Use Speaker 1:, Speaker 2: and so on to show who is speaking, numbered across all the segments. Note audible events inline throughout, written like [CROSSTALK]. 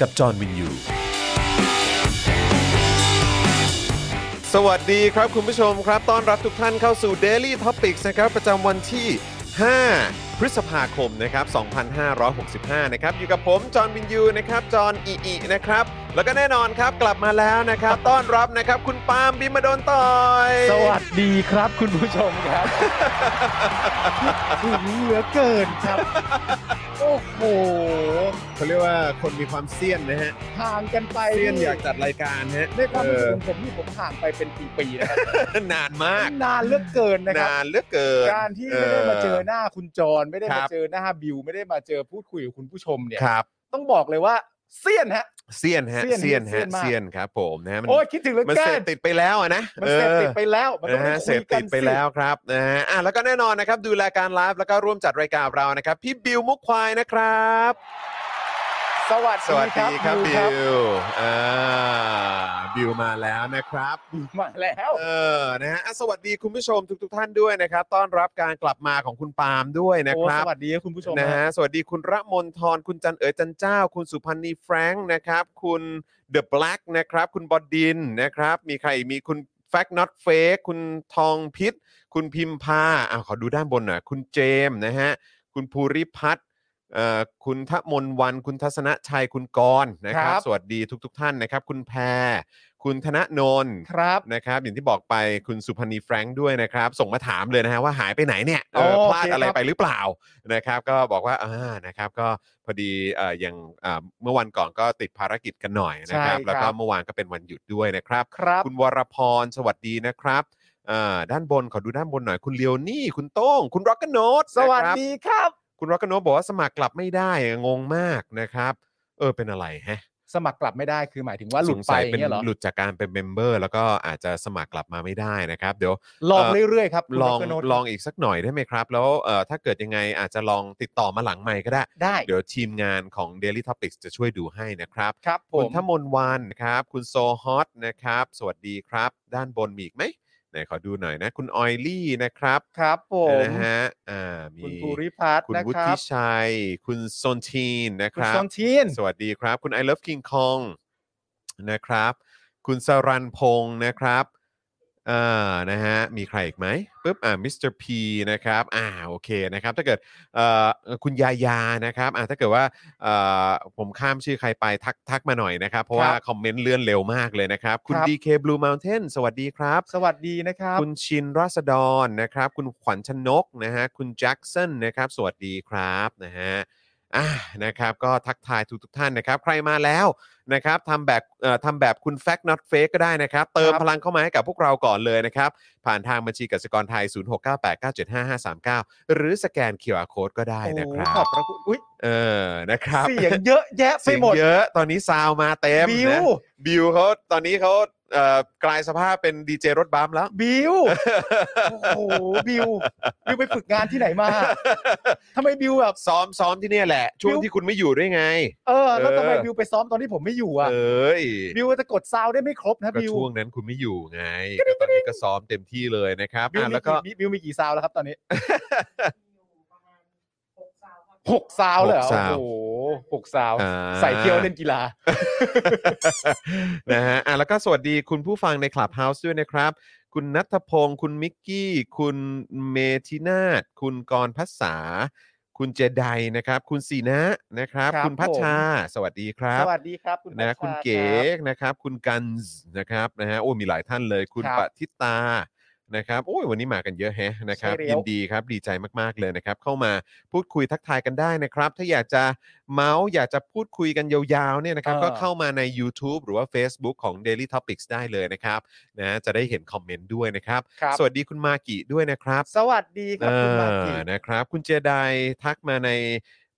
Speaker 1: กับจอห์นวินยู
Speaker 2: สวัสดีครับคุณผู้ชมครับ ต้อนรับทุกท่านเข้าสู่ Daily Topics นะครับ ประจำวันที่ 5 พฤษภาคมนะครับ 2565 นะครับ อยู่กับผม จอห์นวินยูนะครับ จอห์นอีอีนะครับ แล้วก็แน่นอนครับ กลับมาแล้วนะครับ ต้อนรับนะครับ คุณปาล์มบิมมาโดนต่อย
Speaker 3: สวัสดีครับคุณผู้ชมครับ ถึงเหลือเกินครับ โอ้โห
Speaker 2: [LAUGHS] เขาเรียกว่าคนมีความเซียนนะฮะ
Speaker 3: ห่างกันไป
Speaker 2: เซียนอยากจัดรายการฮะ
Speaker 3: ในความรู้สึกของผมที่ผมห่างไปเป็นปีๆนะครับ
Speaker 2: เอ [LAUGHS] อนานมาก
Speaker 3: นานเหลือเกินนะครับ
Speaker 2: นานเหลือเกิน
Speaker 3: การที่ไม่ได้มาเจอ
Speaker 2: เห
Speaker 3: น้าคุณจรไม่ได้
Speaker 2: ครั
Speaker 3: มา
Speaker 2: บ
Speaker 3: เจอหน้าบิวไม่ได้มาเจอพูดคุยกับคุณผู้ชมเนี่ย
Speaker 2: ครับ
Speaker 3: ต้องบอกเลยว่าเซียนฮะ
Speaker 2: เซียนฮะ
Speaker 3: เซี
Speaker 2: เซีย
Speaker 3: ย
Speaker 2: น
Speaker 3: น
Speaker 2: ฮะ
Speaker 3: เซียนมาก
Speaker 2: เซียนครับผมนะฮะมัน
Speaker 3: โอ้ยคิดถึงเหลือ
Speaker 2: มัน
Speaker 3: เกิ
Speaker 2: เสพ
Speaker 3: น
Speaker 2: ติดไปแล้วอะนะ
Speaker 3: มันเสพติด
Speaker 2: ออ
Speaker 3: ไปแล้ว มันต้อง
Speaker 2: นะ
Speaker 3: ไป
Speaker 2: ฮะเส
Speaker 3: คุ
Speaker 2: พ
Speaker 3: ยกั
Speaker 2: ติด
Speaker 3: นสิ
Speaker 2: ไปแล้วครับนะฮะอ่ะแล้วก็แน่นอนนะครับ ดูรายการไลฟ์แล้วก็ร่วมจัดรายการเรานะครับ พี่บิวมุกควายนะครับ
Speaker 3: สวัส
Speaker 2: สวัสดี
Speaker 3: ดี
Speaker 2: ครับ
Speaker 3: บิ
Speaker 2: บิ
Speaker 3: วครับ
Speaker 2: วอ่าบิวมาแล้วนะครับ
Speaker 3: บิวมาแล้ว
Speaker 2: เออนะฮะอ่ะสวัสดีคุณผู้ชมทุก ๆ ท่านด้วยนะครับ ต้อนรับการกลับมาของคุณปาล์มด้วยนะ
Speaker 3: โอ้
Speaker 2: ครั
Speaker 3: ส
Speaker 2: บ
Speaker 3: วัสดีคุณผู้ชม
Speaker 2: นะ
Speaker 3: ฮะ
Speaker 2: ฮะสวัสดีคุณระมนทรคุณจันเอ๋ยจันเจ้า คุณสุพันธ์นีแฟรงค์นะครับ คุณเดอะแบล็กนะครับ คุณบอดดินนะครับ มีใครอีกมีคุณแฟกต์น็อตเฟกคุณทองพิษ คุณพิมพาอ่าขอดูด้านบนหน่อยคุณเจมส์นะฮะ คุณภูริพัฒน์เอ่อคุณทะมนวัน คุณทัศนชัยคุณกรณ์นะครับ
Speaker 3: ครับ
Speaker 2: สวัสดีทุก ๆ ท่านนะครับ คุณแพร คุณธนนนท์
Speaker 3: ครับ
Speaker 2: นะครับ อย่างที่บอกไปคุณสุพันธ์นีแฟรงค์ด้วยนะครับ ส่งมาถามเลยนะฮะว่าหายไปไหนเนี่ยเออ
Speaker 3: โอเค
Speaker 2: พลาดอะไร
Speaker 3: ครับ
Speaker 2: ไปหรือเปล่า นะครับก็บอกว่าอ่านะครับก็พอดีเอ่ออย่างอ่าเมื่อวันก่อนก็ติดภารกิจกันหน่อยนะครับ
Speaker 3: ใช่ครับ
Speaker 2: แล้วก็เมื่อวานก็เป็นวันหยุดด้วยนะครับ
Speaker 3: ครับ
Speaker 2: คุณวรพรสวัสดีนะครับอ่าด้านบนขอดูด้านบนหน่อยคุณเลียวนี่คุณโต้งคุณร็อกกโนด
Speaker 3: สวัสดีครับ
Speaker 2: คุณร็อกกโนดบอกว่าสมัครกลับไม่ได้งงมากนะครับ เออเป็นอะไรฮะ
Speaker 3: สมัครกลับไม่ได้คือหมายถึงว่าหลุ
Speaker 2: ส
Speaker 3: ด
Speaker 2: ง
Speaker 3: ไป
Speaker 2: สัย
Speaker 3: อ
Speaker 2: เป็
Speaker 3: ย่าน งเงี้ยเหรอ
Speaker 2: หลุดจากการเป็นเมมเบอร์ แล้วก็อาจจะสมัครกลับมาไม่ได้นะครับเดี๋ยว
Speaker 3: ลอง
Speaker 2: เอ่อ
Speaker 3: เรื่อยๆครับคุณ
Speaker 2: ลอง
Speaker 3: ดรโนต
Speaker 2: ลองอีกสักหน่อยได้ไหมครับ แล้วเอ่อถ้าเกิดยังไงอาจจะลองติดต่อมาหลังใหม่ก็ได้
Speaker 3: ได้
Speaker 2: เดี๋ยวทีมงานของ Daily Topics จะช่วยดูให้นะครับ
Speaker 3: ครับผ
Speaker 2: คุณ
Speaker 3: ม
Speaker 2: ทมนวานนะครับ คุณโซฮอตนะครับ สวัสดีครับ ด้านบนมีอีกไหมไหนขอดูหน่อยนะ คุณออยลี่นะครับ
Speaker 3: ครับผม
Speaker 2: นะฮะอ่ามี
Speaker 3: คุณภูริพัฒน์
Speaker 2: คุณ
Speaker 3: นะ
Speaker 2: วุ
Speaker 3: ครั
Speaker 2: ฒิ
Speaker 3: บ
Speaker 2: ชัย คุณโซนทีนนะค
Speaker 3: คุณ
Speaker 2: รั
Speaker 3: ซ
Speaker 2: บ
Speaker 3: อนทีน
Speaker 2: สวัสดีครับ คุณ I love King Kong นะครับ คุณสรันพงศ์นะครับอ่านะฮะมีใครอีกไหมปุ๊บอ่ามิสเตอร์พีนะครับอ่าโอเคนะครับถ้าเกิดเอ่อคุณยายานะครับอ่าถ้าเกิดว่าเอ่อผมข้ามชื่อใครไปทักทักมาหน่อยนะครับ เพราะว่าคอมเมนต์เลื่อนเร็วมากเลยนะครับ คุณ DK Blue Mountain สวัสดีครับ
Speaker 3: สวัสดีนะครับ
Speaker 2: คุณชินราษฎรนะครับ คุณขวัญชนกนะฮะคุณแจ็คสันนะครับ สวัสดีครับนะฮะอ่ะนะครับก็ทักทายทุกทุกๆท่านนะครับ ใครมาแล้วนะครับทำแบบเอ่อทำแบบคุณ Fact Not Fake ก็ได้นะครับ เติม
Speaker 3: ครับ
Speaker 2: พลังเข้ามาให้กับพวกเราก่อนเลยนะครับ ผ่านทางบัญชีกสิกรไทย 0698975539 หรือสแกน QR Code ก็ได้
Speaker 3: โอ้โห
Speaker 2: นะครับ
Speaker 3: ขอบพระคุณอุ้ย
Speaker 2: เออนะครับ
Speaker 3: เสียงเยอะแยะ
Speaker 2: [LAUGHS]
Speaker 3: ไป
Speaker 2: เสียง
Speaker 3: หมด
Speaker 2: เยอะตอนนี้ซาวมาเต็ม
Speaker 3: บิว
Speaker 2: นะบิวเขาตอนนี้เขาเอ่อกลายสภาพเป็นดีเจรถบัมแล้ว
Speaker 3: บิวโอ้โหบิวบิวไปฝึกงานที่ไหนมาทำไมบิวแบบ
Speaker 2: ซ้อมซ้อมที่เนี่ยแหละ ช่วง
Speaker 3: บิว
Speaker 2: ที่คุณไม่อยู่ด้วยไง
Speaker 3: เออแล้วทำไม
Speaker 2: เออ
Speaker 3: บิวไปซ้อมตอนที่ผมไม่อยู่อ่ะ
Speaker 2: เอ้ย
Speaker 3: บิวจะกดซาวด์ได้ไม่ครบนะ
Speaker 2: ก็
Speaker 3: บิว
Speaker 2: ช่วงนั้นคุณไม่อยู่ไงก็ตอนนี้ก็ซ้อมเต็มที่เลยนะครับ
Speaker 3: บิว
Speaker 2: อ่ะ
Speaker 3: มี
Speaker 2: แล้วก็
Speaker 3: กี่บิวมีกี่ซาวด์แล้วครับตอนนี้หกซาวด์เลยเหรอโอ้โหหกซาวด์
Speaker 2: อ่า
Speaker 3: ใส่เที่ยวเล่นกีฬา
Speaker 2: [LAUGHS] นะฮะอ่ะแล้วก็สวัสดีคุณผู้ฟังในคลับเฮาส์ด้วยนะครับ คุณนัทพงศ์คุณมิกกี้ คุณเมธินาศคุณกรพัสสา คุณเจไดนะครับ คุณสีนะนะครับ
Speaker 3: ครับ
Speaker 2: คุณพัช
Speaker 3: ผม
Speaker 2: ชา สวัสดีครับ
Speaker 3: สวัสดีครับคุณ
Speaker 2: นะ
Speaker 3: พัชชา
Speaker 2: คุณเก๋
Speaker 3: รับ
Speaker 2: นะครับคุณกันส์นะครับนะฮะโอ้มีหลายท่านเลยคุณ
Speaker 3: ครับ
Speaker 2: ปฏิตานะครับโอ้ยวันนี้มากันเยอะแฮะนะครับ
Speaker 3: ใช่แล้ว
Speaker 2: ยินดีครับดีใจมากๆเลยนะครับ เข้ามาพูดคุยทักทายกันได้นะครับ ถ้าอยากจะเมาส์อยากจะพูดคุยกันยาวๆเนี่ยนะครับ
Speaker 3: เออ
Speaker 2: ก็เข้ามาใน YouTube หรือว่า Facebook ของ Daily Topics ได้เลยนะครับนะจะได้เห็นคอมเมนต์ด้วยนะครับ
Speaker 3: ครับ
Speaker 2: สวัสดีคุณมากิด้วยนะครับ
Speaker 3: สวัสดีครับคุณมากิ
Speaker 2: เออนะครับ คุณเจไดทักมาใน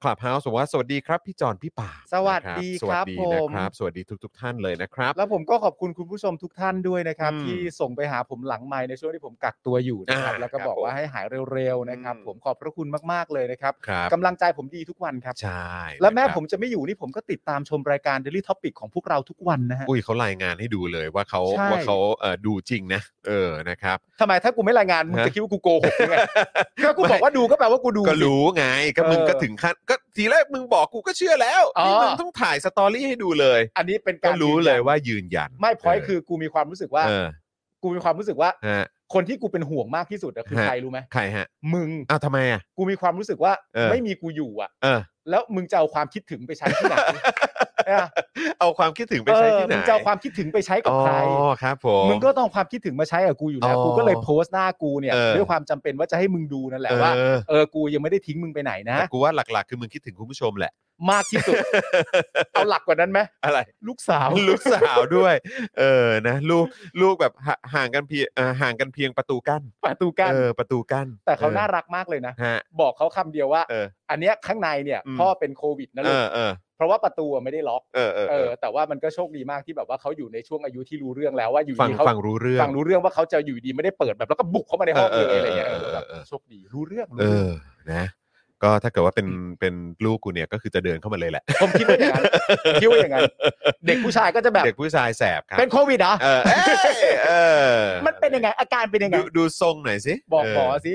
Speaker 2: คลับเฮาส์บอกว่าสวัสดีครับ พี่จอนพี่ป่าล์ม
Speaker 3: สวัสดี
Speaker 2: นะสวัสดีนะ
Speaker 3: ครับผม
Speaker 2: ครับ สวัสดีทุก ๆ ท่านเลยนะครับ
Speaker 3: แล้วผมก็ขอบคุณคุณผู้ชมทุกท่านด้วยนะครับ
Speaker 2: อืม
Speaker 3: ที่ส่งไปหาผมหลังไมค์ในช่วงที่ผมกักตัวอยู่นะครับ
Speaker 2: อ่า
Speaker 3: แล้วก็บ
Speaker 2: ครั
Speaker 3: อก
Speaker 2: บผม
Speaker 3: ว่าให้หายเร็วๆนะครับ
Speaker 2: อืม
Speaker 3: ผมขอบพระคุณมากๆเลยนะครับ
Speaker 2: ครับ
Speaker 3: กำลังใจผมดีทุกวันครับ
Speaker 2: ใช่
Speaker 3: และแม้
Speaker 2: นะครับ
Speaker 3: ผมจะไม่อยู่นี่ผมก็ติดตามชมรายการ Daily Topic ของพวกเราทุกวันนะฮะ
Speaker 2: อุ้ยเขารายงานให้ดูเลยว่าเขา
Speaker 3: ใช่
Speaker 2: ว่าเขาเอ่อดูจริงนะ เออนะครับ
Speaker 3: ทำไมถ้ากูไม่รายงานมึง
Speaker 2: ฮะ
Speaker 3: จะคิดว่ากูโกหกหรือไง [LAUGHS] ก็กูบอกว่าดูก็แปลว่ากูดู
Speaker 2: ก็รู้ไงก็มึง
Speaker 3: เออ
Speaker 2: ก็ถึงขั้นก็ทีแรกมึงบอกกูก็เชื่อแล้ว
Speaker 3: อ๋อ
Speaker 2: นี่มึงต้องถ่ายสตอรี่ให้ดูเลย
Speaker 3: อันนี้เป็น
Speaker 2: ก็
Speaker 3: การ
Speaker 2: รู้เลยว่ายืนยัน
Speaker 3: ไม่พอยคือกูมีความรู้สึกว่า
Speaker 2: เออ
Speaker 3: กูมีความรู้สึกว่า
Speaker 2: ฮะ
Speaker 3: คนที่กูเป็นห่วงมากที่สุดอะคือ
Speaker 2: ฮะ
Speaker 3: ใครรู้ไหม
Speaker 2: ใครฮะ
Speaker 3: มึง
Speaker 2: อ้าวทำไมอ่ะ
Speaker 3: กูมีความรู้สึกว่า
Speaker 2: เออ
Speaker 3: ไม่มีกูอยู่อะ [LAUGHS]
Speaker 2: เออ
Speaker 3: แล้วมึงจะเอาความคิดถึงไปใช้
Speaker 2: [LAUGHS]
Speaker 3: ที่ไหน นะ
Speaker 2: เอาความคิดถึงไปใช้ที่ไหน
Speaker 3: เออมึงจะเอาความคิดถึงไปใช้กับ
Speaker 2: อ๋อ
Speaker 3: ใคร
Speaker 2: ครับผม
Speaker 3: มึงก็ต้องความคิดถึงมาใช้กับกูอยู่แล้ว
Speaker 2: อ๋อ
Speaker 3: กูก็เลยโพสต์หน้ากูเนี่ย
Speaker 2: เออ
Speaker 3: ด้วยความจำเป็นว่าจะให้มึงดูนั่นแหละว่า
Speaker 2: เออ
Speaker 3: เออกูยังไม่ได้ทิ้งมึงไปไหนนะ
Speaker 2: แต่กูว่าหลักๆ คือมึงคิดถึงคุณผู้ชมแหละ
Speaker 3: มากที่
Speaker 2: [LAUGHS]
Speaker 3: สุด [LAUGHS] เอาหลักกว่านั้นไหม
Speaker 2: อะไร
Speaker 3: ลูกสาว
Speaker 2: ลูกสาวด้วย เออนะลูกลูกแบบห่าห่างกันเพียงเอ่อห่างกันเพียงประตูกั้น
Speaker 3: ประตูกั้น
Speaker 2: เออประตูกั้น
Speaker 3: แต่เขา
Speaker 2: ออ
Speaker 3: น่ารักมากเลยนะ
Speaker 2: ฮะ
Speaker 3: บอกเขาคำเดียวว่า
Speaker 2: เออ
Speaker 3: อันเนี้ยข้างในเนี่ย
Speaker 2: อืม
Speaker 3: พ่อเป็นโควิดนะ
Speaker 2: เอ
Speaker 3: ลูก
Speaker 2: อเออ
Speaker 3: เพราะว่าประตูอะไม่ได้ล็อก
Speaker 2: เออเออ
Speaker 3: เอ
Speaker 2: เอ
Speaker 3: อ
Speaker 2: อ
Speaker 3: แต่ว่ามันก็โชคดีมากที่แบบว่าเขาอยู่ในช่วงอายุที่รู้เรื่องแล้วว่าอยู่
Speaker 2: ฟัง
Speaker 3: ดีเขา
Speaker 2: ฟังรู้เรื่อง
Speaker 3: ฟังรู้เรื่องว่าเขาจะอยู่ดีไม่ได้เปิดแบบแล้วก็บุกเข้ามาในห้อง
Speaker 2: เออ
Speaker 3: เล
Speaker 2: เอย อ
Speaker 3: อะไรเงี้ย
Speaker 2: เออ
Speaker 3: เออแบบ
Speaker 2: เออ
Speaker 3: โชคดีรู้เรื่องรู้
Speaker 2: เอ
Speaker 3: เรื่อง
Speaker 2: อนะ ก็ถ้าเกิดว่าเป็นเป็นลูกกูเนี่ยก็คือจะเดินเข้ามาเลยแหละ
Speaker 3: ผมคิดว่าอย่างนั้นผมคิดว่าอย่างนั้นเด็กผู้ชายก็จะแบบ
Speaker 2: เด็กผู้ชายแสบครับ
Speaker 3: เป็นโควิดเหรอ
Speaker 2: เออเอ้ยเออ
Speaker 3: มันเป็นยังไง อาการเป็นยังไง
Speaker 2: ดูดูทรงหน่อยสิ
Speaker 3: บอก
Speaker 2: เห
Speaker 3: มอสิ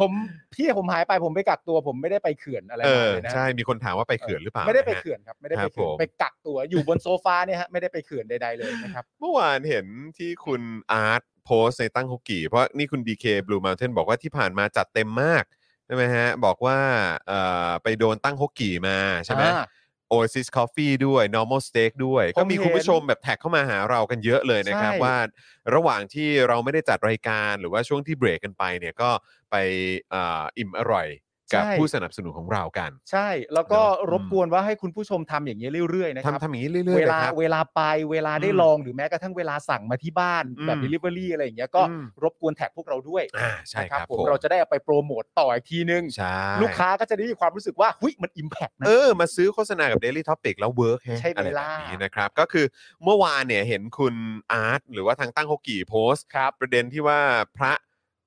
Speaker 3: ผมพี่ผมหายไปผมไปกักตัวผมไม่ได้ไปเขื่อนอะไร
Speaker 2: เอ
Speaker 3: มา
Speaker 2: อ
Speaker 3: เลยนะ
Speaker 2: ใช่มีคนถามว่าไปเขื่อนหรือเปล่า
Speaker 3: ไม่ได้ไป
Speaker 2: นะฮะ
Speaker 3: เขื่อนครับไม่ได้ไป
Speaker 2: ครั
Speaker 3: เขื่
Speaker 2: บ
Speaker 3: อ
Speaker 2: ผม
Speaker 3: นไปกักตัวอยู่บนโซฟาเนี่ยฮะไม่ได้ไปเขื่อนใดๆเลยนะครับ
Speaker 2: เมื่อวานเห็นที่คุณอาร์ตโพสต์ในตั้งฮกกี่ เพราะนี่คุณ DK Blue Mountain บอกว่าที่ผ่านมาจัดเต็มมาก ใช่ไหมฮะ บอกว่าเอ่อไปโดนตั้งฮกกี่มาใช่ไหม Oasis Coffee ด้วย Normal Steak ด้วย
Speaker 3: ผม
Speaker 2: ก็มี
Speaker 3: เห็น
Speaker 2: คุณผู้ชมแบบแท็กเข้ามาหาเรากันเยอะเลยนะครับ
Speaker 3: ใช่
Speaker 2: ว่าระหว่างที่เราไม่ได้จัดรายการหรือว่าช่วงที่เบรกกันไปเนี่ยก็ไปเอ่ออิ่มอร่อยกับผู้สนับสนุนของเรากัน
Speaker 3: ใช่ แล้วก็
Speaker 2: เนอะ
Speaker 3: รบกวนว่าให้คุณผู้ชมทำอย่างนี้ยเรื่อยๆนะครั
Speaker 2: ทำทำอย่างนี้เรื่อยๆ
Speaker 3: เว
Speaker 2: นะ
Speaker 3: ลา
Speaker 2: ครับ
Speaker 3: เวลาไปเวลาได้
Speaker 2: อืม
Speaker 3: ลองหรือแม้กระทั่งเวลาสั่งมาที่บ้าน
Speaker 2: อืม
Speaker 3: แบบ delivery อะไรอย่างเงี้ยก็
Speaker 2: อืม
Speaker 3: รบกวนแท็กพวกเราด้วย
Speaker 2: อ่าใช่
Speaker 3: นะครับ ผม
Speaker 2: ผม
Speaker 3: เราจะได้เอาไปโปรโมตต่ออีกทีนึง
Speaker 2: ใช่
Speaker 3: ลูกค้าก็จะได้มีความรู้สึกว่าหุ้ยมัน impact นะ
Speaker 2: เออมาซื้อโฆษณากับ Daily Topic แล้วเวิร์กแฮะ
Speaker 3: ใช่ไหม
Speaker 2: อะไรแบ
Speaker 3: ล่ะ
Speaker 2: บนี้นะครับ ก็คือเมื่อวานเนี่ยเห็นคุณอาร์ตหรือว่าทางตั้งฮกกี่โพสต์
Speaker 3: ครับ
Speaker 2: ประเด็นที่ว่าพระ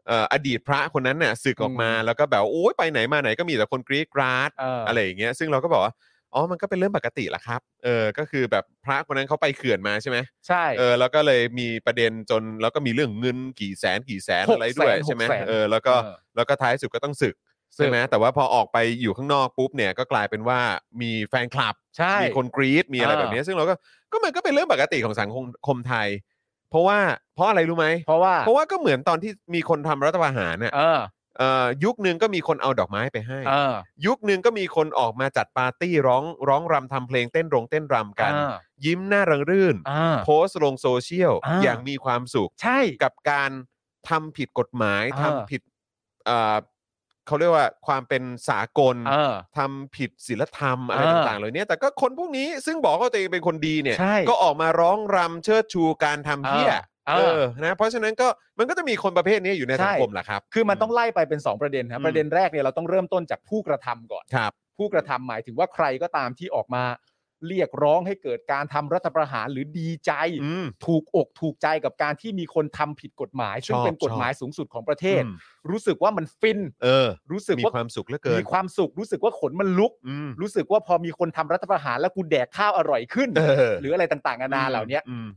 Speaker 2: เอ่ออดีตพระคนนั้นเนี่ยสึกออกมา
Speaker 3: อืม
Speaker 2: แล้วก็แบบโอ้ยไปไหนมาไหนก็มีแต่คนกรี๊ดกราด
Speaker 3: เอออ
Speaker 2: อะไรอย่างเงี้ยซึ่งเราก็บอกว่าอ๋อมันก็เป็นเรื่องปกติละครับเออก็คือแบบพระคนนั้นเขาไปเขื่อนมาใช่ไหม
Speaker 3: ใช่
Speaker 2: เออแล้วก็เลยมีประเด็นจนแล้วก็มีเรื่องเงินกี่แสนกี่แสน
Speaker 3: หก
Speaker 2: อะไรด้วย
Speaker 3: แสนหก
Speaker 2: ใช่ไหม
Speaker 3: แสน
Speaker 2: เออแล้วก็ แล้วก็ท้ายสุดก็ต้องศึกใช่ไหมแต่ว่าพอออกไปอยู่ข้างนอกปุ๊บเนี่ยก็กลายเป็นว่ามีแฟนคลับ
Speaker 3: ใช่
Speaker 2: มีคนกรี๊ดมีอะไร
Speaker 3: เออ
Speaker 2: แบบนี้ ซึ่งเราก็ก็มันก็เป็นเรื่องปกติของสังคมคมไทย เพราะว่าเพราะอะไรรู้ไหม
Speaker 3: เพราะว่า
Speaker 2: เพราะว่าก็เหมือนตอนที่มีคนทำรัฐประหารเนี่ย
Speaker 3: เออ
Speaker 2: เอ่อยุคนึงก็มีคนเอาดอกไม้ไปให้
Speaker 3: เออ
Speaker 2: ยุคนึงก็มีคนออกมาจัดปาร์ตี้ร้องร้องรำทำเพลงเต้นรงเต้นรำกัน
Speaker 3: อ่า
Speaker 2: ยิ้มหน้ารังรื่น
Speaker 3: อ่า
Speaker 2: โพสต์ลงโซเชียล
Speaker 3: อ่า
Speaker 2: อย่างมีความสุข
Speaker 3: ใช่
Speaker 2: กับการทำผิดกฎหมาย
Speaker 3: เออ
Speaker 2: ทำผิดเอ่อเขาเรียกว่าความเป็นสากล
Speaker 3: เออ
Speaker 2: ทำผิดศีลธรรมอะไร
Speaker 3: เออ
Speaker 2: ต่างๆเหล่านี้แต่ก็คนพวกนี้ซึ่งบอกว่าตัวเองเป็นคนดีเนี่ย
Speaker 3: ใช่
Speaker 2: ก็ออกมาร้องรำเชิดชูการทำเพี้ย
Speaker 3: เออเออ
Speaker 2: นะเพราะฉะนั้นก็มันก็จะมีคนประเภทนี้อยู่ใน
Speaker 3: ใช่
Speaker 2: สังคมแหละครับ
Speaker 3: คือมันต้องไล่ไปเป็น 2 ประเด็นครั
Speaker 2: อื
Speaker 3: บ
Speaker 2: ม
Speaker 3: ประเด็นแรกเนี่ยเราต้องเริ่มต้นจากผู้กระทำก่อน
Speaker 2: ครับ
Speaker 3: ผู้กระทำหมายถึงว่าใครก็ตามที่ออกมา เรียกร้องให้เกิดการทำรัฐประหารหรือดีใจ
Speaker 2: อืม
Speaker 3: ถูกอกถูกใจกับการที่มีคนทำผิดกฎหมาย ซึ่ง
Speaker 2: ชอบ
Speaker 3: เป็นกฎ
Speaker 2: ชอบ
Speaker 3: หมายสูงสุดของประเทศ
Speaker 2: อืม
Speaker 3: รู้สึกว่ามันฟิน
Speaker 2: เออ
Speaker 3: รู้สึก
Speaker 2: มี
Speaker 3: ว่า
Speaker 2: ความสุขเหลือเกิน
Speaker 3: มีความสุข รู้สึกว่าขนมันลุก
Speaker 2: อืม
Speaker 3: รู้สึกว่าพอมีคนทำรัฐประหารแล้วกูแดกข้าวอร่อยขึ้น
Speaker 2: เออ
Speaker 3: หรืออะไรต่างๆนานาเหล่าเนี้ย
Speaker 2: อืม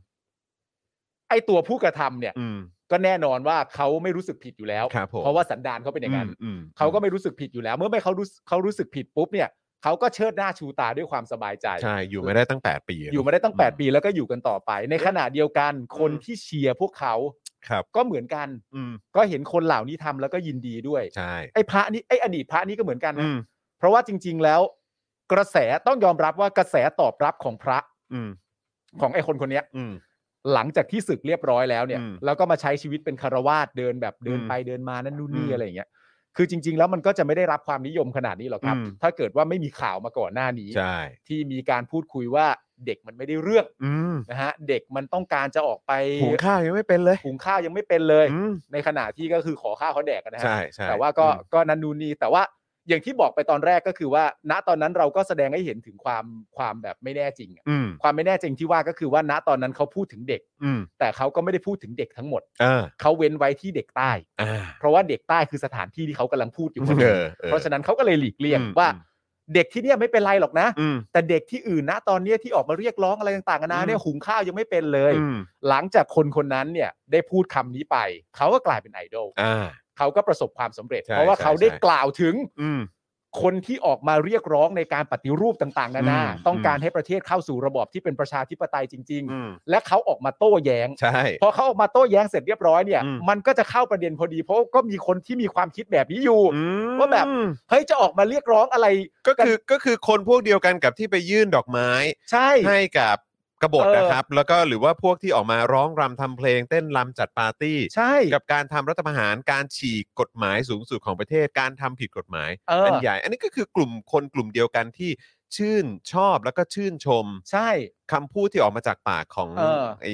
Speaker 3: ไอตัวผู้กระทำเนี่ย
Speaker 2: อืม
Speaker 3: ก็แน่นอนว่าเขาไม่รู้สึกผิดอยู่แล้ว
Speaker 2: ครับผม
Speaker 3: เพราะว่าสันดานเขาเป็นอย่างนั้น
Speaker 2: อืม
Speaker 3: เขาก็ไม่รู้สึกผิดอยู่แล้ว เมื่อไม่เขารู้สึกเขารู้สึกผิดปุ๊บเนี่ยเขาก็เชิดหน้าชูตาด้วยความสบายใจ
Speaker 2: ใช่อยู่มาได้ตั้ง 8 ปี
Speaker 3: อยู่มาได้ตั้ง 8 ปีแล้วก็อยู่กันต่อไป ในขณะเดียวกันคนที่เชียร์พวกเขา
Speaker 2: ครับ
Speaker 3: ก็เหมือนกัน
Speaker 2: อืม
Speaker 3: ก็เห็นคนเหล่านี้ทำแล้วก็ยินดีด้วย
Speaker 2: ใช่
Speaker 3: ไอ้พระนี่ไอ้อดีตพระนี่ก็เหมือนกัน
Speaker 2: อื
Speaker 3: นะ
Speaker 2: ม
Speaker 3: เพราะว่าจริง ๆ แล้ว กระแสต้องยอมรับว่ากระแสตอบรับของพระ
Speaker 2: อืม
Speaker 3: ของไอ้คนคนเนี้ย
Speaker 2: อืม
Speaker 3: หลังจากที่ศึกเรียบร้อยแล้วเนี่ย
Speaker 2: อืม
Speaker 3: แล้วก็มาใช้ชีวิตเป็นคารวาสเดินแบบเดิน
Speaker 2: อืม
Speaker 3: ไปเดินมานั่นนู่นนี่
Speaker 2: อืม
Speaker 3: อะไรอย่างเงี้ยคือจริง ๆ แล้วมันก็จะไม่ได้รับความนิยมขนาดนี้หรอกครับ
Speaker 2: อืม
Speaker 3: ถ้าเกิดว่าไม่มีข่าวมาก่อนหน้านี้
Speaker 2: ใช่
Speaker 3: ที่มีการพูดคุยว่าเด็กมันไม่ได้เรื่อง
Speaker 2: อืม
Speaker 3: นะฮะเด็กมันต้องการจะออกไป
Speaker 2: หุงข้าวยังไม่เป็นเลย
Speaker 3: หุงข้าวยังไม่เป็นเลย
Speaker 2: อืม
Speaker 3: ในขณะที่ก็คือขอข้าวเขาแดกกันนะฮะ
Speaker 2: ใช่ใช่
Speaker 3: แต่ว่าก็
Speaker 2: อืม
Speaker 3: ก็นันนูนนีแต่ว่าอย่างที่บอกไปตอนแรกก็คือว่า ณตอนนั้นเราก็แสดงให้เห็นถึงความความแบบไม่แน่จริงอะ
Speaker 2: อืม
Speaker 3: ความไม่แน่จริงที่ว่าก็คือว่าณตอนนั้นเขาพูดถึงเด็ก
Speaker 2: อืม
Speaker 3: แต่เขาก็ไม่ได้พูดถึงเด็กทั้งหมด
Speaker 2: เอ่า
Speaker 3: เขาเว้นไว้ที่เด็กใต้
Speaker 2: อ่า
Speaker 3: เพราะว่าเด็กใต้คือสถานที่ที่เขากำลังพูดอยู่พอ
Speaker 2: [LAUGHS]
Speaker 3: ดี
Speaker 2: เออเออ
Speaker 3: เพราะฉะนั้นเขาก็เลยหลีกเลี่ยง
Speaker 2: อืม
Speaker 3: ว่า
Speaker 2: อืม
Speaker 3: เด็กที่เนี่ยไม่เป็นไรหรอกนะ
Speaker 2: อืม
Speaker 3: แต่เด็กที่อื่นนะตอนเนี้ยที่ออกมาเรียกร้องอะไรต่างๆกันานาเนี่ยหุงข้าวยังไม่เป็นเลย
Speaker 2: อืม
Speaker 3: หลังจากคนคนนั้นเนี่ยได้พูดคำนี้ไปเขาก็กลายเป็นไอดอล
Speaker 2: อ่า
Speaker 3: เขาก็ประสบความสำเร็จ
Speaker 2: ใช่
Speaker 3: เพราะว่า
Speaker 2: ใช่
Speaker 3: เขาได้
Speaker 2: ใช่
Speaker 3: กล่าวถึง
Speaker 2: อืม
Speaker 3: คนที่ออกมาเรียกร้องในการปฏิรูปต่างๆนานา
Speaker 2: อืม
Speaker 3: ต้องการให้ประเทศเข้าสู่ระบอบที่เป็นประชาธิปไตยจริง
Speaker 2: อืม
Speaker 3: ๆ และเขาออกมาโต้แย้ง
Speaker 2: ใช่
Speaker 3: พอเขาออกมาโต้แย้งเสร็จเรียบร้อยเนี่ย
Speaker 2: อืม
Speaker 3: มันก็จะเข้าประเด็นพอดี เพราะก็มีคนที่มีความคิดแบบนี้อยู่
Speaker 2: อืม
Speaker 3: ว่าแบบ เฮ้ยจะออกมาเรียกร้องอะไร
Speaker 2: ก็คือก็คือคนพวกเดียวกันกับที่ไปยื่นดอกไม้
Speaker 3: ใช่
Speaker 2: ให้กับกบฏ
Speaker 3: เออ
Speaker 2: นะครับ แล้วก็หรือว่าพวกที่ออกมาร้องรำทำเพลง เต้นรำจัดปาร์ตี้
Speaker 3: ใช่
Speaker 2: กับการทำรัฐประหารการฉีกกฎหมายสูงสุดของประเทศการทำผิดกฎหมาย
Speaker 3: เออ
Speaker 2: อันใหญ่ อันนี้ก็คือกลุ่มคนกลุ่มเดียวกันที่ชื่นชอบแล้วก็ชื่นชม
Speaker 3: ใช่
Speaker 2: คำพูดที่ออกมาจากปากของ
Speaker 3: เออ
Speaker 2: ไอ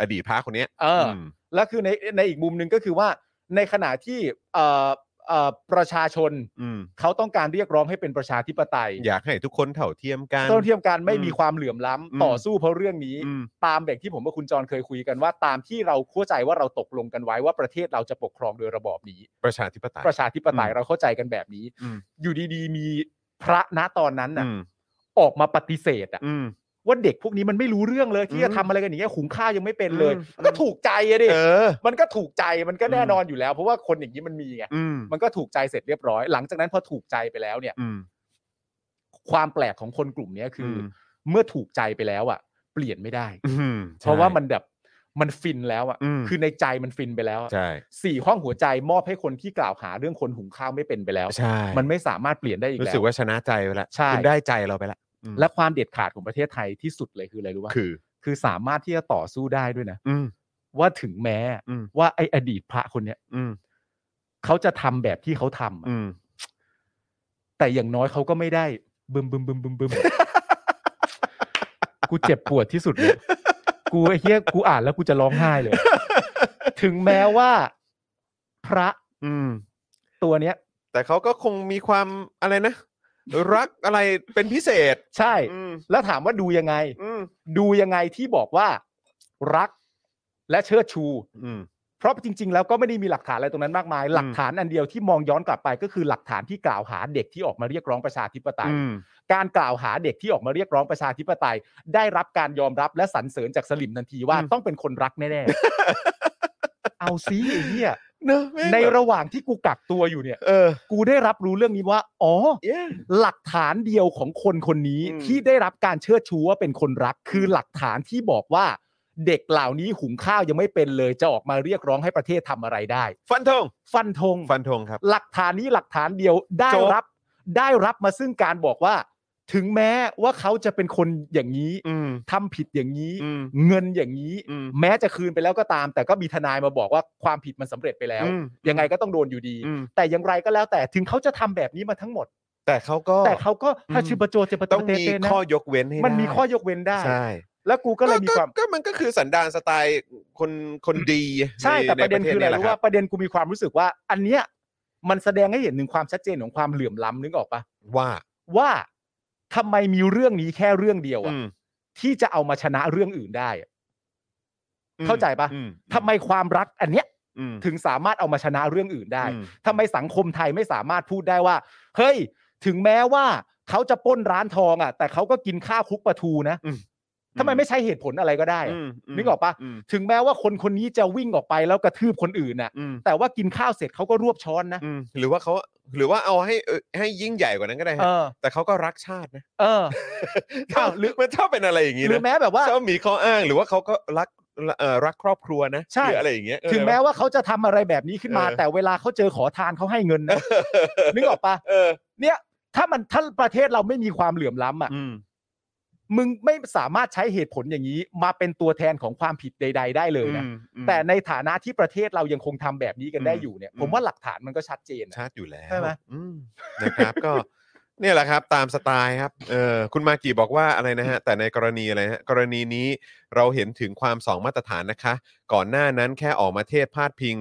Speaker 2: อดีตพระคนเนี้ย
Speaker 3: เอออ
Speaker 2: ม
Speaker 3: แล้วคือในในอีกมุมหนึ่งก็คือว่าในขณะที่เอ่อเอ่อประชาชน
Speaker 2: อืม
Speaker 3: เขาต้องการเรียกร้องให้เป็นประชาธิปไตย
Speaker 2: อยากให้ทุกคนเท่าเทียมกัน
Speaker 3: ต้องเทียมกันไม่
Speaker 2: อืม
Speaker 3: มีความเหลื่อมล้ำ
Speaker 2: อืม
Speaker 3: ต่อสู้เพราะเรื่องนี้
Speaker 2: อืม
Speaker 3: ตามแบบที่ผมกับคุณจรเคยคุยกันว่า ตามที่เราเข้าใจว่าเราตกลงกันไว้ว่าประเทศเราจะปกครองโดยระบอบนี้
Speaker 2: ประชาธิปไตย
Speaker 3: ประชาธิปไตย
Speaker 2: อืม
Speaker 3: เราเข้าใจกันแบบนี้
Speaker 2: อืม
Speaker 3: อยู่ดีๆ มีพระณตอนนั้นน่ะ
Speaker 2: อืม
Speaker 3: ออกมาปฏิเสธอะ
Speaker 2: อืม
Speaker 3: ว่าเด็กพวกนี้มันไม่รู้เรื่องเลยที่จะ
Speaker 2: อืม
Speaker 3: ทำอะไรกันอย่างเงี้ยขุงข้าวยังไม่เป็นเลย
Speaker 2: อืม
Speaker 3: มันก็ถูกใจอะดิ
Speaker 2: เออ
Speaker 3: มันก็ถูกใจมันก็แน่
Speaker 2: อืม
Speaker 3: นอนอยู่แล้ว เพราะว่าคนอย่างนี้มันมีไง
Speaker 2: อืม
Speaker 3: มันก็ถูกใจเสร็จเรียบร้อย หลังจากนั้นพอถูกใจไปแล้วเนี่ย
Speaker 2: อืม
Speaker 3: ความแปลกของคนกลุ่มเนี้ยคืออ
Speaker 2: ม
Speaker 3: เมื่อถูกใจไปแล้วอ่ะ เปลี่ยนไม่ได้
Speaker 2: อืม
Speaker 3: เพราะว่ามัน
Speaker 2: ใช่
Speaker 3: แบบมันฟินแล้วอ่ะ
Speaker 2: อืม
Speaker 3: คือในใจมันฟินไปแล้วอะ
Speaker 2: ใช่
Speaker 3: สี่ห้องหัวใจมอบให้คนที่กล่าวหาเรื่องคนหุงข้าวไม่เป็นไปแล้ว
Speaker 2: ใช่
Speaker 3: มันไม่สามารถเปลี่ยนได้อีก
Speaker 2: รู้
Speaker 3: แล้
Speaker 2: สึก
Speaker 3: ว
Speaker 2: ว่าชนะใจไปละ
Speaker 3: ใช่
Speaker 2: คุณได้ใจเราไปละอืม
Speaker 3: และความเด็ดขาดของประเทศไทยที่สุดเลยคืออะไรรู้ป่ะ
Speaker 2: คือ
Speaker 3: คือสามารถที่จะต่อสู้ได้ด้วยนะ
Speaker 2: อืม
Speaker 3: ว่าถึงแม้
Speaker 2: อืม
Speaker 3: ว่าไอ้อดีตพระคนเนี้ย
Speaker 2: อืม
Speaker 3: เขาจะทำแบบที่เขาทำอะ
Speaker 2: อื
Speaker 3: [LAUGHS]
Speaker 2: ม
Speaker 3: แต่อย่างน้อยเขาก็ไม่ได้บึมบึมบึมบึมบึม
Speaker 2: [LAUGHS]
Speaker 3: กูเจ็บปวดที่สุดเลย กูไอ้เฮียกูอ่านแล้วกูจะร้องไห้เลย ถึงแม้ว่าพระ
Speaker 2: อืม
Speaker 3: ตัวเนี้ย
Speaker 2: แต่เขาก็คงมีความอะไรนะ รักอะไรเป็นพิเศษ
Speaker 3: ใช่
Speaker 2: อืม
Speaker 3: แล้วถามว่าดูยังไง
Speaker 2: อืม
Speaker 3: ดูยังไงที่บอกว่ารักและเชิดชู
Speaker 2: อืม
Speaker 3: เพราะจริง ๆ แล้วก็ไม่ได้มีหลักฐานอะไรตรงนั้นมากมาย หลักฐานอันเดียวที่มองย้อนกลับไปก็คือหลักฐานที่กล่าวหาเด็กที่ออกมาเรียกร้องประชาธิปไตย
Speaker 2: อืม
Speaker 3: การกล่าวหาเด็กที่ออกมาเรียกร้องประชาธิปไตย ได้รับการยอมรับและสรรเสริญจากสลิมทันทีว่า
Speaker 2: อืม
Speaker 3: ต้องเป็นคนรักแน่ๆ เอาซิไอ้เหี้ย
Speaker 2: เนอะแม่ง
Speaker 3: ใน
Speaker 2: แบบ
Speaker 3: ระหว่างที่กูกักตัวอยู่เนี่ย
Speaker 2: เออ
Speaker 3: กูได้รับรู้เรื่องนี้ว่า อ๋อ
Speaker 2: yeah
Speaker 3: หลักฐานเดียวของคนคนนี้
Speaker 2: อืม
Speaker 3: ที่ได้รับการเชิดชูว่าเป็นคนรัก คือหลักฐานที่บอกว่า เด็กเหล่านี้หุงข้าวยังไม่เป็นเลย จะออกมาเรียกร้องให้ประเทศทำอะไรได้
Speaker 2: ฟันธง
Speaker 3: ฟันธง
Speaker 2: ฟันธงครับ
Speaker 3: หลักฐานนี้หลักฐานเดียวได้
Speaker 2: จบ
Speaker 3: รับ ได้รับมาซึ่งการบอกว่า ถึงแม้ว่าเขาจะเป็นคนอย่างนี้
Speaker 2: อืม
Speaker 3: ทำผิดอย่างนี้
Speaker 2: อืม
Speaker 3: เงินอย่างนี้
Speaker 2: อืม
Speaker 3: แม้จะคืนไปแล้วก็ตาม แต่ก็มีทนายมาบอกว่าความผิดมันสำเร็จไปแล้ว
Speaker 2: อืม
Speaker 3: ยังไงก็ต้องโดนอยู่ดี
Speaker 2: อืม
Speaker 3: แต่อย่างไรก็แล้วแต่ถึงเขาจะทำแบบนี้มาทั้งหมด
Speaker 2: แต่เขาก็
Speaker 3: แต่เขาก็
Speaker 2: อืม
Speaker 3: ถ้าชิบะโจเจปะโจ
Speaker 2: ต้อง
Speaker 3: เต
Speaker 2: มี
Speaker 3: เตนะ
Speaker 2: ข้อยกเว้นให้
Speaker 3: มันมี
Speaker 2: ได้
Speaker 3: ข้อยกเว้นได้
Speaker 2: ใช่
Speaker 3: แล้วกูก็เลยมีความ
Speaker 2: ก็มันก็คือสันดานสไตล์คนคนดี
Speaker 3: ใช่
Speaker 2: ใ
Speaker 3: แต่ประเด็น
Speaker 2: ใ
Speaker 3: คืออะไรรู้
Speaker 2: แหล
Speaker 3: ว่าประเด็นกูมีความรู้สึกว่า อันเนี้ยมันแสดงให้เห็นถึงความชัดเจนของความเหลื่อมล้ำนึกออกปะ
Speaker 2: ว่า
Speaker 3: ว่าทำไมมีเรื่องนี้แค่เรื่องเดียวอะ
Speaker 2: อืม
Speaker 3: ที่จะเอามาชนะเรื่องอื่นได้อะ เข้าใจปะ
Speaker 2: อืม
Speaker 3: ทำไมความรักอันเนี้ย
Speaker 2: อืม
Speaker 3: ถึงสามารถเอามาชนะเรื่องอื่นได้
Speaker 2: อืม
Speaker 3: ทำไมสังคมไทยไม่สามารถพูดได้ว่าเฮ้ย ถึงแม้ว่าเขาจะปล้นร้านทองอ่ะ แต่เขาก็กินข้าวคลุกปลาทูนะทำไมไม่ใช้เหตุผลอะไรก็ได้อะ
Speaker 2: มม
Speaker 3: นึกออกปะ
Speaker 2: ม
Speaker 3: ถึงแม้ว่าคนคนนี้จะวิ่งออกไปแล้วกระทืบคนอื่นน่ะ
Speaker 2: อืม
Speaker 3: แต่ว่ากินข้าวเสร็จเขาก็รวบช้อนนะ
Speaker 2: อืมหรือว่าเขาหรือว่าเอาให้เอ่อให้ยิ่งใหญ่กว่านั้นก็ได้
Speaker 3: เอ
Speaker 2: ฮะ
Speaker 3: อ
Speaker 2: แต่เขาก็รักชาตินะ
Speaker 3: เออ อ้าวหรือ
Speaker 2: มันชอบเป็นอะไรอย่างนี้
Speaker 3: หรือ
Speaker 2: นะ
Speaker 3: แม้
Speaker 2: [LAUGHS]
Speaker 3: แบบว่า
Speaker 2: ชอบมีข้ออ้างหรือว่าเขาก็รักเอ่อรักครอบครัวนะ
Speaker 3: ใช่
Speaker 2: หรืออะไรอย่างเงี้ย
Speaker 3: ถึงแม้
Speaker 2: เออ
Speaker 3: ว่าเขาจะทำอะไรแบบนี้ขึ้นมา
Speaker 2: เออ
Speaker 3: แต่เวลาเขาเจอขอทานเขาให้เงินนะนึกออกปะ
Speaker 2: เออ
Speaker 3: เนี่ย ถ้ามันถ้าประเทศเราไม่มีความเหลื่อมล้ำอ่ะ
Speaker 2: อืม
Speaker 3: มึงไม่สามารถใช้เหตุผลอย่างนี้ มาเป็นตัวแทนของความผิดใด ๆ ได้เลยนะ แต่ในฐานะที่ประเทศเรายังคงทำแบบนี้กันได้อยู่เนี่ย
Speaker 2: อืม
Speaker 3: ผมว่าหลักฐานมันก็ชัดเจนนะ
Speaker 2: ชัดอยู่แล้ว
Speaker 3: ใช่ไหม
Speaker 2: อืมนะครับ ก็ [LAUGHS] เนี่ยแหละครับ ตามสไตล์ครับเออคุณมากีบอกว่าอะไรนะฮะ แต่ในกรณีอะไรฮะกรณีนี้เราเห็นถึงความสองมาตรฐานนะคะ ก่อนหน้านั้นแค่ออกมาเทศพาดพิง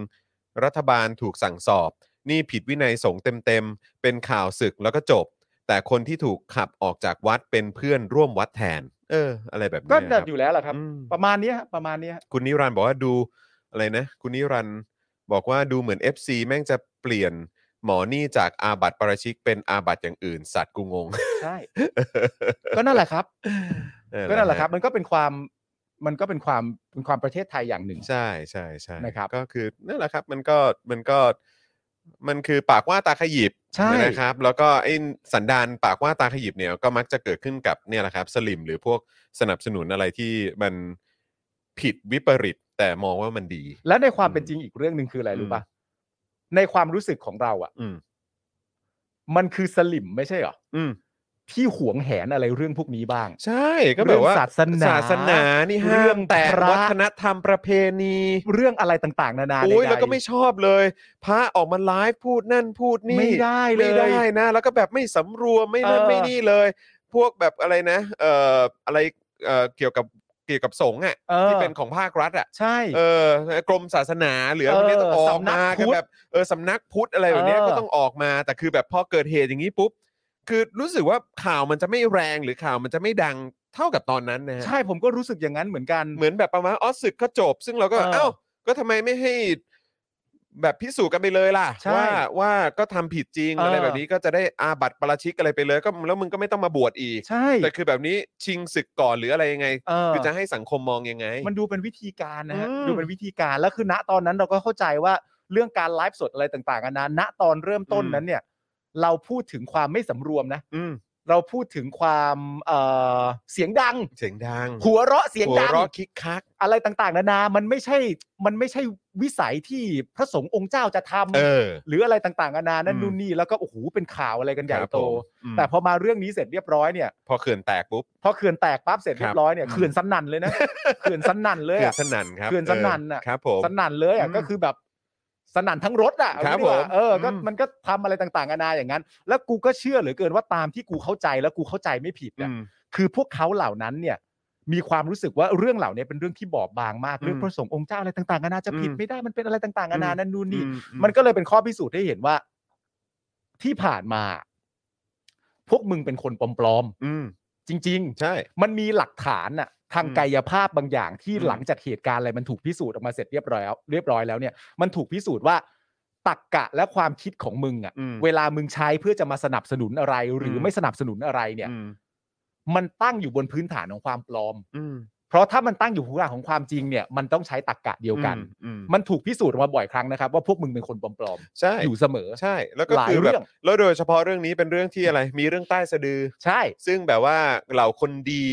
Speaker 2: รัฐบาลถูกสั่งสอบ นี่ผิดวินัยสงฆ์เต็มๆ เป็นข่าวศึกแล้วก็จบ แต่คนที่ถูกขับออกจากวัดเป็นเพื่อนร่วมวัดแทน เออ อะไรแบบนี้
Speaker 3: ก็
Speaker 2: นะค
Speaker 3: จะ
Speaker 2: รับ
Speaker 3: อยู่แล้วล่ะครับ
Speaker 2: อืม
Speaker 3: ประมาณเนี้ยฮะประมาณเนี้ยฮะ
Speaker 2: คุณนิรันดร์บอกว่าดูอะไรนะ คุณนิรันดร์บอกว่าดูเหมือน FC แม่งจะเปลี่ยนหมอนี่จากอาบัติประชิกเป็นอาบัติอย่างอื่น สัตว์กูงง [LAUGHS]
Speaker 3: ใช่ ก็นั่นแหละครับ
Speaker 2: เออ
Speaker 3: ก็นั่นแหละครับ มันก็เป็นความมันก็เป็นความเป็นความประเทศไทยอย่างหนึ่ง
Speaker 2: ใช่ใช่ใช่
Speaker 3: นะครับ
Speaker 2: ก็คือนั่นแหละครับมันก็มันก็มันคือปากว่าตาขยิบ
Speaker 3: ใช่
Speaker 2: นะครับ แล้วก็ไอ้สันดานปากว่าตาขยิบเนี่ยก็มักจะเกิดขึ้นกับเนี่ยแหละครับ สลิมหรือพวกสนับสนุนอะไรที่มันผิดวิปริตแต่มองว่ามันดี
Speaker 3: แล้วในความเป็นจริงอีกเรื่องหนึ่งคืออะไรรู้ป่ะในความรู้สึกของเราอ่ะ
Speaker 2: อืม
Speaker 3: มันคือสลิมไม่ใช่เหรอ
Speaker 2: อืม
Speaker 3: ที่หวงแหนอะไรเรื่องพวกนี้บ้าง
Speaker 2: ใช่ก็แบบว่า
Speaker 3: เรื่องศาสนา
Speaker 2: ศาสนานี่ห้า
Speaker 3: เรื่อง
Speaker 2: มแต่
Speaker 3: พระ
Speaker 2: วัฒนธรรมประเพณี
Speaker 3: เรื่องอะไรต่างๆ นานา
Speaker 2: โอ้ย
Speaker 3: ใดๆ
Speaker 2: แล้วก็ไม่ชอบเลย พระออกมาไลฟ์พูดนั่นพูดนี่
Speaker 3: ไม่ได้เลย
Speaker 2: ไม่ได้นะ แล้วก็แบบไม่สำรวมไม่นั่น
Speaker 3: เออ
Speaker 2: ไม่นี่เลย พวกแบบอะไรนะ เอ่ออะไรเอ่อเกี่ยวกับเกี่ยวกับสงฆ์อ่ะ
Speaker 3: เออ
Speaker 2: ที่เป็นของภาครัฐอ่ะ
Speaker 3: ใช่
Speaker 2: เออกรมศาสนาหรืออะไรพวกนี้ต้อง
Speaker 3: เอ
Speaker 2: อ
Speaker 3: อ
Speaker 2: อกมา
Speaker 3: สำนักพุ
Speaker 2: กัน
Speaker 3: ทธ
Speaker 2: แบบเออสำนักพุทธอะไรแบบเนี้ย
Speaker 3: เออ
Speaker 2: ก็ต้องออกมาแต่คือแบบพอเกิดเหตุอย่างนี้ปุ๊บคือรู้สึกว่าข่าวมันจะไม่แรงหรือข่าวมันจะไม่ดังเท่ากับตอนนั้นนะฮะ
Speaker 3: ใช่ผมก็รู้สึกอย่างนั้นเหมือนกัน
Speaker 2: เหมือนแบบประมาณว่าอ๋อศึกก็จบ ซึ่งเราก็แบบ
Speaker 3: เออ
Speaker 2: เอ้าก็ทำไมไม่ให้แบบพิสูจน์กันไปเลยล่ะ
Speaker 3: ใช่
Speaker 2: ว่าว่าก็ทำผิดจริง
Speaker 3: เอออ
Speaker 2: อะไรแบบนี้ก็จะได้อาบัติประชิกอะไรไปเลยก็แล้วมึงก็ไม่ต้องมาบวชอีก
Speaker 3: ใช่
Speaker 2: แต่คือแบบนี้ชิงศึกก่อนหรืออะไรยังไง
Speaker 3: เออ
Speaker 2: คือจะให้สังคมมองยังไง
Speaker 3: มันดูเป็นวิธีการนะฮะ
Speaker 2: อืม
Speaker 3: ดูเป็นวิธีการแล้วคือณตอนนั้นเราก็เข้าใจว่าเรื่องการไลฟ์สดอะไรต่างๆนานาณตอนเริ่มต้น
Speaker 2: อืม
Speaker 3: นั้นเนี่ย เราพูดถึงความไม่สำรวมนะ
Speaker 2: อืม
Speaker 3: เราพูดถึงความเอ่อเสียงดัง
Speaker 2: เสียงดัง
Speaker 3: หัวเราะเสียง
Speaker 2: หัว
Speaker 3: ดัง
Speaker 2: เราะคิกคัก
Speaker 3: อะไรต่างๆ นานา มันไม่ใช่ มันไม่ใช่วิสัยที่พระสงฆ์องค์เจ้าจะทำ
Speaker 2: เออ
Speaker 3: หรืออะไรต่างๆ นานานั่
Speaker 2: อื
Speaker 3: น
Speaker 2: ม
Speaker 3: นู่นนี่แล้วก็โอ้โหเป็นข่าวอะไรกันใหญ่
Speaker 2: ครับ
Speaker 3: โต
Speaker 2: ผมอืม
Speaker 3: แต่พอมาเรื่องนี้เสร็จเรียบร้อยเนี่ย
Speaker 2: พอเขื่อนแตกปุ๊บ
Speaker 3: พอเขื่อนแตกปั๊บเสร็จ
Speaker 2: ครับ
Speaker 3: เรียบร้อยเนี่ยเขื่อนสนั่นเลยนะ เขื่อนสนั่นเลย
Speaker 2: เขื่อ
Speaker 3: อะ
Speaker 2: นสนั่นครับ
Speaker 3: เขื่อนสนั่นน่ะ
Speaker 2: ครับผม
Speaker 3: สนั่นเลยอ่ะ
Speaker 2: อืม
Speaker 3: ก็คือแบบสนั่นทั้งรถอ่ะ
Speaker 2: ครับ
Speaker 3: เอาดีกว่า
Speaker 2: ผม
Speaker 3: เออก็
Speaker 2: อืม
Speaker 3: มันก็ทำอะไรต่างๆนานาอย่างนั้น แล้วกูก็เชื่อเหลือเกินว่าตามที่กูเข้าใจแล้วกูเข้าใจไม่ผิด
Speaker 2: อื
Speaker 3: อะ
Speaker 2: ม
Speaker 3: คือพวกเขาเหล่านั้นเนี่ย มีความรู้สึกว่าเรื่องเหล่านี้เป็นเรื่องที่บอบบางมาก
Speaker 2: อืม
Speaker 3: เรื่องพระสงฆ์องค์เจ้าอะไรต่างๆนานาจะผิด
Speaker 2: อืม
Speaker 3: ไม่ได้มันเป็นอะไรต่างๆนานา
Speaker 2: อืม
Speaker 3: นั่นนู่นนี่
Speaker 2: อือื
Speaker 3: มันก็เลยเป็นข้อพิสูจน์ให้เห็นว่า ที่ผ่านมา พวกมึงเป็นคนปลอม
Speaker 2: อืม
Speaker 3: ๆจริง
Speaker 2: ใช่
Speaker 3: ๆ มันมีหลักฐานน่ะ ทาง
Speaker 2: อืม
Speaker 3: กายภาพบางอย่างที่
Speaker 2: อืม
Speaker 3: หลังจากเหตุการณ์อะไรมันถูกพิสูจน์ออกมาเสร็จเรียบร้อยแล้วเรียบร้อยแล้วเนี่ยมันถูกพิสูจน์ว่าตักกะและความคิดของมึงอ่ะ
Speaker 2: อืม
Speaker 3: เวลามึงใช้เพื่อจะมาสนับสนุนอะไร หรืออ
Speaker 2: ม
Speaker 3: ไม่สนับสนุนอะไรเนี่ย
Speaker 2: อืม
Speaker 3: มันตั้งอยู่บนพื้นฐานของความปลอม
Speaker 2: อืม
Speaker 3: เพราะถ้ามันตั้งอยู่บนพื้นฐานของความจริงเนี่ย มันต้องใช้ตรรกกะเดียวกัน
Speaker 2: อืม
Speaker 3: มันถูกพิสูจน์ออกมาบ่อยครั้งนะครับ ว่าพวกมึงเป็นคนปลอม
Speaker 2: ใช่
Speaker 3: ๆอยู่เสมอ
Speaker 2: ใช่แล้วก็
Speaker 3: หลาย
Speaker 2: คือแบ
Speaker 3: เรื่
Speaker 2: บ
Speaker 3: อง
Speaker 2: แล้วโดยเฉพาะเรื่องนี้เป็นเรื่องที่อะไร มีเรื่องใต้สะดือ
Speaker 3: ใช่
Speaker 2: ซึ่งแบบว่าเหล่าคนดี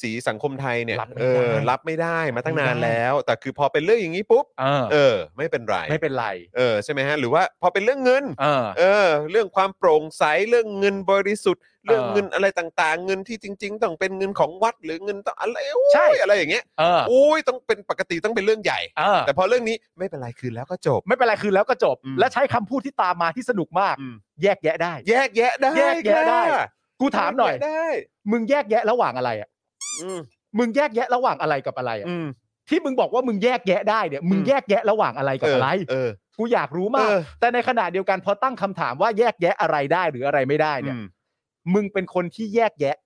Speaker 2: สีสังคมไทยเนี่ย
Speaker 3: รับไม่
Speaker 2: เอ
Speaker 3: ได้
Speaker 2: อรับไม่ได้มาตั้งนาน
Speaker 3: ไม่ได้
Speaker 2: แล้ว แต่คือพอเป็นเรื่องอย่างนี้ปุ๊บ
Speaker 3: เออ
Speaker 2: เออ ไม่เป็นไร
Speaker 3: ไม่เป็นไร
Speaker 2: เออใช่ไหมฮะหรือว่าพอเป็นเรื่องเงิน
Speaker 3: เออ
Speaker 2: เออ เรื่องความโปร่งใสเรื่องเงินบริสุทธิ์ เรื่อง
Speaker 3: เออ
Speaker 2: เงินอะไรต่างๆ เงินที่จริง ๆ ต้องเป็นเงินของวัดหรือเงินต้องอะไรโอ้ย
Speaker 3: ใช่
Speaker 2: อะไรอย่างเงี้ย
Speaker 3: เออ
Speaker 2: โอ้ยต้องเป็นปกติต้องเป็นเรื่องใหญ่
Speaker 3: เออ
Speaker 2: แต่พอเรื่องนี้ไม่เป็นไรคืนแล้วก็จบ
Speaker 3: ไม่เป็นไรคือแล้วก็จบ
Speaker 2: อืม
Speaker 3: และใช้คำพูดที่ตามมาที่สนุกมาก
Speaker 2: อืม
Speaker 3: แยกแยะได้
Speaker 2: แยกแยะได้
Speaker 3: แยกแยะได้
Speaker 2: ค่ะ
Speaker 3: กูถามหน่อย
Speaker 2: แกแะได้
Speaker 3: มึงแยกแยะระหว่างอะไรอ่ะ
Speaker 2: อืม
Speaker 3: มึงแยกแยะระหว่างอะไรกับอะไรอะ
Speaker 2: อืม
Speaker 3: ที่มึงบอกว่ามึงแยกแยะได้เนี่ยมึง
Speaker 2: อืม
Speaker 3: แยกแยะระหว่างอะไรกับอะไร
Speaker 2: เออ
Speaker 3: กูอยากรู้มาก
Speaker 2: เออ
Speaker 3: แต่ในขณะเดียวกันพอตั้งคำถามว่าแยกแยะอะไรได้หรืออะไรไม่ได้เนี่ย มึงเป็นคนที่แยกแยะ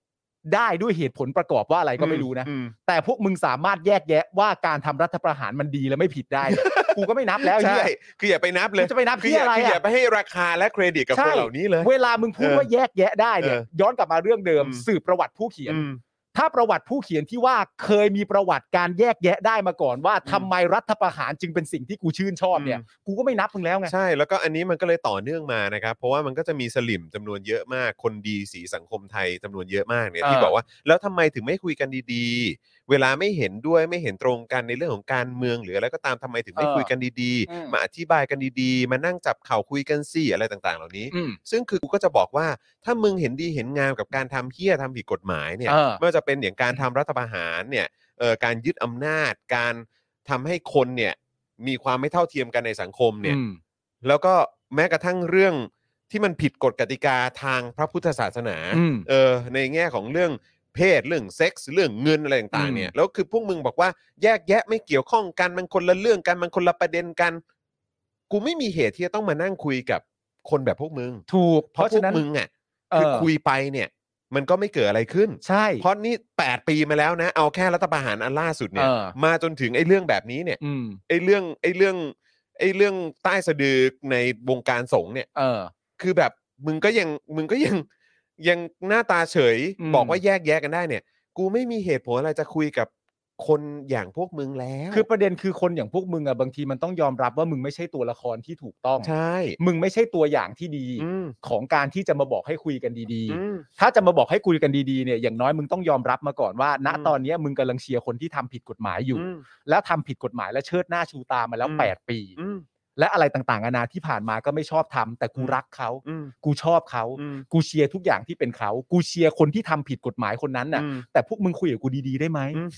Speaker 3: ได้ด้วยเหตุผลประกอบว่าอะไรก็ไม่รู้นะ
Speaker 2: อืม
Speaker 3: แต่พวกมึงสามารถแยกแยะว่าการทำรัฐประหารมันดีและไม่ผิดได้เนี่ย กูก็ไม่นับแล้ว
Speaker 2: ใช่
Speaker 3: เฮีย
Speaker 2: คืออย่าไปนับเล
Speaker 3: มึ
Speaker 2: ย
Speaker 3: งจะไปนับ
Speaker 2: คื
Speaker 3: ที่
Speaker 2: อย่า
Speaker 3: อะไร
Speaker 2: คืออย่า
Speaker 3: อ่ะ
Speaker 2: ไปให้ราคาและเครดิตกับ
Speaker 3: ใช่
Speaker 2: คนเหล่านี้เลย
Speaker 3: เวลามึงพูดว่าแยกแยะได้เนี่ย
Speaker 2: เออ
Speaker 3: ย้อนกลับมาเรื่องเดิม
Speaker 2: อืม
Speaker 3: สืบประวัติผู้เขียน
Speaker 2: อืม
Speaker 3: ถ้าประวัติผู้เขียนที่ว่าเคยมีประวัติการแยกแยะได้มาก่อนว่าทำไมรัฐประหารจึงเป็นสิ่งที่กูชื่นชอบเนี่ย กูก็ไม่นับมึงแล้วไง
Speaker 2: ใช่แล้วก็อันนี้มันก็เลยต่อเนื่องมานะครับ เพราะว่ามันก็จะมีสลิมจำนวนเยอะมาก คนดีสีสังคมไทยจำนวนเยอะมากเนี่ย
Speaker 3: เออ
Speaker 2: ที่บอกว่าแล้วทำไมถึงไม่คุยกันดีๆ เวลาไม่เห็นด้วยไม่เห็นตรงกันในเรื่องของการเมืองหรืออะไรก็ตามทำไมถึงไม่คุยกันดี
Speaker 3: เออ
Speaker 2: ๆ มาอธิบายกันดีๆ มานั่งจับเข่าคุยกันสิอะไรต่างๆ เหล่านี้
Speaker 3: อืม
Speaker 2: ซึ่งคือกูก็จะบอกว่าถ้ามึงเห็นดีเห็นงามกับการทำเฮี้ยทำผิดกฎหมายเนี่ย
Speaker 3: เออ
Speaker 2: ไม่ว่าจะเป็นอย่างการทำรัฐประหารเนี่ยเอ่อการยึดอำนาจ การทำให้คนเนี่ยมีความไม่เท่าเทียมกันในสังคมเนี่ย
Speaker 3: อืม
Speaker 2: แล้วก็แม้กระทั่งเรื่องที่มันผิดกฎกติกาทางพระพุทธศาสนา
Speaker 3: อืม
Speaker 2: เออในแง่ของเรื่องเพศเรื่องเซ็กส์เรื่องเงินอะไรต่าง
Speaker 3: อื
Speaker 2: ๆ
Speaker 3: ม
Speaker 2: เนี่ยแล้วคือพวกมึงบอกว่าแยกแยะไม่เกี่ยวข้องกันมันคนละเรื่องกันมันคนละประเด็นกัน กูไม่มีเหตุที่จะต้องมานั่งคุยกับคนแบบพวกมึง
Speaker 3: ถูก
Speaker 2: เพ
Speaker 3: เพ
Speaker 2: ราะ
Speaker 3: ราะ
Speaker 2: พว
Speaker 3: ฉะ
Speaker 2: ก
Speaker 3: นั้น
Speaker 2: มึงอ่ะ
Speaker 3: เอ
Speaker 2: คือ
Speaker 3: อ
Speaker 2: คุยไปเนี่ย มันก็ไม่เกิดอะไรขึ้น
Speaker 3: ใช่
Speaker 2: เพราะนี่ 8 ปีมาแล้วนะ เอาแค่รัฐประหารอันล่าสุดเนี่ย
Speaker 3: เออ
Speaker 2: มาจนถึงไอ้เรื่องแบบนี้เนี่ย
Speaker 3: อืม
Speaker 2: ไอ้เรื่องไอ้เรื่องไอ้เรื่องใต้สะดือในวงการสงฆ์เนี่ย
Speaker 3: เออ
Speaker 2: คือแบบมึงก็ยังมึงก็ยังยังหน้าตาเฉย
Speaker 3: อืม
Speaker 2: บอกว่าแยกแยะกันได้เนี่ย กูไม่มีเหตุผลอะไรจะคุยกับคนอย่างพวกมึงแล้ว
Speaker 3: คือประเด็นคือคนอย่างพวกมึงอะบางทีมันต้องยอมรับว่ามึงไม่ใช่ตัวละครที่ถูกต้อง
Speaker 2: ใช่
Speaker 3: มึงไม่ใช่ตัวอย่างที่ดี
Speaker 2: อืม
Speaker 3: ของการที่จะมาบอกให้คุยกันดี
Speaker 2: อืม
Speaker 3: ๆ ถ้าจะมาบอกให้คุยกันดีๆเนี่ยอย่างน้อยมึงต้องยอมรับมาก่อนว่า ณ
Speaker 2: อืม
Speaker 3: ตอนเนี้ยมึงกำลังเชียร์คนที่ทำผิดกฎหมายอยู่
Speaker 2: อืม
Speaker 3: แล้วทำผิดกฎหมายและเชิดหน้าชูตามาแล้ว
Speaker 2: อืม
Speaker 3: 8 ปี
Speaker 2: อืม
Speaker 3: และอะไรต่างๆนานาที่ผ่านมาก็ไม่ชอบทำแต่กูรักเขา
Speaker 2: อืม
Speaker 3: กูชอบเขา
Speaker 2: อืม
Speaker 3: กูเชียร์ทุกอย่างที่เป็นเขา กูเชียร์คนที่ทำผิดกฎหมายคนนั้นน่ะ
Speaker 2: อืม
Speaker 3: แต่พวกมึงคุยกับกูดีๆได้ไหม
Speaker 2: อืม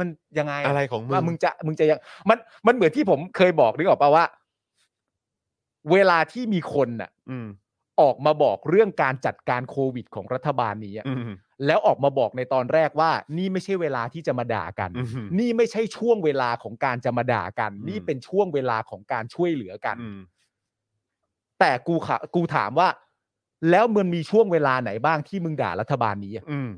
Speaker 3: มันยังไงอะ
Speaker 2: อะไรของมึ
Speaker 3: ว่าง มึงจะมึงจะยังมันมันเหมือนที่ผมเคยบอกนึกออกป่าว่า เวลาที่มีคนน่ะ
Speaker 2: อืม
Speaker 3: ออกมาบอกเรื่องการจัดการโควิดของรัฐบาลนี้อะ
Speaker 2: อืม
Speaker 3: แล้วออกมาบอกในตอนแรกว่า นี่ไม่ใช่เวลาที่จะมาด่ากัน
Speaker 2: อืม
Speaker 3: นี่ไม่ใช่ช่วงเวลาของการจะมาด่ากัน
Speaker 2: อืม
Speaker 3: นี่เป็นช่วงเวลาของการช่วยเหลือกัน
Speaker 2: อืม
Speaker 3: แต่กูขะกูถามว่า แล้วมันมีช่วงเวลาไหนบ้างที่มึงด่ารัฐบาลนี้อะ
Speaker 2: อืม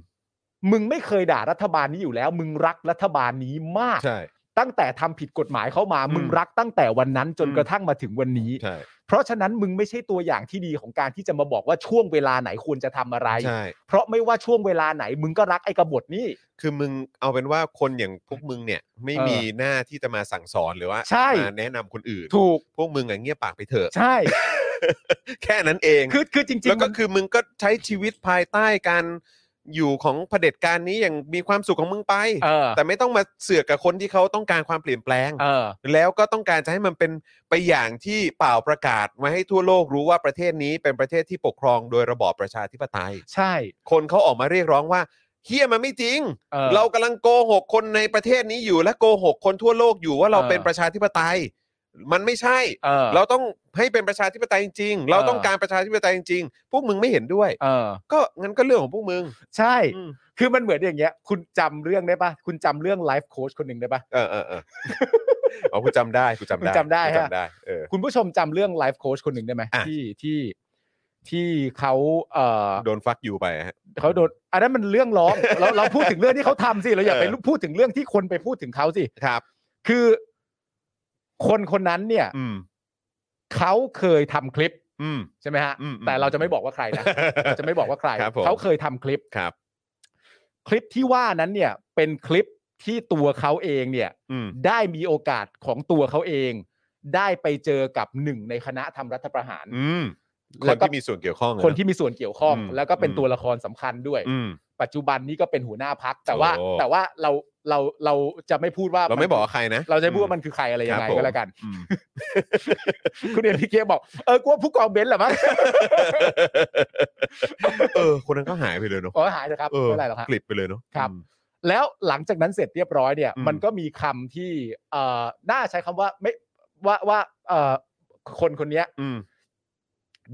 Speaker 3: มึงไม่เคยด่ารัฐบาลนี้อยู่แล้ว มึงรักรัฐบาลนี้มาก
Speaker 2: ใช่
Speaker 3: ตั้งแต่ทำผิดกฎหมายเข้ามา
Speaker 2: อืม
Speaker 3: มึงรักตั้งแต่วันนั้นจน
Speaker 2: อืม
Speaker 3: กระทั่งมาถึงวันนี้
Speaker 2: ใช่
Speaker 3: เพราะฉะนั้นมึงไม่ใช่ตัวอย่างที่ดีของการที่จะมาบอกว่าช่วงเวลาไหนควรจะทำอะไร
Speaker 2: ใช่
Speaker 3: เพราะไม่ว่าช่วงเวลาไหน มึงก็รักไอ้กบฏนี่
Speaker 2: คือมึงเอาเป็นว่าคนอย่างพวกมึงเนี่ยไม่
Speaker 3: เออ
Speaker 2: มีหน้าที่จะมาสั่งสอนหรือว่า
Speaker 3: ใช่
Speaker 2: มาแนะนำคนอื่น
Speaker 3: ถูก
Speaker 2: พวกมึงอะเงียบปากไปเถอะ [LAUGHS]
Speaker 3: ใช่
Speaker 2: แค่นั้นเอง
Speaker 3: คือคือจริงๆ
Speaker 2: แล้วก็
Speaker 3: มัน
Speaker 2: คือมึงก็ใช้ชีวิตภายใต้การอยู่ของเผด็จการนี้อย่างมีความสุขของมึงไป
Speaker 3: เออ
Speaker 2: แต่ไม่ต้องมาเสือกกับคนที่เขาต้องการความเปลี่ยนแปลง
Speaker 3: เออ
Speaker 2: แล้วก็ต้องการจะให้มันเป็นไปอย่างที่เป่าประกาศมาให้ทั่วโลกรู้ว่าประเทศนี้เป็นประเทศที่ปกครองโดยระบอบประชาธิปไตย
Speaker 3: ใช่
Speaker 2: คนเขาออกมาเรียกร้องว่าเฮียมันไม่จริง
Speaker 3: ออ
Speaker 2: เรากำลังโกหกคนในประเทศนี้อยู่และโกหกคนทั่วโลกอยู่ว่าเรา
Speaker 3: เออ
Speaker 2: เป็นประชาธิปไตย มันไม่ใช่
Speaker 3: เออ
Speaker 2: เราต้องให้เป็นประชาธิปไตยจริงๆ เรา
Speaker 3: เออ
Speaker 2: ต้องการประชาธิปไตยจริงๆ พวกมึงไม่เห็นด้วย
Speaker 3: เออ
Speaker 2: ก็งั้นก็เรื่องของพวกมึง
Speaker 3: ใช่
Speaker 2: อืม
Speaker 3: คือมันเหมือนอย่างเงี้ย คุณจำเรื่องได้ปะคุณจำเรื่องไลฟ์โค้ชคนหนึ่งได้ปะ
Speaker 2: เออเออ
Speaker 3: [LAUGHS]
Speaker 2: เออ อ๋อกูจำได้กูจำได้
Speaker 3: กูจำได้
Speaker 2: กู
Speaker 3: ฮะ
Speaker 2: จำได้เออ
Speaker 3: คุณผู้ชมจำเรื่องไลฟ์โค้ชคนหนึ่งได้ไหม
Speaker 2: อ่ะ
Speaker 3: ที่ที่ที่เขาเอ่อ
Speaker 2: โดนฟักอยู่ไปฮะ
Speaker 3: เขาโดนอันนั้นมันเรื่องร้อง [LAUGHS] เราเราพูดถึงเรื่องที่เขาทำสิเราอย่าไป
Speaker 2: เออ
Speaker 3: พูดถึงเรื่องที่คนไปพูดถึงเขาสิ
Speaker 2: ครับ
Speaker 3: คือ คนคนนั้นเนี่ย
Speaker 2: อืม
Speaker 3: เขาเคยทำคลิป
Speaker 2: อืม
Speaker 3: ใช่ไหมฮะ
Speaker 2: อืมอืม
Speaker 3: แต่เราจะไม่บอกว่าใคร
Speaker 2: [LAUGHS]
Speaker 3: นะเราจะไม่บอกว่าใคร
Speaker 2: ครับผม
Speaker 3: เขาเคยทำคลิป
Speaker 2: ครับ
Speaker 3: คลิปที่ว่านั้นเนี่ย เป็นคลิปที่ตัวเขาเองเนี่ย
Speaker 2: อืม
Speaker 3: ได้มีโอกาสของตัวเขาเอง ได้ไปเจอกับหนึ่งในคณะทำรัฐประหาร
Speaker 2: อืม ค
Speaker 3: แล้ว
Speaker 2: น
Speaker 3: ก็
Speaker 2: ที่มีส่วนเกี่ยวข้องอะะ
Speaker 3: คนที่มีส่วนเกี่ยวข้อง
Speaker 2: อืม
Speaker 3: แล้วก็เป็น
Speaker 2: อืม
Speaker 3: ตัวละครสำคัญด้วย
Speaker 2: อืม
Speaker 3: ปัจจุบันนี้ก็เป็นหัวหน้าพักแต่ว่า
Speaker 2: โอ้
Speaker 3: แต่ว่าเราเราเราจะไม่พูดว่า
Speaker 2: เราไม่บอกว่าใครนะ
Speaker 3: เราจะไม่พูดว่ามันคือใครอะไรยัง
Speaker 2: ครั
Speaker 3: ไง
Speaker 2: บผม
Speaker 3: ก็แล้วกัน
Speaker 2: อื
Speaker 3: [LAUGHS]
Speaker 2: ม
Speaker 3: คุณเอ็นพีเคบอกเออกลัวผู้กองเบนซ์เหรอมั้ง [LAUGHS]
Speaker 2: เออ คนนั้นก็หายไปเลยเนาะ
Speaker 3: ขอหายนะครับ
Speaker 2: เออ
Speaker 3: ไม่เป็นไรหรอกครับ
Speaker 2: กลิบไปเลยเนาะ
Speaker 3: ครับ
Speaker 2: อืม
Speaker 3: แล้วหลังจากนั้นเสร็จเรียบร้อยเนี่ย
Speaker 2: อืม
Speaker 3: มันก็มีคำที่เอ่อน่าใช้คำว่าไม่ว่าว่าเอ่อคนคนเนี้ย
Speaker 2: อืม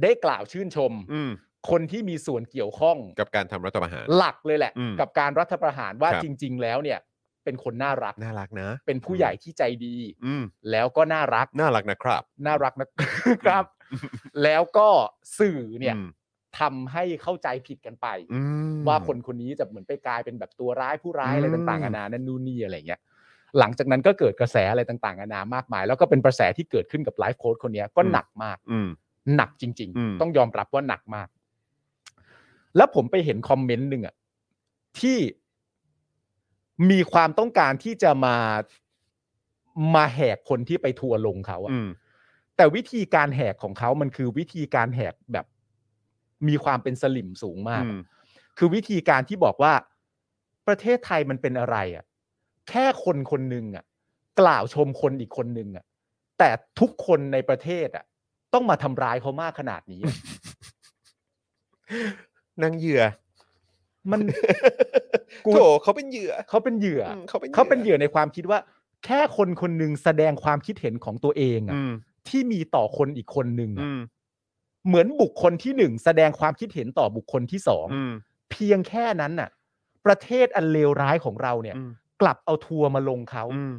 Speaker 3: ได้กล่าวชื่นชม
Speaker 2: อืม
Speaker 3: คนที่มีส่วนเกี่ยวข้อง
Speaker 2: กับการทำรัฐประหาร
Speaker 3: หลักเลยแหละ
Speaker 2: อืม
Speaker 3: กับการรัฐประหารว่า
Speaker 2: ครับ
Speaker 3: จริง ๆ แล้วเนี่ย เป็นคนน่ารัก
Speaker 2: น่ารักนะ
Speaker 3: เป็นผู้ใหญ่ที่ใจดี
Speaker 2: อืม
Speaker 3: แล้วก็น่ารัก
Speaker 2: น่ารักนะครับ
Speaker 3: น่ารักนะ ครับ แล้วก็สื่อเนี่ย
Speaker 2: อืม
Speaker 3: ทำให้เข้าใจผิดกันไป
Speaker 2: อืม
Speaker 3: ว่าคนคนนี้จะเหมือนไปกลายเป็นแบบตัวร้ายผู้ร้ายอะไร
Speaker 2: อืม
Speaker 3: ต่างๆนานานั่นนู่นนี่อะไรเงี้ยหลังจากนั้นก็เกิดกระแสอะไรต่างๆนานามากมาย แล้วก็เป็นกระแสที่เกิดขึ้นกับไลฟ์โค้ดคนเนี้ยก็หนักมาก
Speaker 2: อืม
Speaker 3: หนักจริง
Speaker 2: อืม
Speaker 3: ๆ ต้องยอมรับว่าหนักมาก แล้วผมไปเห็นคอมเมนต์หนึ่งอะที่ มีความต้องการที่จะมามาแหกคนที่ไปทัวร์ลงเขาอะ
Speaker 2: อืม
Speaker 3: แต่วิธีการแหกของเขามันคือวิธีการแหกแบบ มีความเป็นสลิมสูงมาก
Speaker 2: อืม
Speaker 3: คือวิธีการที่บอกว่าประเทศไทยมันเป็นอะไรอะ่ะแค่คนคนหนึ่งอะ่ะ กล่าวชมคนอีกคนหนึ่งอะ่ะ แต่ทุกคนในประเทศอะ่ะ ต้องมาทำร้ายเขามากขนาดนี้อะ
Speaker 2: [LAUGHS] นางเหยื่อ
Speaker 3: มัน กู
Speaker 2: โถเขาเป็นเหยื่อ
Speaker 3: เขาเป็นเหยื่ออ
Speaker 2: อืมเขาเป็น
Speaker 3: เขาเป็นเหยื่อในความคิดว่า แค่คนคนหนึ่งแสดงความคิดเห็นของตัวเองอะ
Speaker 2: อืม
Speaker 3: ที่มีต่อคนอีกคนหนึ่งอะ
Speaker 2: อืม
Speaker 3: เหมือนบุคคลที่หนึ่งแสดงความคิดเห็นต่อบุคคลที่สอง
Speaker 2: อืม
Speaker 3: เพียงแค่นั้นน่ะ ประเทศอันเลวร้ายของเราเนี่ย
Speaker 2: อืม
Speaker 3: กลับเอาทัวร์มาลงเขา
Speaker 2: อืม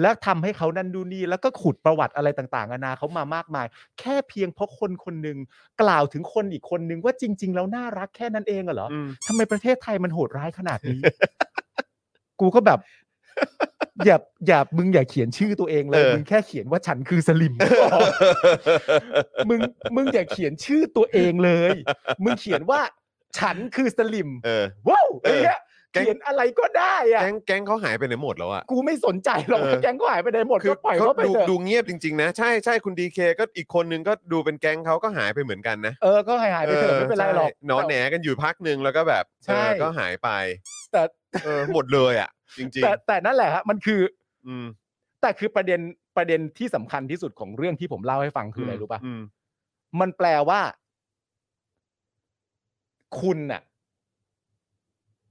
Speaker 3: แล้วทำให้เขานั่นดูนี่แล้วก็ขุดประวัติอะไรต่างๆนานาเขามามากมาย แค่เพียงเพราะคนคนหนึ่งกล่าวถึงคนอีกคนหนึ่งว่าจริง ๆ แล้วน่ารักแค่นั้นเองเหรอ
Speaker 2: อืม
Speaker 3: ทำไมประเทศไทยมันโหดร้ายขนาดนี้ [LAUGHS] กูก็แบบ [LAUGHS] อย่าอย่ามึงอย่าเขียนชื่อตัวเองเลย
Speaker 2: เออ
Speaker 3: มึงแค่เขียนว่าฉันคือสลิมก็พอ [LAUGHS] มึงมึงอย่าเขียนชื่อตัวเองเลย มึงเขียนว่า ฉันคือสลิม
Speaker 2: เออ
Speaker 3: ว้าวไอ้เหี้ย
Speaker 2: เออ
Speaker 3: เขียนอะไรก็ได้อะ
Speaker 2: แก๊งแก๊งเขาหายไปไหนหมดแล้วอะ
Speaker 3: กูไม่สนใจหรอก
Speaker 2: เออ
Speaker 3: ว่าแก๊งก็หายไปไหนหมด
Speaker 2: คื
Speaker 3: ก็ปล่อยเขาไป
Speaker 2: ดู
Speaker 3: เถอะ
Speaker 2: ดูเงียบจริงๆนะ ใช่ใช่คุณดีเคก็อีกคนนึงก็ดูเป็นแก๊งเขาก็หายไปเหมือนกันนะ
Speaker 3: เออ ก็หายหายไปเถอะไม่เป็นไรหรอก
Speaker 2: ใช่หนอแหนกันอยู่พักหนึ่งแล้วก็แบบ
Speaker 3: ใช่
Speaker 2: เออก็หายไป
Speaker 3: แต่
Speaker 2: เออหมดเลยอ่ะ จริง
Speaker 3: แต่แต่นั่นแหละฮะมันคือ
Speaker 2: ๆ อืม
Speaker 3: แต่คือประเด็นประเด็นที่สำคัญที่สุดของเรื่องที่ผมเล่าให้ฟังคืออะไรรู้ป่ะ
Speaker 2: ม
Speaker 3: มันแปลว่า คุณน่ะ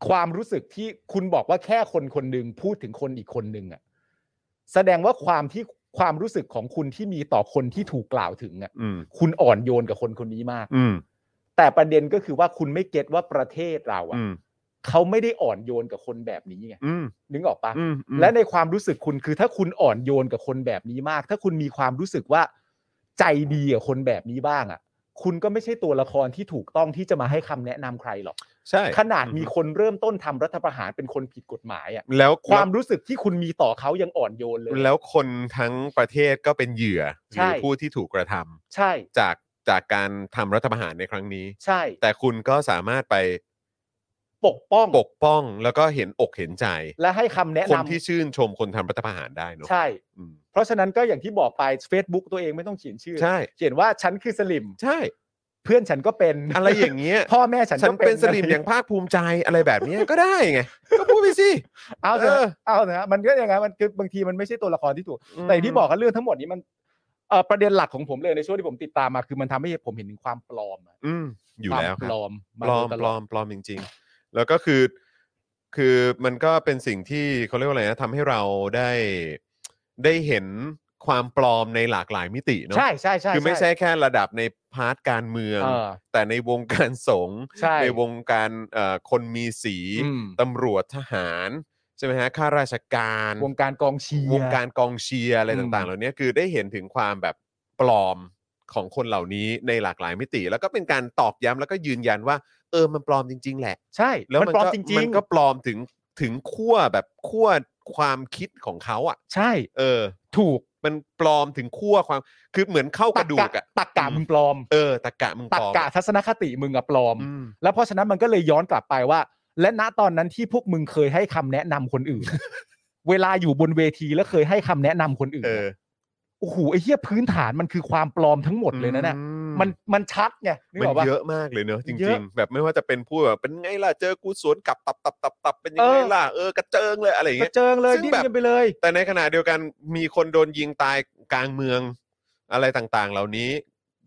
Speaker 3: ความรู้สึกที่คุณบอกว่าแค่คนคนหนึ่งพูดถึงคนอีกคนหนึ่งอ่ะ แสดงว่าความที่ความรู้สึกของคุณที่มีต่อคนที่ถูกกล่าวถึงอ่ะ
Speaker 2: อืม
Speaker 3: คุณอ่อนโยนกับคนคนนี้มาก
Speaker 2: อืม
Speaker 3: แต่ประเด็นก็คือว่าคุณไม่เก็ตว่าประเทศเราอ่ะ
Speaker 2: อืม
Speaker 3: เขาไม่ได้อ่อนโยนกับคนแบบนี้ไง
Speaker 2: อืม
Speaker 3: นึกออกปะ
Speaker 2: อืมอืม
Speaker 3: และในความรู้สึกคุณคือถ้าคุณอ่อนโยนกับคนแบบนี้มาก ถ้าคุณมีความรู้สึกว่า ใจดีกับคนแบบนี้บ้างอ่ะ คุณก็ไม่ใช่ตัวละครที่ถูกต้องที่จะมาให้คำแนะนำใครหรอก
Speaker 2: ใช่
Speaker 3: ขนาดมีคนเริ่มต้นทำรัฐประหารเป็นคนผิดกฎหมายอ่ะ
Speaker 2: แล้ว
Speaker 3: ความรู้สึกที่คุณมีต่อเขายังอ่อนโยนเลย
Speaker 2: แล้วคนทั้งประเทศก็เป็นเหยื่อหรื
Speaker 3: ใช่
Speaker 2: อผู้ที่ถูกกระทำ
Speaker 3: ใช่
Speaker 2: จากจากการทำรัฐประหารในครั้งนี้
Speaker 3: ใช่
Speaker 2: แต่คุณก็สามารถไป
Speaker 3: ปกป้อง
Speaker 2: ปกป้องแล้วก็เห็นอกเห็นใจ
Speaker 3: และให้คำแนะ
Speaker 2: คน
Speaker 3: นำ
Speaker 2: ที่ชื่นชมคนทำรัฐประหารได้เนอะ
Speaker 3: ใช่
Speaker 2: อืม
Speaker 3: เพราะฉะนั้นก็อย่างที่บอกไป Facebook ตัวเองไม่ต้องเขียนชื่อ
Speaker 2: ใช่
Speaker 3: เขียนว่าฉันคือสลิม
Speaker 2: ใช่
Speaker 3: เพื่อนฉันก็เป็น
Speaker 2: อะไรอย่างเงี้ย
Speaker 3: พ่อแม่ฉัน
Speaker 2: ฉั
Speaker 3: ก็
Speaker 2: น
Speaker 3: [LAUGHS] เป็
Speaker 2: เป็น นส
Speaker 3: [LAUGHS]
Speaker 2: ลิมอย่างภาคภูมิใจอะไรแบบเนี้ยก็ได้ไง ก็พูดไปสิ
Speaker 3: เอาเถ
Speaker 2: เออ
Speaker 3: อะเอาเถอะมันก็อย่างนั้นมันคือบางทีมันไม่ใช่ตัวละครที่ถูก แต่อย่างที่บอกกันเรื่องทั้งหมดนี้มันเอ่อประเด็นหลักของผมเลยในช่วงที่ผมติดตามมาคือมันทำให้ผมเห็นถึงความปลอมอะ
Speaker 2: อืมอยู่แล้วคว
Speaker 3: คาม
Speaker 2: รับ
Speaker 3: ปลอม
Speaker 2: ปลอม
Speaker 3: มาโดยต
Speaker 2: ปลอ
Speaker 3: ด
Speaker 2: มปลอมจริง ๆ แล้วก็คือคือมันก็เป็นสิ่งที่เขาเรียกว่าอะไรนะทำให้เราได้ได้เห็นความปลอมในหลากหลายมิติเนาะ
Speaker 3: ใช่ใช่ใช่
Speaker 2: คือไม่ใช่แค่ระดับในพาร์ทการเมือง
Speaker 3: เออ
Speaker 2: แต่ในวงการสงฆ์
Speaker 3: ใช่
Speaker 2: ในวงการเอ่อคนมีสี
Speaker 3: อืม
Speaker 2: ตำรวจทหารใช่ไหมฮะข้าราชการ
Speaker 3: วงการกองเชียร์
Speaker 2: วงการกองเชียร์อะไรต่างๆ
Speaker 3: อืม
Speaker 2: เหล่านี้คือได้เห็นถึงความแบบปลอมของคนเหล่านี้ในหลากหลายมิติ แล้วก็เป็นการตอกย้ำแล้วก็ยืนยันว่า เออมันปลอมจริง ๆ แหละ
Speaker 3: ใช่
Speaker 2: แล้ว
Speaker 3: มันปลอมจริ
Speaker 2: มั
Speaker 3: ง
Speaker 2: ก็ปลอมถึงถึงขั้วแบบขั้วความคิดของเขาอ่ะ
Speaker 3: ๆ ใช่
Speaker 2: เออ
Speaker 3: ถูก
Speaker 2: มันปลอมถึงขั้วความ คือเหมือนเข้ากระดูกอ่ะ
Speaker 3: ตักกะมึงปลอม
Speaker 2: เออตะกะมึง
Speaker 3: ตั
Speaker 2: ป
Speaker 3: ก
Speaker 2: ลอม
Speaker 3: กะทัศนคติมึงอะปลอม
Speaker 2: อืม
Speaker 3: แล้วเพราะฉะนั้นมันก็เลยย้อนกลับไปว่า และณตอนนั้นที่พวกมึงเคยให้คำแนะนำคน
Speaker 2: [LAUGHS]
Speaker 3: อื่น เวลาอยู่บนเวทีแล้วเคยให้คำแนะนำคนอื่น
Speaker 2: เออ
Speaker 3: โอ้โหไอ้เหี้ยพื้นฐานมันคือความปลอมทั้งหมดเลยนะเนี่ย
Speaker 2: อื
Speaker 3: มันมันชัดไงนึก
Speaker 2: มัน
Speaker 3: ออกปะ
Speaker 2: เยอะมากเลยเนอะจ
Speaker 3: เย
Speaker 2: ริ
Speaker 3: อะ
Speaker 2: งๆ แบบไม่ว่าจะเป็นพูดแบบเป็นไงล่ะเจอกูสวนกลับตับตับตับตับเป็นยัง
Speaker 3: เอ
Speaker 2: ไง
Speaker 3: อ
Speaker 2: ล่ะเออกระเจิงเลยอะไรอย่าง
Speaker 3: ก
Speaker 2: เงี้
Speaker 3: ระ
Speaker 2: ย
Speaker 3: เจิงเลย
Speaker 2: ซึ่ง
Speaker 3: ดิ้น
Speaker 2: แบบ
Speaker 3: กันไปเลย
Speaker 2: แต่ในขณะเดียวกันมีคนโดนยิงตายกลางเมืองอะไรต่างๆ เหล่านี้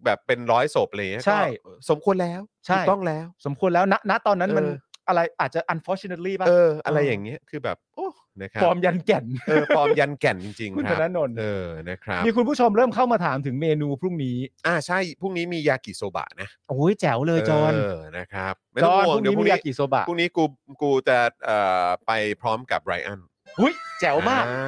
Speaker 2: แบบเป็นร้อยศพเลย
Speaker 3: ใช่
Speaker 2: ก็สมควรแล้ว
Speaker 3: ใช่
Speaker 2: ถูกต้องแล้ว
Speaker 3: สมควรแล้วณณตอนนั้นมัน
Speaker 2: เออ
Speaker 3: อะไรอาจจะ unfortunately ป่ะ
Speaker 2: เออ อะไรอย่างเงี้ยคือแบบโอ้นะครับ
Speaker 3: ปลอมยันแก่น
Speaker 2: เออปลอมยันแก่นจริง
Speaker 3: คุณ
Speaker 2: ๆค
Speaker 3: ธ
Speaker 2: รับ
Speaker 3: นาโนนท์
Speaker 2: เออนะครับ
Speaker 3: มีคุณผู้ชมเริ่มเข้ามาถามถึงเมนูพรุ่งนี้
Speaker 2: อ่าใช่พรุ่งนี้มียากิโซบะนะ
Speaker 3: โอ้ยแจ๋วเลยจอน
Speaker 2: เออนะครับไม่
Speaker 3: จ
Speaker 2: ต้อง
Speaker 3: อน
Speaker 2: ห่ว
Speaker 3: พ
Speaker 2: ง
Speaker 3: รุ่ง
Speaker 2: เดี๋ยว
Speaker 3: นี้
Speaker 2: พรุ่ง
Speaker 3: มี
Speaker 2: นี้
Speaker 3: ยากิโซบะ
Speaker 2: พรุ่งนี้กูกูจะเอ่อไปพร้อมกับไรอัน
Speaker 3: หุ้ยแจ๋วมาก
Speaker 2: อ่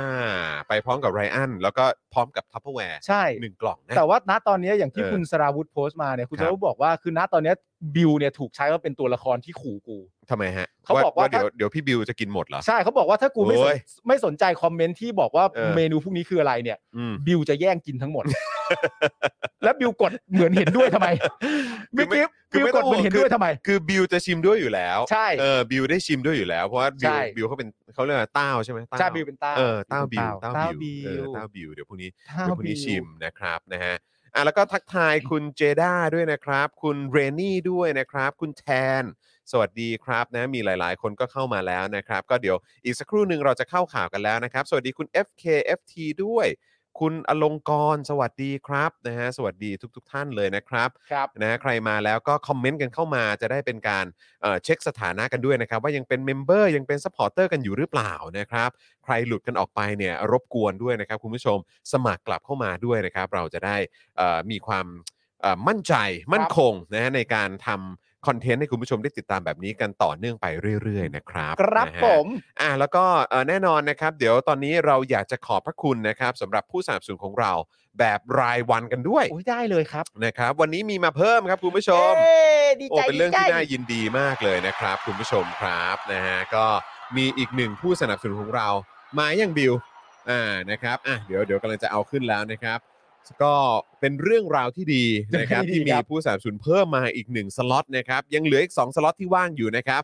Speaker 2: ไปพร้อมกับไรอันแล้วก็พร้อมกับทัพเปอร์แวร์
Speaker 3: ใช่
Speaker 2: หนึ่งกล่องนะ
Speaker 3: แต่ว่าณตอนนี้อย่างที่
Speaker 2: เออ
Speaker 3: คุณสราวุธโพสต์มาเนี่ยคุณ
Speaker 2: ค
Speaker 3: ส
Speaker 2: รับ
Speaker 3: ราวุธบอกว่าคือณตอนนี้บิวเนี่ยถูกใช้ว่าเป็นตัวละครที่ขู่กู
Speaker 2: ทำไมฮะ
Speaker 3: เขาบอกว่า
Speaker 2: เดี๋ยวเดี๋ยวพี่บิวจะกินหมดเหรอ
Speaker 3: ใช่เขาบอกว่าถ้ากูไม่สน
Speaker 2: โอ้ย
Speaker 3: ไม่สนใจคอมเมนต์ที่บอกว่า
Speaker 2: เออ
Speaker 3: [LAUGHS] เมนูพรุ่งนี้คืออะไรเนี่ย
Speaker 2: อืม
Speaker 3: บิวจะแย่งกินทั้งหมด แล้วบิวกดเหมือนเห็นด้วยทำไมเมื่อกี้
Speaker 2: คือ
Speaker 3: บิว
Speaker 2: ไม่
Speaker 3: ก
Speaker 2: ต้อ
Speaker 3: ด
Speaker 2: ง
Speaker 3: เหมือนเห็นด้วยทำไม
Speaker 2: คือบิวจะชิมด้วยอยู่แล้ว
Speaker 3: ใช่
Speaker 2: เออบิวได้ชิมด้วยอยู่แล้ว เพราะว่าบิ
Speaker 3: ใช่
Speaker 2: วบิวเขาเป็นเขาเรียกว่าเต้าใช่ไหมต้
Speaker 3: ใช่บิวเป็นต้า
Speaker 2: เออเต้าบิว
Speaker 3: ต้า
Speaker 2: เต้าบิ
Speaker 3: บิ
Speaker 2: วเออ
Speaker 3: ว
Speaker 2: เต้าบิวเดี๋ยวพรุ่งนี้
Speaker 3: เต้า
Speaker 2: เดี๋ยวพรุ่งนี้ชิมนะครับนะฮะอ่ะแล้วก็ทักทายคุณเจด้าด้วยนะครับ คุณเรนนี่ด้วยนะครับ คุณแทน สวัสดีครับนะมีหลายๆ คนก็เข้ามาแล้วนะครับ ก็เดี๋ยวอีกสักครู่หนึ่งเราจะเข้าข่าวกันแล้วนะครับ สวัสดีคุณ FKFT ด้วย คุณอลงกรสวัสดีครับนะฮะสวัสดีทุกๆทท่านเลยนะครับ
Speaker 3: ครับ
Speaker 2: นะฮะใครมาแล้วก็คอมเมนต์กันเข้ามาจะได้เป็นการเอ่อเช็คสถานะกันด้วยนะครับ ว่ายังเป็นเมมเบอร์ยังเป็นซัพพอร์เตอร์กันอยู่หรือเปล่านะครับ ใครหลุดกันออกไปเนี่ยรบกวนด้วยนะครับ คุณผู้ชมสมัครกลับเข้ามาด้วยนะครับ เราจะได้เอ่อมีความเอ่อมั่นใจมั่นคงนะฮะในการทำคอนเทนต์ให้คุณผู้ชมได้ติดตามแบบนี้กันต่อเนื่องไปเรื่อย ๆ นะครับ
Speaker 3: ครับ
Speaker 2: นะฮะ
Speaker 3: ผม
Speaker 2: อ่ะแล้วก็เอ่อแน่นอนนะครับ เดี๋ยวตอนนี้เราอยากจะขอบพระคุณนะครับสำหรับผู้สนับสนุนของเราแบบรายวันกันด้วย
Speaker 3: โอ้ยได้เลยครับ
Speaker 2: นะครับ วันนี้มีมาเพิ่มครับคุณผู้ชม
Speaker 3: เอ้ยดี
Speaker 2: โอ้
Speaker 3: ใจ
Speaker 2: เป็นเรื่องที่
Speaker 3: ดีใจ
Speaker 2: น่ายินดีมากเลยนะครับ คุณผู้ชมครับนะฮะก็มีอีกหนึ่งผู้สนับสนุนของเรามาอย่างบิวอ่านะครับอ่ะเดี๋ยวเดี๋ยวกำลังจะเอาขึ้นแล้วนะครับ ก็เป็นเรื่องราวที่ดีนะครับ
Speaker 3: [LAUGHS] ดี
Speaker 2: ที่มี
Speaker 3: ครับ
Speaker 2: ผู้สนับสนุนเพิ่มมาอีกหนึ่งสล็อตนะครับยังเหลืออีกสองสล็อตที่ว่างอยู่นะครับ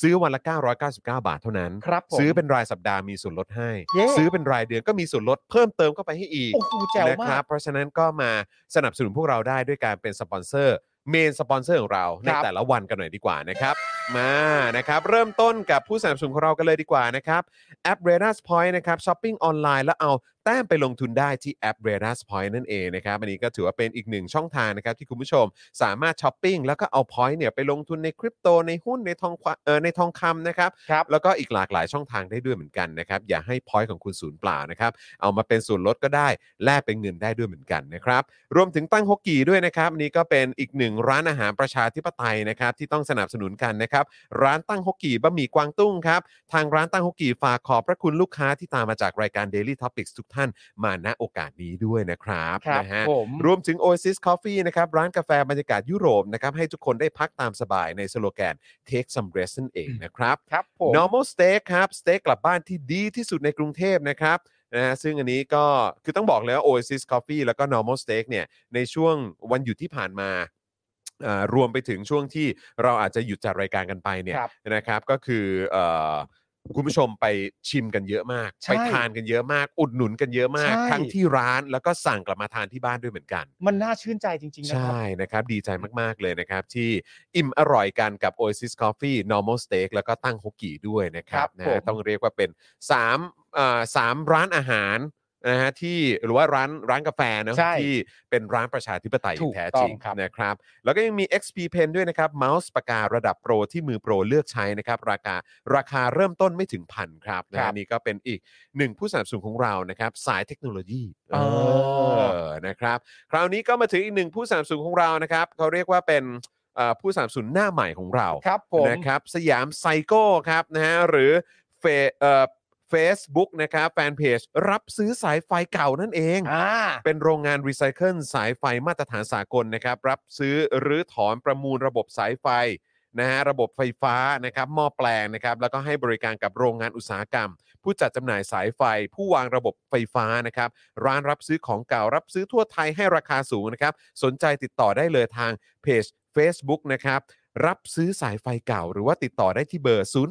Speaker 2: ซื้อวันละ 999 บาทเท่านั้น
Speaker 3: ครับผม
Speaker 2: ซื้อเป็นรายสัปดาห์มีส่วนลดให้
Speaker 3: เย้
Speaker 2: ซื้อเป็นรายเดือนก็มีส่วนลดเพิ่มเติมเข้าไปให้อีก
Speaker 3: โอ้โหแจ๋ว
Speaker 2: นะ
Speaker 3: มา
Speaker 2: ครับ
Speaker 3: ก
Speaker 2: เพราะฉะนั้นก็มาสนับสนุนพวกเราได้ด้วยการเป็นสปอนเซอร์เมนสปอนเซอร์ของเราในแต่ละวันกันหน่อยดีกว่านะครับ มานะครับ เริ่มต้นกับผู้สนับสนุนของเรากันเลยดีกว่านะครับแอป r a d a r Point นะครับช้อปปิ้งออนไลน์แล้วเอาแต้มไปลงทุนได้ที่แอป r a d a r Point นั่นเองนะครับอันนี้ก็ถือว่าเป็นอีกหนึ่งช่องทางนะครับที่คุณผู้ชมสามารถช้อปปิ้งแล้วก็เอา point เนี่ยไปลงทุนในคริปโตในหุ้นในทองควะเอ่อในทองคำนะครับ
Speaker 3: ครับ
Speaker 2: แล้วก็อีกหลากหลายช่องทางได้ด้วยเหมือนกันนะครับ อย่าให้ point ของคุณศูนย์เปล่านะครับ เอามาเป็นส่วนลดก็ได้ แลกเป็นเงินได้ด้วยเหมือนกันนะครับ รวมถึงตั้งฮกกีด้วยนะครับ นี่ก็เป็นอีกหนึ่งร้านอาหารประชาธิปไตยนะครับ ที่ต้องสนับสนุนกันนะครับ ร้านตั้งฮกกีบะหมี่กวางตุ้งครับ ทางร้านตั้งฮกกีฝากขอบพระคุณลูกค้าที่ตามมาจากรายการ Daily Topics ทุกท่านมาณโอกาสนี้ด้วยนะครับ
Speaker 3: ครับ
Speaker 2: นะฮะ
Speaker 3: ผม
Speaker 2: รวมถึง Oasis Coffee นะครับ ร้านกาแฟบรรยากาศยุโรปนะครับ ให้ทุกคนได้พักตามสบายในสโลแกน Take some rest นั่นเองนะครับ
Speaker 3: ครับผม
Speaker 2: normal steak ครับสเต็กกลับบ้านที่ดีที่สุดในกรุงเทพนะครับนะฮะซึ่งอันนี้ก็คือต้องบอกเลยว่า Oasis Coffee แล้วก็ normal steak เนี่ยในช่วงวันหยุดที่ผ่านมาเอ่อรวมไปถึงช่วงที่เราอาจจะหยุดจัดรายการกันไปเนี่ย
Speaker 3: ครับ
Speaker 2: นะครับก็คือเอ่อคุณผู้ชมไปชิมกันเยอะมากไป
Speaker 3: ใช่
Speaker 2: ทานกันเยอะมาก อุดหนุนกันเยอะมาก
Speaker 3: ใช่
Speaker 2: ทั้งที่ร้านแล้วก็สั่งกลับมาทานที่บ้านด้วยเหมือนกัน
Speaker 3: มันน่าชื่นใจจริงๆนะครับ
Speaker 2: ใช่นะครับ ดีใจมากๆเลยนะครับ ที่อิ่มอร่อยกันกับ Oasis Coffee Normal Steak แล้วก็ตั้งฮกกี้ด้วยนะครับ
Speaker 3: ครับ
Speaker 2: นะ
Speaker 3: ผม
Speaker 2: ฮะต้องเรียกว่าเป็น3อ่าสามร้านอาหารนะฮะที่หรือว่าร้านร้านกาแฟเนอะ
Speaker 3: ใช่
Speaker 2: ที่เป็นร้านประชาธิปไตยอย่า
Speaker 3: ถู
Speaker 2: ง
Speaker 3: ก
Speaker 2: แท้
Speaker 3: ต้
Speaker 2: จ
Speaker 3: อ
Speaker 2: ริ
Speaker 3: ง
Speaker 2: ง
Speaker 3: ครับ
Speaker 2: นะครับ แล้วก็ยังมี XP Pen ด้วยนะครับเมาส์ปากการะดับโปรที่มือโปรเลือกใช้นะครับ ราคาราคาเริ่มต้นไม่ถึงพันครับนะ
Speaker 3: ครั
Speaker 2: ฮะ
Speaker 3: บ
Speaker 2: นี่ก็เป็นอีกหนึ่งผู้สนับสนุนของเรานะครับ สายเทคโนโลยี
Speaker 3: อ๋อ
Speaker 2: เออนะครับ คราวนี้ก็มาถึงอีกหนึ่งผู้สนับสนุนของเรานะครับเขาเรียกว่าเป็นเอ่อผู้สนับสนุนหน้าใหม่ของเรา
Speaker 3: ครับผม
Speaker 2: นะครับสยามไซโก้ครับนะฮะหรือเฟเอ่อเฟซบุ๊กนะครับแฟนเพจรับซื้อสายไฟเก่านั่นเอง
Speaker 3: อ่า
Speaker 2: เป็นโรงงานรีไซเคิลสายไฟมาตรฐานสากลนะครับ รับซื้อหรือถอนประมูลระบบสายไฟนะฮะระบบไฟฟ้านะครับหม้อแปลงนะครับแล้วก็ให้บริการกับโรงงานอุตสาหกรรม ผู้จัดจำหน่ายสายไฟ ผู้วางระบบไฟฟ้านะครับ ร้านรับซื้อของเก่ารับซื้อทั่วไทยให้ราคาสูงนะครับ สนใจติดต่อได้เลยทางเพจ Facebook นะครับ รับซื้อสายไฟเก่า หรือว่าติดต่อได้ที่เบอร์ 0818242291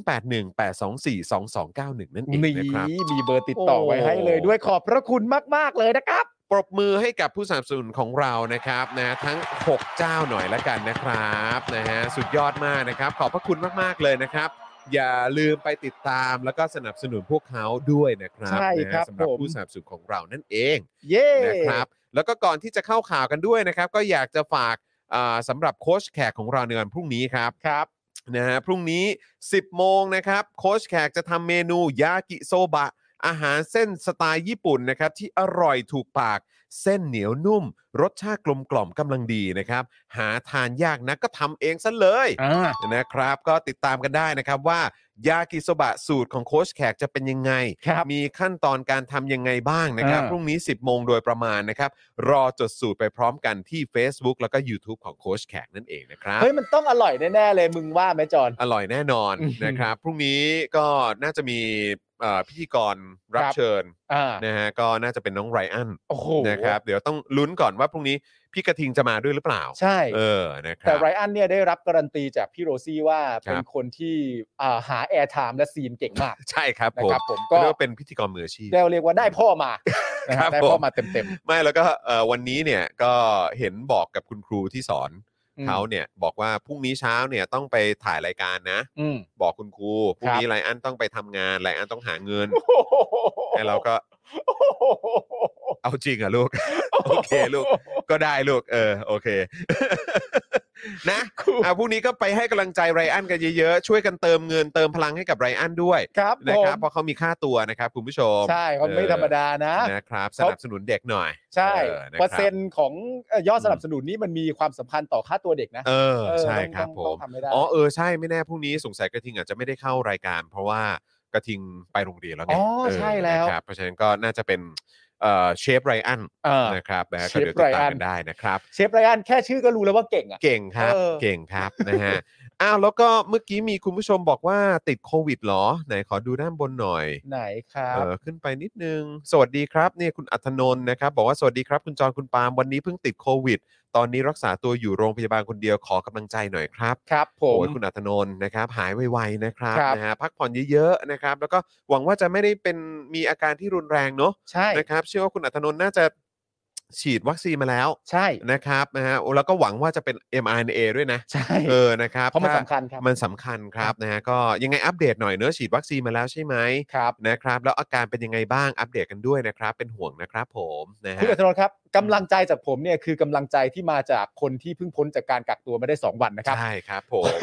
Speaker 2: นั่นเอง
Speaker 3: นี่
Speaker 2: นะครับ
Speaker 3: มีเบอร์ติดต่อไว้ให้เลยด้วยขอบพระคุณมาก ๆ เลยนะครับ
Speaker 2: ปรบมือให้กับผู้สนับสนุนของเรานะครับนะทั้ง 6 เจ้าหน่อยละกันนะครับนะฮะสุดยอดมากนะครับ ขอบพระคุณมาก ๆ เลยนะครับ อย่าลืมไปติดตามแล้วก็สนับสนุนพวกเขาด้วยนะครับ
Speaker 3: ใช่
Speaker 2: นะฮะ
Speaker 3: ครับ
Speaker 2: สำหรับ
Speaker 3: ผม
Speaker 2: ผู้สนับสนุนของเรานั่นเอง
Speaker 3: เย้
Speaker 2: นะครับแล้วก็ก่อนที่จะเข้าข่าวกันด้วยนะครับ ก็อยากจะฝากอ่าสำหรับโค้ชแขกของเราในวันพรุ่งนี้ครับ
Speaker 3: ครับ
Speaker 2: นะฮะพรุ่งนี้ 10 โมงนะครับโค้ชแขกจะทำเมนูยากิโซบะ อาหารเส้นสไตล์ญี่ปุ่นนะครับ ที่อร่อยถูกปาก เส้นเหนียวนุ่ม รสชาติกลมกล่อมกำลังดีนะครับ หาทานยากนะก็ทำเองซะเลย
Speaker 3: อ่า
Speaker 2: นะครับก็ติดตามกันได้นะครับว่ายากิโซบะสูตรของโค้ชแขกจะเป็นยังไง
Speaker 3: ครับ
Speaker 2: มีขั้นตอนการทำยังไงบ้างนะครับ
Speaker 3: อ่า
Speaker 2: พรุ่งนี้ 10 โมงโดยประมาณนะครับ รอจดสูตรไปพร้อมกันที่ Facebook แล้วก็ YouTube ของโค้ชแขกนั่นเองนะครับ
Speaker 3: เฮ้ย มันต้องอร่อยแน่ๆเลยมึงว่าไหมจอน
Speaker 2: อร่อยแน่นอน
Speaker 3: อือหือ
Speaker 2: นะครับ พรุ่งนี้ก็น่าจะมีเอ่อพิธีกรรับ
Speaker 3: ครับ
Speaker 2: เชิญ
Speaker 3: อ่า
Speaker 2: นะฮะก็น่าจะเป็นน้องไรอัน
Speaker 3: โอ้โห
Speaker 2: นะครับ เดี๋ยวต้องลุ้นก่อน ว่าพรุ่งนี้พี่กระทิงจะมาด้วยหรือเปล่า
Speaker 3: ใช่
Speaker 2: เออนะครั
Speaker 3: แต่
Speaker 2: บ
Speaker 3: ไรอันเนี่ยได้รับการันตีจากพี่โรซี่ว่าเป็
Speaker 2: ค
Speaker 3: น
Speaker 2: รับ
Speaker 3: คนที่อ่าหาแอร์ไทม์และซีนเก่งมาก
Speaker 2: ใช่ครับ
Speaker 3: นะ
Speaker 2: ผม
Speaker 3: ครับผม
Speaker 2: ก็
Speaker 3: ก็
Speaker 2: เรียกว่าเป็นพิธีกรมืออาชีพ
Speaker 3: ได้เรียกว่าได้พ่อมานะ
Speaker 2: ค
Speaker 3: ค
Speaker 2: รั
Speaker 3: รั
Speaker 2: บบ
Speaker 3: ได้พ่
Speaker 2: ผ
Speaker 3: อ
Speaker 2: ม
Speaker 3: มาเต็ม
Speaker 2: ไม่แล้วก็เอ่อวันนี้เนี่ยก็เห็นบอกกับคุณครูที่สอน
Speaker 3: ๆอืม
Speaker 2: เขาเนี่ยบอกว่าพรุ่งนี้เช้าเนี่ยต้องไปถ่ายรายการนะ
Speaker 3: อืม
Speaker 2: บอกคุณครูพรุ่ง
Speaker 3: ครับ
Speaker 2: นี้ไลอันต้องไปทำงานไลอันต้องหาเงิ
Speaker 3: [LAUGHS]
Speaker 2: นไอ้เราก็เอาจริงเหรอ่ะ
Speaker 3: [LAUGHS]
Speaker 2: ลูก โอเคลูก ก็ได้ลูกเออโอเค [LAUGHS] นะ
Speaker 3: ครู
Speaker 2: อ่ะพรุ่งนี้ก็ไปให้กำลังใจไรอันกันเยอะๆ ช่วยกันเติมเงินเติมพลังให้กับไรอันด้วย
Speaker 3: ครับผ
Speaker 2: นะครับ
Speaker 3: ม
Speaker 2: เพราะเขามีค่าตัวนะครับคุณผู้ชม
Speaker 3: ใช่เขาไม่ธรรมดานะ
Speaker 2: เออนะครับ สนับสนุนเด็กหน่อย
Speaker 3: ใช่
Speaker 2: ออคบ
Speaker 3: เปอร์เซ็นต์ของเอ่อยอด
Speaker 2: อืม
Speaker 3: สนับสนุนนี้มันมีความสัมพันธ์ต่อค่าตัวเด็กนะ
Speaker 2: เออ
Speaker 3: เออ
Speaker 2: ใช่
Speaker 3: ต้อง
Speaker 2: ครับ
Speaker 3: ต้อง
Speaker 2: ผ
Speaker 3: ต้อ
Speaker 2: ม
Speaker 3: งทำให้ได้
Speaker 2: อ๋อเออใช่ไม่แน่พรุ่งนี้สงสัยกระทิงอาจจะไม่ได้เข้ารายการ เพราะว่ากระทิงไปโรงเรียนแล้วไง
Speaker 3: อ๋อ
Speaker 2: เออ
Speaker 3: ใช่แล้ว
Speaker 2: นะครับเพราะฉะนั้นก็น่าจะเป็นเอ่อเชฟไรอัน
Speaker 3: เออ
Speaker 2: นะครับนะฮะ
Speaker 3: เช
Speaker 2: ก็
Speaker 3: ฟ
Speaker 2: เดี๋ยวติดตาม
Speaker 3: ไรอั
Speaker 2: กัน
Speaker 3: น
Speaker 2: ได้นะครับ
Speaker 3: เชฟไรอันแค่ชื่อก็รู้แล้วว่าเก่งอ่ะ
Speaker 2: เก่งครับ
Speaker 3: เออ
Speaker 2: เก่งครับนะฮะ อ้าวแล้วก็เมื่อกี้มีคุณผู้ชมบอกว่าติดโควิดเหรอ ไหนขอดูด้านบนหน่อย
Speaker 3: ไหนครั
Speaker 2: เอบ อขึ้นไปนิดนึง สวัสดีครับเนี่ยคุณอัธนนท์นะครับ บอกว่าสวัสดีครับคุณจอนคุณปาล์มวันนี้เพิ่งติดโควิด ตอนนี้รักษาตัวอยู่โรงพยาบาลคนเดียวขอกำลังใจหน่อยครับ
Speaker 3: ครับผ
Speaker 2: โอ้
Speaker 3: ม
Speaker 2: ยคุณอัธนนท์นะครับ หายไวๆนะครับ
Speaker 3: ครับ
Speaker 2: นะฮะพักผ่อนเยอะๆนะครับ แล้วก็หวังว่าจะไม่ได้เป็นมีอาการที่รุนแรงเนอะ
Speaker 3: ใช่
Speaker 2: นะครับเชื่อว่าคุณอัธนนท์น่าจะฉีดวัคซีนมาแล้ว
Speaker 3: ใช่
Speaker 2: นะครับนะฮะแล้วก็หวังว่าจะเป็น mRNA ด้วยนะ
Speaker 3: ใช่
Speaker 2: เออ นะครับ
Speaker 3: เพราะมัน
Speaker 2: ถ้
Speaker 3: สำคัญครับ
Speaker 2: มันสำคัญครับนะฮะ ก็ยังไงอัปเดตหน่อยเนอะฉีดวัคซีนมาแล้วใช่ไหม
Speaker 3: ครับ
Speaker 2: นะครับ แล้วอาการเป็นยังไงบ้าง อัปเดตกันด้วยนะครับ เป็นห่วงนะครับผมนะฮะ
Speaker 3: คุณอัธนนท์ครับกำลังใจจากผมเนี่ยคือกำลังใจที่มาจากคนที่เพิ่งพ้นจากการกักตัวมาได้ 2 วันนะครับ
Speaker 2: ใช่ครับผม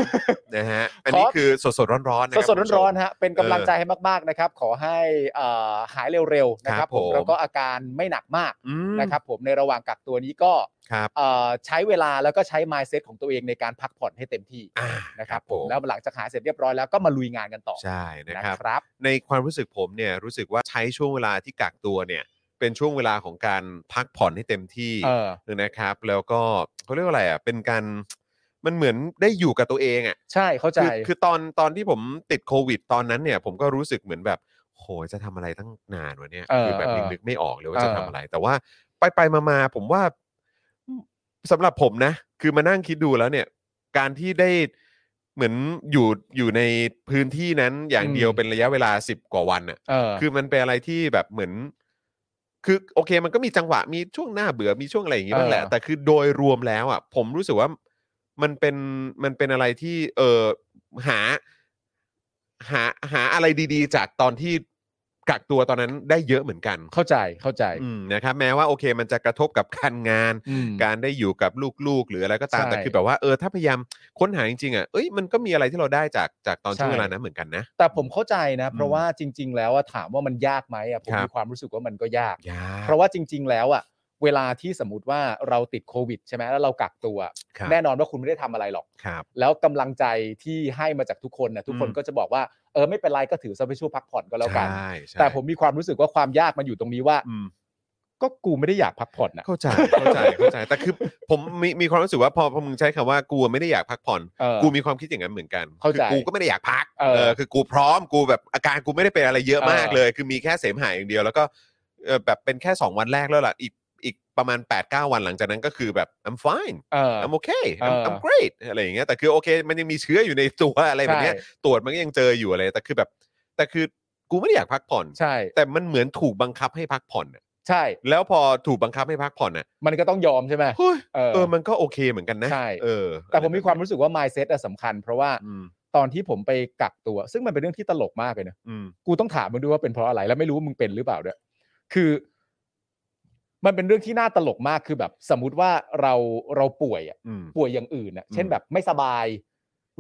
Speaker 2: นะฮะ อันนี้คือสดสดๆร้อนๆนะค
Speaker 3: ส
Speaker 2: รับ
Speaker 3: ดๆร้อน
Speaker 2: คุณผู้ช
Speaker 3: ๆฮะเป็นกำลังใจให้มากๆนะครับ ขอให้เอ่อหายเร็วๆนะค
Speaker 2: ครั
Speaker 3: รับบ ผม
Speaker 2: ผม
Speaker 3: แล้วก็อาการไม่หนักมาก
Speaker 2: มอืม
Speaker 3: นะครับ ผมในระหว่างกักตัวนี้ก็
Speaker 2: ครับ
Speaker 3: เอ่อใช้เวลาแล้วก็ใช้ mindset ของตัวเองในการพักผ่อนให้เต็มที่
Speaker 2: อ่า
Speaker 3: นะครับผ
Speaker 2: ผมม
Speaker 3: แล้วหลังจากหาเสร็จเรียบร้อยแล้วก็มาลุยงานกันต่อ
Speaker 2: ใช่นะครับ
Speaker 3: ครับ
Speaker 2: ในความรู้สึกผมเนี่ยรู้สึกว่าใช้ช่วงเวลาที่กักตัวเนี่ย เป็นช่วงเวลาของการพักผ่อนให้เต็มที่
Speaker 3: เออ
Speaker 2: นะครับ แล้วก็เขาเรียกว่าอะไรอ่ะ เป็นการ มันเหมือนได้อยู่กับตัวเองอ่ะ
Speaker 3: ใช่เข้าใจ
Speaker 2: คือคือตอนตอนที่ผมติดโควิด ตอนนั้นเนี่ยผมก็รู้สึกเหมือนแบบ โหจะทำอะไรตั้งนานวะเนี่ย
Speaker 3: เออ
Speaker 2: คือแบบ
Speaker 3: เออ
Speaker 2: ยังนึกไม่ออกเลยว่า
Speaker 3: เออ
Speaker 2: จะทำอะไร แต่ว่าไปไปมามาผมว่าสำหรับผมนะ คือมานั่งคิดดูแล้วเนี่ย การที่ได้เหมือนอยู่อยู่ในพื้นที่นั้นอย่าง
Speaker 3: อืม
Speaker 2: เดียวเป็นระยะเวลาสิบกว่าวันอ่ะ
Speaker 3: เออ
Speaker 2: คือมันเป็นอะไรที่แบบเหมือน คือโอเค มันก็มีจังหวะมีช่วงหน้าเบื่อมีช่วงอะไรอย่างงี้บ้างแหละ
Speaker 3: เออ
Speaker 2: แต่คือโดยรวมแล้วอ่ะ ผมรู้สึกว่ามันเป็นมันเป็นอะไรที่ เออหา หาหาอะไรดีๆ จากตอนที่กักตัวตอนนั้นได้เยอะเหมือนกัน
Speaker 3: เข้าใจเข้าใจ
Speaker 2: อืมนะครับ แม้ว่าโอเค มันจะกระทบกับการงาน
Speaker 3: อืม
Speaker 2: การได้อยู่กับลูกๆ หรืออะไรก็ตาม
Speaker 3: ใช่
Speaker 2: แต่คือแบบว่าเออถ้าพยายามค้นหาจริงๆอ่ะเอ้ยมันก็มีอะไรที่เราได้จากจากตอนช่วง
Speaker 3: ใช่
Speaker 2: เวลานั้นเหมือนกันนะ
Speaker 3: แต่ผมเข้าใจนะ
Speaker 2: อืม
Speaker 3: เพราะว่าจริง ๆ แล้วอะถามว่ามันยากไหมอะผม
Speaker 2: ครับ
Speaker 3: มีความรู้สึกว่ามันก็ยาก
Speaker 2: ยาก
Speaker 3: เพราะว่าจริง ๆ แล้วอะเวลาที่สมมติว่าเราติดโควิดใช่ไหมแล้วเรากักตัว
Speaker 2: ครับ
Speaker 3: แน่นอนว่าคุณไม่ได้ทำอะไรหรอก
Speaker 2: ครับ
Speaker 3: แล้วกำลังใจที่ให้มาจากทุกคนนะทุกคน
Speaker 2: อืม
Speaker 3: ก็จะบอกว่าเออไม่เป็นไรก็ถือซะไปช่วงพักผ่อนก็แล้วกัน
Speaker 2: ใช่ใช่
Speaker 3: แต่ผมมีความรู้สึกว่าความยากมันอยู่ตรงนี้ว่า
Speaker 2: อืม
Speaker 3: ก็กูไม่ได้อยากพักผ่อนนะ
Speaker 2: เข้าใจ เข้าใจ เข้าใจ แต่คือผมมีมีความรู้สึกว่าพอพอมึงใช้คำว่ากูไม่ได้อยากพักผ่อน
Speaker 3: เออ
Speaker 2: กูมีความคิดอย่างนั้นเหมือนกัน
Speaker 3: เข้าใจ
Speaker 2: คือกูก็ไม่ได้อยากพัก
Speaker 3: เออ
Speaker 2: คือกูพร้อมกูแบบอาการกูไม่ได้เป็นอะไรเยอะมาก
Speaker 3: เออ
Speaker 2: เลย คือมีแค่เสมหะอย่างเดียว แล้วก็เออแบบเป็นแค่ 2 วันแรกแล้วล่ะอีกอีกประมาณ 8 9 วันหลังจากนั้นก็คือแบบ I'm fine
Speaker 3: เออ
Speaker 2: I'm okay I'm,
Speaker 3: เอ
Speaker 2: I'm
Speaker 3: อ
Speaker 2: great อะไรอย่างเงี้ยแต่คือโอเค มันยังมีเชื้ออยู่ในตัวอะไรแบบเนี้ย
Speaker 3: ใช่
Speaker 2: ตรวจมันก็ยังเจออยู่อะไรแต่คือแบบ แต่คือกูไม่ได้อยากพักผ่อน
Speaker 3: ใช่
Speaker 2: แต่มันเหมือนถูกบังคับให้พักผ่อนน่ะ
Speaker 3: ใช่
Speaker 2: แล้วพอถูกบังคับให้พักผ่อนน่ะ
Speaker 3: มันก็ต้องยอมใช่ไหม
Speaker 2: เฮ้ย
Speaker 3: เออ
Speaker 2: เออ มันก็โอเคเหมือนกันนะ
Speaker 3: ใช่
Speaker 2: เออ
Speaker 3: แต่ผมมีความรู้สึกว่า mindset อะสำคัญ เพราะว่า
Speaker 2: อืม
Speaker 3: ตอนที่ผมไปกักตัว ซึ่งมันเป็นเรื่องที่ตลกมากเลยนะ
Speaker 2: อืม
Speaker 3: กูต้องถามมึงด้วยว่าเป็นเพราะอะไร แล้วไม่รู้ว่ามึงเป็นหรือเปล่าด้วยคือ มันเป็นเรื่องที่น่าตลกมากคือแบบ สมมุติว่าเราเราป่วยอะ
Speaker 2: อืม
Speaker 3: ป่วยอย่างอื่นอะเช่น
Speaker 2: อืม
Speaker 3: แบบไม่สบาย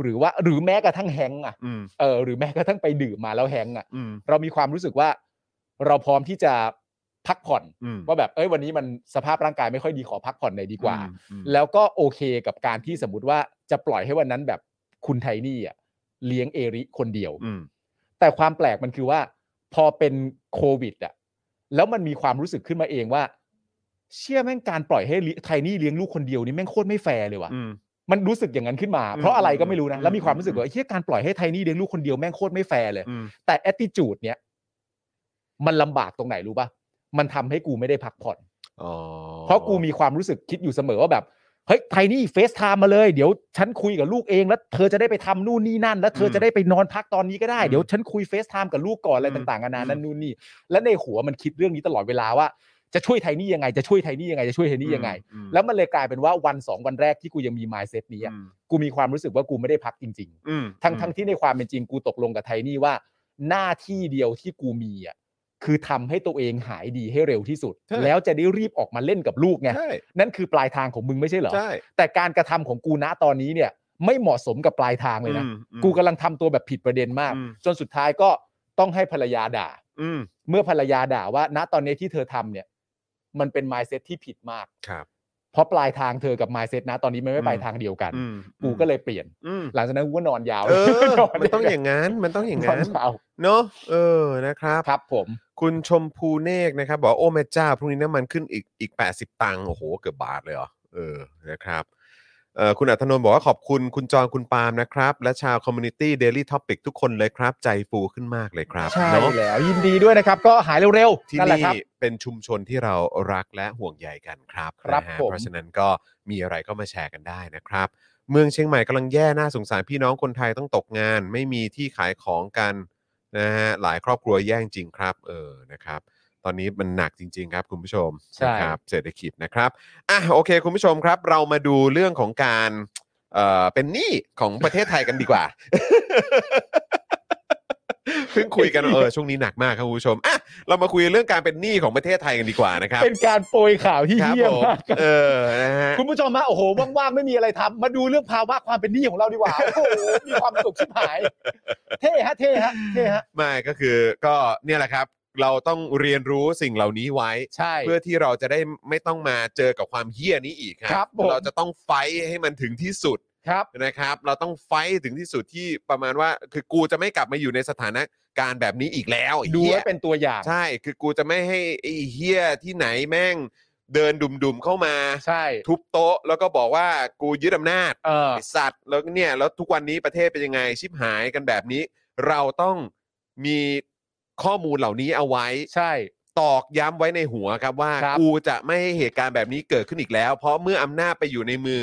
Speaker 3: หรือว่าหรือแม้กระทั่งแฮงก์อะ
Speaker 2: อืม
Speaker 3: เออหรือแม้กระทั่งไปดื่มมาแล้วแฮงก์อะ
Speaker 2: อืม
Speaker 3: เรามีความรู้สึกว่าเราพร้อมที่จะพักผ่อน
Speaker 2: อืม
Speaker 3: ว่าแบบเอ้ยวันนี้มันสภาพร่างกายไม่ค่อยดีขอพักผ่อนหน่อยดีกว่า
Speaker 2: อืม
Speaker 3: แล้วก็โอเคกับการที่สมมติว่าจะปล่อยให้วันนั้นแบบคุณไทนี่อ่ะเลี้ยงเอริคนเดียว
Speaker 2: อืม
Speaker 3: แต่ความแปลกมันคือว่าพอเป็นโควิดอ่ะแล้วมันมีความรู้สึกขึ้นมาเองว่า เชื่อแม่งการปล่อยให้ลิไทนี่เลี้ยงลูกคนเดียวนี่แม่งโคตรไม่แฟร์เลยว่ะ
Speaker 2: อืม
Speaker 3: มันรู้สึกอย่างนั้นขึ้นมา
Speaker 2: อืม
Speaker 3: เพราะอะไรก็ไม่รู้
Speaker 2: อื
Speaker 3: นะ
Speaker 2: ม
Speaker 3: แล้วมีความรู้สึก
Speaker 2: อื
Speaker 3: ว่าม เฮียการปล่อยให้ไทนี่เลี้ยงลูกคนเดียวแม่งโคตรไม่แฟร์เลย
Speaker 2: อืม
Speaker 3: แต่ attitude เนี่ยมันลำบากตรงไหนรู้ป่ะ มันทำให้กูไม่ได้พักผ่อน
Speaker 2: อ๋อ
Speaker 3: เพราะกูมีความรู้สึกคิดอยู่เสมอว่าแบบเฮ้ยไทนี่เฟซไทม์มาเลย เดี๋ยวฉันคุยกับลูกเองแล้ว เธอจะได้ไปทำนู่นนี่นั่น แล้วเธอจะได้ไปนอนพักตอนนี้ก็ได้
Speaker 2: อืม
Speaker 3: เดี๋ยวฉันคุยเฟซไทม์กับลูกก่อนอะไร
Speaker 2: อืม
Speaker 3: ต่างๆนานานั่
Speaker 2: อื
Speaker 3: น
Speaker 2: ม
Speaker 3: นู่นนี่และในหัวมันคิดเรื่องนี้ตลอดเวลาว่าจะช่วยไทนี่ยังไงจะช่วยไทนี่ยังไงจะช่วยไทนี่ยังไง
Speaker 2: อืม
Speaker 3: แล้วมันเลยกลายเป็นว่าวันสองวันแรกที่กูยังมีมายเซตนี้อะกูมีความรู้สึกว่ากูไม่ได้พักจริง ๆ
Speaker 2: อืม
Speaker 3: ทั้งทั้งที่ในความเป็นจริงกูตกลงกับไทนี่ว่า หน้าที่เดียวที่กูมีอ่ะคือทำให้ตัวเองหายดีให้เร็วที่สุด แล้วจะได้รีบออกมาเล่นกับลูกไง
Speaker 2: ใช่
Speaker 3: นั่นคือปลายทางของมึงไม่ใช่เหรอ
Speaker 2: ใช่
Speaker 3: แต่การกระทำของกูณตอนนี้เนี่ยไม่เหมาะสมกับปลายทางเลยนะ
Speaker 2: อืมอืม
Speaker 3: กูกำลังทำตัวแบบผิดประเด็นมาก
Speaker 2: อืม
Speaker 3: จนสุดท้ายก็ต้องให้ภรรยาด่า
Speaker 2: อืม
Speaker 3: เมื่อภรรยาด่าว่า ณตอนนี้ที่เธอทำเนี่ย มันเป็น mindset ที่ผิดมาก
Speaker 2: ครับ
Speaker 3: เพราะปลายทางเธอกับ mindset นะตอนนี้มันไม่ไปทางเดียวกัน
Speaker 2: อืม
Speaker 3: กูก็เลยเปลี่ยน
Speaker 2: อืม
Speaker 3: หลังจากนั้นกูก็นอนยาว
Speaker 2: เออ
Speaker 3: น
Speaker 2: มันต้องอย่างนั้นมันต้องอย่าง
Speaker 3: นอน
Speaker 2: นั้น
Speaker 3: ยาว
Speaker 2: เนาะเออนะครับ
Speaker 3: ครับผม
Speaker 2: คุณชมพูเนกนะครับ บอกว่าโอ้แม่เจ้าพรุ่งนี้น้ำมันขึ้นอีกอีก 80 ตังค์โอ้โห เกือบบาทเลยเหรอเออนะครับเออคุณอัธนนท์บอกว่าขอบคุณคุณจอนคุณปาล์มนะครับ และชาวคอมมูนิตี้เดลี่ท็อปิกทุกคนเลยครับ ใจฟูขึ้นมากเลยครับ
Speaker 3: ใช่
Speaker 2: เนาะ
Speaker 3: แล้วยินดีด้วยนะครับ ก็หายเร็ว
Speaker 2: ที่
Speaker 3: ๆนั่นแหละ
Speaker 2: นี่
Speaker 3: ครับ
Speaker 2: เป็นชุมชนที่เรารักและห่วงใยกันครับ
Speaker 3: ครับ
Speaker 2: นะฮะ
Speaker 3: ผม
Speaker 2: เพราะฉะนั้นก็มีอะไรก็มาแชร์กันได้นะครับ เมืองเชียงใหม่กำลังแย่น่าสงสารพี่น้องคนไทยต้องตกงาน ไม่มีที่ขายของกันนะฮะหลายครอบครัวแย่งจริงครับ เออนะครับ ตอนนี้มันหนักจริง ๆ ครับ คุณผู้ชม
Speaker 3: ใช่
Speaker 2: นะครับเศรษฐกิจนะครับอ่ะโอเค คุณผู้ชมครับ เรามาดูเรื่องของการเอ่อเป็นหนี้ของประเทศไทยกันดีกว่า [LAUGHS] เพิ่งคุยกันเออช่วงนี้หนักมากครับคุณผู้ชมอ่ะเรามาคุยเรื่องการเป็นหนี้ของประเทศไทยกันดีกว่านะครับ
Speaker 3: เป็นการโปรยข่าวที่
Speaker 2: ครับ
Speaker 3: เยี่ย
Speaker 2: ผม ม
Speaker 3: มากครับ
Speaker 2: เออนะฮะ
Speaker 3: คุณผู้ชมมาโอ้โหว่างๆไม่มีอะไรทำมาดูเรื่องภาวะความเป็นหนี้ของเราดีกว่า โอ้โหมีความสุขชิบหาย เท่ฮะเท่ฮะเท่ฮะ
Speaker 2: ไม่ก็คือก็เนี่ยแหละครับ เราต้องเรียนรู้สิ่งเหล่านี้ไว้
Speaker 3: ใช่
Speaker 2: เพื่อที่เราจะได้ไม่ต้องมาเจอกับความเฮี้ยนี้อีกค
Speaker 3: ครั
Speaker 2: รับ
Speaker 3: ผม
Speaker 2: เราจะต้องไฟท์ให้มันถึงที่สุด
Speaker 3: ครับ
Speaker 2: นะครับ เราต้องไฟท์ถึงที่สุดที่ประมาณว่าคือกูจะไม่กลับมาอยู่ในสถานการณ์แบบนี้อีกแล้วไอ้
Speaker 3: ดู
Speaker 2: เหี้
Speaker 3: ไว้
Speaker 2: ย
Speaker 3: เป็นตัวอย่าง
Speaker 2: ใช่คือกูจะไม่ให้ไอ้เฮี้ยที่ไหนแม่งเดินดุมๆเข้ามา
Speaker 3: ใช่
Speaker 2: ทุบโต๊ะแล้วก็บอกว่ากูยึดอำนาจ
Speaker 3: เออ
Speaker 2: ไอ้สัตว์แล้วเนี่ยแล้วทุกวันนี้ประเทศเป็นยังไงชิบหายกันแบบนี้ เราต้องมีข้อมูลเหล่านี้เอาไว้
Speaker 3: ใช่
Speaker 2: ตอกย้ำไว้ในหัวครับว่า
Speaker 3: ครับ
Speaker 2: กูจะไม่ให้เหตุการณ์แบบนี้เกิดขึ้นอีกแล้ว เพราะเมื่ออำนาจไปอยู่ในมือ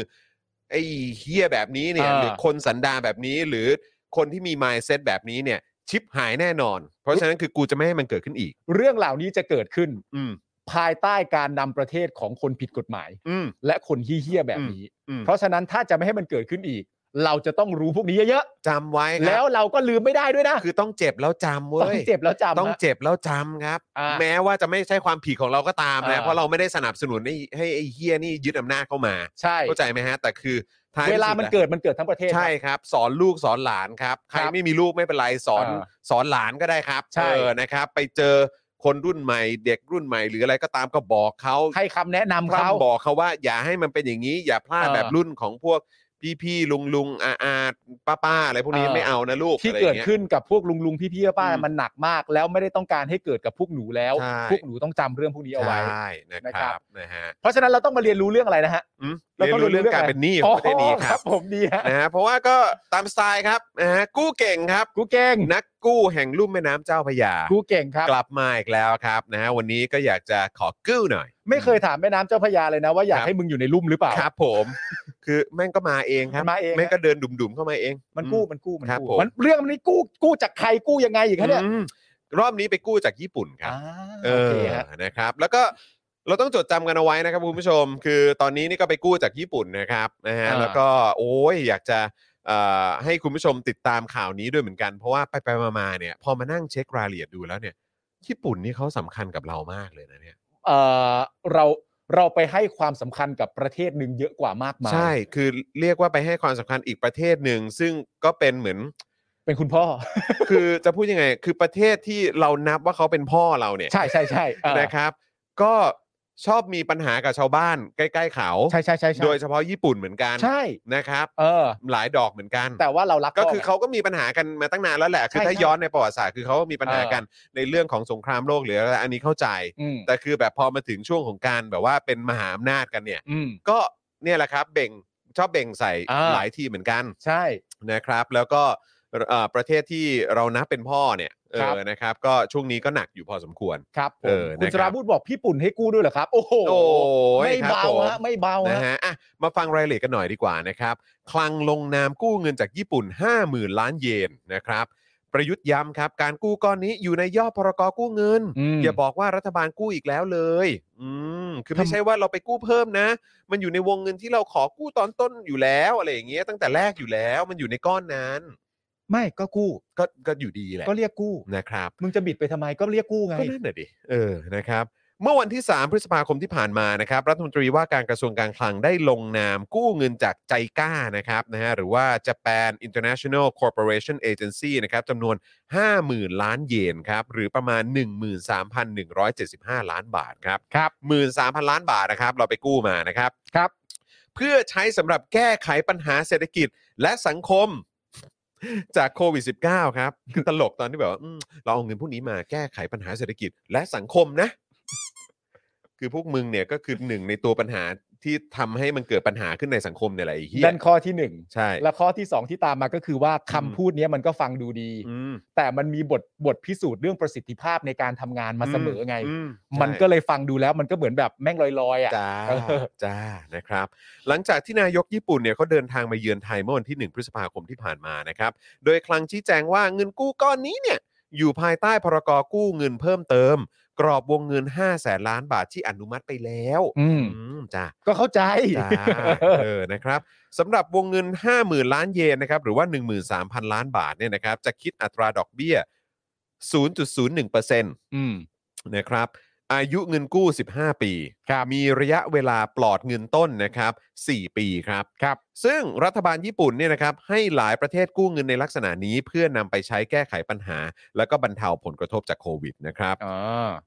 Speaker 2: ไอ้เฮียแบบนี้เนี่ยหรือคนสันดานแบบนี้หรือคนที่มี mindset แบบนี้เนี่ย ชิบหายแน่นอน เพราะฉะนั้นคือกูจะไม่ให้มันเกิดขึ้นอีก
Speaker 3: เรื่องเหล่านี้จะเกิดขึ้น
Speaker 2: อืม
Speaker 3: ภายใต้การนำประเทศของคนผิดกฎหมาย
Speaker 2: อืม
Speaker 3: และคนเฮี้ยๆแบบนี้
Speaker 2: อืม
Speaker 3: เพราะฉะนั้นถ้าจะไม่ให้มันเกิดขึ้นอีก เราจะต้องรู้พวกนี้เยอะ
Speaker 2: จำไว้
Speaker 3: ๆ
Speaker 2: ค
Speaker 3: แล้
Speaker 2: รั
Speaker 3: ว
Speaker 2: บ
Speaker 3: เราก็ลืมไม่ได้ด้วยนะ
Speaker 2: คือต้องเจ็บแล้วจำ
Speaker 3: ต้อ
Speaker 2: เว้
Speaker 3: ง
Speaker 2: ย
Speaker 3: เจ็บแล้วจำนะ
Speaker 2: ต้องเจ็บแล้วจำครับ
Speaker 3: อ่า
Speaker 2: แม้ว่าจะไม่ใช่ความผิดของเราก็ตามนะ
Speaker 3: อ่า
Speaker 2: เพราะเราไม่ได้สนับสนุนให้ให้ไอ้เฮียนี่ยึดอำนาจเข้ามา
Speaker 3: ใช่
Speaker 2: เข้าใจไหมฮะ แต่คือท้ยที่
Speaker 3: เว
Speaker 2: สุด
Speaker 3: ลามันเกิดมันเกิดทั้งประเทศ
Speaker 2: ใช่ครับ สอนลูกสอนหลานครับ ใครไม่มีลูกไม่เป็นไรสอน
Speaker 3: อ่า
Speaker 2: สอนหลานก็ได้ครับ
Speaker 3: ใช่
Speaker 2: เออนะครับ ไปเจอคนรุ่นใหม่ เด็กรุ่นใหม่ หรืออะไรก็ตามก็บอกเขา
Speaker 3: ให้คำแนะนำ
Speaker 2: พร่ำ
Speaker 3: เขา
Speaker 2: บอกเขาว่า อย่าให้มันเป็นอย่างนี้ อย่าพลาด
Speaker 3: เออ
Speaker 2: แบบรุ่นของพวกพี่ๆลุงลุงๆอาอาป้าป้าๆอะไรพวกนี้
Speaker 3: เออ
Speaker 2: ไม่เอานะลูก
Speaker 3: ที่
Speaker 2: อะไรอ
Speaker 3: เกิ
Speaker 2: ย่า
Speaker 3: ด
Speaker 2: งงี้ย
Speaker 3: ขึ้นกับพวกลุงลุงๆพี่พี่ๆป้าๆ
Speaker 2: อืม
Speaker 3: มันหนักมาก แล้วไม่ได้ต้องการให้เกิดกับพวกหนูแล้ว
Speaker 2: ใช่
Speaker 3: พวกหนูต้องจำเรื่องพวกนี้เอาไว้
Speaker 2: ใช่นะ
Speaker 3: นะ
Speaker 2: ค
Speaker 3: ครั
Speaker 2: รับบ นะฮะ
Speaker 3: เพราะฉะนั้นเราต้องมาเรียนรู้เรื่องอะไรนะฮะ
Speaker 2: อืม
Speaker 3: แล้
Speaker 2: เรี
Speaker 3: วย
Speaker 2: น
Speaker 3: ก็
Speaker 2: รู้เรื่อง
Speaker 3: เรื่อง
Speaker 2: การ
Speaker 3: อะไร
Speaker 2: เป็นหนี้ของประเทศนี้ค
Speaker 3: ค
Speaker 2: รั
Speaker 3: รั
Speaker 2: บบ
Speaker 3: ผมดีฮะ
Speaker 2: นะฮะเพราะว่าก็ตามสไตล์ครับนะฮะกู้เก่งครับ
Speaker 3: กูเก่ง
Speaker 2: นักกู้แห่งลุ่มแม่น้ำเจ้าพระยา
Speaker 3: กูเก่งครับ
Speaker 2: กลับมาอีกแล้วครับนะฮะวันนี้ก็อยากจะขอกู้หน่อย
Speaker 3: ไม่เคยถามแม่น้ำเจ้าพระยาเลยนะ ว่าอยา
Speaker 2: ค
Speaker 3: ก
Speaker 2: รับ
Speaker 3: ให้มึงอยู่ในลุ่มหรือเปล่า
Speaker 2: ครับผม คือแม่งก็มาเองครับ
Speaker 3: มันมาเอง
Speaker 2: แม่งก็เดินดุ่มๆเข้ามาเอง
Speaker 3: มันกู้มันกู้มัน
Speaker 2: ครับ
Speaker 3: กู้
Speaker 2: ผม
Speaker 3: มันเรื่องมันนี้กู้กู้จากใครกู้ยังไงอีกคะเนี่ย
Speaker 2: อืมรอบนี้ไปกู้จากญี่ปุ่นครับ
Speaker 3: อ่า
Speaker 2: เออ
Speaker 3: โอเคฮะ
Speaker 2: นะครับ แล้วก็เราต้องจดจำกันเอาไว้นะครับคุณผู้ชม คือตอนนี้นี่ก็ไปกู้จากญี่ปุ่นนะครับนะฮะ
Speaker 3: อ่า
Speaker 2: แล้วก็โอ้ยอยากจะเอ่อให้คุณผู้ชมติดตามข่าวนี้ด้วยเหมือนกัน เพราะว่าไปไปมามาๆเนี่ยพอมานั่งเช็ครายละเอียดดูแล้วเนี่ยญี่ปุ่นนี่เขาสำคัญกับเรามากเลยนะเนี่ย
Speaker 3: เอ่อเราเราไปให้ความสำคัญกับประเทศหนึ่งเยอะกว่ามากมาย
Speaker 2: ใช่คือเรียกว่าไปให้ความสำคัญอีกประเทศหนึ่ง ซึ่งก็เป็นเหมือน
Speaker 3: เป็นคุณพ่อ
Speaker 2: คือจะพูดยังไง คือประเทศที่เรานับว่าเขาเป็นพ่อเราเนี่ย
Speaker 3: ใช่ใช่ใช่เออ
Speaker 2: นะครับ ก็ชอบมีปัญหากับชาวบ้านใกล้ ๆ เขา
Speaker 3: ใช่ใช่ใช่ใช่
Speaker 2: โดยเฉพาะญี่ปุ่นเหมือนกัน
Speaker 3: ใช่
Speaker 2: นะครับ
Speaker 3: เออ
Speaker 2: หลายดอกเหมือนกัน
Speaker 3: แต่ว่าเรารัก
Speaker 2: ก็คือ
Speaker 3: พ่ไง
Speaker 2: เขาก็มีปัญหากันมาตั้งนานแล้วแหละ คือ
Speaker 3: ใช่
Speaker 2: ถ้า
Speaker 3: ใช่
Speaker 2: ย้อนในประวัติศาสตร์คือเขาก็มีปัญหา
Speaker 3: เออ
Speaker 2: กันในเรื่องของสงครามโลกหรืออะไรอันนี้เข้าใจ
Speaker 3: อืม
Speaker 2: แต่คือแบบพอมาถึงช่วงของการแบบว่าเป็นมหาอำนาจกันเนี่ย
Speaker 3: อืม
Speaker 2: ก็เนี่ยแหละครับเบ่งชอบเบ่งใส่
Speaker 3: อ่า
Speaker 2: หลายทีเหมือนกัน
Speaker 3: ใช่
Speaker 2: นะครับ แล้วก็ เอ่อประเทศที่เรานับเป็นพ่อเนี่ยเอ
Speaker 3: ครับ
Speaker 2: อนะครับ ก็ช่วงนี้ก็หนักอยู่พอสมควร
Speaker 3: ครับผ
Speaker 2: เอ
Speaker 3: ม
Speaker 2: อ
Speaker 3: คุณ
Speaker 2: นะครับ
Speaker 3: สราวุธบอกพี่ปุ่นให้กู้ด้วยเหรอครับ โอ้โห
Speaker 2: โอ้ย
Speaker 3: ไม่
Speaker 2: ครับ
Speaker 3: เบา
Speaker 2: ผม
Speaker 3: ฮะไม่เบา
Speaker 2: นะ
Speaker 3: ฮะ
Speaker 2: ฮะอ่ะมาฟังรายละเอียดกันหน่อยดีกว่านะครับ คลังลงนามกู้เงินจากญี่ปุ่น 50,000 ล้านเยนนะครับ ประยุทธ์ย้ำครับ การกู้ก้อนนี้อยู่ในย่อพรกกู้เงิน
Speaker 3: ม
Speaker 2: อย่าบอกว่ารัฐบาลกู้อีกแล้วเลย อืม คือไม่ใช่ว่าเราไปกู้เพิ่มนะ มันอยู่ในวงเงินที่เราขอกู้ตอนต้นอยู่แล้วอะไรอย่างเงี้ย ตั้งแต่แรกอยู่แล้ว มันอยู่ในก้อนนั้น
Speaker 3: ไม่ก็กู้
Speaker 2: ก็ ก็อยู่ดีแหละ
Speaker 3: ก็เรียกกู้
Speaker 2: นะครับ
Speaker 3: มึงจะบิดไปทำไมก็เรียกกู้ไง
Speaker 2: ก็นั่นแหละดิ เออ นะครับ เมื่อวันที่ 3 พฤษภาคมที่ผ่านมานะครับ รัฐมนตรีว่าการกระทรวงการคลังได้ลงนามกู้เงินจากใจก้านะครับนะฮะหรือว่า Japan International Corporation Agency นะครับจำนวน 50,000 ล้านเยนครับ หรือประมาณ 13,175 ล้านบาทครับครับ13,000 ล้านบาทนะครับ เราไปกู้มานะครับ
Speaker 3: ครับ
Speaker 2: เพื่อใช้สำหรับแก้ไขปัญหาเศรษฐกิจและสังคม จากโควิด -19 ครับ คือตลกตอนที่แบบว่าอืมเราเอาเงินพวกนี้มาแก้ไขปัญหาเศรษฐกิจและสังคมนะ คือพวกมึงเนี่ยก็คือหนึ่งในตัวปัญหาที่ทำให้มันเกิดปัญหาขึ้นในสังคมเนี่ยแหละไอ้เหี้ย
Speaker 3: นั่นข้อที่หนึ่ง
Speaker 2: ใช่
Speaker 3: และข้อที่สองที่ตามมาก็คือว่าคำพูดเนี้ยมันก็ฟังดูดี
Speaker 2: อืม
Speaker 3: แต่มันมีบทบทพิสูจน์เรื่องประสิทธิภาพในการทำงานมาเสมอไง
Speaker 2: อื
Speaker 3: มัน
Speaker 2: ใช่
Speaker 3: ก็เลยฟังดูแล้วมันก็เหมือนแบบแม่งลอยๆอ่ะ
Speaker 2: จ้า
Speaker 3: เออ
Speaker 2: จ้านะครับ หลังจากที่นายกญี่ปุ่นเนี่ยเขาเดินทางมาเยือนไทยเมื่อวันที่ 1 พฤษภาคมที่ผ่านมานะครับ โดยคลังชี้แจงว่าเงินกู้ก้อนนี้เนี่ย อยู่ภายใต้พรกกู้เงินเพิ่มเติม กรอบวงเงิน 5 0 0แสนล้านบาทที่อนุมัติไปแล้ว
Speaker 3: อืม
Speaker 2: มจ้า
Speaker 3: ก็เข้าใจ
Speaker 2: จ้าเออนะครับสำหรับวงเงิน 50,000 ล้านเยนนะครับหรือว่า 13,000 ล้านบาทเนี่ยนะครับจะคิดอัตราดอกเบี้ย 0.01%
Speaker 3: [LAUGHS] อืม
Speaker 2: นะครับอายุเงินกู้ 15 ปี มีระยะเวลาปลอดเงินต้นนะครับ 4 ปีครับ
Speaker 3: ครับ
Speaker 2: ซึ่งรัฐบาลญี่ปุ่นเนี่ยนะครับให้หลายประเทศกู้เงินในลักษณะนี้ เพื่อนำไปใช้แก้ไขปัญหา แล้วก็บรรเทาผลกระทบจากโควิดนะครับ
Speaker 3: อ๋อ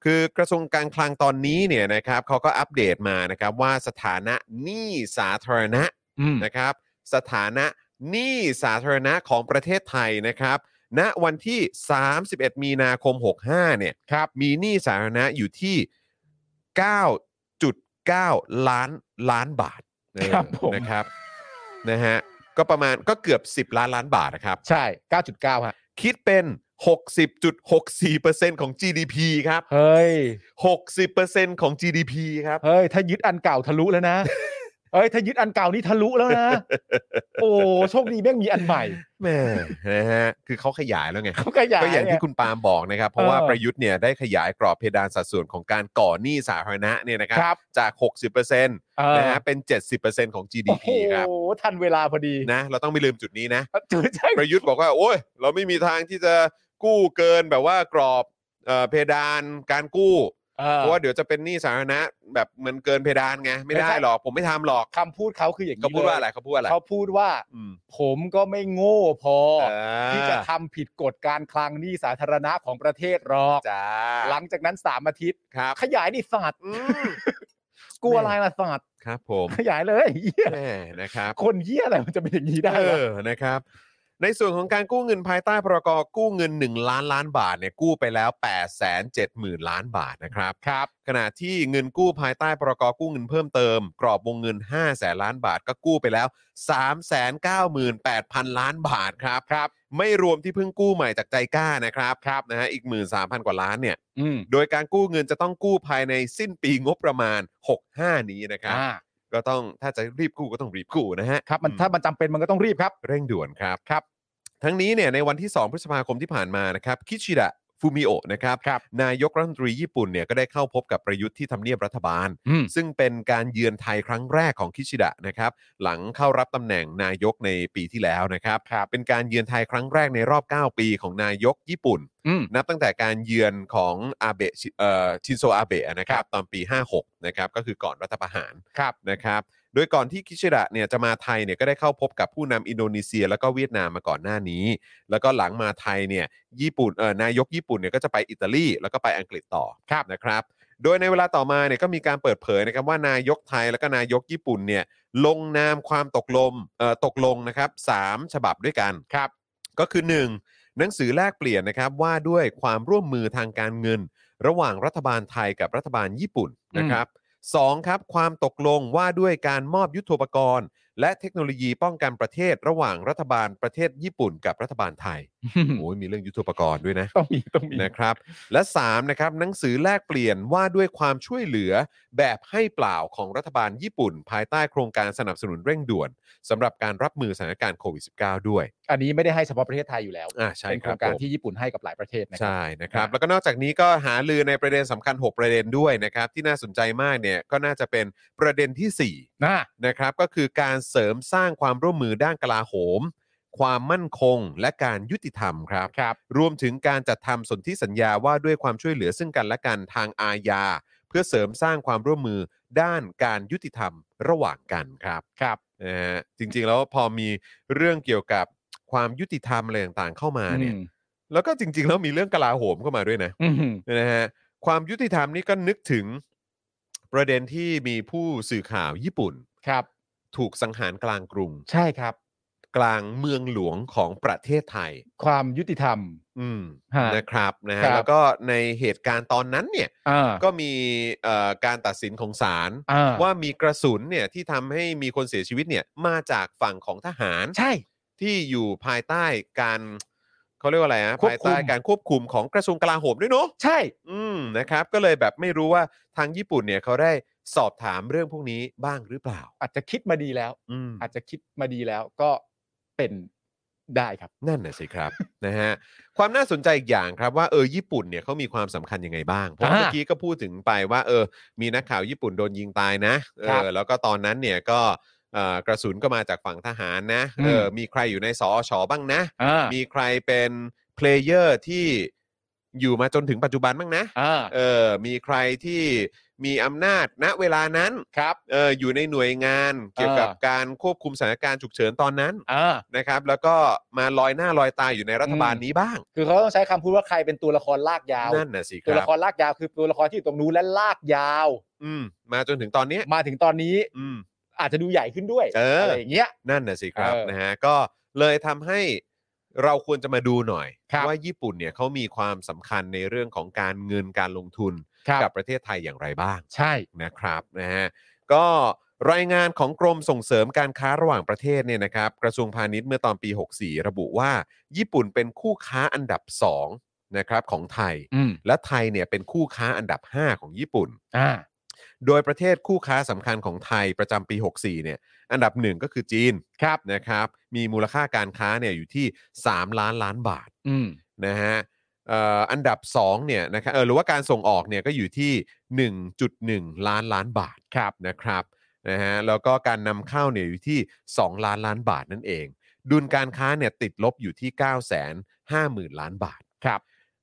Speaker 2: คือกระทรวงการคลังตอนนี้เนี่ยนะครับเขาก็อัปเดตมานะครับว่าสถานะหนี้สาธารณะ
Speaker 3: อืม
Speaker 2: นะครับสถานะหนี้สาธารณะของประเทศไทยนะครับ ณวันที่ 31 มีนาคม 65 เนี่ยครับมีหนี้สาธารณะอยู่ที่ 9.9 ล้านล้านบาทเออ
Speaker 3: ครับผม
Speaker 2: นะครับนะฮะก็ประมาณก็เกือบ 10 ล้านล้านบาทนะครับ
Speaker 3: ใช่ 9.9 ฮะ
Speaker 2: คิดเป็น 60.64%ของ GDP ครับ
Speaker 3: เฮ้ย
Speaker 2: 60%ของ GDP ครับ
Speaker 3: เฮ้ย ถ้ายึดอันเก่าทะลุ
Speaker 2: [LAUGHS]
Speaker 3: แล้วนะ เฮ้ย ถ้ายึดอันเก่านี่ทะลุแล้วนะ โอ้โชคดีแม่งมีอันใหม่
Speaker 2: แหม่นะฮะคือเขาขยายแล้วไง
Speaker 3: เขาก็อยาก
Speaker 2: ก็อย่างที่คุณปาล์มบอกนะครับ เพราะว่า
Speaker 3: เออ
Speaker 2: ประยุทธ์เนี่ยได้ขยายกรอบเพดานสัดส่วนของการก่อหนี้สาธารณะเนี่ยนะครับ
Speaker 3: ครับ
Speaker 2: จาก 60%น
Speaker 3: เออะ
Speaker 2: ฮะเป็น 70%ของ
Speaker 3: โอ้
Speaker 2: GDP
Speaker 3: โห
Speaker 2: ครับ
Speaker 3: ทันเวลาพอดี
Speaker 2: นะเราต้องไม่ลืมจุดนี้นะ
Speaker 3: จุดใช่
Speaker 2: ประยุทธ์บอกว่าโอ้ยเราไม่มีทางที่จะกู้เกินแบบว่ากรอบเอ่อเพดานการกู้ เพราะว่าเดี๋ยวจะเป็นหนี้สาธารณะแบบมันเกินเพดานไงไม่ได้
Speaker 3: ไม่ใช่
Speaker 2: หรอกผมไม่ทำหรอก
Speaker 3: คำพูดเขาคืออย่างนี้
Speaker 2: เขาพูดว่าอะไรเขาพูดว่าอะไร
Speaker 3: เขาพูดว่า
Speaker 2: อืม
Speaker 3: ผมก็ไม่โง่พอ ที่จะ
Speaker 2: อ่า
Speaker 3: ทำผิดกฎการคลังหนี้สาธารณะของประเทศหรอก
Speaker 2: จ้า
Speaker 3: หลังจากนั้น 3 อาทิตย์
Speaker 2: ครับ
Speaker 3: ขยายดิศาสตร์
Speaker 2: อืม
Speaker 3: กลัวอะไรล่ะศาสตร์
Speaker 2: ครับผม
Speaker 3: ขยายเลยเหี้ย
Speaker 2: แหม่นะครับ
Speaker 3: คนเหี้ยอะไรมันจะเป็นอย่างนี้ได้
Speaker 2: เอ
Speaker 3: วะ
Speaker 2: อ นะครับ ในส่วนของการกู้เงินภายใต้พรกกู้เงิน 1 ล้านล้านบาทเนี่ยกู้ไปแล้ว 8 7 0 0 0 0 ล้านบาทนะครับ
Speaker 3: ครับ
Speaker 2: ขณะที่เงินกู้ภายใต้พรกกู้เงินเพิ่มเติม กรอบวงเงิน 5 0 0แสนล้านบาทก็กู้ไปแล้ว 3 9 8 0 0 0 ล้านบาทครับ
Speaker 3: ครับ
Speaker 2: ไม่รวมที่เพิ่งกู้ใหม่จากใจกล้านะครับครับนะฮะอีก 13,000 กว่าล้านเนี่ย
Speaker 3: อืม
Speaker 2: โดยการกู้เงินจะต้องกู้ภายในสิ้นปีงบประมาณ 65 นี้นะครับ
Speaker 3: อ่า
Speaker 2: ก็ต้องถ้าจะรีบกู้ก็ต้องรีบกู้นะฮะ
Speaker 3: ครับมันถ้ามันจำเป็นมันก็ต้องรีบครับ
Speaker 2: เร่งด่วนครับครับ ทั้งนี้เนี่ยในวันที่ 2 พฤษภาคมที่ผ่านมานะครับคิชิดะฟูมิโอะนะครับ
Speaker 3: ครับ
Speaker 2: นายกรัฐมนตรีญี่ปุ่นเนี่ยก็ได้เข้าพบกับประยุทธ์ที่ทำเนียบรัฐบาล
Speaker 3: อืม
Speaker 2: ซึ่งเป็นการเยือนไทยครั้งแรกของคิชิดะนะครับหลังเข้ารับตำแหน่งนายกในปีที่แล้วนะครับ
Speaker 3: ครับ
Speaker 2: เป็นการเยือนไทยครั้งแรกในรอบ 9 ปีของนายกญี่ปุ่น
Speaker 3: อืม
Speaker 2: นับตั้งแต่การเยือนของอาเบะชิเอ่อชินโซอาเบะนะครับตอนปี 56นะครับก็คือก่อนรัฐประหาร
Speaker 3: ครับ
Speaker 2: นะครับโดยก่อนที่คิชิดะเนี่ยจะมาไทยเนี่ยก็ได้เข้าพบกับผู้นำอินโดนีเซีย แล้วก็เวียดนามมาก่อนหน้านี้ แล้วก็หลังมาไทยเนี่ยญี่ปุ่นเอ่อนายกญี่ปุ่นเนี่ยก็จะไปอิตาลีแล้วก็ไปอังกฤษต่อ
Speaker 3: ครับ
Speaker 2: นะครับ โดยในเวลาต่อมาเนี่ยก็มีการเปิดเผยนะครับว่านายกไทยแล้วก็นายกญี่ปุ่นเนี่ยลงนามความตกลงเอ่อตกลงนะครับสามฉบับด้วยกันครับก็คือ 1. หนังสือแลกเปลี่ยนนะครับว่าด้วยความร่วมมือทางการเงิน ระหว่างรัฐบาลไทยกับรัฐบาลญี่ปุ่นนะครับสองครับความตกลงว่าด้วยการมอบยุทโธปกรณ์ และเทคโนโลยีป้องกันประเทศระหว่างรัฐบาลประเทศญี่ปุ่นกับรัฐบาลไทยโอ้ยมีเรื่องยุทโธปกรณ์ด้วยนะ
Speaker 3: ต้องมีต้อง [LAUGHS] มี
Speaker 2: นะครับและ3นะครับหนังสือแลกเปลี่ยนว่าด้วยความช่วยเหลือแบบให้เปล่าของรัฐบาลญี่ปุ่น ภายใต้โครงการสนับสนุนเร่งด่วนสำหรับการรับมือสถานการณ์โควิด -19 ด้วย
Speaker 3: อันนี้ไม่ได้ให้เฉพาะประเทศไทยอยู่แล้ว
Speaker 2: อ่าใช่
Speaker 3: เป็น
Speaker 2: ค
Speaker 3: โคร
Speaker 2: รับ
Speaker 3: งการ
Speaker 2: ผม
Speaker 3: ที่ญี่ปุ่นให้กับหลายประเทศนะครั
Speaker 2: ใช่นะครับ
Speaker 3: อ่า
Speaker 2: แล้วก็นอกจากนี้ก็หาลือในประเด็นสำคัญ 6 ประเด็นด้วยนะครับ ที่น่าสนใจมากเนี่ยก็น่าจะเป็นประเด็นทีสี่4
Speaker 3: นะ
Speaker 2: นะครับก็คือการเสริมสร้างความร่วมมือด้านกลาโหม ความมั่นคงและการยุติธรรมครับ
Speaker 3: ครับ
Speaker 2: รวมถึงการจัดทำสนธิสัญญาว่าด้วยความช่วยเหลือซึ่งกันและกันทางอาญา เพื่อเสริมสร้างความร่วมมือด้านการยุติธรรมระหว่างกันครับ
Speaker 3: ครับ
Speaker 2: นะฮะจริงๆแล้วพอมีเรื่องเกี่ยวกับความยุติธรรมอะไรต่างๆเข้ามาเนี่ยแล้วก็จริง ๆ แล้วมีเรื่องกลาโหมเข้ามาด้วยนะ
Speaker 3: อืมอืม
Speaker 2: นะฮะความยุติธรรมนี่ก็นึกถึงประเด็นที่มีผู้สื่อข่าวญี่ปุ่น
Speaker 3: ครับ
Speaker 2: ถูกสังหารกลางกรุง
Speaker 3: ใช่ครับ
Speaker 2: กลางเมืองหลวงของประเทศไทย
Speaker 3: ความยุติธรรม
Speaker 2: อืม
Speaker 3: ฮะ
Speaker 2: นะครับนะฮะ
Speaker 3: ครับ
Speaker 2: แล้วก็ในเหตุการณ์ตอนนั้นเนี่ย
Speaker 3: อ่า
Speaker 2: ก็มีเอ่อการตัดสินของศาล
Speaker 3: อ่า
Speaker 2: ว่ามีกระสุนเนี่ยที่ทำให้มีคนเสียชีวิตเนี่ยมาจากฝั่งของทหาร
Speaker 3: ใช่
Speaker 2: ที่อยู่ภายใต้การเขาเรียกว่าอะไรฮะ
Speaker 3: ควบคุม
Speaker 2: ภายใต้การควบคุมของกระทรวงกลาโหมด้วยเนาะ
Speaker 3: ใช่
Speaker 2: อืมนะครับก็เลยแบบไม่รู้ว่าทางญี่ปุ่นเนี่ยเขาได้สอบถามเรื่องพวกนี้บ้างหรือเปล่า
Speaker 3: อาจจะคิดมาดีแล้ว
Speaker 2: อืม
Speaker 3: อาจจะคิดมาดีแล้วก็เป็นได้ครับ
Speaker 2: นั่นน่ะสิครับ นะฮะความน่าสนใจอีกอย่างครับว่าเออญี่ปุ่นเนี่ยเขามีความสำคัญยังไงบ้าง เพราะ
Speaker 3: อ่า
Speaker 2: เมื่อกี้ก็พูดถึงไปว่าเออมีนักข่าวญี่ปุ่นโดนยิงตายนะเอ
Speaker 3: ครับ
Speaker 2: อแล้วก็ตอนนั้นเนี่ยก็เอ่อกระสุนก็มาจากฝั่งทหารนะ
Speaker 3: อืม
Speaker 2: เออมีใครอยู่ในสอชอบ้างนะ
Speaker 3: อ่า
Speaker 2: มีใครเป็นเพลเยอร์ที่อยู่มาจนถึงปัจจุบันบ้างนะ
Speaker 3: อ่า
Speaker 2: เออ มีใครที่มีอำนาจณเวลานั้น
Speaker 3: ครับ
Speaker 2: เอออยู่ในหน่วยงานเกี่ยวกับ
Speaker 3: อ่า
Speaker 2: การควบคุมสถานการณ์ฉุกเฉินตอนนั้น
Speaker 3: อ่า
Speaker 2: นะครับ แล้วก็มาลอยหน้าลอยตาอยู่ในรัฐบาล
Speaker 3: อืม
Speaker 2: นี้บ้าง
Speaker 3: คือเขาต้องใช้คำพูดว่าใครเป็นตัวละครลากยาว
Speaker 2: นั่นน่ะสิค
Speaker 3: ตัว
Speaker 2: รั
Speaker 3: ละ
Speaker 2: บ
Speaker 3: ครลากยาวคือตัวละครที่อยู่ตรงนู้นและลากยาว
Speaker 2: อืมมาจนถึงตอนเนี้ย
Speaker 3: มาถึงตอนนี้
Speaker 2: อืม
Speaker 3: อาจจะดูใหญ่ขึ้นด้วย
Speaker 2: เอออ
Speaker 3: อะไรอย่างเงี้ย
Speaker 2: นั่นน่ะสิครับ
Speaker 3: เออ
Speaker 2: นะฮะก็เลยทำให้เราควรจะมาดูหน่อย
Speaker 3: ครับ
Speaker 2: ว่าญี่ปุ่นเนี่ยเขามีความสำคัญในเรื่องของการเงินการลงทุน
Speaker 3: ครับ
Speaker 2: กับประเทศไทยอย่างไรบ้าง
Speaker 3: ใช่
Speaker 2: นะครับนะฮะก็รายงานของกรมส่งเสริมการค้าระหว่างประเทศเนี่ยนะครับกระทรวงพาณิชย์เมื่อตอนปี 64 ระบุว่า ญี่ปุ่นเป็นคู่ค้าอันดับ2นะครับของไทย
Speaker 3: อืม
Speaker 2: และไทยเนี่ยเป็นคู่ค้าอันดับ 5 ของญี่ปุ่น
Speaker 3: อ่า
Speaker 2: โดยประเทศคู่ค้าสำคัญของไทยประจำปี 64 เนี่ยอันดับ 1 ก็คือจีน
Speaker 3: ครับ
Speaker 2: นะครับมีมูลค่าการค้าเนี่ยอยู่ที่ 3 ล้านล้านบาท
Speaker 3: อืม
Speaker 2: นะฮะเอ่ออันดับ2เนี่ยนะครับเออหรือว่าการส่งออกเนี่ยก็อยู่ที่ 1.1 ล้านล้านบาท
Speaker 3: ครับ
Speaker 2: นะครับนะฮะแล้วก็การนำเข้าเนี่ยอยู่ที่ 2 ล้านล้านบาทนั่นเอง ดุลการค้าเนี่ยติดลบอยู่ที่ 9 5 0 0 0 0 ล้านบาท
Speaker 3: ครับ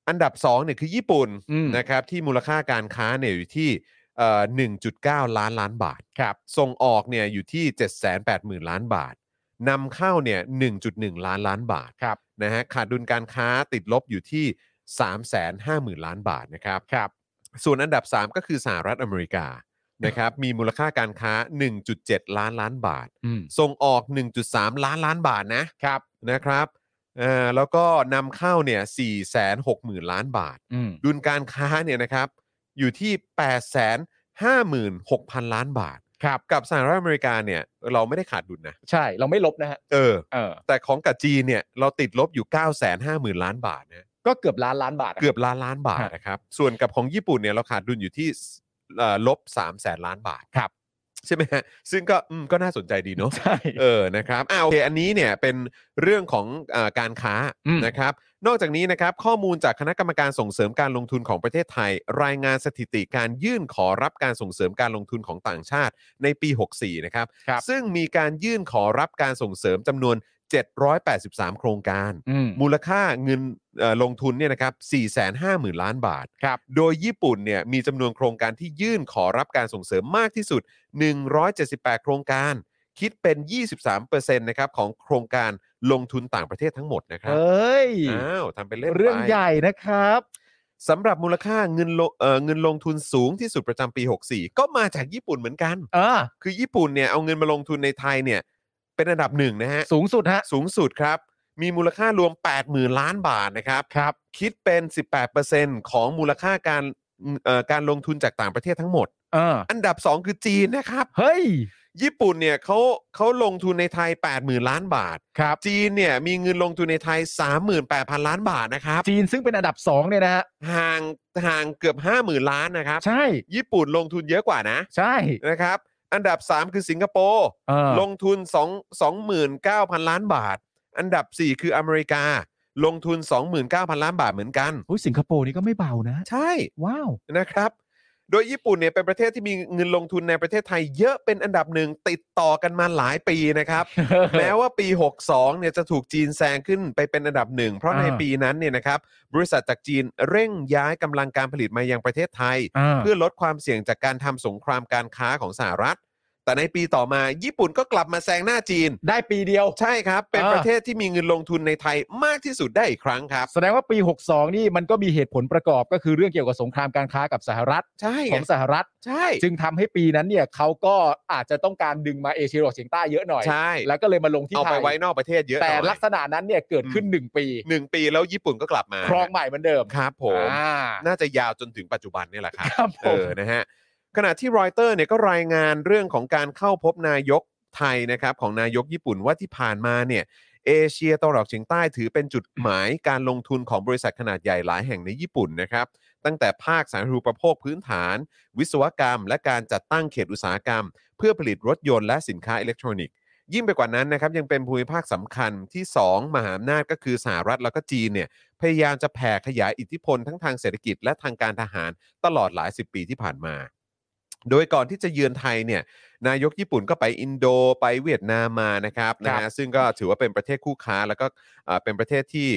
Speaker 2: อันดับ2เนี่ยคือญี่ปุ่น
Speaker 3: อืม
Speaker 2: นะครับที่มูลค่าการค้าเนี่ยอยู่ที่เอ่อ1.9 ล้านล้านบาท
Speaker 3: ครับ
Speaker 2: ส่งออกเนี่ยอยู่ที่ 780,000 ล้านบาทนำเข้าเนี่ย 1.1 ล้านล้านบาท
Speaker 3: ครับ
Speaker 2: นะฮะขาดดุลการค้าติดลบอยู่ที่ 350,000 ล้านบาทนะครับ
Speaker 3: ครับ
Speaker 2: ส่วนอันดับ 3 ก็คือสหรัฐอเมริกา
Speaker 3: [COUGHS]
Speaker 2: นะครับมีมูลค่าการค้า 1.7 ล้านล้านบาท
Speaker 3: อืม
Speaker 2: ส่งออก 1.3 ล้านล้านบาทนะครับ นะครับเอ่อแล้วก็นำเข้าเนี่ย460,000 ล้านบาท
Speaker 3: อืม
Speaker 2: ดุลการค้าเนี่ยนะครับอยู่ที่ 8 5 6 0 0 0 ล้านบาท
Speaker 3: ครับ
Speaker 2: กับสหรัฐอเมริกาเนี่ยเราไม่ได้ขาดดุลนะ
Speaker 3: ใช่ เราไม่ลบนะฮะ
Speaker 2: เออ
Speaker 3: เออ
Speaker 2: แต่ของกับจีนเนี่ยเราติดลบอยู่ 9 5 0 0 0 0 ล้านบาทนะ
Speaker 3: ก็เกือบล้านล้านบาทะ
Speaker 2: เกือบล้านล้านบาท
Speaker 3: ฮะ
Speaker 2: นะครับส่วนกับของญี่ปุ่นเนี่ยเราขาดดุลอยู่ที่เอ่อลบ3 0 0 0 0 ล้านบาท
Speaker 3: ครับ
Speaker 2: ใช่ไหมฮะซึ่งก็อืมก็น่าสนใจดีเนาะ
Speaker 3: ใช่
Speaker 2: เออนะครับอ่าโอเคอันนี้เนี่ยเป็นเรื่องของเออการค้า
Speaker 3: อืม
Speaker 2: นะครับนอกจากนี้นะครับข้อมูลจากคณะกรรมการส่งเสริมการลงทุนของประเทศไทย รายงานสถิติการยื่นขอรับการส่งเสริมการลงทุนของต่างชาติในปี 64 นะครับ
Speaker 3: ครับ
Speaker 2: ซึ่งมีการยื่นขอรับการส่งเสริมจำนวน 783 โครงการ
Speaker 3: อืม
Speaker 2: มูลค่าเงินเอ่อลงทุนเนี่ยนะครับ 450,000 ล้านบาท
Speaker 3: ครับ
Speaker 2: โดยญี่ปุ่นเนี่ยมีจำนวนโครงการที่ยื่นขอรับการส่งเสริมมากที่สุด 178 โครงการ คิดเป็น 23%นะครับของโครงการลงทุนต่างประเทศทั้งหมดนะค
Speaker 3: เอ
Speaker 2: รับ้
Speaker 3: ย
Speaker 2: อ้าวทำเป็นเล่นไป
Speaker 3: เรื่องใหญ่นะครับ
Speaker 2: สำหรับมูลค่าเงินลงเอ่อเงินลงทุนสูงที่สุดประจำปี 64 ก็มาจากญี่ปุ่นเหมือนกัน
Speaker 3: เออ
Speaker 2: คือญี่ปุ่นเนี่ยเอาเงินมาลงทุนในไทยเนี่ยเป็นอันดับหนึ่งนะฮะ
Speaker 3: สูงสุดฮะ
Speaker 2: สูงสุดครับ มีมูลค่ารวม 80,000 ล้านบาทนะครับ
Speaker 3: ครับ
Speaker 2: คิดเป็น 18%ของมูลค่าการเอ่อการลงทุนจากต่างประเทศทั้งหมด
Speaker 3: เออ
Speaker 2: อันดับ 2 คือจีนนะครับ
Speaker 3: เฮ้ย
Speaker 2: ญี่ปุ่นเนี่ยเขาเขาลงทุนในไทย 80,000 ล้านบาท
Speaker 3: ครับ
Speaker 2: จีนเนี่ยมีเงินลงทุนในไทย 38,000 ล้านบาทนะครับ
Speaker 3: จีนซึ่งเป็นอันดับสองเนี่ยนะฮะ
Speaker 2: ห่างห่างเกือบ 50,000 ล้านนะครับ
Speaker 3: ใช่
Speaker 2: ญี่ปุ่นลงทุนเยอะกว่านะ
Speaker 3: ใช่
Speaker 2: นะครับ อันดับ 3 คือสิงคโปร์
Speaker 3: เออ
Speaker 2: ลงทุน2 29,000 ล้านบาท อันดับ 4 คืออเมริกา ลงทุน 29,000 ล้านบาทเหมือนกัน
Speaker 3: อุ๊ยสิงคโปร์นี่ก็ไม่เบานะ
Speaker 2: ใช่
Speaker 3: ว้าว
Speaker 2: นะครับ โดยญี่ปุ่นเนี่ยเป็นประเทศที่มีเงินลงทุนในประเทศไทยเยอะเป็นอันดับหนึ่งติดต่อกันมาหลายปี
Speaker 3: [LAUGHS]
Speaker 2: นะครับ แม้ว่าปี 62 เนี่ยจะถูกจีนแซงขึ้นไปเป็นอันดับหนึ่ง เพราะใน
Speaker 3: อ่า
Speaker 2: ปีนั้นเนี่ยนะครับบริษัทจากจีนเร่งย้ายกำลังการผลิตมายังประเทศไทย
Speaker 3: อ่า
Speaker 2: เพื่อลดความเสี่ยงจากการทำสงครามการค้าของสหรัฐ แต่ในปีต่อมาญี่ปุ่นก็กลับมาแซงหน้าจีน
Speaker 3: ได้ปีเดียว
Speaker 2: ใช่ครับ เป็น
Speaker 3: อ่า
Speaker 2: ประเทศที่มีเงินลงทุนในไทยมากที่สุดได้อีกครั้งครับ
Speaker 3: แสดงว่าปี 62 นี่มันก็มีเหตุผลประกอบก็คือเรื่องเกี่ยวกับสงครามการค้ากับสหรัฐ
Speaker 2: ใช่
Speaker 3: ข
Speaker 2: ไง
Speaker 3: องสหรัฐ
Speaker 2: ใช่
Speaker 3: จึงทำให้ปีนั้นเนี่ยเขาก็อาจจะต้องการดึงมาเอเชียตะวันออกเฉียงใต้เยอะหน่อย
Speaker 2: ใช่
Speaker 3: แล้วก็เลยมาลงที่
Speaker 2: เอา
Speaker 3: ไท
Speaker 2: ไป
Speaker 3: ย
Speaker 2: ไว้นอกประเทศเยอะ
Speaker 3: แต่
Speaker 2: หน่อย
Speaker 3: ลักษณะนั้นเนี่ยเกิดขึ้น 1 ปี
Speaker 2: หนึ่งปีแล้วญี่ปุ่นก็กลับมา
Speaker 3: ครองใหม่เหมือนเดิม
Speaker 2: ครับผม
Speaker 3: อ่า
Speaker 2: น่าจะยาวจนถึงปัจจุบันเนี่ยแหละครับ
Speaker 3: ครับผม
Speaker 2: เออนะฮะขณะที่รอยเตอร์เนี่ยก็รายงานเรื่องของการเข้าพบนายกไทยนะครับของนายกญี่ปุ่นว่าที่ผ่านมาเนี่ยเอเชียตะวันออกเฉียงใต้ถือเป็นจุดหมายการลงทุนของบริษัทขนาดใหญ่หลายแห่งในญี่ปุ่นนะครับ ตั้งแต่ภาคสาธารณูปโภคพื้นฐาน วิศวกรรม และการจัดตั้งเขตอุตสาหกรรม เพื่อผลิตรถยนต์และสินค้าอิเล็กทรอนิกส์ ยิ่งไปกว่านั้นนะครับยังเป็นภูมิภาคสำคัญที่ 2 มหาอำนาจก็คือสหรัฐแล้วก็จีนเนี่ย พยายามจะแผ่ขยายอิทธิพลทั้งทางเศรษฐกิจและทางการทหารตลอดหลายสิบปีที่ผ่านมา โดยก่อนที่จะเยือนไทยเนี่ย นายกญี่ปุ่นก็ไปอินโดไปเวียดนามมานะครับนะฮะซึ่งก็ถือว่าเป็นประเทศคู่ค้า แล้วก็เอ่อเป็นประเทศที่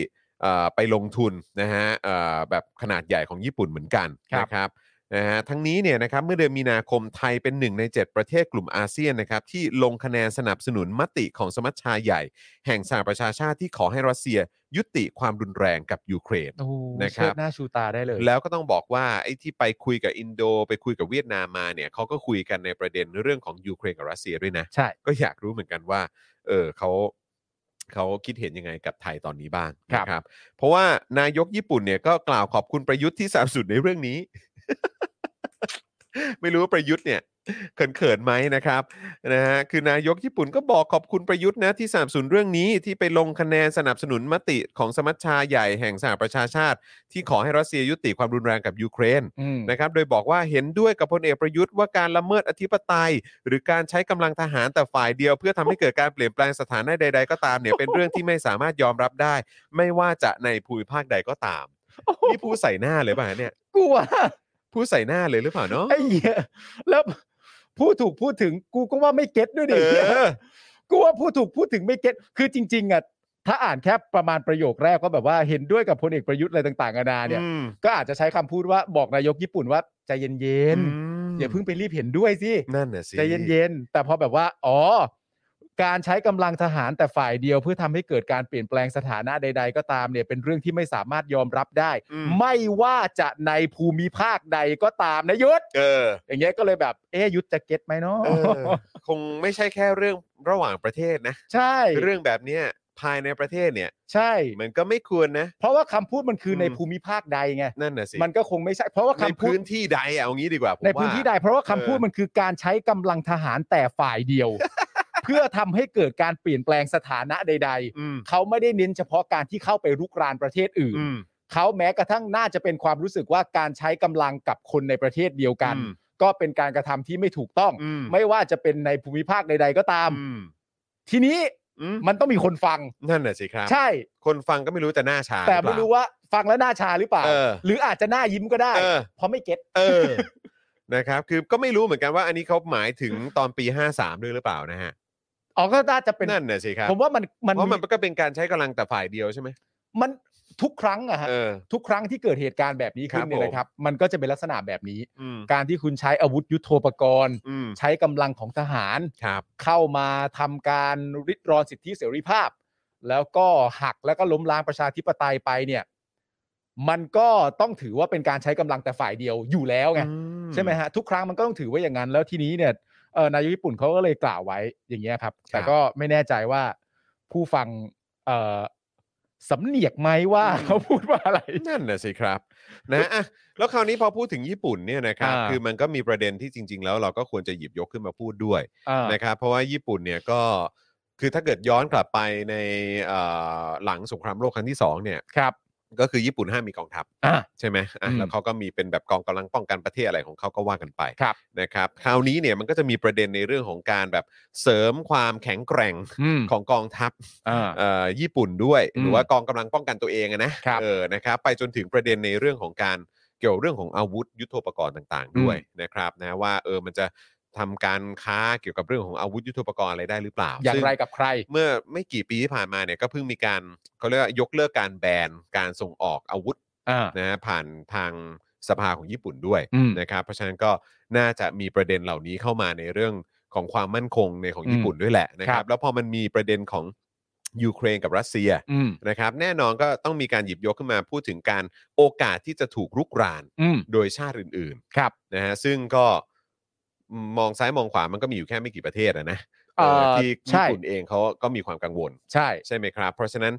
Speaker 2: เอ่อไปลงทุนนะฮะเอ่อแบบขนาดใหญ่ของญี่ปุ่นเหมือนกัน
Speaker 3: ครับ
Speaker 2: นะครับนะฮะทั้งนี้เนี่ยนะครับเมื่อเดือนมีนาคมไทยเป็นหนึ่งใน 7 ประเทศกลุ่มอาเซียนนะครับที่ลงคะแนนสนับสนุนมติของสมัชชาใหญ่ แห่งสหประชาชาติที่ขอให้รัสเซียยุติความรุนแรงกับยูเครน
Speaker 3: โอ้โห
Speaker 2: นะครับ
Speaker 3: เชิดหน้าชูตาได้เลย
Speaker 2: แล้วก็ต้องบอกว่าไอ้ที่ไปคุยกับอินโด ไปคุยกับเวียดนามมาเนี่ยเขาก็คุยกันในประเด็นเรื่องของยูเครนกับรัสเซียด้วยนะ
Speaker 3: ใช่
Speaker 2: ก็ [LAUGHS] อยากรู้เหมือนกันว่า เออเขาเขาคิดเห็นยังไงกับไทยตอนนี้บ้าง
Speaker 3: ครับ
Speaker 2: นะครับ เพราะว่านายกญี่ปุ่นเนี่ยก็กล่าวขอบคุณประยุทธ์ที่ [LAUGHS] สามสุดในเรื่องนี้ ไม่รู้ว่าประยุทธ์เนี่ยเขินๆไหมนะครับนะฮะคือนายกญี่ปุ่นก็บอกขอบคุณประยุทธ์นะที่สามสุนเรื่องนี้ที่ไปลงคะแนนสนับสนุนมติของสมัชชาใหญ่แห่งสหประชาชาติ ที่ขอให้รัสเซียยุติความรุนแรงกับยูเครน
Speaker 3: อืม
Speaker 2: นะครับโดยบอกว่าเห็นด้วยกับพลเอกประยุทธ์ว่าการละเมิดอธิปไตย หรือการใช้กำลังทหารแต่ฝ่ายเดียว เพื่อทำให้เกิดการเปลี่ยนแปลงสถานะใด ๆ ก็ตามเนี่ยเป็นเรื่องที่ไม่สามารถยอมรับได้ ไม่ว่าจะในภูมิภาคใดก็ตามนี่ผู้ใส่หน้าเลยป่ะเนี่ย
Speaker 3: กูว่า
Speaker 2: ผู้ใส่หน้าเลยหรือเปล่าเนาะ
Speaker 3: ไอ้เหี้ยแล้วพูดถูกพูดถึงกูก็ว่าไม่เก็ตด้วย
Speaker 2: เอ
Speaker 3: ดิ
Speaker 2: อ
Speaker 3: [LAUGHS] กูว่าพูดถูกพูดถึงไม่เก็ตคือจริงๆอ่ะถ้าอ่านแค่ประมาณประโยคแรกก็แบบว่าเห็นด้วยกับพลเอกประยุทธ์อะไรต่างๆนานาเนี่ย
Speaker 2: อืม
Speaker 3: ก็อาจจะใช้คำพูดว่าบอกนายกญี่ปุ่นว่าใจเย็น
Speaker 2: ม
Speaker 3: ๆอย่าเพิ่งไปรีบเห็นด้วยสิ
Speaker 2: นั่นน่ะสิ
Speaker 3: ใจเย็นๆ แต่พอแบบว่า อ๋อ การใช้กำลังทหารแต่ฝ่ายเดียวเพื่อทำให้เกิดการเปลี่ยนแปลงสถานะใด ๆ ก็ตามเนี่ยเป็นเรื่องที่ไม่สามารถยอมรับได้
Speaker 2: อืม
Speaker 3: ไม่ว่าจะในภูมิภาคใดก็ตามนะยุทธ
Speaker 2: เออ
Speaker 3: อย่างเงี้ยก็เลยแบบเอ๊ยยุทธจะเก็ตไหมเนาะ
Speaker 2: เอ
Speaker 3: [LAUGHS]
Speaker 2: อ คงไม่ใช่แค่เรื่องระหว่างประเทศนะ
Speaker 3: ใช่
Speaker 2: เรื่องแบบเนี้ยภายในประเทศเนี่ย
Speaker 3: ใช่
Speaker 2: มันก็ไม่ควรนะ
Speaker 3: เพราะว่าคำพูดมันคืออ
Speaker 2: ม
Speaker 3: ในภูมิภาคใดไง
Speaker 2: นั่นน่ะสิ
Speaker 3: มันก็คงไม่ใช่ เพราะว่า
Speaker 2: ใน
Speaker 3: คำพูด
Speaker 2: พื้นที่ใดอะเอางี้ดีกว่าผม
Speaker 3: ในพื้น
Speaker 2: ว่า
Speaker 3: ที่ใดเพราะว่าคำพูด
Speaker 2: เออ
Speaker 3: มันคือการใช้กำลังทหารแต่ฝ่ายเดียว
Speaker 2: [LAUGHS]
Speaker 3: เพื่อทำให้เกิดการเปลี่ยนแปลงสถานะใด ๆ
Speaker 2: อืม
Speaker 3: เขาไม่ได้เน้นเฉพาะการที่เข้าไปรุกรานประเทศอื่น
Speaker 2: อืม
Speaker 3: เขาแม้กระทั่งน่าจะเป็นความรู้สึกว่าการใช้กำลังกับคนในประเทศเดียวกัน
Speaker 2: อืม
Speaker 3: ก็เป็นการกระทำที่ไม่ถูกต้อง
Speaker 2: อืม
Speaker 3: ไม่ว่าจะเป็นในภูมิภาคใด ๆ ก็ตาม
Speaker 2: อืม
Speaker 3: ทีนี้
Speaker 2: อืม
Speaker 3: มันต้องมีคนฟัง
Speaker 2: นั่นน่ะสิครับ
Speaker 3: ใช่
Speaker 2: คนฟังก็ไม่รู้จะหน้าชา
Speaker 3: แต่
Speaker 2: หอเป
Speaker 3: ไม่
Speaker 2: ล่า
Speaker 3: รู้ว่าฟังแล้วหน้าชาหรือเปล่า
Speaker 2: เออ
Speaker 3: หรืออาจจะหน้ายิ้มก็ได้
Speaker 2: เออ
Speaker 3: เพราะไม่เก็ต
Speaker 2: เออ [LAUGHS] นะครับ คือก็ไม่รู้เหมือนกันว่าอันนี้เขาหมายถึงตอนปี 53 ด้วยหรือเปล่านะฮะ
Speaker 3: อ๋อก็น่าจะเป็น
Speaker 2: นั่นน่ะสิครับ
Speaker 3: ผมว่ามันมัน
Speaker 2: เพราะมันก็เป็นการใช้กำลังแต่ฝ่ายเดียวใช่ไหม
Speaker 3: มันทุกครั้งอะฮะ
Speaker 2: เออ
Speaker 3: ทุกครั้งที่เกิดเหตุการณ์แบบนี้
Speaker 2: ค
Speaker 3: ขึ้
Speaker 2: รั
Speaker 3: น
Speaker 2: บ
Speaker 3: เนี่ย
Speaker 2: ผม
Speaker 3: นะครับ มันก็จะเป็นลักษณะแบบนี้
Speaker 2: อืม
Speaker 3: การที่คุณใช้อาวุธยุโทโธปกรณ์
Speaker 2: อืม
Speaker 3: ใช้กำลังของทหาร
Speaker 2: ครับ
Speaker 3: เข้ามาทำการริดรอนสิทธิเสรีภาพ แล้วก็หักแล้วก็ล้มล้างประชาธิปไตยไปเนี่ย มันก็ต้องถือว่าเป็นการใช้กำลังแต่ฝ่ายเดียวอยู่แล้วไง
Speaker 2: อืม
Speaker 3: ใช่ไหมฮะทุกครั้งมันก็ต้องถือไว่าอย่างนั้น แล้วทีนี้เนี่ยเอ่อนายกญี่ปุ่นเขาก็เลยกล่าวไว้อย่างเงี้ยครับ แต่ก็ไม่แน่ใจว่าผู้ฟังเอ่อ
Speaker 4: สำเนียกไหมว่าเขาพูดว่าอะไร
Speaker 2: นั่นนะสิครับนะอ่ะแล้วคราวนี้พอพูดถึงญี่ปุ่นเนี่ยนะครับ
Speaker 4: อ่า
Speaker 2: คือมันก็มีประเด็นที่จริง ๆ แล้วเราก็ควรจะหยิบยกขึ้นมาพูดด้วย
Speaker 4: อ่า
Speaker 2: นะครับเพราะว่าญี่ปุ่นเนี่ยก็คือถ้าเกิดย้อนกลับไปในเอ่อหลังสงครามโลกครั้งที่สองเนี่ย
Speaker 4: ครับ
Speaker 2: ก็คือญี่ปุ่นห้ามมีกองทัพ
Speaker 4: อ่า
Speaker 2: ใช่ไหมอ่ะ
Speaker 4: อืม
Speaker 2: แล้วเขาก็มีเป็นแบบกองกำลังป้องกันประเทศอะไรของเขาก็ว่ากันไป
Speaker 4: ครับ
Speaker 2: นะครับคราวนี้เนี่ยมันก็จะมีประเด็นในเรื่องของการแบบเสริมความแข็งแกร่ง
Speaker 4: อืม
Speaker 2: ของกองทัพ
Speaker 4: อ่า
Speaker 2: เอ่อญี่ปุ่นด้วย
Speaker 4: อืม
Speaker 2: หรือว่ากองกำลังป้องกันตัวเองอะนะครับ เออนะครับไปจนถึงประเด็นในเรื่องของการเกี่ยวเรื่องของอาวุธยุทโธปกรณ์ต่าง ๆ ด้วยนะครับนะว่าเออมันจะทำการค้าเกี่ยวกับเรื่องของอาวุธยุทโธปกรณ์อะไรได้หรือเปล่า
Speaker 4: อย่าง
Speaker 2: ซึ่
Speaker 4: ไรกับใคร
Speaker 2: เมื่อไม่กี่ปีที่ผ่านมาเนี่ยก็เพิ่งมีการเขาเรียกว่ายกเลิกการแบนการส่งออกอาวุธ
Speaker 4: อ่า
Speaker 2: นะฮะผ่านทางสภาของญี่ปุ่นด้วย
Speaker 4: อืม
Speaker 2: นะครับเพราะฉะนั้นก็น่าจะมีประเด็นเหล่านี้เข้ามาในเรื่องของความมั่นคงในของญี่ปุ่นด้วยแหละนะค
Speaker 4: ครั
Speaker 2: รับ
Speaker 4: บ
Speaker 2: แล้วพอมันมีประเด็นของยูเครนกับรัสเซีย
Speaker 4: อืม
Speaker 2: นะครับแน่นอนก็ต้องมีการหยิบยกขึ้นมาพูดถึงการโอกาสที่จะถูกรุกราน
Speaker 4: อืม
Speaker 2: โดยชาติอื่น
Speaker 4: ครับ
Speaker 2: ๆนะฮะซึ่งก็มองซ้ายมองขวามันก็มีอยู่แค่ไม่กี่ประเทศอะนะ
Speaker 4: เอ่อ
Speaker 2: เออที่
Speaker 4: ใช่
Speaker 2: ญี่ปุ่นเองเขาก็มีความกังวล
Speaker 4: ใช่
Speaker 2: ใช่ไหมครับ เพราะฉะนั้น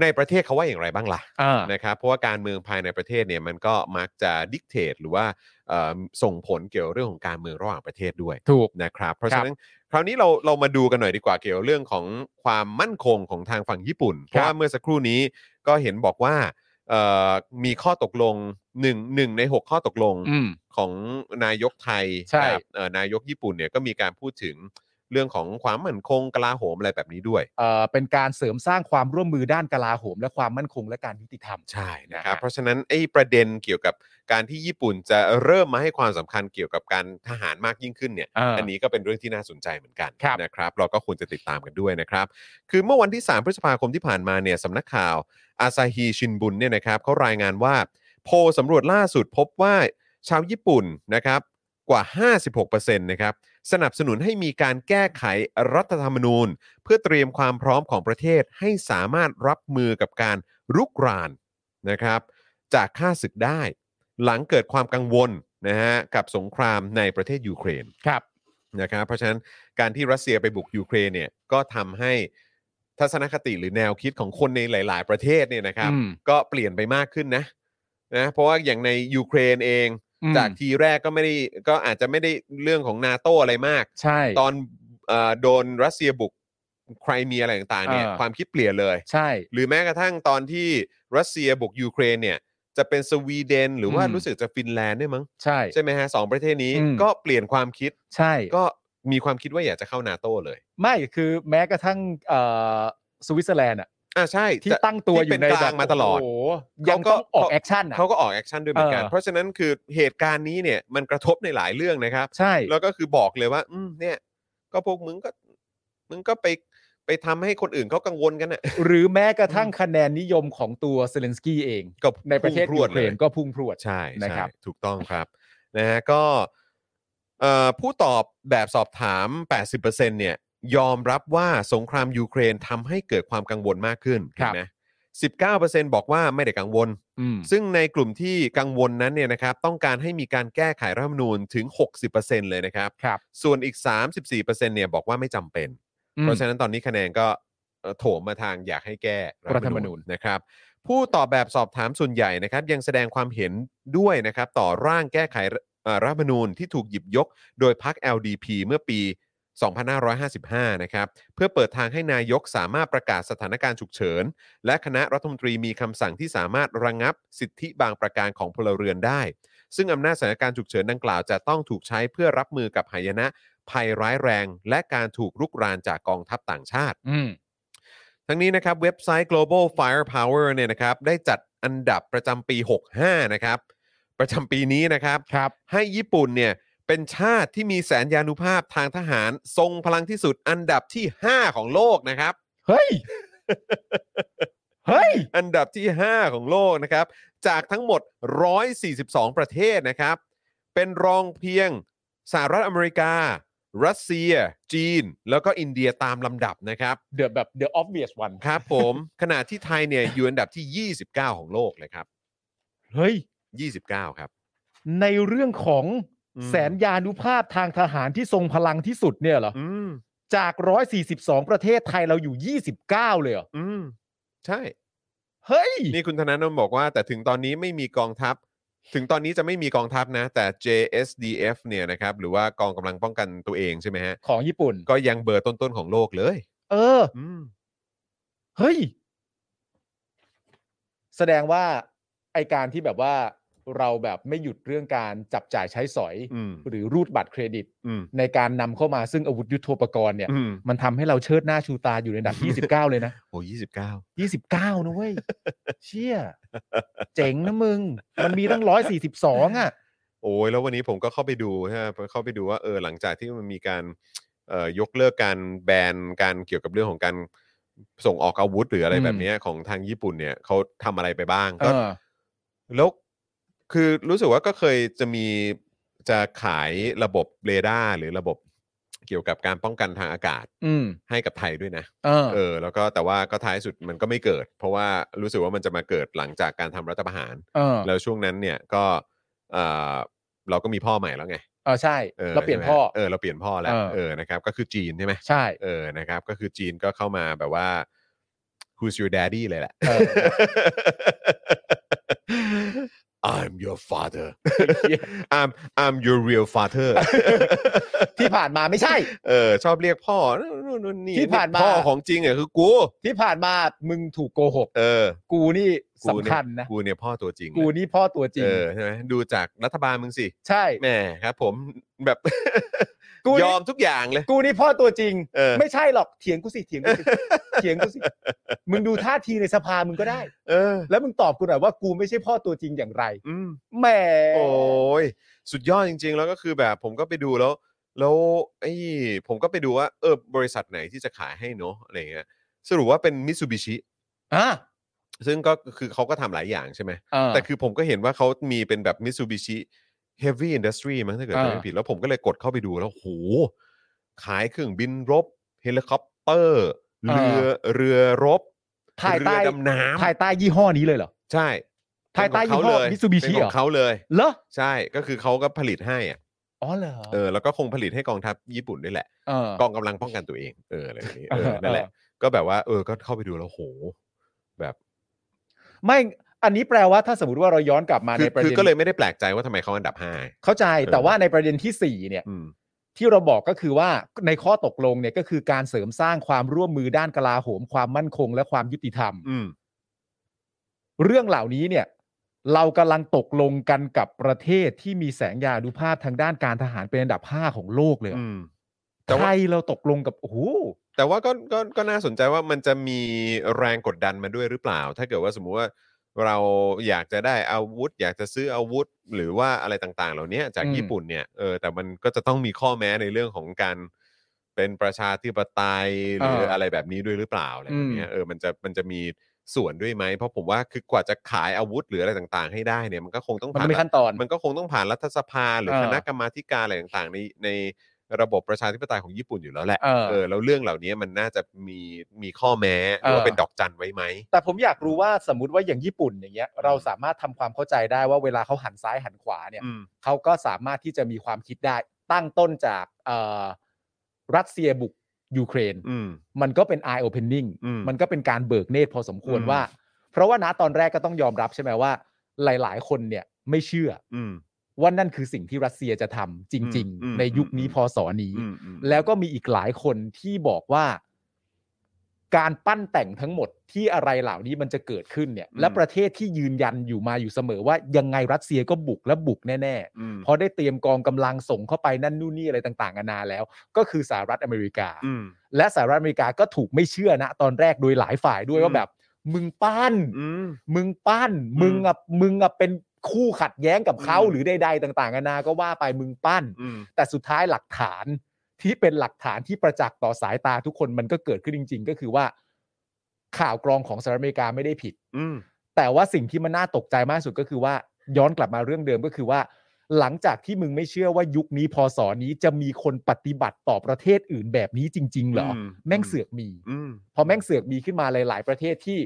Speaker 2: ในประเทศเขาว่าอย่างไรบ้างล่ะ
Speaker 4: อ่า
Speaker 2: นะครับเพราะว่าการเมืองภายในประเทศเนี่ยมันก็มักจะดิกเตตหรือว่าเอ่อส่งผลเกี่ยวเรื่องของการเมืองระหว่างประเทศด้วย
Speaker 4: ถูก
Speaker 2: นะครับเพราะ
Speaker 4: ครั
Speaker 2: ฉะ
Speaker 4: บ
Speaker 2: นั้นคราวนี้เราเรามาดูกันหน่อยดีกว่าเกี่ยวเรื่องของความมั่นคงของทางฝั่งญี่ปุ่น เพราะว่าเมื่อสักครู่นี้ก็เห็นบอกว่าเอ่อมีข้อตกลงหนึ่งหนึ่งใน 6 ข้อตกลง
Speaker 4: อืม
Speaker 2: ของนายกไทย
Speaker 4: ใช่
Speaker 2: กับเอ่อนายกญี่ปุ่นเนี่ยก็มีการพูดถึงเรื่องของความมั่นคงกลาโหมอะไรแบบนี้ด้วย
Speaker 4: เอ่อเป็นการเสริมสร้างความร่วมมือด้านกลาโหม และความมั่นคงและการยุติธรรม
Speaker 2: ใช่นะครับ
Speaker 4: นะฮะ
Speaker 2: เพราะฉะนั้นไอ้ประเด็นเกี่ยวกับการที่ญี่ปุ่นจะเริ่มมาให้ความสำคัญเกี่ยวกับการทหารมากยิ่งขึ้นเนี่ย
Speaker 4: อ่า
Speaker 2: อันนี้ก็เป็นเรื่องที่น่าสนใจเหมือนกัน
Speaker 4: ครับ
Speaker 2: นะครับ เราก็ควรจะติดตามกันด้วยนะครับ คือเมื่อวันที่ 3 พฤษภาคมที่ผ่านมาเนี่ยสำนักข่าวอาซาฮีชินบุนเนี่ยนะครับเขารายงานว่า โพลสำรวจล่าสุดพบว่าชาวญี่ปุ่นนะครับกว่า 56%นะครับสนับสนุนให้มีการแก้ไขรัฐธรรมนูญ เพื่อเตรียมความพร้อมของประเทศให้สามารถรับมือกับการรุกรานนะครับ จากค่าศึกได้ หลังเกิดความกังวลนะฮะกับสงครามในประเทศยูเครน
Speaker 4: ครับ
Speaker 2: นะครับเพราะฉะนั้นการที่รัสเซียไปบุกยูเครนเนี่ยก็ทำให้ทัศนคติหรือแนวคิดของคนในหลาย ๆ ประเทศเนี่ยนะครับ
Speaker 4: อืม
Speaker 2: ก็เปลี่ยนไปมากขึ้นนะนะเพราะว่าอย่างในยูเครนเอง
Speaker 4: อืม
Speaker 2: จากทีแรกก็ไม่ได้ก็อาจจะไม่ได้เรื่องของนาโตอะไรมาก
Speaker 4: ใช่
Speaker 2: ตอนเอ่อโดนรัสเซียบุกใครมีอะไรต่างๆเนี่ย
Speaker 4: อ่า
Speaker 2: ความคิดเปลี่ยนเลย
Speaker 4: ใช่
Speaker 2: หรือแม้กระทั่งตอนที่รัสเซียบุกยูเครนเนี่ยจะเป็นสวีเดน หรือว่า
Speaker 4: อืม
Speaker 2: รู้สึกจะฟินแลนด์ด้วยมั้ง
Speaker 4: ใช่
Speaker 2: ใช่ไหมฮะสองประเทศนี้
Speaker 4: อืม
Speaker 2: ก็เปลี่ยนความคิด
Speaker 4: ใช่
Speaker 2: ก็มีความคิดว่าอยากจะเข้านาโตเลย
Speaker 4: ไม่คือแม้กระทั่งเอ่อสวิตเซอร์แลนด์อะ
Speaker 2: อ่าใช่
Speaker 4: ที่ตั้งตัวอยู่ใน
Speaker 2: ที่เป็นกลาง
Speaker 4: แบบ
Speaker 2: มาตลอด
Speaker 4: โโห
Speaker 2: เขา
Speaker 4: ยัง
Speaker 2: ก็
Speaker 4: ต้องออกแอคชั่นอะ
Speaker 2: เขาก็ออกแอคชั่นด้วยเหมือนกัน
Speaker 4: เออ
Speaker 2: เพราะฉะนั้นคือเหตุการณ์นี้เนี่ยมันกระทบในหลายเรื่องนะครับ
Speaker 4: ใช่
Speaker 2: แล้วก็คือบอกเลยว่า อืมเนี่ย ก็พวกมึงก็ มึงก็ไปไปทำให้คนอื่นเขากังวลกันน่ะ [LAUGHS]
Speaker 4: หรือแม้กระทั่งคะแนนนิยมของตัวเซเลนสกี้เอง
Speaker 2: ก็
Speaker 4: ในประเทศยู
Speaker 2: พุ่งพรวด
Speaker 4: เค
Speaker 2: เล
Speaker 4: ร
Speaker 2: ย
Speaker 4: นก็พุ่งพรวด
Speaker 2: ใช่
Speaker 4: นะ
Speaker 2: ใช่
Speaker 4: ครับ
Speaker 2: ถูกต้องครับนะฮะก็เอ่อผู้ตอบแบบสอบถาม 80%เนี่ยยอมรับว่าสงครามยูเครนทำให้เกิดความกังวลมากขึ้น
Speaker 4: ครับ
Speaker 2: นะ19%บอกว่าไม่ได้กังวล
Speaker 4: อืม
Speaker 2: ซึ่งในกลุ่มที่กังวลนั้นเนี่ยนะครับต้องการให้มีการแก้ไขรัฐธรรมนูญถึง 60%เลยนะครับ
Speaker 4: ครับ
Speaker 2: ส่วนอีก 34%เนี่ยบอกว่าไม่จำเป็น เพราะฉะนั้นตอนนี้คะแนนก็เอ่อโถมมาทางอยากให้แก้
Speaker 4: รัฐธรรมนูญ
Speaker 2: นะครับ ผู้ตอบแบบสอบถามส่วนใหญ่นะครับ ยังแสดงความเห็นด้วยนะครับ ต่อร่างแก้ไขเอ่อรัฐธรรมนูญที่ถูกหยิบยก โดยพรรค LDP เมื่อปี 2555 นะครับ เพื่อเปิดทางให้นายกสามารถประกาศสถานการณ์ฉุกเฉิน และคณะรัฐมนตรีมีคำสั่งที่สามารถระงงับสิทธิบางประการของพลเรือนได้ ซึ่งอำนาจสถานการณ์ฉุกเฉินดังกล่าวจะต้องถูกใช้เพื่อรับมือกับหายนะ ภัยร้ายแรง และการถูกรุกรานจากกองทัพต่างชาติ
Speaker 4: อืม
Speaker 2: ทั้งนี้นะครับเว็บไซต์ global firepower เนี่ยนะครับได้จัดอันดับประจำปี 65 นะครับ ประจำปีนี้นะครับ
Speaker 4: ครับ
Speaker 2: ให้ญี่ปุ่นเนี่ยเป็นชาติที่มีแสนยานุภาพทางทหารทรงพลังที่สุดอันดับที่ 5 ของโลกนะครับ
Speaker 4: เฮ้ย เฮ้ย
Speaker 2: อันดับที่ 5 ของโลกนะครับ จากทั้งหมด 142 ประเทศนะครับ เป็นรองเพียงสหรัฐอเมริกา รัสเซีย จีน แล้วก็อินเดียตามลำดับนะครับ
Speaker 4: เดอะแบบ the obvious one
Speaker 2: ครับผม ขณะที่ไทยเนี่ยอยู่อันดับที่ 29 ของโลกเลยครั
Speaker 4: เฮ้ย
Speaker 2: บ 29 ครับ
Speaker 4: ในเรื่องของ
Speaker 2: อืม
Speaker 4: แสนยานุภาพทางทหารที่ทรงพลังที่สุดเนี่ยเหรอ
Speaker 2: อืม
Speaker 4: จาก 142 ประเทศไทยเราอยู่ 29 เลยเหรอ
Speaker 2: อืม ใช่
Speaker 3: เฮ้ย
Speaker 2: นี่คุณธนาโนมบอกว่าแต่ถึงตอนนี้ไม่มีกองทัพ ถึงตอนนี้จะไม่มีกองทัพนะ แต่ JSDF เนี่ยนะครับหรือว่ากองกำลังป้องกันตัวเองใช่ไหมฮะ
Speaker 3: ของญี่ปุ่น
Speaker 2: ก็ยังเบอร์ต้นๆของโลกเลย
Speaker 3: เออ
Speaker 2: อืม
Speaker 3: เฮ้ย แสดงว่าไอการที่แบบว่าเราแบบไม่หยุดเรื่องการจับจ่ายใช้สอย
Speaker 2: อืม
Speaker 3: หรือรูดบัตรเครดิต
Speaker 2: อืม
Speaker 3: ในการนำเข้ามาซึ่งอาวุธยุโทโธปกรณ์เนี่ย
Speaker 2: อืม
Speaker 3: มันทำให้เราเชิดหน้าชูตาอยู่ในอันดับ 29 เลยนะ
Speaker 2: โอ้ยี่สิบเก้า
Speaker 3: 29 นะเว้ย เชี่ย เจ๋งนะมึง มันมีตั้ง 142 อ่ะ
Speaker 2: โอ้ยแล้ววันนี้ผมก็เข้าไปดูฮะเข้าไปดูว่าเออหลังจากที่มันมีการเอ่อยกเลิกการแบนการเกี่ยวกับเรื่องของการส่งออกอาวุธหรืออะไร
Speaker 3: อืม
Speaker 2: แบบเนี้ยของทางญี่ปุ่นเนี่ยเขาทำอะไรไปบ้าง
Speaker 3: เออ
Speaker 2: ก็แล้วคือรู้สึกว่าก็เคยจะมีจะขายระบบเรดาร์หรือระบบเกี่ยวกับการป้องกันทางอากาศ
Speaker 3: อืม
Speaker 2: ให้กับไทยด้วยนะ
Speaker 3: เออ
Speaker 2: เออแล้วก็แต่ว่าก็ท้ายสุดมันก็ไม่เกิด เพราะว่ารู้สึกว่ามันจะมาเกิดหลังจากการทำรัฐประหาร
Speaker 3: เออ
Speaker 2: แล้วช่วงนั้นเนี่ยก็เอ่อเราก็มีพ่อใหม่แล้วไง
Speaker 3: เออ ใช่
Speaker 2: ออ
Speaker 3: เราเปลี่ยน
Speaker 2: ใช่ไหม
Speaker 3: พ่อ
Speaker 2: เออเราเปลี่ยนพ่อแล้ว
Speaker 3: เออ
Speaker 2: เออนะครับก็คือจีนใช่ไหม
Speaker 3: ใช่
Speaker 2: เออนะครับก็คือจีนก็เข้ามาแบบว่า who's your daddy เลยแหละ
Speaker 3: เออ
Speaker 2: [LAUGHS] I'm your
Speaker 3: [LAUGHS]
Speaker 2: father I'm I'm your real father
Speaker 3: ที่ผ่านมาไม่ใช่
Speaker 2: เออชอบเรียกพ่อนู่นนู่นนี่
Speaker 3: ที่ผ่านมา
Speaker 2: พ่อของจริงอ่ะคือกู
Speaker 3: ที่ผ่านมามึงถูกโกหก
Speaker 2: เออ
Speaker 3: กูนี่
Speaker 2: กูเนี่ย
Speaker 3: สำคัญนะ
Speaker 2: กูเนี่ยพ่อตัวจริง
Speaker 3: กูนี่พ่อตัวจริง
Speaker 2: เออใช่ไหมดูจากรัฐบาลมึงสิ
Speaker 3: ใช่
Speaker 2: แหมครับ ผมแบบ
Speaker 3: กูนี่
Speaker 2: ยอมทุกอย่างเลย
Speaker 3: กูนี่พ่อตัวจริง
Speaker 2: เออ
Speaker 3: ไม่ใช่หรอก เถียงกูสิ เถียงกูสิ เถียงกูสิ มึงดูท่าทีในสภามึงก็ได้
Speaker 2: เออ
Speaker 3: แล้วมึงตอบกูหน่อยว่ากูไม่ใช่พ่อตัวจริงอย่างไร
Speaker 2: อืม
Speaker 3: แหม
Speaker 2: โอ้ยสุดยอดจริง ๆ แล้วก็คือแบบผมก็ไปดูแล้ว แล้วไอ้ผมก็ไปดูว่าเออบริษัทไหนที่จะขายให้เนอะอะไรเงี้ยสรุปว่าเป็นมิตซูบิชิ
Speaker 3: อ่ะ
Speaker 2: ซึ่งก็คือเขาก็ทำหลายอย่างใช่ไหม
Speaker 3: เออ
Speaker 2: แต่คือผมก็เห็นว่าเขามีเป็นแบบมิตซูบิชิเฮฟวี่อินดัสทรีมั้งถ้าเกิดจำไม่
Speaker 3: อ่า
Speaker 2: ผิดแล้วผมก็เลยกดเข้าไปดูแล้วโหขายเครื่องบินรบเฮลิคอปเตอร์เรือเรือรบ
Speaker 3: ภายใต้
Speaker 2: เรือดำน้
Speaker 3: ภายใต้ยี่ห้อนี้เลยเหรอ
Speaker 2: ำใช่
Speaker 3: ภายใต้
Speaker 2: เป็นของ
Speaker 3: ยี่ห้
Speaker 2: เข
Speaker 3: อ
Speaker 2: เลย
Speaker 3: Mitsubishi
Speaker 2: เป็นข
Speaker 3: เหร
Speaker 2: อ
Speaker 3: อ
Speaker 2: งเขาเลย
Speaker 3: เหรอ
Speaker 2: ใช่ก็คือเขาก็ผลิตให้อะ
Speaker 3: อ๋อเหรอ
Speaker 2: เออแล้วก็คงผลิตให้กองทัพญี่ปุ่นด้วยแหละ
Speaker 3: เออ
Speaker 2: กองกำลังป้องกันตัวเองเอออะไรแบบนี้
Speaker 3: [LAUGHS]
Speaker 2: เออ
Speaker 3: เออ
Speaker 2: นั่นแหละ ก็แบบว่า เออก็เข้าไปดูแล้วโหแบบ
Speaker 3: ไม่ อันนี้แปลว่าถ้าสมมติว่าเราย้อนกลับมา
Speaker 2: คื
Speaker 3: ใน
Speaker 2: อ
Speaker 3: ประ
Speaker 2: คือ
Speaker 3: เด็น
Speaker 2: ก็เลยไม่ได้แปลกใจว่าทำไมเขาอันดับห้า
Speaker 3: เข้าใจ
Speaker 2: เออ
Speaker 3: แต่ว่าในประเด็นที่สี่เนี่ย
Speaker 2: อืม
Speaker 3: ที่เราบอกก็คือว่าในข้อตกลงเนี่ยก็คือการเสริมสร้างความร่วมมือด้านกลาโหม ความมั่นคง และความยุติธรรม
Speaker 2: อืม
Speaker 3: เรื่องเหล่านี้เนี่ย เรากำลังตกลงกันกับประเทศที่มีแสงยานุภาพทางด้านการทหารเป็นอันดับห้าของโลกเลยเหรอ
Speaker 2: อืม แต่ว่า
Speaker 3: ไทยเราตกลงกับโอ้โห
Speaker 2: แต่ว่าก็ก็ก็น่าสนใจว่ามันจะมีแรงกดดันมาด้วยหรือเปล่า ถ้าเกิดว่าสมมุติว่าเราอยากจะได้อาวุธ อยากจะซื้ออาวุธ หรือว่าอะไรต่างๆ เหล่านี้จาก
Speaker 3: อืม
Speaker 2: ญี่ปุ่นเนี่ยเออแต่มันก็จะต้องมีข้อแม้ในเรื่องของการเป็นประชาธิปไตยหรือ
Speaker 3: เอออ
Speaker 2: อะไรแบบนี้ด้วยหรือเปล่าอะไรแบบเนี้ยเออมันจะมันจะมีส่วนด้วยไหมเพราะผมว่าคือกว่าจะขายอาวุธหรืออะไรต่างๆ ให้ได้เนี่ยมันก็คงต้อง
Speaker 3: มัน
Speaker 2: ผ่าน
Speaker 3: มีขั้นตอน
Speaker 2: มันก็คงต้องผ่านรัฐสภาหรือ
Speaker 3: เออ
Speaker 2: คณะกรรมาธิการอะไรต่างๆในในระบบประชาธิปไตยของญี่ปุ่นอยู่แล้วแหละ
Speaker 3: เออ
Speaker 2: เออแล้วเรื่องเหล่านี้มันน่าจะมีมีข้อแม้ห
Speaker 3: เออ
Speaker 2: รือว่าเป็นดอกจันไว้ไหม
Speaker 3: แต่ผมอยากรู้ว่าสมมติว่าอย่างญี่ปุ่นอย่างเงี้ยเราสามารถทำความเข้าใจได้ว่าเวลาเขาหันซ้ายหันขวาเนี่ย
Speaker 2: อืม
Speaker 3: เขาก็สามารถที่จะมีความคิดได้ตั้งต้นจากเอ่อรัสเซียบุกยูเครน
Speaker 2: อืม
Speaker 3: มันก็เป็น eye opening
Speaker 2: อืม
Speaker 3: มันก็เป็นการเบิกเนตรพอสมควร
Speaker 2: อืม
Speaker 3: ว่า เพราะว่าณตอนแรกก็ต้องยอมรับใช่ไหมว่า หลายๆ คนเนี่ยไม่เชื่อ
Speaker 2: อืม
Speaker 3: ว่านั่นคือสิ่งที่รัสเซียจะทำจริง
Speaker 2: อืมอืม
Speaker 3: ๆ ในยุคนี้
Speaker 2: อืม
Speaker 3: พศนี้
Speaker 2: อืมอืม
Speaker 3: แล้วก็มีอีกหลายคนที่บอกว่า การปั้นแต่งทั้งหมดที่อะไรเหล่านี้มันจะเกิดขึ้นเนี่ย และประเทศที่ยืนยันอยู่มาอยู่เสมอว่ายังไงรัสเซียก็บุกและบุกแน่
Speaker 2: อืม
Speaker 3: ๆเพราะได้เตรียมกองกำลังส่งเข้าไปนั่นนู่นนี่อะไรต่างๆนานาแล้ว ก็คือสหรัฐอเมริกา
Speaker 2: อืม
Speaker 3: และสหรัฐอเมริกาก็ถูกไม่เชื่อนะ ตอนแรกโดยหลายฝ่ายด้วย
Speaker 2: อืม
Speaker 3: ว่าแบบ มึงปั้น
Speaker 2: อืม
Speaker 3: มึงปั้น
Speaker 2: ม
Speaker 3: มึงอ่ะมึงอ่ะเป็นคู่ขัดแย้งกับเขา
Speaker 2: อืม
Speaker 3: หรือใดๆต่างๆนานาก็ว่าไปมึงปั้น
Speaker 2: อืม
Speaker 3: แต่สุดท้ายหลักฐานที่เป็นหลักฐานที่ประจักษ์ต่อสายตาทุกคนมันก็เกิดขึ้นจริง ๆ ก็คือว่า ข่าวกรองของสหรัฐอเมริกาไม่ได้ผิด
Speaker 2: อืม
Speaker 3: แต่ว่าสิ่งที่มันน่าตกใจมากที่สุดก็คือว่า ย้อนกลับมาเรื่องเดิมก็คือว่า หลังจากที่มึงไม่เชื่อว่ายุคนี้พศนี้จะมีคนปฏิบัติต่อประเทศอื่นแบบนี้จริง ๆ เหรอ แม่งเสือกมี
Speaker 2: อืม
Speaker 3: พอแม่งเสือกมีขึ้นมาหลาย ๆ ประเทศที่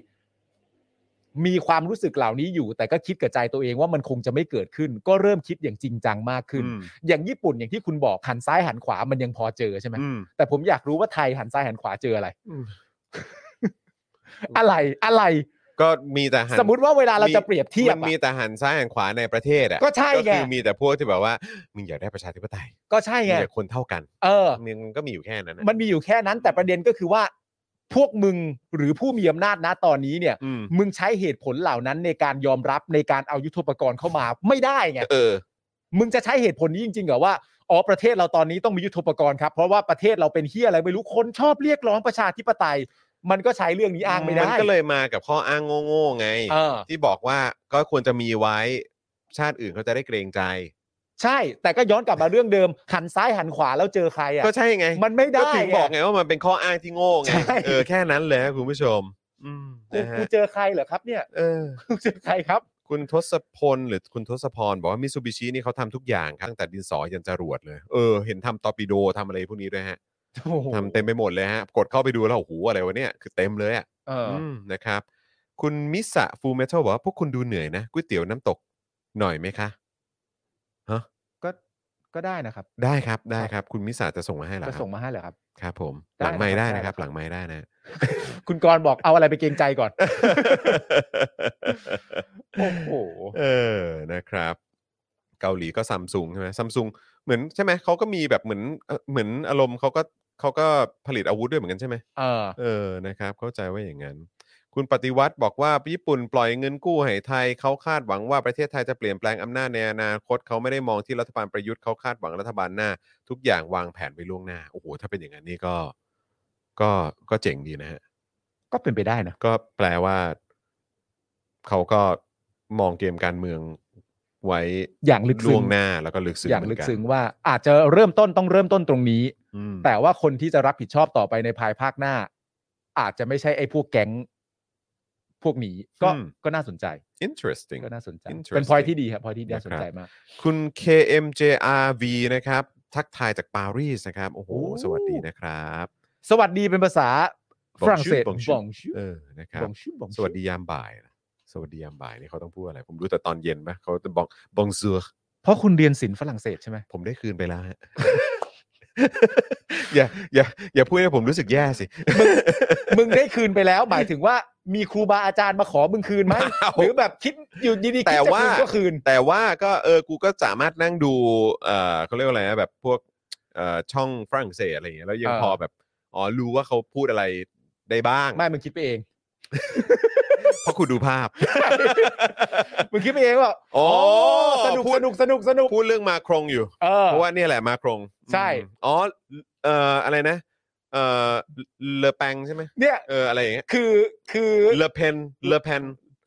Speaker 3: มีความรู้สึกเหล่านี้อยู่ แต่ก็คิดกับใจตัวเองว่ามันคงจะไม่เกิดขึ้น ก็เริ่มคิดอย่างจริงจังมากขึ้น
Speaker 2: อืม
Speaker 3: อย่างญี่ปุ่นอย่างที่คุณบอกหันซ้ายหันขวามันยังพอเจอใช่ไหม
Speaker 2: อืม
Speaker 3: แต่ผมอยากรู้ว่าไทยหันซ้ายหันขวาเจออะไร
Speaker 2: อืม
Speaker 3: อะไรอะไร
Speaker 2: ก็มีแต่หัน
Speaker 3: สมมติว่าเวลาเราจะเปรียบเทียบ
Speaker 2: มัน
Speaker 3: อะ
Speaker 2: มีแต่หันซ้ายหันขวาในประเทศอ่ะ
Speaker 3: ก็ใช่ไง
Speaker 2: ก็คือมีแต่พวกที่แบบว่ามึงอยากได้ประชาธิปไตย
Speaker 3: ก็ใช่
Speaker 2: มึง
Speaker 3: ไง
Speaker 2: อยากคนเท่ากัน
Speaker 3: เออ
Speaker 2: มึงก็มีอยู่แค่นั้นนะ
Speaker 3: มันมีอยู่แค่นั้นแต่ประเด็นก็คือว่า พวกมึงหรือผู้มีอำนาจนะตอนนี้เนี่ย
Speaker 2: อืม
Speaker 3: [LAUGHS] มึงใช้เหตุผลเหล่านั้นในการยอมรับในการเอายุทโธปกรณ์เข้ามาไม่ได้ไง
Speaker 2: เออ
Speaker 3: มึงจะใช้เหตุผลนี้จริงๆเหรอว่าอ๋อประเทศเราตอนนี้ต้องมียุทโธปกรณ์ครับ เพราะว่าประเทศเราเป็นเฮียอะไรไม่รู้คนชอบเรียกร้องประชาธิปไตย มันก็ใช้เรื่องนี้อ้างไม่ได้
Speaker 2: มันก็เลยมากับข้ออ้างโง่ๆไง
Speaker 3: เออ
Speaker 2: ที่บอกว่าก็ควรจะมีไว้ชาติอื่นเขาจะได้เกรงใจ
Speaker 3: ใช่ แต่ก็ย้อนกลับมาเรื่องเดิม หันซ้ายหันขวาแล้วเจอใครอ่ะ
Speaker 2: ก็ใช่ไง
Speaker 3: มันไม่ได้
Speaker 2: ก็ถึงบอก
Speaker 3: ไง
Speaker 2: ไงว่ามันเป็นข้ออ้างที่โง่ไง
Speaker 3: ใช่
Speaker 2: เออแค่นั้นเลยครับคุณผู้ชม อืม
Speaker 3: กู
Speaker 2: นะฮะ
Speaker 3: กูเจอใครเหรอครับเนี่ย
Speaker 2: เออ
Speaker 3: กูเจอใครครับ
Speaker 2: คุณทศพลหรือคุณทศพรบอกว่ามิซูบิชินี่เขาทำทุกอย่างครับตั้งแต่ดินสอยันจรวดเลย เออเห็นทำตอร์ปิโดทำอะไรพวกนี้ด้วยฮะ
Speaker 3: โอ้โห
Speaker 2: ทำเต็มไปหมดเลยฮะ กดเข้าไปดูแล้วโอ้โหอะไรวะเนี่ยคือเต็มเลยอ่ะ
Speaker 3: เอออ
Speaker 2: มนะครับ คุณมิสะฟูเมทัลบอกว่าพวกคุณดูเหนื่อยนะก๋วยเตี๋ยวน้ำตกหน่อยไหมคะ
Speaker 3: ก็ก็ได้นะครับ
Speaker 2: ได้ครับได้ครับ คุณมิสาจะส่งมาให้เหรอค
Speaker 3: จะ
Speaker 2: รั
Speaker 3: ส่
Speaker 2: บ
Speaker 3: งมาให้เหรอครับ
Speaker 2: ครับ ผมห
Speaker 3: ได้
Speaker 2: ลังไม่
Speaker 3: นะครับ
Speaker 2: ได้
Speaker 3: ได้
Speaker 2: นะครับ
Speaker 3: ครับ
Speaker 2: หลังไม่ได้นะ
Speaker 3: คุณกรณ์บอกเอาอะไรไปเกรงใจก่อน โอ้โห
Speaker 2: เออนะครับ เกาหลีก็ซัมซุงใช่ไหมซัมซุงเหมือนใช่ไหมเขาก็มีแบบเหมือนเอ่อเหมือนอารมณ์เขาก็เขาก็ผลิตอาวุธด้วยเหมือนกันใช่ไหม
Speaker 3: เออ
Speaker 2: เออนะครับ เข้าใจว่าอย่างนั้น คุณปฏิวัติบอกว่าญี่ปุ่นปล่อยเงินกู้ให้ไทยเขาคาดหวังว่าประเทศไทยจะเปลี่ยนแปลงอำนาจในอนาคตเขาไม่ได้มองที่รัฐบาลประยุทธ์เขาคาดหวังรัฐบาลหน้า ทุกอย่างวางแผนไว้ล่วงหน้าโอ้โหถ้าเป็นอย่างนั้นนี่ก็ ก็ก็เจ๋งดีนะฮะ
Speaker 3: ก็เป็นไปได้นะ
Speaker 2: ก็แปลว่าเขาก็มองเกมการเมืองไว้
Speaker 3: อย่างลึกซึ้
Speaker 2: ล่ว
Speaker 3: ง
Speaker 2: งหน้าแล้วก็ลึกซึ้ง
Speaker 3: อย่าง
Speaker 2: เหมื
Speaker 3: ลึ
Speaker 2: น
Speaker 3: ก
Speaker 2: น
Speaker 3: ซึ้งว่าอาจจะเริ่มต้นต้องเริ่มต้นตรงนี้
Speaker 2: อืม
Speaker 3: แต่ว่าคนที่จะรับผิดชอบต่อไปในภายภาคหน้า อาจจะไม่ใช่ไอ้พวกแก๊ง พวกนี้ก็ก็น่าสนใจ
Speaker 2: interesting
Speaker 3: ก็น่าสนใจ
Speaker 2: Interesting
Speaker 3: เป็นพอยที่ดีครับพอยที่น่าสนใจมาก
Speaker 2: คุณ KMJRV นะครับ ทักทายจากปารีสนะครับ โอ้โห
Speaker 3: โอ้
Speaker 2: สวัสดีนะครับ
Speaker 3: สวัสดีเป็นภาษาฝรั่งเศส
Speaker 2: Bonjour, bonjour
Speaker 3: บองชู
Speaker 2: เออนะครับ
Speaker 3: บองชูบอง
Speaker 2: สวัสดียามบ่ายนะสวัสดียามบ่ายนี่เขาต้องพูดอะไร ผมรู้แต่ตอนเย็นไหมเขาจะบอกบองซัว
Speaker 3: เพราะคุณเรียนศิลป์ฝรั่งเศสใช่ไหม
Speaker 2: ผมได้คืนไปแล้วฮะ [LAUGHS] อย่าอย่าอย่าพูดให้ผมรู้สึกแย่สิ
Speaker 3: มึงได้คืนไป
Speaker 2: [LAUGHS]
Speaker 3: แล้ว หมายถึงว่ามีครูบาอาจารย์มาขอมึงคืนไหม
Speaker 2: เปล่า
Speaker 3: หรือแบบคิดอยู่ดีๆคิด
Speaker 2: แต่
Speaker 3: จะ
Speaker 2: ว่า
Speaker 3: คืนก็คืน
Speaker 2: แต่ว่าก็เออกูก็สามารถนั่งดูเออเขาเรียกว่าอะไรนะแบบพวกเอ่อช่องฝรั่งเศสอะไรอย่างเงี้ยแล้วยัง
Speaker 3: เออ
Speaker 2: พอแบบอ๋อรู้ว่าเขาพูดอะไรได้บ้าง
Speaker 3: ไม่มึงคิดไปเอง
Speaker 2: เพราะกูดูภาพ
Speaker 3: มึงคิดไปเองว่า
Speaker 2: อ๋อ
Speaker 3: สนุก
Speaker 2: พูด
Speaker 3: สนุกสนุกสนุก
Speaker 2: พูดเรื่องมาครงอยู่
Speaker 3: เออ
Speaker 2: เพราะว่าเนี่ยแหละมาครง
Speaker 3: ใช่
Speaker 2: อืมอ๋อเอ่ออะไรนะเอ่อเลอแปงใช่ไหม
Speaker 3: เนี่ย
Speaker 2: เอออะไรอย่างเงี้ย
Speaker 3: คือคือ
Speaker 2: เลอเพนเลอแพน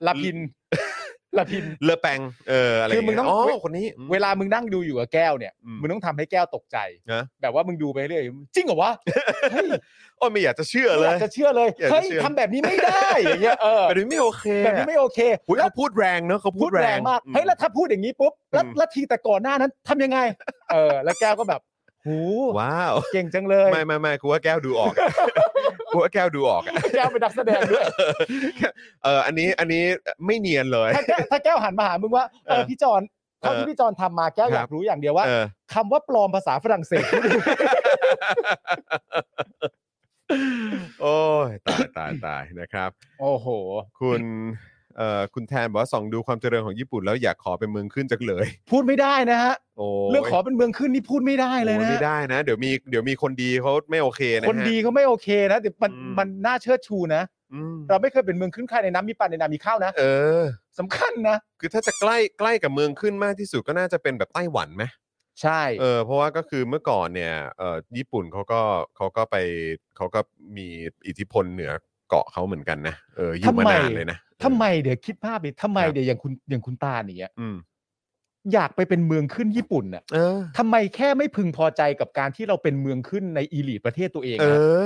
Speaker 3: ละ
Speaker 2: [LAUGHS]
Speaker 3: พินละพิน
Speaker 2: เลอแปงเอออะไร
Speaker 3: คือมึงต้อง
Speaker 2: เยอ๋อคนนี้อืม
Speaker 3: เวลามึงนั่งดูอยู่กับแก้วเนี่ย
Speaker 2: อืม
Speaker 3: มึงต้องทำให้แก้วตกใจ
Speaker 2: นะ
Speaker 3: แบบว่ามึงดูไปเรื่อยจริงเหรอวะเฮ้ย
Speaker 2: โอ้ยไม่อยากจะเชื่อเล
Speaker 3: ไม่อย ยากจะเชื่อเลย
Speaker 2: อยากจะ
Speaker 3: เฮ้ย
Speaker 2: เชื่อ
Speaker 3: ทำแบบนี้ไม่
Speaker 2: [LAUGHS]
Speaker 3: ได้อย่างเงี้ยเออ
Speaker 2: แบบนี้ไม่โอเคอะ
Speaker 3: แบบนี้ไม่โอเค
Speaker 2: อุ๊ย
Speaker 3: แล้ว
Speaker 2: เขาพูดแรงเนอะเขาพู
Speaker 3: พูดแรงมาก
Speaker 2: อื
Speaker 3: เฮ้ยแล้วถ้าพูดอย่างนี้ปุ๊บแล้ว
Speaker 2: อืม
Speaker 3: แล้วทีแต่ก่อนหน้านั้นทำยังไง เออ แล้วแก้วก็แบบหู
Speaker 2: ว้าว
Speaker 3: เก่งจังเลย
Speaker 2: ไม่ไม่ไม่กูว่าแก้วดูออกอะ [LAUGHS] กูว่าแก้วดูออกอะ [LAUGHS]
Speaker 3: แก้วเป็นนักแสดงด้วย
Speaker 2: เอออันนี้อันนี้ไม่เนียนเลย
Speaker 3: ถ้าแก้วถ้าแก้วหันมาหามึงว่าเอ
Speaker 2: เอ
Speaker 3: อ
Speaker 2: อ
Speaker 3: พี่จอนข้อที่พี่จอนทำมาแก้ว
Speaker 2: ครับ
Speaker 3: อยากรู้อย่างเดียวว่า
Speaker 2: เออ [LAUGHS]
Speaker 3: คำว่าปลอมภาษาฝรั่งเศส
Speaker 2: โอ้ยตายตายตายนะครับ
Speaker 3: โอ้โห
Speaker 2: คุณเอ่อคุณแทนบอกว่าส่องดูความเจริญของญี่ปุ่นแล้วอยากขอเป็นเมืองขึ้นจังเลย
Speaker 3: พูดไม่ได้นะฮะ
Speaker 2: โอ้
Speaker 3: เรื่องขอเป็นเมืองขึ้นนี่พูดไม่ได้เลย
Speaker 2: โอ้
Speaker 3: นะ
Speaker 2: ไม่
Speaker 3: ฮะ
Speaker 2: ได้นะ เดี๋ยวมีเดี๋ยวมีคนดีเขาไม่โอเคนะฮะ
Speaker 3: คนดีเขาไม่โอเคนะเดี๋ยวมัน
Speaker 2: อืม
Speaker 3: มันน่าเชิดชูนะ
Speaker 2: อืม
Speaker 3: เราไม่เคยเป็นเมืองขึ้นใครในน้ำมีปลาในน้ำมีข้าวนะ
Speaker 2: เออ
Speaker 3: สำคัญนะ
Speaker 2: คือถ้าจะใกล้ใกล้กับเมืองขึ้นมากที่สุดก็น่าจะเป็นแบบไต้หวันไหม
Speaker 3: ใช่
Speaker 2: เออเพราะว่าก็คือเมื่อก่อนเนี่ยเออญี่ปุ่นเขาก็เขาก็ไปเขาก็มีอิทธิพลเหนือเกาะเขาเหมือนกันนะเอออยู่มานานเลยนะ
Speaker 3: ทำไมเดี๋ยวคิดภาพดิทำไม
Speaker 2: ครับ
Speaker 3: เดี๋ยวอย่างคุณอย่างคุณตาเนี่ย
Speaker 2: อืม
Speaker 3: อยากไปเป็นเมืองขึ้นญี่ปุ่นน่ะ
Speaker 2: เออ
Speaker 3: ทำไมแค่ไม่พึงพอใจกับการที่เราเป็นเมืองขึ้นในอีลีทประเทศตัวเอง
Speaker 2: เอ
Speaker 3: นะ
Speaker 2: อ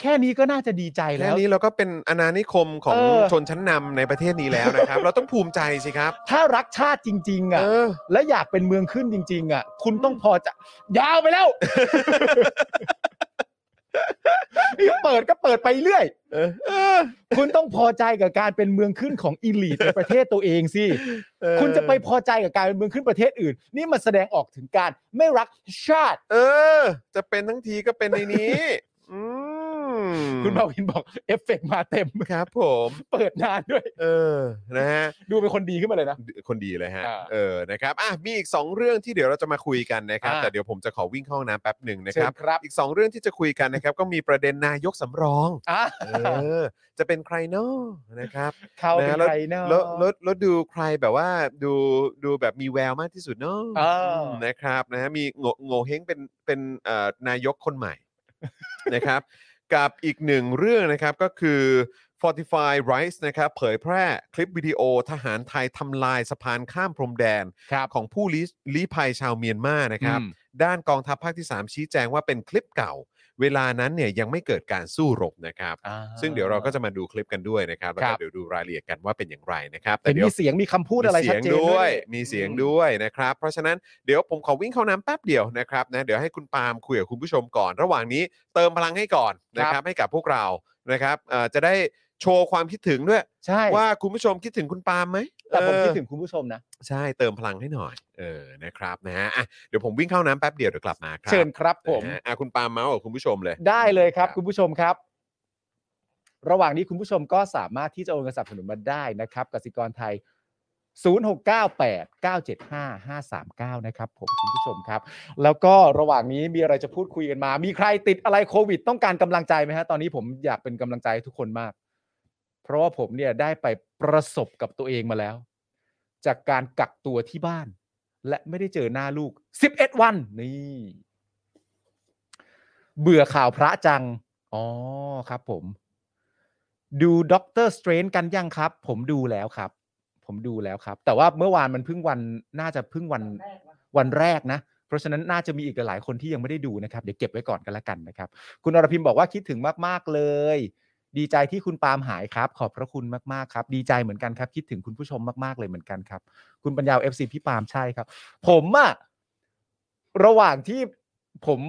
Speaker 3: แค่นี้ก็น่าจะดีใจ
Speaker 2: แค่
Speaker 3: แล้ว
Speaker 2: นี้เราก็เป็นอาณานิคมของ
Speaker 3: เออ
Speaker 2: ชนชั้นนำในประเทศนี้แล้วนะครับ เราต้องภูมิใจสิครับ
Speaker 3: ถ้ารักชาติจริง ๆ
Speaker 2: เอ
Speaker 3: อ่
Speaker 2: อ
Speaker 3: ะและอยากเป็นเมืองขึ้นจริง ๆ อ่ะ คุณต้องพอจะยาวไปแล้ว [LAUGHS] นี่เปิดก็เปิดไปเรื่อย
Speaker 2: เออ
Speaker 3: คุณต้องพอใจกับการเป็นเมืองขึ้นของอีลีทในประเทศตัวเองสิ
Speaker 2: เออ
Speaker 3: คุณจะไปพอใจกับการเป็นเมืองขึ้นประเทศอื่น นี่มันแสดงออกถึงการไม่รักชาติ
Speaker 2: เออ จะเป็นทั้งทีก็เป็นในนี้ อืม ม
Speaker 3: คุณมาวินบอกเอฟเฟกต์มาเต็ม
Speaker 2: ครับผม
Speaker 3: เปิดนานด้วย
Speaker 2: เออนะฮะ
Speaker 3: ดูเป็นคนดีขึ้นมาเลยนะ
Speaker 2: คนดีเลยฮะ
Speaker 3: อ่า
Speaker 2: เออ นะครับ อ่ะ มีอีก 2 เรื่องที่เดี๋ยวเราจะมาคุยกันนะครับ
Speaker 3: อ่า
Speaker 2: แต่เดี๋ยวผมจะขอวิ่งเข้าห้องน้ำแป๊บหนึ่งนะครับ
Speaker 3: เชิญครับ
Speaker 2: อีก 2 เรื่องที่จะคุยกันนะครับ ก็มีประเด็นนายกสำรอง
Speaker 3: อ่ะ
Speaker 2: เออ จะเป็นใครเนาะนะครับ
Speaker 3: เขาเป็น
Speaker 2: นะแล้ว
Speaker 3: ใครเนาะ
Speaker 2: แล้วแล้วแล้วดูใครแบบว่าดูดูแบบมีแววมากที่สุดเนาะ
Speaker 3: เอออื
Speaker 2: มนะครับนะฮะมีโงโงเฮงเป็นเป็นเอ่อนายกคนใหม่ [LAUGHS] นะครับ กับอีกหนึ่งเรื่องนะครับก็คือ Fortify Rice นะครับเผยแพร่คลิปวิดีโอทหารไทยทำลายสะพานข้ามพรมแดน
Speaker 3: ครับ
Speaker 2: ของผู้ลี้ลี้ภัยชาวเมียนมานะครับ
Speaker 3: อืม
Speaker 2: ด้านกองทัพภาคที่ 3 ชี้แจงว่าเป็นคลิปเก่า เวลานั้นเนี่ยยังไม่เกิดการสู้รบนะครับ
Speaker 3: อ่า
Speaker 2: ซึ่งเดี๋ยวเราก็จะมาดูคลิปกันด้วยนะครับแล้ว
Speaker 3: ครั
Speaker 2: ก็
Speaker 3: บ
Speaker 2: เดี๋ยวดูรายละเอียดกันว่าเป็นอย่างไรนะครับแต่
Speaker 3: เห็น
Speaker 2: เดี๋ยว
Speaker 3: มีเสียงมีคำพูดอะไร
Speaker 2: มี
Speaker 3: ชั
Speaker 2: เสี
Speaker 3: ด
Speaker 2: ยง
Speaker 3: เจน
Speaker 2: ด้
Speaker 3: ด้
Speaker 2: ว
Speaker 3: วย ย
Speaker 2: มีเสียงด้วยนะครับ เพราะฉะนั้นเดี๋ยวผมขอวิ่งเข้าน้ำแป๊บเดียวนะครับนะเดี๋ยวให้คุณปาล์มคุยกับคุณผู้ชมก่อน ระหว่างนี้เติมพลังให้ก่อนนะครับให้กับพวกเรานะครับเอ่อจะได้โชว์ความคิดถึงด้วย
Speaker 3: ใช่
Speaker 2: ว่าคุณผู้ชมคิดถึงคุณปาล์มไหม
Speaker 3: แต่ผม
Speaker 2: เออ
Speaker 3: คิดถึงคุณผู้ชมนะ
Speaker 2: ใช่เติมพลังให้หน่อย เออนะครับนะฮะอ่ะเดี๋ยวผมวิ่งเข้าน้ำแป๊บเดียวเดี๋ยวกลับมาครับ
Speaker 3: เชิญครับผม
Speaker 2: นะฮะอ่ะคุณปาล์มเมาส์กับคุณผู้ชมเลย
Speaker 3: ได้เลยครับ
Speaker 2: ครับ
Speaker 3: คุณผู้ชมครับ ระหว่างนี้คุณผู้ชมก็สามารถที่จะโอนเงินสนับสนุนมาได้นะครับกสิกรไทย 0698 975 539 นะครับผมคุณผู้ชมครับ แล้วก็ระหว่างนี้มีอะไรจะพูดคุยกันมา มีใครติดอะไรโควิด ต้องการกำลังใจไหมฮะตอนนี้ผมอยากเป็นกำลังใจให้ทุกคนมาก เพราะว่าผมเนี่ยได้ไปประสบกับตัวเองมาแล้ว จากการกักตัวที่บ้าน และไม่ได้เจอหน้าลูก 11 วันนี่ เบื่อข่าวพระจัง อ๋อครับผม ดูด็อกเตอร์สเตรนกันยังครับ ผมดูแล้วครับ ผมดูแล้วครับ แต่ว่าเมื่อวานมันเพิ่งวันน่าจะเพิ่งวันวันแรกนะ เพราะฉะนั้นน่าจะมีอีกหลายๆคนที่ยังไม่ได้ดูนะครับ เดี๋ยวเก็บไว้ก่อนกันละกันนะครับ คุณอรพิมพ์บอกว่าคิดถึงมาก ๆ เลย ดีใจที่คุณปาล์มหายครับ ขอบพระคุณมาก ๆ ครับ ดีใจเหมือนกันครับ คิดถึงคุณผู้ชมมาก ๆ เลยเหมือนกันครับ คุณปัญญาเอฟซีพี่ปาล์มใช่ครับ ผมอะระหว่างที่ผม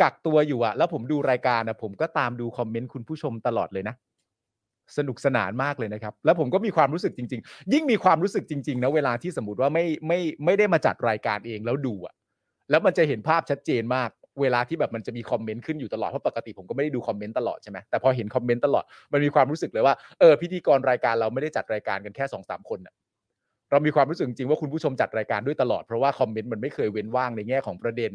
Speaker 3: กักตัวอยู่อะแล้วผมดูรายการอะผมก็ตามดูคอมเมนต์คุณผู้ชมตลอดเลยนะ สนุกสนานมากเลยนะครับ แล้วผมก็มีความรู้สึกจริง ๆ ยิ่งมีความรู้สึกจริง ๆ นะ เวลาที่สมมติว่าไม่ไม่ไม่ได้มาจัดรายการเองแล้วดูอะแล้วมันจะเห็นภาพชัดเจนมาก เวลาที่แบบมันจะมีคอมเมนต์ขึ้นอยู่ตลอดเพราะปกติผมก็ไม่ได้ดูคอมเมนต์ตลอดใช่ไหมแต่พอเห็นคอมเมนต์ตลอดมันมีความรู้สึกเลยว่าเออพิธีกรรายการเราไม่ได้จัดรายการกันแค่สองสามคนน่ะ เรามีความรู้สึกจริงๆว่าคุณผู้ชมจัดรายการด้วยตลอด เพราะว่าคอมเมนต์มันไม่เคยเว้นว่างในแง่ของประเด็น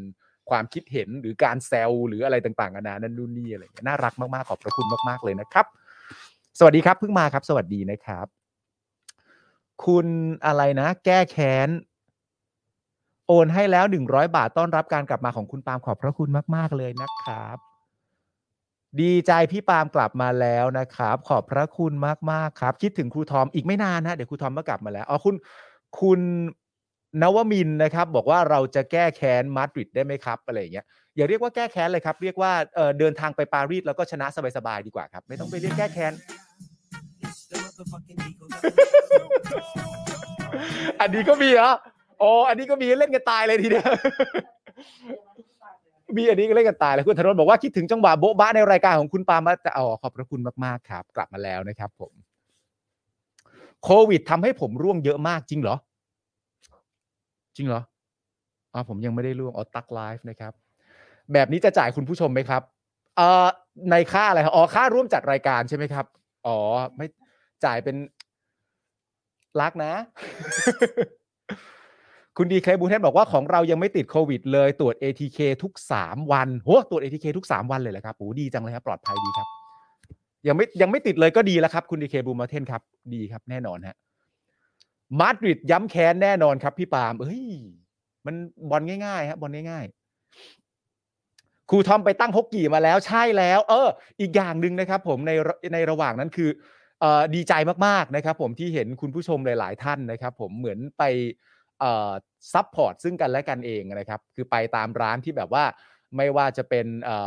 Speaker 3: ความคิดเห็นหรือการแซวหรืออะไรต่างๆนานานั่นนู่นนี่อะไรอย่างเงี้ยน่ารักมากๆขอบพระคุณมากๆเลยนะครับ สวัสดีครับเพิ่งมาครับ สวัสดีนะครับ คุณอะไรนะ แก้แค้น โอนให้แล้ว 100 บาทต้อนรับการกลับมาของคุณปาล์มขอบพระคุณมาก ๆ เลยนะครับ ดีใจพี่ปาล์มกลับมาแล้วนะครับ ขอบพระคุณมาก ๆ ครับ คิดถึงครูทอมอีกไม่นานนะเดี๋ยวครูทอมก็กลับมาแล้วอ๋อคุณคุณนวมินทร์นะครับ บอกว่าเราจะแก้แค้นมาดริดได้ไหมครับอะไรอย่างเงี้ยอย่าเรียกว่าแก้แค้นเลยครับ เรียกว่าเอ่อเดินทางไปปารีสแล้วก็ชนะสบายๆดีกว่าครับ ไม่ต้องไปเรียกแก้แค้น [LAUGHS] อันนี้ก็มีเหรอโอ้อันนี้ก็มีเล่นกันตายเลยทีเดียว มีอันนี้ก็เล่นกันตายแล้วคุณธนนท์บอกว่าคิดถึงจังหวะโบ๊ะบ้าในรายการของคุณปาล์มมาแต่อ๋อขอบพระคุณมาก ๆ ครับ กลับมาแล้วนะครับผม โควิดทำให้ผมร่วงเยอะมากจริงเหรอ จริงเหรออ๋อผมยังไม่ได้ร่วงอ๋อตักไลฟ์นะครับ แบบนี้จะจ่ายคุณผู้ชมไหมครับ เอ่อในค่าอะไรครับอ๋อค่าร่วมจัดรายการใช่ไหมครับ อ๋อ ไม่จ่ายเป็น รักนะ [LAUGHS] คุณดีเคบูเทนบอกว่าของเรายังไม่ติดโควิดเลยตรวจ ATK ทุก 3 วันโหตรวจ ATK ทุก 3 วันเลยเหรอครับโอ้ดีจังเลยครับ ปลอดภัยดีครับ ยังไม่ยังไม่ติดเลยก็ดีแล้วครับ คุณดีเคบูเทนครับ ดีครับแน่นอนฮะมาดริดย้ำแค้นแน่นอนครับ พี่ปาล์มเอ้ย มันบอลง่ายๆครับบอลง่าย ๆ ครูทอมไปตั้งฮกกี่มาแล้วใช่แล้ว เออ อีกอย่างหนึ่งนะครับ ผมในในระหว่างนั้นคือเอ่อดีใจมากๆนะครับ ผมที่เห็นคุณผู้ชมหลาย ๆ ท่านนะครับ ผมเหมือนไปเอ่อซัพพอร์ตซึ่งกันและกันเองนะครับ คือไปตามร้านที่แบบว่า ไม่ว่าจะเป็นเอ่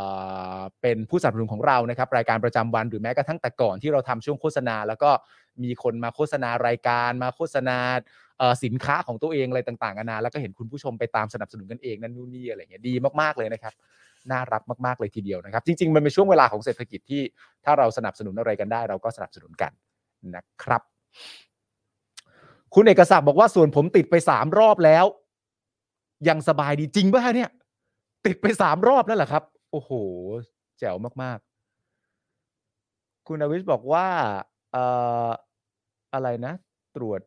Speaker 3: อเป็นผู้สนับสนุนของเรานะครับ รายการประจำวันหรือแม้กระทั่งแต่ก่อนที่เราทำช่วงโฆษณา แล้วก็มีคนมาโฆษณารายการมาโฆษณา เอ่อสินค้าของตัวเองอะไรต่างๆนานาแล้วก็เห็นคุณผู้ชมไปตามสนับสนุนกันเองนั่นนู่นนี่อะไรอย่างเงี้ยดีมากๆเลยนะครับน่ารักมากๆเลยทีเดียวนะครับ จริง ๆ มันเป็นช่วงเวลาของเศรษฐกิจที่ถ้าเราสนับสนุนอะไรกันได้ เราก็สนับสนุนกันนะครับ คุณเอกศักดิ์บอกว่าส่วนผมติดไปสามรอบแล้ว ยังสบายดีจริงป่ะฮะเนี่ย ติดไปสามรอบแล้วเหรอครับ โอ้โห แจ๋วมาก คุณอวิชบอกว่าเอ่ออะไรนะ ตรวจ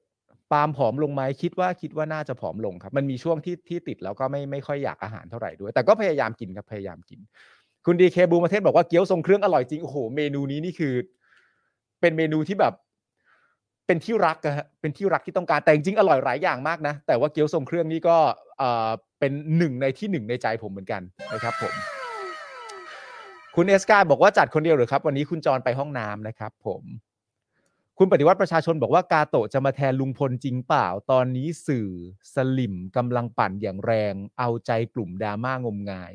Speaker 3: ปาล์มผอมลงไหมคิดว่าคิดว่าน่าจะผอมลงครับ มันมีช่วงที่ที่ติดแล้วก็ไม่ไม่ค่อยอยากอาหารเท่าไหร่ด้วย แต่ก็พยายามกินครับพยายามกิน คุณดีเคบูมประเทศบอกว่าเกี๊ยวทรงเครื่องอร่อยจริงโอ้โหเมนูนี้นี่คือ เป็นเมนูที่แบบ เป็นที่รักอะฮะเป็นที่รักที่ต้องการแต่จริงๆอร่อยหลายอย่างมากนะ แต่ว่าเกี๊ยวทรงเครื่องนี่ก็เอ่อเป็นหนึ่งในที่หนึ่งในใจผมเหมือนกันนะครับผม คุณเอสกาบอกว่าจัดคนเดียวหรือครับ วันนี้คุณจรไปห้องน้ำนะครับ ผม คุณปฏิวัติประชาชนบอกว่ากาโตะจะมาแทนลุงพลจริงเปล่า ตอนนี้สื่อสลิมกำลังปั่นอย่างแรง เอาใจกลุ่มดราม่างมงาย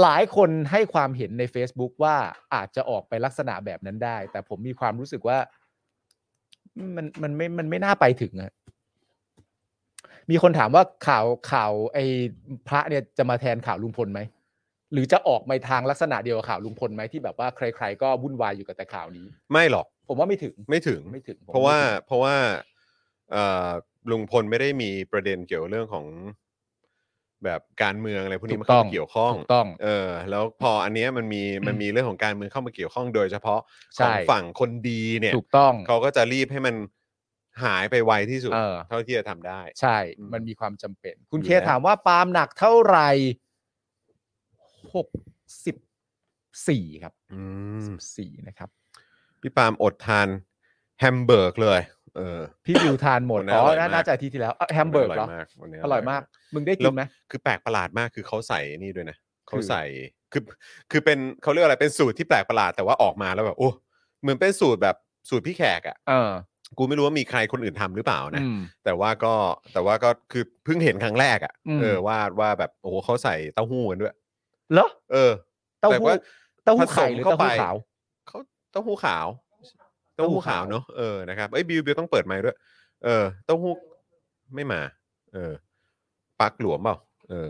Speaker 3: หลายคนให้ความเห็นใน Facebook ว่าอาจจะออกไปลักษณะแบบนั้นได้ แต่ผมมีความรู้สึกว่า มันมันไม่มันไม่น่าไปถึงอะมีคนถามว่าข่าวข่าว ไอ้พระเนี่ยจะมาแทนข่าวลุงพลไหม หรือจะออกไปทางลักษณะเดียวกับข่าวลุงพลไหมที่แบบว่าใคร ๆ ก็วุ่นวายอยู่กับแต่ข่าวนี้
Speaker 2: ไม่หรอก
Speaker 3: ผมว่าไม่ถึง
Speaker 2: ไม่ถึง
Speaker 3: ไม่ถึงผม
Speaker 2: เพราะว่า
Speaker 3: ไม่ถึง
Speaker 2: เพราะว่าเอ่อลุงพลไม่ได้มีประเด็นเกี่ยวเรื่องของแบบการเมืองอะไรพวกนี้มาเข้ามาเกี่ยวข้อง
Speaker 3: ถูกต้อง
Speaker 2: เออแล้วพออันเนี้ยมันมีมันมีเรื่องของการเมืองเข้ามาเกี่ยวข้องโดยเฉพาะของ
Speaker 3: ใช่
Speaker 2: ฝั่งคนดีเนี่ย
Speaker 3: ถูกต้อง
Speaker 2: เขาก็จะรีบให้มันหายไปไวที่สุด
Speaker 3: เออ
Speaker 2: เท่าที่จะทำได้
Speaker 3: ใช่
Speaker 2: อืม
Speaker 3: มันมีความจำเป็น คุณ
Speaker 2: อยู่
Speaker 3: เค
Speaker 2: แล้ว
Speaker 3: ถามว่าปาล์มหนักเท่าไหร่หกสิบสี่ครับ
Speaker 2: อืม
Speaker 3: สี่นะครับ
Speaker 2: พี่ปาล์มอดทานแฮมเบอร์กเลยเออ
Speaker 3: พี่วิวทานหมด
Speaker 2: [COUGHS] วันนี้
Speaker 3: อ๋
Speaker 2: อ
Speaker 3: อ
Speaker 2: ร่อยมาก
Speaker 3: น่าจะอาทิตย์ที่แล้วอ่ะแฮมเบอร์กเหรอ
Speaker 2: วันนี้
Speaker 3: อร่อยมาก มึงได้กินไหม
Speaker 2: คือแปลกประหลาดมากคือเขาใส่นี่ด้วยนะเขา
Speaker 3: คือ
Speaker 2: ใส่คือคือเป็นเขาเรียกอะไรเป็นสูตรที่แปลกประหลาดแต่ว่าออกมาแล้วแบบโอ้เหมือนเป็นสูตรแบบสูตรพี่แขกอ่ะ
Speaker 3: เออ
Speaker 2: กูไม่รู้ว่ามีใครคนอื่นทำหรือเปล่านะ
Speaker 3: อืม
Speaker 2: แต่ว่าก็แต่ว่าก็คือเพิ่งเห็นครั้งแรก
Speaker 3: อื
Speaker 2: อะ่ะ
Speaker 3: ม
Speaker 2: เออว่าว่าแบบโอ้โหเขาใส่เต้าหู้กันด้วย
Speaker 3: เหรอ
Speaker 2: เออ
Speaker 3: เต้า
Speaker 2: แต่
Speaker 3: หู้
Speaker 2: ว่า
Speaker 3: เต้าหู้
Speaker 2: ผสม
Speaker 3: ไข่หรือ
Speaker 2: เข้า
Speaker 3: เต้าหู้
Speaker 2: ไป
Speaker 3: ขาว
Speaker 2: เขาเต้าหู้ขาว เต้าหู้ขาวเนอะเออนะครับเอ้ยบิวบิวต้องเปิดไมค์ด้วย เออเต้าหู้ไม่มา เออปลักหลวมเปล่าเออ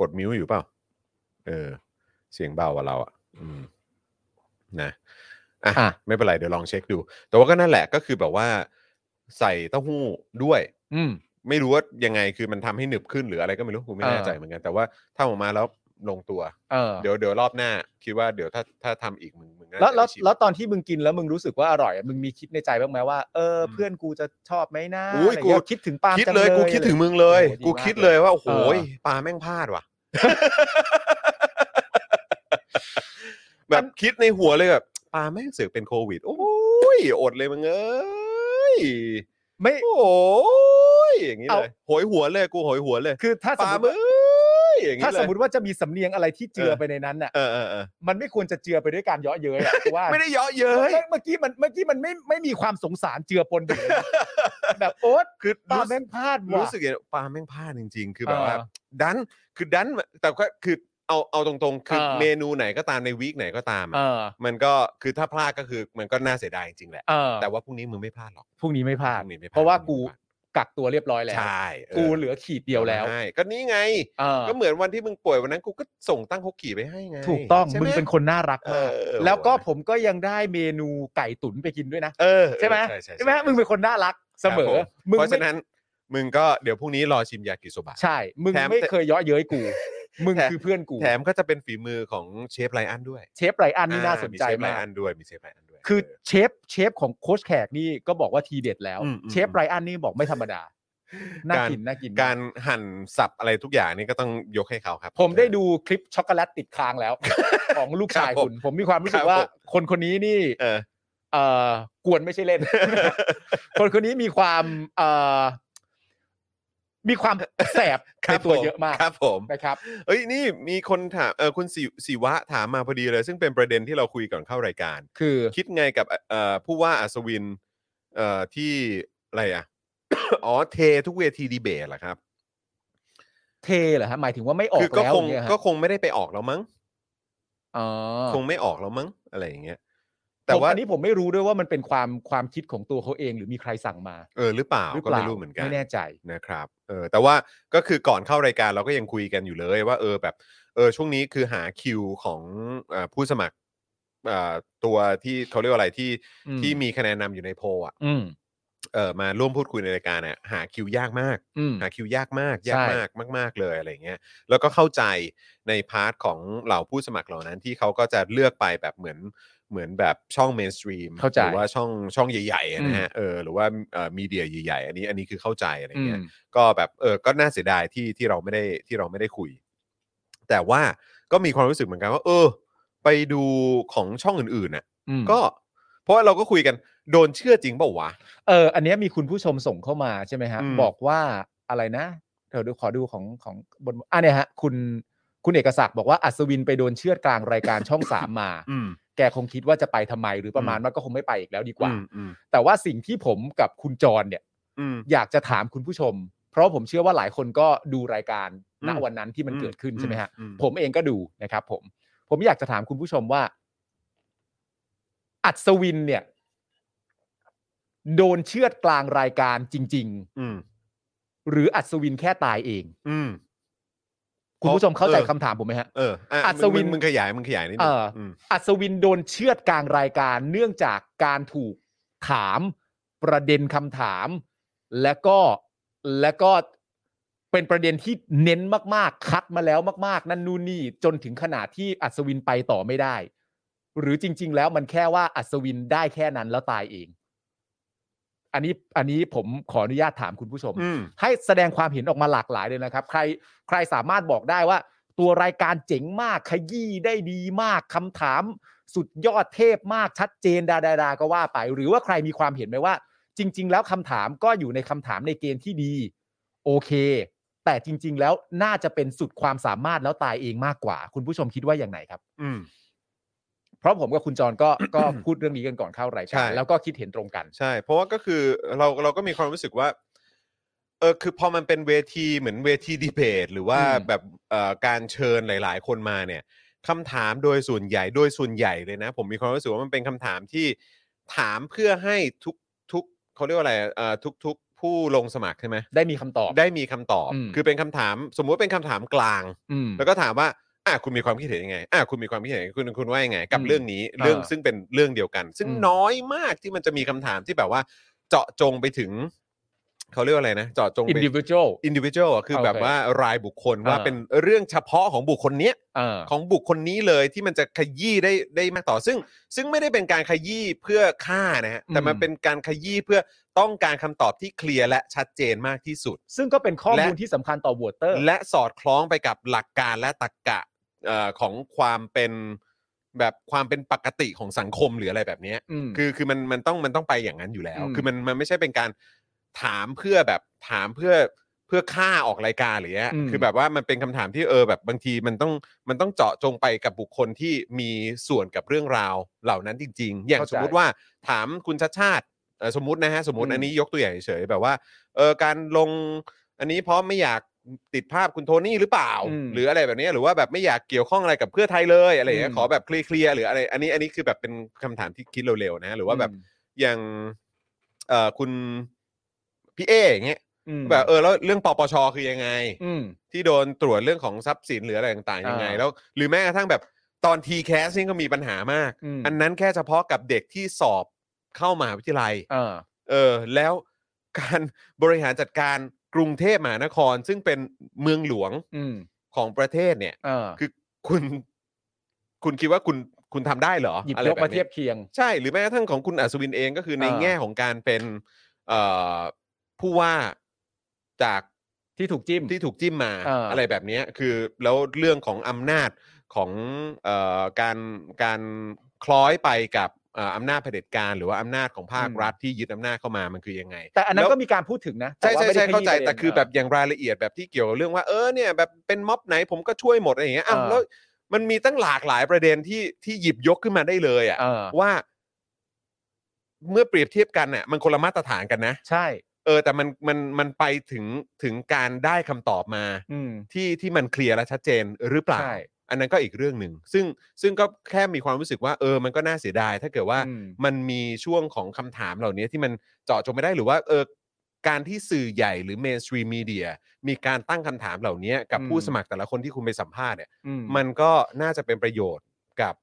Speaker 2: กดมิวอยู่เปล่าเออ เสียงเบากว่าเราอะ่ะ อืมนะอ่ะ
Speaker 3: อ่ะ
Speaker 2: ไม่เป็นไรเดี๋ยวลองเช็คดู แต่ว่าก็นั่นแหละก็คือแบบว่า ใส่เต้าหู้ด้วย
Speaker 3: อืม
Speaker 2: ไม่รู้ว่ายังไงคือมันทำให้หนึบขึ้นหรืออะไรก็ไม่รู้ผมไม่
Speaker 3: เออ
Speaker 2: แน่ใจเหมือนกันแต่ว่าถ้าออกมาแล้วลงตัว
Speaker 3: เออ
Speaker 2: เดี๋ยวเดี๋ยวรอบหน้า คิดว่าเดี๋ยวถ้าถ้าทำอีกมึงมึงน่า
Speaker 3: แล้วแล้ว
Speaker 2: จะได้ชิม
Speaker 3: แล้วตอนที่มึงกินแล้วมึงรู้สึกว่าอร่อยอะมึงมีคิดในใจบ้างไหมว่าเอออ
Speaker 2: ม
Speaker 3: เพื่อนกูจะชอบไหมนะ
Speaker 2: อุ้ย
Speaker 3: ะไร
Speaker 2: กู
Speaker 3: เงี้คิดถึงปาล์ม
Speaker 2: คิด
Speaker 3: จัง
Speaker 2: เลยกูคิดถึงมึงเลย
Speaker 3: โอ้โห
Speaker 2: กู
Speaker 3: มาก
Speaker 2: คิดเลยว่าโอ้โห
Speaker 3: เออ
Speaker 2: ปลาแม่งพลาดว่ะ แบบคิดในหัวเลยแบบปลาแม่งเสือกเป็นโควิด โอ้ยอดเลยมึงเอ้ย
Speaker 3: ไม่
Speaker 2: โอ้ยอย่างนี้
Speaker 3: เอา
Speaker 2: เลยโหยหัวนเลยกูโหยหัวนเลย
Speaker 3: คือถ้า
Speaker 2: ป
Speaker 3: สม
Speaker 2: ลาม มึ
Speaker 3: ติ
Speaker 2: ง
Speaker 3: ว่า
Speaker 2: อย่างนี้เลย
Speaker 3: ถ้าสมมติว่าจะมีสำเนียงอะไรที่เจือ
Speaker 2: เออ
Speaker 3: ไปในนั้นน่ะ
Speaker 2: เออเออเออ
Speaker 3: มันไม่ควรจะเจือไปด้วยการเยาะเย้
Speaker 2: [LAUGHS]
Speaker 3: ยอะกูว่า
Speaker 2: ไม่ได้เยาะเย้ย
Speaker 3: เมื่อกี้มันเมื่อกี้มันไม่ไม่มีความสงสารเจือปนอยู่เลยนะแบบโอ๊ต
Speaker 2: คือ
Speaker 3: ปาล์ม
Speaker 2: รู้สึ
Speaker 3: แม่
Speaker 2: ก
Speaker 3: งพลาด
Speaker 2: รู้
Speaker 3: ว่ะ
Speaker 2: สึกอย่างปาล์มแม่งพลาดจริง ๆ คือแบบ
Speaker 3: เออ
Speaker 2: ว่าดันคือดันแต่ก็คือเอาเอาตรงๆ คือ
Speaker 3: เออ
Speaker 2: เมนูไหนก็ตามในวีคไหนก็ตาม
Speaker 3: เอ
Speaker 2: อะ
Speaker 3: อ
Speaker 2: มันก็คือถ้าพลาดก็คือมันก็น่าเสียดายจริงๆแหละ
Speaker 3: เออ
Speaker 2: แต่ว่าพรุ่งนี้มึงไม่พลาดหรอก
Speaker 3: พรุ่งนี้ไม่พลาด
Speaker 2: พรุ่งนี้ไม่พลาด
Speaker 3: เพราะว่า
Speaker 2: พ
Speaker 3: กู
Speaker 2: งนี้ไม่พล
Speaker 3: กักตัวเรียบร้อย
Speaker 2: าด
Speaker 3: แล้ว
Speaker 2: ใช่เออ
Speaker 3: กูเหลือขีดเดียวแล้ว
Speaker 2: ใช่ก็นี่ไง
Speaker 3: เออ
Speaker 2: ก็เหมือนวันที่มึงป่วยวันนั้นกูก็ส่งตั้งฮกกี่ไปให้ไง
Speaker 3: ถูกต้อง
Speaker 2: ใช่ไห
Speaker 3: มึงเป็นคนน่ารักมาก
Speaker 2: เออ
Speaker 3: แล้วก็ผมก็ยังได้เมนูไก่ตุ๋นไปกินด้วยนะ
Speaker 2: เออ
Speaker 3: ใช่ไหม
Speaker 2: ใช่ใช่
Speaker 3: ใช่ไหมมึงเป็นคนน่ารักเสม
Speaker 2: ค
Speaker 3: อ
Speaker 2: รับผ
Speaker 3: มึง
Speaker 2: เพราะฉะ
Speaker 3: ไม่
Speaker 2: นั้นมึงก็เดี๋ยวพรุ่งนี้รอชิมยากิโซบะ
Speaker 3: ใช่ มึง
Speaker 2: แถม
Speaker 3: ไม่เคยเย้อเย้ยกู มึง
Speaker 2: แถม
Speaker 3: คือเพื่อนกู
Speaker 2: แถมก็จะเป็นฝีมือของเชฟไลอันด้วย
Speaker 3: เชฟไรอันนี่น่าสนใจ
Speaker 2: เชฟไล
Speaker 3: มาก
Speaker 2: อันด้วยมีเชฟไลอันด้วย
Speaker 3: คือเชฟเชฟของโค้ชแขกนี่ก็บอกว่าทีเด็ดแล้ว
Speaker 2: อืมอืม
Speaker 3: เชฟไรอันนี่บอกไม่ธรรมดา น่า
Speaker 2: การ
Speaker 3: กินน่ากินม
Speaker 2: การหั่นสับอะไรทุกอย่างนี่ก็ต้องยกให้เขาครับ
Speaker 3: ผมได้ดูคลิปช็อกโกแลตติดค้างแล้ว ของลูกชาย
Speaker 2: ครับผม
Speaker 3: คุณผมมีความรู้สึ
Speaker 2: ครั
Speaker 3: ก
Speaker 2: บ
Speaker 3: ว่า
Speaker 2: ผม
Speaker 3: คนคนนี้นี่
Speaker 2: เออ
Speaker 3: เอ่อกวนไม่ใช่เล่น คนคนนี้มีความเอ่อมีความแสบ
Speaker 2: ค
Speaker 3: ใน
Speaker 2: รับ
Speaker 3: ตัว
Speaker 2: ผม
Speaker 3: เยอะมาก
Speaker 2: ครับผม
Speaker 3: นะครับ
Speaker 2: เอ้ยนี่มีคนถามเออคุณสิสิวะถามมาพอดีเลย ซึ่งเป็นประเด็นที่เราคุยก่อนเข้ารายการ
Speaker 3: คือ
Speaker 2: คิดไงกับเอ่อผู้ว่าอัศวินเอ่อที่อะไรอ่ะ [COUGHS] อ๋อเททุกเวทีดีเบตเหรอครับ
Speaker 3: เทเหรอฮะหมายถึงว่าไม่ออ
Speaker 2: คื
Speaker 3: ก
Speaker 2: ก็
Speaker 3: แล้ว
Speaker 2: ค
Speaker 3: อง ย่างเงี้ยฮะ
Speaker 2: ก็คงไม่ได้ไปออกแล้วมั้ง
Speaker 3: อ๋อ
Speaker 2: คงไม่ออกแล้วมั้งอะไรอย่างเงี้ย
Speaker 3: แต่
Speaker 2: แต่
Speaker 3: ว่า
Speaker 2: ว่า
Speaker 3: อันนี้ผมไม่รู้ด้วยว่ามันเป็นความความคิดของตัวเขาเองหรือมีใครสั่งมา
Speaker 2: เออหรือเปล่า
Speaker 3: หรือ
Speaker 2: ก็
Speaker 3: เปล่า
Speaker 2: ไม่รู้เหมือนกัน
Speaker 3: ไม่แน่ใจ
Speaker 2: นะครับเออแต่ว่าก็คือก่อนเข้ารายการเราก็ยังคุยกันอยู่เลยว่าเออแบบเออช่วงนี้คือหาคิวของเอ่อผู้สมัครเอ่อตัวที่เขาเรียกว่าอะไรที่
Speaker 3: อืม
Speaker 2: ที่มีคะแนนนำอยู่ในโพลอ่ะ
Speaker 3: อืม
Speaker 2: เ เอ่อมาร่วมพูดคุยในรายการเนี่ยหาคิวยากมาก
Speaker 3: อืม
Speaker 2: หาคิวยากมากยาก
Speaker 3: ใช่
Speaker 2: มากมาก ๆ เลยอะไรอย่างเงี้ยแล้วก็เข้าใจในพาร์ทของเหล่าผู้สมัครเหล่านั้นที่เขาก็จะเลือกไปแบบเหมือนเหมือนแบบช่องเมนสตรีม
Speaker 3: เข้าใจ
Speaker 2: หรือว่าช่องช่องใหญ่ๆนะฮะเออหรือว่ามีเดียใหญ่ๆอันนี้อันนี้คือเข้าใจอะไร
Speaker 3: อื
Speaker 2: เงี้
Speaker 3: ม
Speaker 2: ย ก็แบบเออก็น่าเสียดายที่ที่เราไม่ได้ที่เราไม่ได้คุย แต่ว่าก็มีความรู้สึกเหมือนกันว่า เออ ไปดูของช่องอื่นๆน่ะ
Speaker 3: อืม
Speaker 2: ก็เพราะว่าเราก็คุยกันโดนเชื่อจริงเปล่าวะ
Speaker 3: เออ อันเนี้ยมีคุณผู้ชมส่งเข้ามาใช่ไหมฮะ
Speaker 2: อืม
Speaker 3: บอกว่าอะไรนะ เดี๋ยวดูขอดูของของบนอ่ะเนี่ยฮะ คุณคุณเอกศักดิ์บอกว่าอัศวินไปโดนเชือดกลางรายการช่องสามมา
Speaker 2: อืม
Speaker 3: แกคงคิดว่าจะไปทำไมหรือประมาณ
Speaker 2: อืม
Speaker 3: ว่าก็คงไม่ไปอีกแล้วดีกว่า
Speaker 2: อืมอืม
Speaker 3: แต่ว่าสิ่งที่ผมกับคุณจรเนี่ย
Speaker 2: อืม
Speaker 3: อยากจะถามคุณผู้ชม เพราะผมเชื่อว่าหลายคนก็ดูรายการณ
Speaker 2: อืม
Speaker 3: วันนั้นที่มัน
Speaker 2: อืม
Speaker 3: เกิดขึ้นใช่ไหมฮะ
Speaker 2: อืมอืม
Speaker 3: ผมเองก็ดูนะครับ ผม ผมอยากจะถามคุณผู้ชมว่า อัศวินเนี่ย โดนเชือดกลางรายการจริง
Speaker 2: อืม
Speaker 3: ๆ หรืออัศวินแค่ตายเอง
Speaker 2: อืม
Speaker 3: คุณผู้ชมเข้าใจ
Speaker 2: เออ
Speaker 3: คำถามผมไหมฮะ
Speaker 2: เอออ่ะ
Speaker 3: อัศวิน
Speaker 2: มึงมึงขยายมึงขยายนิดนึ
Speaker 3: เอง ออื
Speaker 2: ม
Speaker 3: อัศวินโดนเชือดกลางรายการ เนื่องจากการถูกถามประเด็นคำถาม และก็และก็เป็นประเด็นที่เน้นมากๆ คัดมาแล้วมาก ๆ นั่นนู่นนี่จนถึงขนาดที่อัศวินไปต่อไม่ได้ หรือจริง ๆ แล้วมันแค่ว่าอัศวินได้แค่นั้นแล้วตายเอง อันนี้อันนี้ผมขออนุญาตถามคุณผู้ชม
Speaker 2: อืม
Speaker 3: ให้แสดงความเห็นออกมาหลากหลายเลยนะครับ ใครใครสามารถบอกได้ว่า ตัวรายการเจ๋งมากขยี้ได้ดีมากคำถาม สุดยอดเทพมากชัดเจนดาดาดาก็ว่าไป หรือว่าใครมีความเห็นไหมว่า จริง ๆ แล้วคำถามก็อยู่ในคำถามในเกณฑ์ที่ดี โอเค แต่จริง ๆ แล้วน่าจะเป็นสุดความสามารถแล้วตายเองมากกว่า คุณผู้ชมคิดว่าอย่างไหนครับ
Speaker 2: อืม
Speaker 3: เพราะผมกับคุณจรก็ ก็พูดเรื่องนี้กันก่อนเข้าราย
Speaker 2: ใช่
Speaker 3: การแล้วก็คิดเห็นตรงกัน
Speaker 2: ใช่ เพราะว่าก็คือเราเราก็มีความรู้สึกว่า เออคือพอมันเป็นเวทีเหมือนเวทีดีเบต หรือว่า
Speaker 3: อืม
Speaker 2: แบบเอ่อการเชิญหลาย ๆ คนมาเนี่ยคำถามโดยส่วนใหญ่โดยส่วนใหญ่เลยนะ ผมมีความรู้สึกว่ามันเป็นคำถามที่ถามเพื่อให้ทุกทุกเขาเรียกว่าอะไรเอ่อทุกทุกผู้ลงสมัครใช่ไหม
Speaker 3: ได้มีคำตอบ
Speaker 2: ได้มีคำตอบ
Speaker 3: อืม
Speaker 2: คือเป็นคำถาม สมมุติเป็นคำถามกลาง
Speaker 3: อืม
Speaker 2: แล้วก็ถามว่าอ่ะคุณมีความคิดเห็นยังไงอ่ะคุณมีความคิดเห็นยังไงคุณคุณว่ายังไง กับ
Speaker 3: อืม
Speaker 2: เรื่องนี้ เรื่อง
Speaker 3: เออ
Speaker 2: ซึ่งเป็นเรื่องเดียวกัน ซึ่ง
Speaker 3: อืม
Speaker 2: น้อยมากที่มันจะมีคำถามที่แบบว่า เจาะจงไปถึง เขาเรียกว่าอะไรนะ เจาะจงไป
Speaker 3: individual
Speaker 2: อินดิวิชวลคือ
Speaker 3: โอเค
Speaker 2: แบบว่ารายบุคคลว่า
Speaker 3: เออ
Speaker 2: เป็นเรื่องเฉพาะของบุคคลเนี้ย
Speaker 3: เออ
Speaker 2: ของบุคคลนี้เลยที่มันจะขยี้ได้ได้มากต่อซึ่ง ซึ่งไม่ได้เป็นการขยี้เพื่อฆ่านะฮะแต่มัน
Speaker 3: อืม
Speaker 2: เป็นการขยี้เพื่อต้องการคำตอบที่เคลียร์และชัดเจนมากที่สุด
Speaker 3: ซึ่งก็เป็นข้อมูล
Speaker 2: และ
Speaker 3: ที่สำคัญต่อวอเตอร์
Speaker 2: และสอดคล้องไปกับหลักการและตรรกกะเอ่อของความเป็นแบบความเป็นปกติของสังคมหรืออะไรแบบเนี้ยคือคือมันมันต้องมันต้องไปอย่างนั้นอยู่แล้ว
Speaker 3: อืม
Speaker 2: คือมันมันไม่ใช่เป็นการถามเพื่อแบบถามเพื่อเพื่อฆ่าออกรายการหรือเงี้ย
Speaker 3: อืม
Speaker 2: คือแบบว่ามันเป็นคำถามที่เออแบบบางทีมันต้องมันต้องเจาะจงไปกับบุคคลที่มีส่วนกับเรื่องราวเหล่านั้นจริง ๆ อย่างสมมุติว่าถามคุณชาชาติเอ่อสมมตินะฮะสมมติอันนี้ยกตัวอย่างเฉยๆแบบว่าเออการลง อันนี้เพราะไม่อยากติดภาพคุณโทนี่หรือเปล่า
Speaker 3: อืม
Speaker 2: หรืออะไรแบบนี้หรือว่าแบบไม่อยากเกี่ยวข้องอะไรกับเพื่อไทยเลยอะไรอย่างเงี้ย
Speaker 3: อืม
Speaker 2: ขอแบบเคลียร์ๆหรืออะไรอันนี้อันนี้คือแบบเป็นคำถามที่คิดเร็วๆนะหรือว่าแบบอย่างเอ่อคุณพี่เออย่างเงี้ย
Speaker 3: อืม
Speaker 2: แบบเออแล้วเรื่องปปชคือยังไง
Speaker 3: อืม
Speaker 2: ที่โดนตรวจเรื่องของทรัพย์สินหรืออะไรต่างๆยังไง
Speaker 3: อ่า
Speaker 2: แล้วหรือแม้กระทั่งแบบตอนทีแคสนี่ก็มีปัญหามาก
Speaker 3: อืม
Speaker 2: อันนั้นแค่เฉพาะกับเด็กที่สอบเข้ามหาวิทยาลัย
Speaker 3: เออ
Speaker 2: เออแล้ว [LAUGHS] การบริหารจัดการกรุงเทพมหานคร ซึ่งเป็นเมืองหลวง
Speaker 3: อืม
Speaker 2: ของประเทศเนี่ย
Speaker 3: เออ
Speaker 2: คือคุณ คุณคิดว่าคุณคุณทำได้เหรอ
Speaker 3: หยิบ
Speaker 2: อะไร
Speaker 3: ย
Speaker 2: แบ
Speaker 3: ก
Speaker 2: บ
Speaker 3: มา
Speaker 2: นี้
Speaker 3: เทียบเคียง
Speaker 2: ใช่หรือแม้กระทั่งของคุณอัศวินเองก็คือใน
Speaker 3: เออ
Speaker 2: แง่ของการเป็นเอ่อผู้ว่าจาก
Speaker 3: ที่ถูกจิ้ม
Speaker 2: ที่ถูกจิ้มมา
Speaker 3: เอออ
Speaker 2: ไรแบบเนี้ยคือแล้วเรื่องของอำนาจของเอ่อการการคล้อยไปกับเอ่ออำนาจเผด็จการ หรือว่าอำนาจของภาครัฐที่ยึดอำนาจเข้ามามันคือยังไง
Speaker 3: แต่อันนั้น
Speaker 2: แล้ว
Speaker 3: ก็มีการพูดถึงนะ
Speaker 2: ใช่
Speaker 3: แต่
Speaker 2: ใช่
Speaker 3: ว่
Speaker 2: ใช่
Speaker 3: ไม่ได้
Speaker 2: เข้าใจ
Speaker 3: ขยี้
Speaker 2: แต่คือ
Speaker 3: ป
Speaker 2: แบ
Speaker 3: ระ
Speaker 2: บ
Speaker 3: เด็น
Speaker 2: อย่างรายละเอียดแบบที่เกี่ยวกับเรื่องว่าเออเนี่ยแบบเป็นม็อบไหนผมก็ช่วยหมดอะไรอย่างเงี้ยอ้าว
Speaker 3: เออ
Speaker 2: แล้วมันมีตั้งหลากหลายประเด็นที่ที่หยิบยกขึ้นมาได้เลย
Speaker 3: เอ
Speaker 2: อะ่ะ
Speaker 3: อ
Speaker 2: ว่า เมื่อเปรียบเทียบกันน่ะมันคนละมาตรฐานกันนะ
Speaker 3: ใช่
Speaker 2: เออแต่มันมันมันไปถึงถึงการได้คำตอบมา
Speaker 3: อืม
Speaker 2: ที่ที่มันเคลียร์และชัดเจนหรือเปล่า
Speaker 3: ใช่
Speaker 2: อันนั้นก็อีกเรื่องหนึ่งซึ่งซึ่งก็แค่มีความรู้สึกว่า เออ มันก็น่าเสียดาย ถ้าเกิดว่า
Speaker 3: อืม
Speaker 2: มันมีช่วงของคำถามเหล่านี้ที่มันเจาะจงไม่ได้หรือว่าเออการที่สื่อใหญ่หรือเมนสตรีมมีเดียมีการตั้งคำถามเหล่านี้กับ
Speaker 3: อืม
Speaker 2: ผู้สมัครแต่ละคนที่คุณไปสัมภาษณ์เนี่ย
Speaker 3: อืม
Speaker 2: มันก็น่าจะเป็นประโยชน์กับ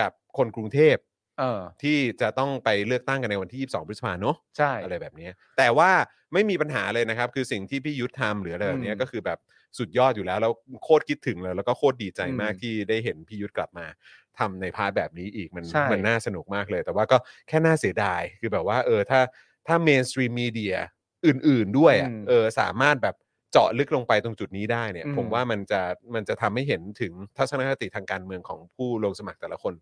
Speaker 2: กับคนกรุงเทพ
Speaker 3: เออ
Speaker 2: ที่จะต้องไปเลือกตั้งกันในวันที่ 22 พฤษภาเนอะ
Speaker 3: ใช่
Speaker 2: อะไรแบบเนี้ยแต่ว่าไม่มีปัญหาเลยนะครับ คือสิ่งที่พี่ยุทธทำหรืออะไรแบบเนี้ย
Speaker 3: อืม
Speaker 2: ก็คือแบบสุดยอดอยู่แล้ว แล้วโคตรคิดถึงเลยแล้วก็โคตรดีใจมาก
Speaker 3: อืม
Speaker 2: ที่ได้เห็นพี่ยุทธกลับมาทำในพาร์ทแบบนี้อีกมัน
Speaker 3: ใช่
Speaker 2: มันน่าสนุกมากเลย แต่ว่าก็แค่น่าเสียดายคือแบบว่าเออถ้าถ้าเมนสตรีมมีเดียอื่น ๆ ด้วยอะ
Speaker 3: อืม
Speaker 2: เออสามารถแบบเจาะลึกลงไปตรงจุดนี้ได้เนี่ย
Speaker 3: อืม
Speaker 2: ผมว่ามันจะมันจะทำให้เห็นถึงทัศนคติทางการเมืองของผู้ลงสมัครแต่ละคน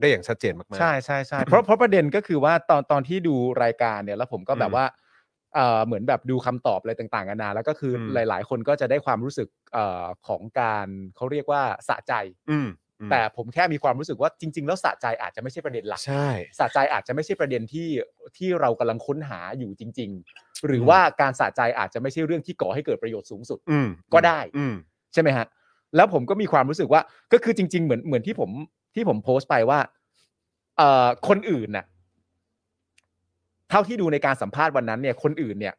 Speaker 2: ได้อย่างชัดเจนมากๆ
Speaker 3: ใช่ใช่ใช่เพราะเพราะประเด็นก็คือว่าตอนตอนที่ดูรายการเนี่ยแล้วผมก็แบ
Speaker 2: อื
Speaker 3: บ
Speaker 2: ม
Speaker 3: ว่าเออเหมือนแบบดูคำตอบอะไรต่างๆกันานาแล้วก็คืออ
Speaker 2: ม
Speaker 3: หลาย ๆ คนก็จะได้ความรู้สึกเอ่อของการเขาเรียกว่าสะใจ
Speaker 2: อืมอืม
Speaker 3: แต่ผมแค่มีความรู้สึกว่าจริง ๆ แล้วสะใจอาจจะไม่ใช่ประเด็นหลัก
Speaker 2: ใช่
Speaker 3: สะใจอาจจะไม่ใช่ประเด็นที่ที่เรากำลังค้นหาอยู่จริง ๆ หรืออ
Speaker 2: ม
Speaker 3: ว่าการสะใจอาจจะไม่ใช่เรื่องที่ก่อให้เกิดประโยชน์สูงสุด
Speaker 2: อืม
Speaker 3: ก็ได้
Speaker 2: อืม
Speaker 3: ใช่ไหมฮะ แล้วผมก็มีความรู้สึกว่าก็คือจริง ๆ เหมือนเหมือนที่ผมที่ผมโพสต์ไปว่าเอ่อคนอื่นน่ะ เท่าที่ดูในการสัมภาษณ์วันนั้นเนี่ย คนอื่นเนี่ย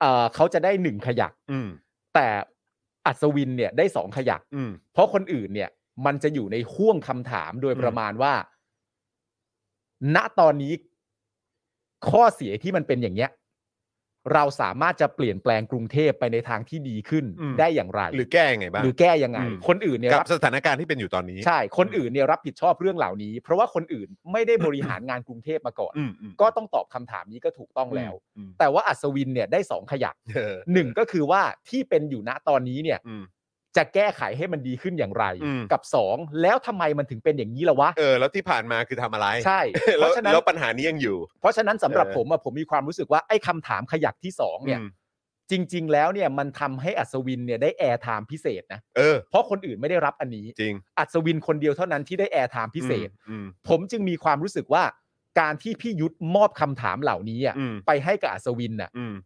Speaker 3: เอ่อเขาจะได้หนึ่งขยัก
Speaker 2: อืม
Speaker 3: แต่อัศวินเนี่ยได้สองขยัก
Speaker 2: อืม
Speaker 3: เพราะคนอื่นเนี่ย มันจะอยู่ในห่วงคำถามโดยประมาณว่า ณตอนนี้ข้อเสียที่มันเป็นอย่างเนี้ย เราสามารถจะเปลี่ยนแปลงกรุงเทพไปในทางที่ดีขึ้น
Speaker 2: อืม
Speaker 3: ได้อย่างไร
Speaker 2: หรือแก้ยังไงบ้าง
Speaker 3: หรือแก้ยังไง
Speaker 2: อืม
Speaker 3: คนอื่นเนี่ย
Speaker 2: กั
Speaker 3: รั
Speaker 2: บบสถานการณ์ที่เป็นอยู่ตอนนี้
Speaker 3: ใช่ คนอื่นเนี่ยรับผิดชอบเรื่องเหล่านี้ เพราะว่าคนอื่นไม่ได้บริหารงานกรุงเทพมาก่อน
Speaker 2: อืมอืม
Speaker 3: ก็ต้องตอบคำถามนี้ก็ถูกต้องแล้ว
Speaker 2: อืม
Speaker 3: แต่ว่าอัศวินเนี่ยได้สองขยัก
Speaker 2: เออ
Speaker 3: หนึ่งก็คือว่าที่เป็นอยู่ณตอนนี้เนี่ย
Speaker 2: อืม
Speaker 3: จะแก้ไขให้มันดีขึ้นอย่างไร
Speaker 2: อืม
Speaker 3: กับสองแล้วทำไมมันถึงเป็นอย่างนี้ล่ะวะ
Speaker 2: เออ แล้วที่ผ่านมาคือทำอะไร
Speaker 3: ใช่ เพ
Speaker 2: [LAUGHS] แล้ว
Speaker 3: ราะฉะนั้น
Speaker 2: แล้วปัญหานี้ยังอยู่
Speaker 3: เพราะฉะนั้นสำหรับ
Speaker 2: เออ
Speaker 3: ผมอะผมมีความรู้สึกว่าไอ้คำถามขยักที่สองเนี่ย
Speaker 2: อืม
Speaker 3: จริง ๆ แล้วเนี่ยมันทำให้อัศวินเนี่ยได้แอร์ไทม์พิเศษนะ
Speaker 2: เออ
Speaker 3: เพราะคนอื่นไม่ได้รับอันนี้
Speaker 2: จริง
Speaker 3: อัศวินคนเดียวเท่านั้นที่ได้แอร์ไทม์พิเศษ
Speaker 2: อืม
Speaker 3: ผมจึงมีความรู้สึกว่าการที่พี่ยุทธมอบคำถามเหล่านี้อะ
Speaker 2: อืม
Speaker 3: ไปให้กับอัศวินน่ะ
Speaker 2: อืม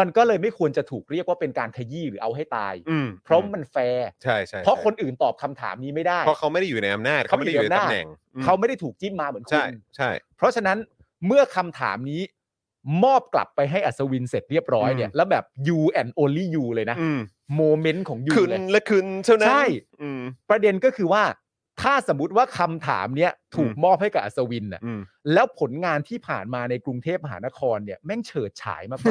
Speaker 3: มันก็เลยไม่ควรจะถูกเรียกว่าเป็นการขยี้หรือเอาให้ตาย
Speaker 2: อืม
Speaker 3: เพราะมันแฟร์
Speaker 2: ใช่ใช่
Speaker 3: เพราะ
Speaker 2: ใช่
Speaker 3: คนอื่นตอบคำถามนี้ไม่ได้
Speaker 2: เพราะเขาไม่ได้อยู่ในอำนาจเขาไม่ได้อยู่ในตำแหน่งอืม
Speaker 3: เขาไม่ได้ถูกจิ้มมาเหมือนคุ
Speaker 2: ใช่
Speaker 3: ณ
Speaker 2: ใช่
Speaker 3: เพราะฉะนั้นเมื่อคำถามนี้ มอบกลับไปให้อัศวินเสร็จเรียบร้อยเนี่ย แล้วแบบ you and only you เลยนะ
Speaker 2: อืม
Speaker 3: โมเมนต์ของ you
Speaker 2: คืน
Speaker 3: เลย
Speaker 2: และคืนเท่านั้น
Speaker 3: ใช่
Speaker 2: อืม
Speaker 3: ประเด็นก็คือว่า ถ้าสมมติว่าคำถามเนี้ยถูก
Speaker 2: อืม
Speaker 3: มอบให้กับอัศวินน่ะ
Speaker 2: อืม
Speaker 3: แล้วผลงานที่ผ่านมาในกรุงเทพมหานครเนี่ยแม่งเฉิดฉายมาก
Speaker 2: เ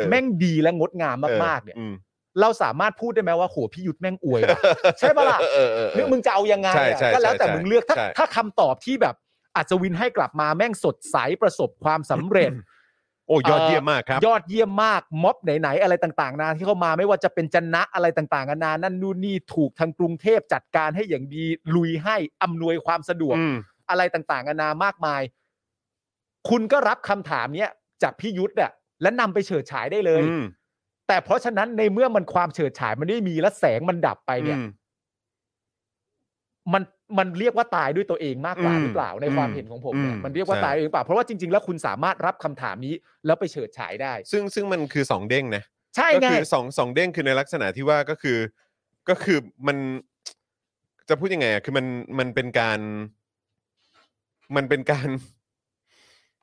Speaker 2: ออ
Speaker 3: ๆ แม่งดีและงดงามมากๆเนี่ย
Speaker 2: อืม
Speaker 3: เราสามารถพูดได้ไหมว่าโหพี่ยุทธแม่งอวยว่ะ ใช่ปะล่ะ
Speaker 2: เออเออเออ
Speaker 3: เรื่องมึงจะเอายังไง
Speaker 2: ใช่
Speaker 3: อะ
Speaker 2: ใช่
Speaker 3: ก็แล้วแต่
Speaker 2: ใช่
Speaker 3: มึงเลือกถ้า
Speaker 2: ใช่
Speaker 3: ถ้าคำตอบที่แบบอัศวินให้กลับมาแม่งสดใสประสบความสำเร็จ
Speaker 2: โอ้ยอดเยี่ยมมากครับ
Speaker 3: ยอดเยี่ยมมากม็อบไหนๆอะไรต่างๆนานาที่เข้ามาไม่ว่าจะเป็นจนะอะไรต่างๆนานานั่นนู่นนี่ถูกทางกรุงเทพจัดการให้อย่างดีลุยให้อำนวยความสะดวก
Speaker 2: อืม
Speaker 3: อะไรต่างๆนานามากมาย คุณก็รับคำถามเนี้ยจากพี่ยุทธ์อะและนำไปเฉิดฉายได้เลย
Speaker 2: อืม
Speaker 3: แต่เพราะฉะนั้นในเมื่อมันความเฉิดฉายมันไม่มีและแสงมันดับไปเนี่ย
Speaker 2: อืม
Speaker 3: มันมันเรียกว่าตายด้วยตัวเองมากกว่า
Speaker 2: อืม
Speaker 3: หรือเปล่าในความ
Speaker 2: อืม
Speaker 3: เห็นของผมเนี่ย
Speaker 2: อืม
Speaker 3: มันเรียกว่า
Speaker 2: ใช่
Speaker 3: ตายเองเปล่าเพราะว่าจริงๆ แล้วคุณสามารถรับคำถามนี้แล้วไปเฉิดฉายได้
Speaker 2: ซึ่งซึ่งมันคือสองเด้งนะ
Speaker 3: ใช่
Speaker 2: ก็
Speaker 3: ไง
Speaker 2: คือสองสองเด้งคือในลักษณะที่ว่าก็คือก็คือมันจะพูดยังไงอะคือมันมันเป็นการ มันเป็นการ [LAUGHS]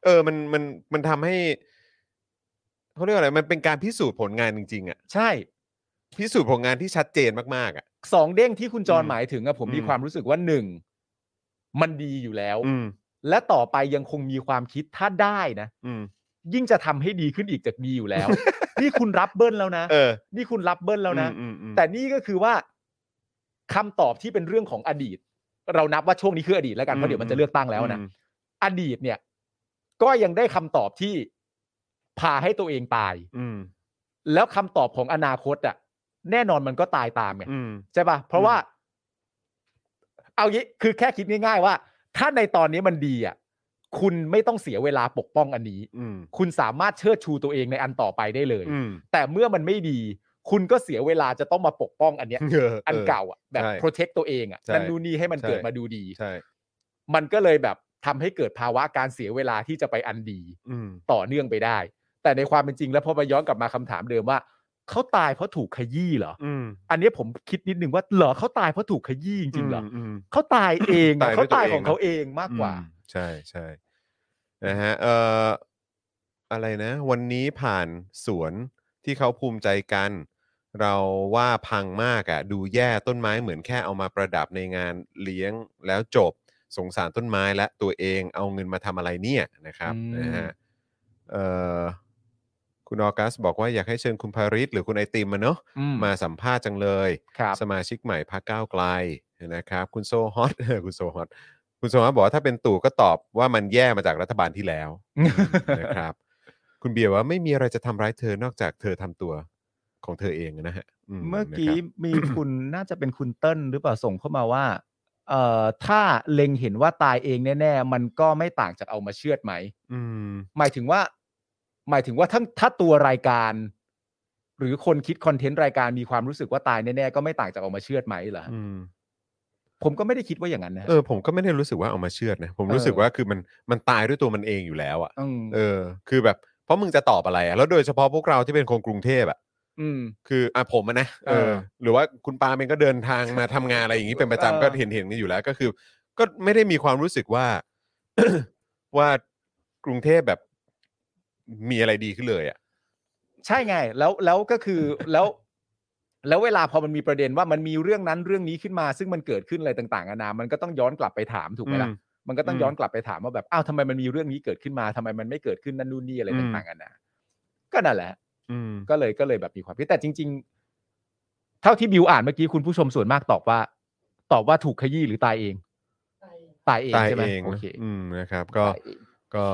Speaker 2: เออมันมันมันทำให้เขาเรียกว่าอะไรมันเป็นการพิสูจน์ผลงานจริงๆอะ
Speaker 3: ใช่
Speaker 2: พิสูจน์ผลงานที่ชัดเจนมากๆอะ
Speaker 3: สองเด้งที่คุณจร
Speaker 2: อืม
Speaker 3: หมายถึงอะผม
Speaker 2: อืม
Speaker 3: มีความรู้สึกว่าหนึ่งมันดีอยู่แล้ว
Speaker 2: อืม
Speaker 3: และต่อไปยังคงมีความคิดถ้าได้นะ
Speaker 2: อืม
Speaker 3: ยิ่งจะทำให้ดีขึ้นอีกจากดีอยู่แล้ว
Speaker 2: [LAUGHS]
Speaker 3: นี่คุณรับเบิ้ลแล้วนะ
Speaker 2: เออ
Speaker 3: นี่คุณรับเบิ้ลแล้วนะ
Speaker 2: อืมอืม
Speaker 3: แต่นี่ก็คือว่าคำตอบที่เป็นเรื่องของอดีต เรานับว่าช่วงนี้คืออดีตแล้วกันเพราะเดี๋ยวมันจะเลือกตั้งแล้วนะ
Speaker 2: อืม
Speaker 3: อดีตเนี่ย ก็ยังได้คำตอบที่พาให้ตัวเองตาย
Speaker 2: อืม
Speaker 3: แล้วคำตอบของอนาคตอ่ะ แน่นอนมันก็ตายตามไง
Speaker 2: อืม
Speaker 3: ใช่ปะ่ะเพราะ
Speaker 2: อืม
Speaker 3: ว่า เอางี้คือแค่คิดง่ายๆว่า ถ้าในตอนนี้มันดีอ่ะคุณไม่ต้องเสียเวลาปกป้องอันนี้
Speaker 2: อืม
Speaker 3: คุณสามารถเชิดชูตัวเองในอันต่อไปได้เลย
Speaker 2: อืม
Speaker 3: แต่เมื่อมันไม่ดี คุณก็เสียเวลาจะต้องมาปกป้องอันเนี้ย
Speaker 2: เออ
Speaker 3: อัน
Speaker 2: ออ
Speaker 3: เก่าอ่ะแบบ
Speaker 2: ใช่
Speaker 3: โปรเทคตัวเองอ่ะ
Speaker 2: ใช่
Speaker 3: นั่นนู่นนี่ให้มัน
Speaker 2: ใช่
Speaker 3: เกิดมาดูดี
Speaker 2: ใช่
Speaker 3: มันก็เลยแบบทำให้เกิดภาวะการเสียเวลาที่จะไปอันดี
Speaker 2: อืม
Speaker 3: ต่อเนื่องไปได้ แต่ในความเป็นจริงแล้วพอมาย้อนกลับมาคำถามเดิมว่าเขาตายเพราะถูกขยี้เหรอ
Speaker 2: อืม
Speaker 3: อันนี้ผมคิดนิดนึงว่าเหรอเขาตายเพราะถูกขยี้จริงๆเหรอ
Speaker 2: ม
Speaker 3: เขาตายเองอะ
Speaker 2: ตายด้
Speaker 3: เขา
Speaker 2: วยตัว
Speaker 3: ตาย
Speaker 2: เอง
Speaker 3: ของ
Speaker 2: เนอะ
Speaker 3: เขาเองมากกว่า
Speaker 2: อืมใช่ใช่นะฮะเอ่ออะไรนะ วันนี้ผ่านสวนที่เขาภูมิใจกัน เราว่าพังมากอะ่ะ ดูแย่ต้นไม้เหมือนแค่เอามาประดับในงานเลี้ยงแล้วจบ สงสารต้นไม้และตัวเองเอาเงินมาทำอะไรเนี่ยนะครับ
Speaker 3: อืม
Speaker 2: นะฮะเอ่อคุณออกัสบอกว่าอยากให้เชิญคุณพาริสหรือคุณไอติมมาเนาะ
Speaker 3: อืม
Speaker 2: มาสัมภาษณ์จังเลย
Speaker 3: ครับ
Speaker 2: สมาชิกใหม่พรรคก้าวไกลนะครับ คุณโซฮอต [LAUGHS] คุณโซฮอตคุณโซฮอตบอกว่าถ้าเป็นตู่ก็ตอบว่ามันแย่มาจากรัฐบาลที่แล้ว นะครับ คุณเบียร์ว่าไม่มีอะไรจะทำร้ายเธอนอกจากเธอทำตัวของเธอเองนะฮะ
Speaker 3: เมื่อกี้มีคุณ [COUGHS] น่าจะเป็นคุณเติ้ลหรือเปล่าส่งเข้ามาว่า เอ่อถ้าเล็งเห็นว่าตายเองแน่ๆ มันก็ไม่ต่างจากเอามาเชือดไหม
Speaker 2: อืม
Speaker 3: หมายถึงว่า หมายถึงว่าถ้าถ้าตัวรายการ หรือคนคิดคอนเทนต์รายการมีความรู้สึกว่าตายแน่ๆก็ไม่ต่างจากเอามาเชือดไหมเหรอฮะ
Speaker 2: อืม
Speaker 3: ผมก็ไม่ได้คิดว่าอย่างนั้นนะฮะ
Speaker 2: เออผมก็ไม่ได้รู้สึกว่าเอามาเชื่อดนะ ผมรู้สึกว่าคือมันมันตายด้วยตัวมันเองอยู่แล้วอะ่ะ
Speaker 3: ม
Speaker 2: เออ คือแบบเพราะมึงจะตอบอะไรอะ่ะแล้วโดยเฉพาะพวกเราที่เป็นคนกรุงเทพอ่ะ
Speaker 3: อืม
Speaker 2: คืออ่ะผมอะนะเอ
Speaker 3: เอ
Speaker 2: อ
Speaker 3: อ
Speaker 2: หรือว่าคุณปาล์มเองก็เดินทางมาทำงานอะไรอย่างนี้เป็นประจำ
Speaker 3: เออ
Speaker 2: ก็เห็นเห็นกันอยู่แล้วก็คือ ก็ไม่ได้มีความรู้สึกว่า [COUGHS] ว่ากรุงเทพแบบมีอะไรดีขึ้นเลยอ่ะ
Speaker 3: ใช่ไง แล้วแล้วก็คือ [LAUGHS] แล้ว แล้วเวลาพอมันมีประเด็นว่ามันมีเรื่องนั้นเรื่องนี้ขึ้นมา ซึ่งมันเกิดขึ้นอะไรต่างๆนานามันก็ต้องย้อนกลับไปถามถูกไหมล่ะ
Speaker 2: อืม
Speaker 3: มันก็ต้อ
Speaker 2: อื
Speaker 3: ง
Speaker 2: ม
Speaker 3: ย้อนกลับไปถามว่าแบบอ้าวทำไมมันมีเรื่องนี้เกิดขึ้นมาทำไมมันไม่เกิดขึ้นนั่นนู่นนี่อะไรต่างๆนานาก็นั่นแหละ
Speaker 2: อืม
Speaker 3: ก็เลยก็เลยแบบมีความคิดแต่จริง ๆ เท่าที่บิวอ่านเมื่อกี้คุณผู้ชมส่วนมากตอบว่า ตอบว่าถูกขยี้หรือตายเอง ตายเอง
Speaker 2: ตาย
Speaker 3: ใช่ไหม
Speaker 2: เอง
Speaker 3: โอ
Speaker 2: นะ
Speaker 3: เค
Speaker 2: อืมนะครับ ก็
Speaker 3: ตายเอง
Speaker 2: ก็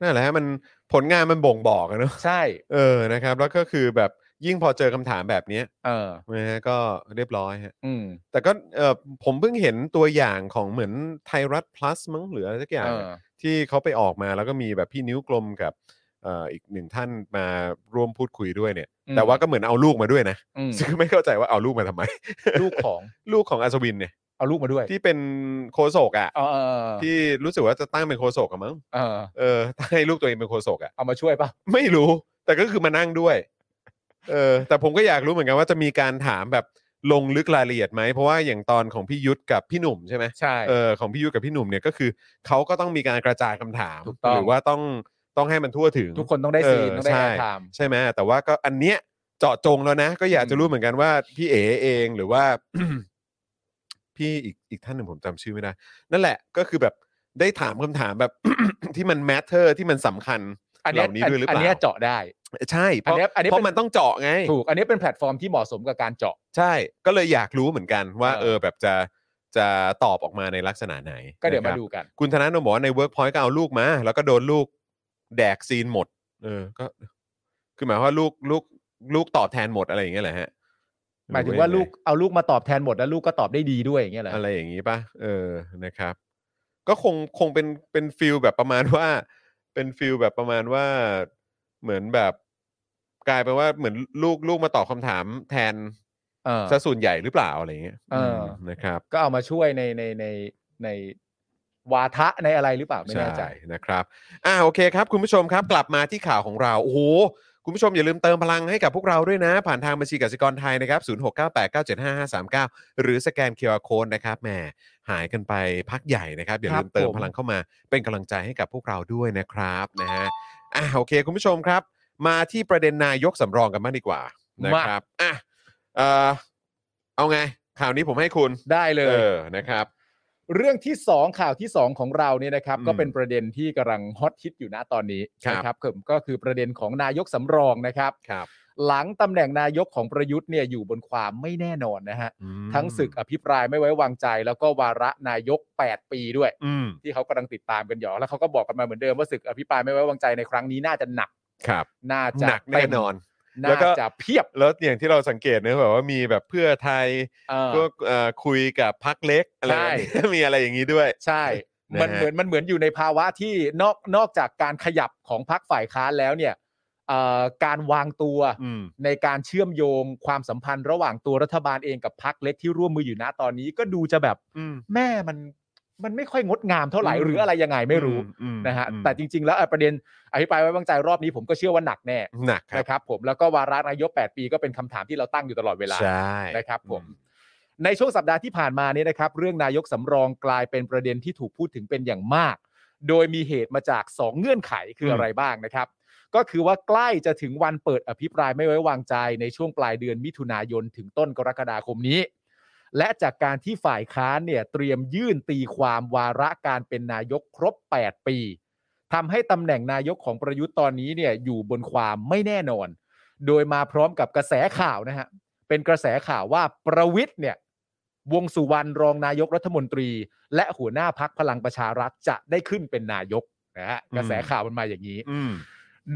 Speaker 2: นั่นแหละฮะมันผลงานมันบ่งบอกอะเนอะ
Speaker 3: ใช่
Speaker 2: เออนะครับ แล้วก็คือแบบยิ่งพอเจอคำถามแบบเนี้ย
Speaker 3: เออ
Speaker 2: นะฮะก็เรียบร้อยฮะ
Speaker 3: อืม
Speaker 2: แต่ก็เออผมเพิ่งเห็นตัวอย่างของเหมือนไทยรัฐ plus มั้งหรืออะไรสักอย่าง
Speaker 3: เอ
Speaker 2: อะ
Speaker 3: อ
Speaker 2: ที่เขาไปออกมาแล้วก็มีแบบพี่นิ้วกลมกับเอ่ออีกหนึ่งท่านมาร่วมพูดคุยด้วยเนี่ย
Speaker 3: อืม
Speaker 2: แต่ว่าก็เหมือนเอาลูกมาด้วยนะ
Speaker 3: อืม
Speaker 2: ซึ่งไม่เข้าใจว่าเอาลูกมาทำไม
Speaker 3: ลูกของ
Speaker 2: ลูกของอัศวินเนี่ย
Speaker 3: เอาลูกมาด้วย
Speaker 2: ที่เป็นโคศกอ่ะ
Speaker 3: เออเออเออ
Speaker 2: ที่รู้สึกว่าจะตั้งเป็นโคศกอะมั้ง
Speaker 3: เออ
Speaker 2: เออตั้งให้ลูกตัวเองเป็นโฆษกอะ่ะ
Speaker 3: เอามาช่วยป่ะ
Speaker 2: ไม่รู้ แต่ก็คือมานั่งด้วย เออ แต่ผมก็อยากรู้เหมือนกันว่าจะมีการถามแบบลงลึกรายละเอียดไหมเพราะว่าอย่างตอนของพี่ยุทธกับพี่หนุ่มใช่ไหม
Speaker 3: ใช่
Speaker 2: เออของพี่ยุทธกับพี่หนุ่มเนี่ยก็คือเขาก็ต้องมีการกระจายคำถาม
Speaker 3: ถูกต้อง
Speaker 2: หรือว่าต้องต้องให้มันทั่วถึง
Speaker 3: ทุกคนต้องได้ซีน
Speaker 2: เออ
Speaker 3: ต้องได้
Speaker 2: ใช่
Speaker 3: แอร์ไทม์
Speaker 2: ใช่ไหมแต่ว่าก็อันเนี้ยเจาะจงแล้วนะ ก็อยากจะรู้เหมือนกันว่าพี่เอเองหรือว่า [COUGHS] พี่อีกอีกท่านหนึ่งผมจำชื่อไม่ได้ นั่นแหละก็คือแบบได้ถามคำถามแบบ [COUGHS] ที่มันแมทเทอร์ที่มันสำคัญ
Speaker 3: อัน
Speaker 2: เห
Speaker 3: เนี้ย
Speaker 2: ล่านี้ด้วยหรือเป
Speaker 3: อัน
Speaker 2: ล่า
Speaker 3: เนี้ยเจาะได้
Speaker 2: ใช่เพ
Speaker 3: อัน
Speaker 2: ราะ
Speaker 3: เนี้ยอันเนี้ย
Speaker 2: เพราะ
Speaker 3: เป็น
Speaker 2: มันต้องเจาะไง
Speaker 3: ถูก อันนี้เป็นแพลตฟอร์มที่เหมาะสมกับการเจาะ
Speaker 2: ใช่ ก็เลยอยากรู้เหมือนกันว่า
Speaker 3: เออ
Speaker 2: เออแบบจะจะตอบออกมาในลักษณะไหน
Speaker 3: ก็เดี๋ยวมา
Speaker 2: นะครับ
Speaker 3: ดูกัน
Speaker 2: คุณธนาโนมบอกว่าในเวิร์กพอยต์ก็เอาลูกมา แล้วก็โดนลูกแดกซีนหมด เออ ก็ คือหมายความว่าลูกลูกลูกตอบแทนหมดอะไรอย่างเงี้ยแหละฮะ
Speaker 3: หมายถึงว่าลูกเอาลูกมาตอบแทนหมดแล้วลูกก็ตอบได้ดีด้วยอย่างเงี้ยเหรอ
Speaker 2: อะไรอย่างนี้ป่ะ เออ นะครับ ก็คงคงเป็นเป็นฟิลแบบประมาณว่า [LAUGHS] เป็นฟิลแบบประมาณว่า เหมือนแบบกลายเป็นว่าเหมือนลูกลูกมาตอบคำถามแทน
Speaker 3: เออ
Speaker 2: ซะส่วนใหญ่หรือเปล่าอะไรอย่างเงี้ย
Speaker 3: เอออื
Speaker 2: มนะครับ
Speaker 3: ก็เอามาช่วยในในในในวาทะในอะไรหรือเปล่าไม่แน่ใจ
Speaker 2: นะครับ อ่าโอเคครับ คุณผู้ชมครับ กลับมาที่ข่าวของเรา โอ้โห คุณผู้ชมอย่าลืมเติมพลังให้กับพวกเราด้วยนะ ผ่านทางบัญชีกสิกรไทยนะครับ 0698975539 หรือสแกน QR Code นะครับแหมหายกันไปพักใหญ่นะครับ อย่าลืม
Speaker 3: ครับ
Speaker 2: เติม
Speaker 3: ผม
Speaker 2: พลังเข้ามาเป็นกำลังใจให้กับพวกเราด้วยนะครับนะฮะอ่าโอเค คุณผู้ชมครับ มาที่ประเด็นนายกสำรองกันบ้างดีกว่านะครับอ่ะเอ่อเอาไง ข่าวนี้ผมให้คุณ
Speaker 3: ได้เล
Speaker 2: เอย อนะครับ
Speaker 3: เรื่องที่สองข่าวที่สองของเราเนี่ยนะครับ
Speaker 2: อืม
Speaker 3: ก็เป็นประเด็นที่กำลังฮอตฮิตอยู่นะตอนนี้
Speaker 2: ครับ
Speaker 3: นะครับผมก็คือประเด็นของนายกสำรองนะครับ
Speaker 2: ครับ
Speaker 3: หลังตำแหน่งนายกของประยุทธ์เนี่ยอยู่บนความไม่แน่นอนนะฮะ ทั้งศึกอภิปรายไม่ไว้วางใจ แล้วก็วาระนายก 8 ปีด้วย
Speaker 2: อืม
Speaker 3: ที่เขากำลังติดตามกันอยู่แล้วเขาก็บอกกันมาเหมือนเดิมว่าศึกอภิปรายไม่ไว้วางใจในครั้งนี้น่าจะหนัก
Speaker 2: ครับ
Speaker 3: น่าจะ
Speaker 2: หนักแน่นอน
Speaker 3: เต็ม
Speaker 2: แล้ว
Speaker 3: น่า
Speaker 2: ก็
Speaker 3: จะเพียบ
Speaker 2: แล้วอย่างที่เราสังเกตเนอะแบบว่ามีแบบเพื่อไทย
Speaker 3: เออ
Speaker 2: ก็เอ่อคุยกับพักเล็กอะไร
Speaker 3: ใช่
Speaker 2: แบบนี้ [LAUGHS] มีอะไรอย่างนี้ด้วย
Speaker 3: ใช่
Speaker 2: นะฮะ
Speaker 3: มันเหมือนมันเหมือนอยู่ในภาวะที่นอกนอกจากการขยับของพักฝ่ายค้านแล้วเนี่ยเอ่อการวางตัว
Speaker 2: อืม
Speaker 3: ในการเชื่อมโยงความสัมพันธ์ระหว่างตัวรัฐบาลเองกับพักเล็กที่ร่วมมืออยู่นะตอนนี้ก็ดูจะแบบ
Speaker 2: อืม
Speaker 3: แม่มันมันไม่ค่อยงดงามเท่าไหร่
Speaker 2: อืม
Speaker 3: หรืออะไรยังไงไม่รู้
Speaker 2: อืม
Speaker 3: นะฮะ
Speaker 2: อืม
Speaker 3: แต่จริง ๆ แล้วเอ่อประเด็นอภิปรายไว้วางใจรอบนี้ผมก็เชื่อว่าหนักแน่
Speaker 2: หนักครับ
Speaker 3: นะครับผมแล้วก็วาระนายก 8 ปีก็เป็นคำถามที่เราตั้งอยู่ตลอดเวลา
Speaker 2: ใช่
Speaker 3: นะครับผมในช่วงสัปดาห์ที่ผ่านมานี้นะครับ เรื่องนายกสำรองกลายเป็นประเด็นที่ถูกพูดถึงเป็นอย่างมาก โดยมีเหตุมาจาก 2 เงื่อนไขคืออะไรบ้างนะครับ ก็คือว่าใกล้จะถึงวันเปิดอภิปรายไม่ไว้วางใจในช่วงปลายเดือนมิถุนายนถึงต้นกรกฎาคมนี้ และจากการที่ฝ่ายค้านเนี่ยเตรียมยื่นตีความวาระการเป็นนายกครบ 8 ปีทำให้ตำแหน่งนายกของประยุทธ์ตอนนี้เนี่ยอยู่บนความไม่แน่นอน โดยมาพร้อมกับกระแสข่าวนะฮะ เป็นกระแสข่าวว่าประวิทย์เนี่ยวงสุวรรณรองนายกรัฐมนตรี และหัวหน้าพักพลังประชารัฐจะได้ขึ้นเป็นนายกนะฮะกระแสข่าวมันมาอย่างนี้
Speaker 2: อืม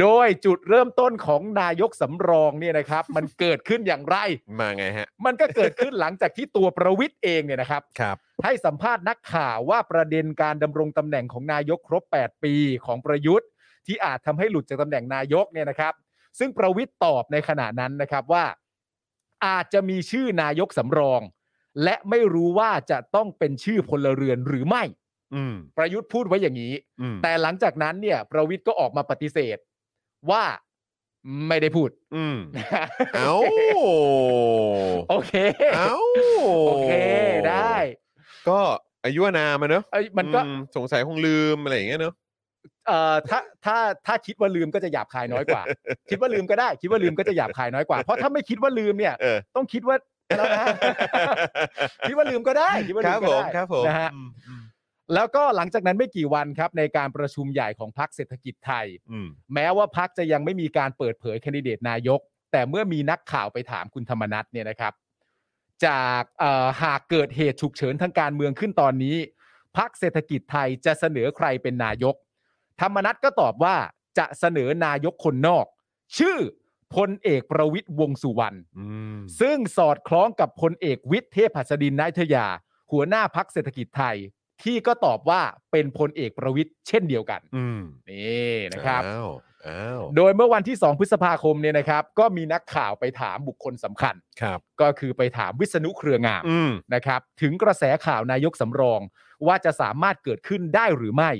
Speaker 3: โดยจุดเริ่มต้นของนายกสำรองเนี่ยนะครับ มันเกิดขึ้นอย่างไร
Speaker 2: มาไงฮะ
Speaker 3: มันก็เกิดขึ้นหลังจากที่ตัวประวิทย์เองเนี่ยนะครับ
Speaker 2: ครับ
Speaker 3: ให้สัมภาษณ์นักข่าวว่าประเด็นการดำรงตำแหน่งของนายกครบ 8 ปีของประยุทธ์ ที่อาจทำให้หลุดจากตำแหน่งนายกเนี่ยนะครับ ซึ่งประวิทย์ตอบในขณะนั้นนะครับว่า อาจจะมีชื่อนายกสำรอง และไม่รู้ว่าจะต้องเป็นชื่อพลเรือนหรือไม่
Speaker 2: อืม
Speaker 3: ประยุทธ์พูดไว้อย่างนี้
Speaker 2: อืม
Speaker 3: แต่หลังจากนั้นเนี่ย ประวิทย์ก็ออกมาปฏิเสธว่าไม่ได้พูด
Speaker 2: อืม เอ้า
Speaker 3: [LAUGHS] โอเค
Speaker 2: เอ้า
Speaker 3: โอเคได้
Speaker 2: ก็อายุอานามอะเนอะ
Speaker 3: เอ้ยมันก็
Speaker 2: อืสงสัยคงลืมอะไรอย่างเงี้ยเนอะ
Speaker 3: เอ่อถ้าถ้าถ้าคิดว่าลืมก็จะหยาบคายน้อยก
Speaker 2: [LAUGHS]
Speaker 3: ว่า คิดว่าลืมก็ได้ คิดว่าลืมก็จะหยาบคายน้อยกว่า เพราะถ้าไม่คิดว่าลืมเนี่ย
Speaker 2: เออ
Speaker 3: ต้องคิดว่าแล้ว
Speaker 2: [LAUGHS]
Speaker 3: นะ คิดว่าลืมก็ได้คิดว่า
Speaker 2: ค
Speaker 3: ลื
Speaker 2: รับ
Speaker 3: มก็
Speaker 2: ผม
Speaker 3: ได้
Speaker 2: ครับผม
Speaker 3: นะฮะ
Speaker 2: อืมอืม
Speaker 3: แล้วก็หลังจากนั้นไม่กี่วันครับ ในการประชุมใหญ่ของพรรคเศรษฐกิจไทย
Speaker 2: อืม
Speaker 3: แม้ว่าพักจะยังไม่มีการเปิดเผยแคนดิเดตนายก แต่เมื่อมีนักข่าวไปถามคุณธรรมนัทเนี่ยนะครับ จากเอ่อหากเกิดเหตุฉุกเฉินทางการเมืองขึ้นตอนนี้ พักเศรษฐกิจไทยจะเสนอใครเป็นนายก ธรรมนัทก็ตอบว่าจะเสนอนายกคนนอก ชื่อพลเอกประวิทย์วงษ์สุวรรณ
Speaker 2: อืม
Speaker 3: ซึ่งสอดคล้องกับพลเอกวิทย์เทพหัสดินนายทยา หัวหน้าพักเศรษฐกิจไทย ที่ก็ตอบว่าเป็นพลเอกประวิทย์เช่นเดียวกัน
Speaker 2: อืม
Speaker 3: นี่นะครับ
Speaker 2: อ้าวอ้าว
Speaker 3: โดยเมื่อวันที่ 2 พฤษภาคมเนี่ยนะครับ ก็มีนักข่าวไปถามบุคคลสำคัญ
Speaker 2: ครับ
Speaker 3: ก็คือไปถามวิษณุเครืองาม
Speaker 2: อืม
Speaker 3: นะครับ ถึงกระแสข่าวนายกสำรอง ว่าจะสามารถเกิดขึ้นได้หรือไม่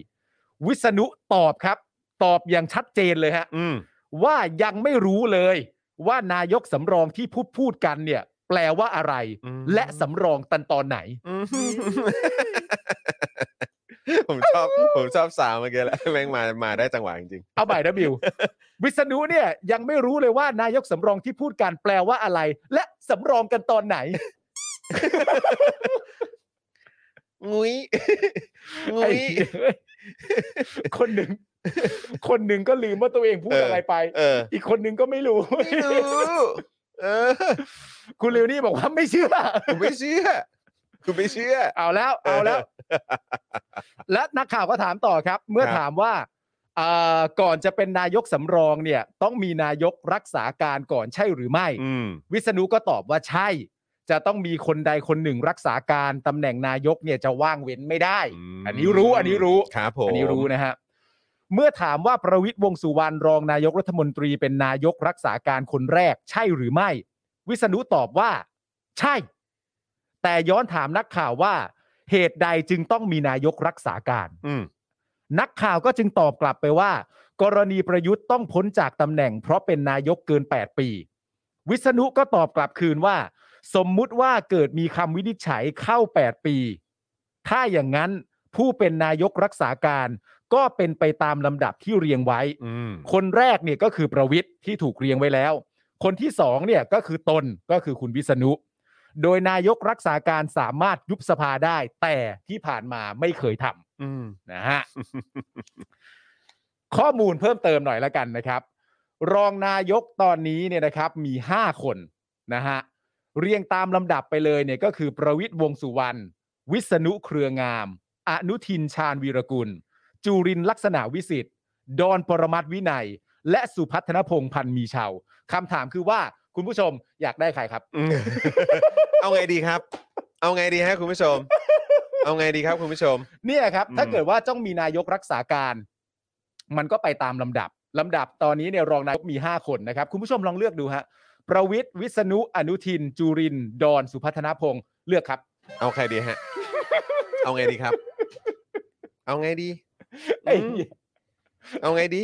Speaker 3: วิษณุตอบครับ ตอบอย่างชัดเจนเลยฮะ
Speaker 2: อืม
Speaker 3: ว่ายังไม่รู้เลยว่านายกสำรองที่พูดพูดกันเนี่ย แปลว่าอะไร
Speaker 2: อืม
Speaker 3: และสำรองตันตอนไหน
Speaker 2: อืม [LAUGHS] ผมชอบผมชอบสาวเมื่อกี้ [LAUGHS] แหล้วแม่งมามาได้จังหวะจริง
Speaker 3: เอาใหม่นะ
Speaker 2: [LAUGHS]
Speaker 3: บิว วิษณุเนี่ยยังไม่รู้เลยว่านายกสำรองที่พูดการแปลว่าอะไร และสำรองกันตอนไหน
Speaker 2: ๆงุ้ย
Speaker 3: [LAUGHS]
Speaker 2: งุ้
Speaker 3: ไอ้
Speaker 2: ย
Speaker 3: เหี้ยคนหนึ่ง [LAUGHS] คนหนึ่งก็ลืมว่าตัวเองพูด
Speaker 2: เอออ
Speaker 3: อะไรไป
Speaker 2: เออ
Speaker 3: อีกคนหนึ่งก็ไม่รู้
Speaker 2: ไม่รู้เออ
Speaker 3: คุณลิวนี่บอกว่าไม่เชื่อ
Speaker 2: กูไม่เชื่อกูไม่เชื่อ
Speaker 3: เอาแล้ว เอาแล้ว และนักข่าวก็ถามต่อครับ เมื่อ
Speaker 2: ครับ
Speaker 3: ถามว่าเอ่อก่อนจะเป็นนายกสำรองเนี่ย ต้องมีนายกรักษาการก่อนใช่หรือไม่
Speaker 2: อืม
Speaker 3: วิษณุก็ตอบว่าใช่ จะต้องมีคนใดคนหนึ่งรักษาการตำแหน่งนายกเนี่ยจะว่างเว้นไม่ได้
Speaker 2: ม
Speaker 3: อันนี้รู้อันนี้รู้
Speaker 2: ครับผม
Speaker 3: อันนี้รู้นะฮะ เมื่อถามว่าประวิทย์วงษ์สุวรรณรองนายกรัฐมนตรีเป็นนายกรักษาการคนแรกใช่หรือไม่ วิษณุตอบว่า ใช่ แต่ย้อนถามนักข่าวว่า เหตุใดจึงต้องมีนายกรักษาการ
Speaker 2: อืม
Speaker 3: นักข่าวก็จึงตอบกลับไปว่า กรณีประยุทธ์ต้องพ้นจากตำแหน่ง เพราะเป็นนายกเกิน 8 ปี วิษณุก็ตอบกลับคืนว่า สมมุติว่าเกิดมีคำวินิจฉัยเข้า 8 ปี ถ้าอย่างนั้นผู้เป็นนายกรักษาการก็เป็นไปตามลำดับที่เรียงไว้
Speaker 2: อืม
Speaker 3: คนแรกเนี่ยก็คือประวิทย์ที่ถูกเรียงไว้แล้ว คนที่สองเนี่ยก็คือตนก็คือคุณวิษณุ โดยนายกรักษาการสามารถยุบสภาได้ แต่ที่ผ่านมาไม่เคยทำ
Speaker 2: อืม
Speaker 3: นะฮะ [LAUGHS] ข้อมูลเพิ่มเติมหน่อยละกันนะครับ รองนายกตอนนี้เนี่ยนะครับ มี 5 คนนะฮะเรียงตามลำดับไปเลยเนี่ยก็คือประวิทย์วงษ์สุวรรณวิษณุเครืองาม อนุทินชาญวีรกุล จุรินทร์ลักษณะวิสิทธิ์ ดอนปรมัตถ์วินัย และสุพัฒนพงษ์พันธ์มีเชาวคำถามคือว่าคุณผู้ชมอยากได้ใครครับ
Speaker 2: อืมเอาไงดีครับ เอาไงดีฮะคุณผู้ชม เอาไงดีครับคุณผู้ชม
Speaker 3: เนี่ยครับ
Speaker 2: อืม
Speaker 3: ถ้าเกิดว่าต้องมีนายกรักษาการ มันก็ไปตามลำดับลำดับตอนนี้เนี่ยรองนายกมี 5 คนนะครับ คุณผู้ชมลองเลือกดูฮะประวิทย์วิษณุอนุทิน จุรินทร์ดอนสุพัฒนพงศ์เลือกครับ
Speaker 2: เอาใครดีฮะ เอาไงดีครับ เอาไงดี
Speaker 3: เอ้ย
Speaker 2: อืม เอาไงดี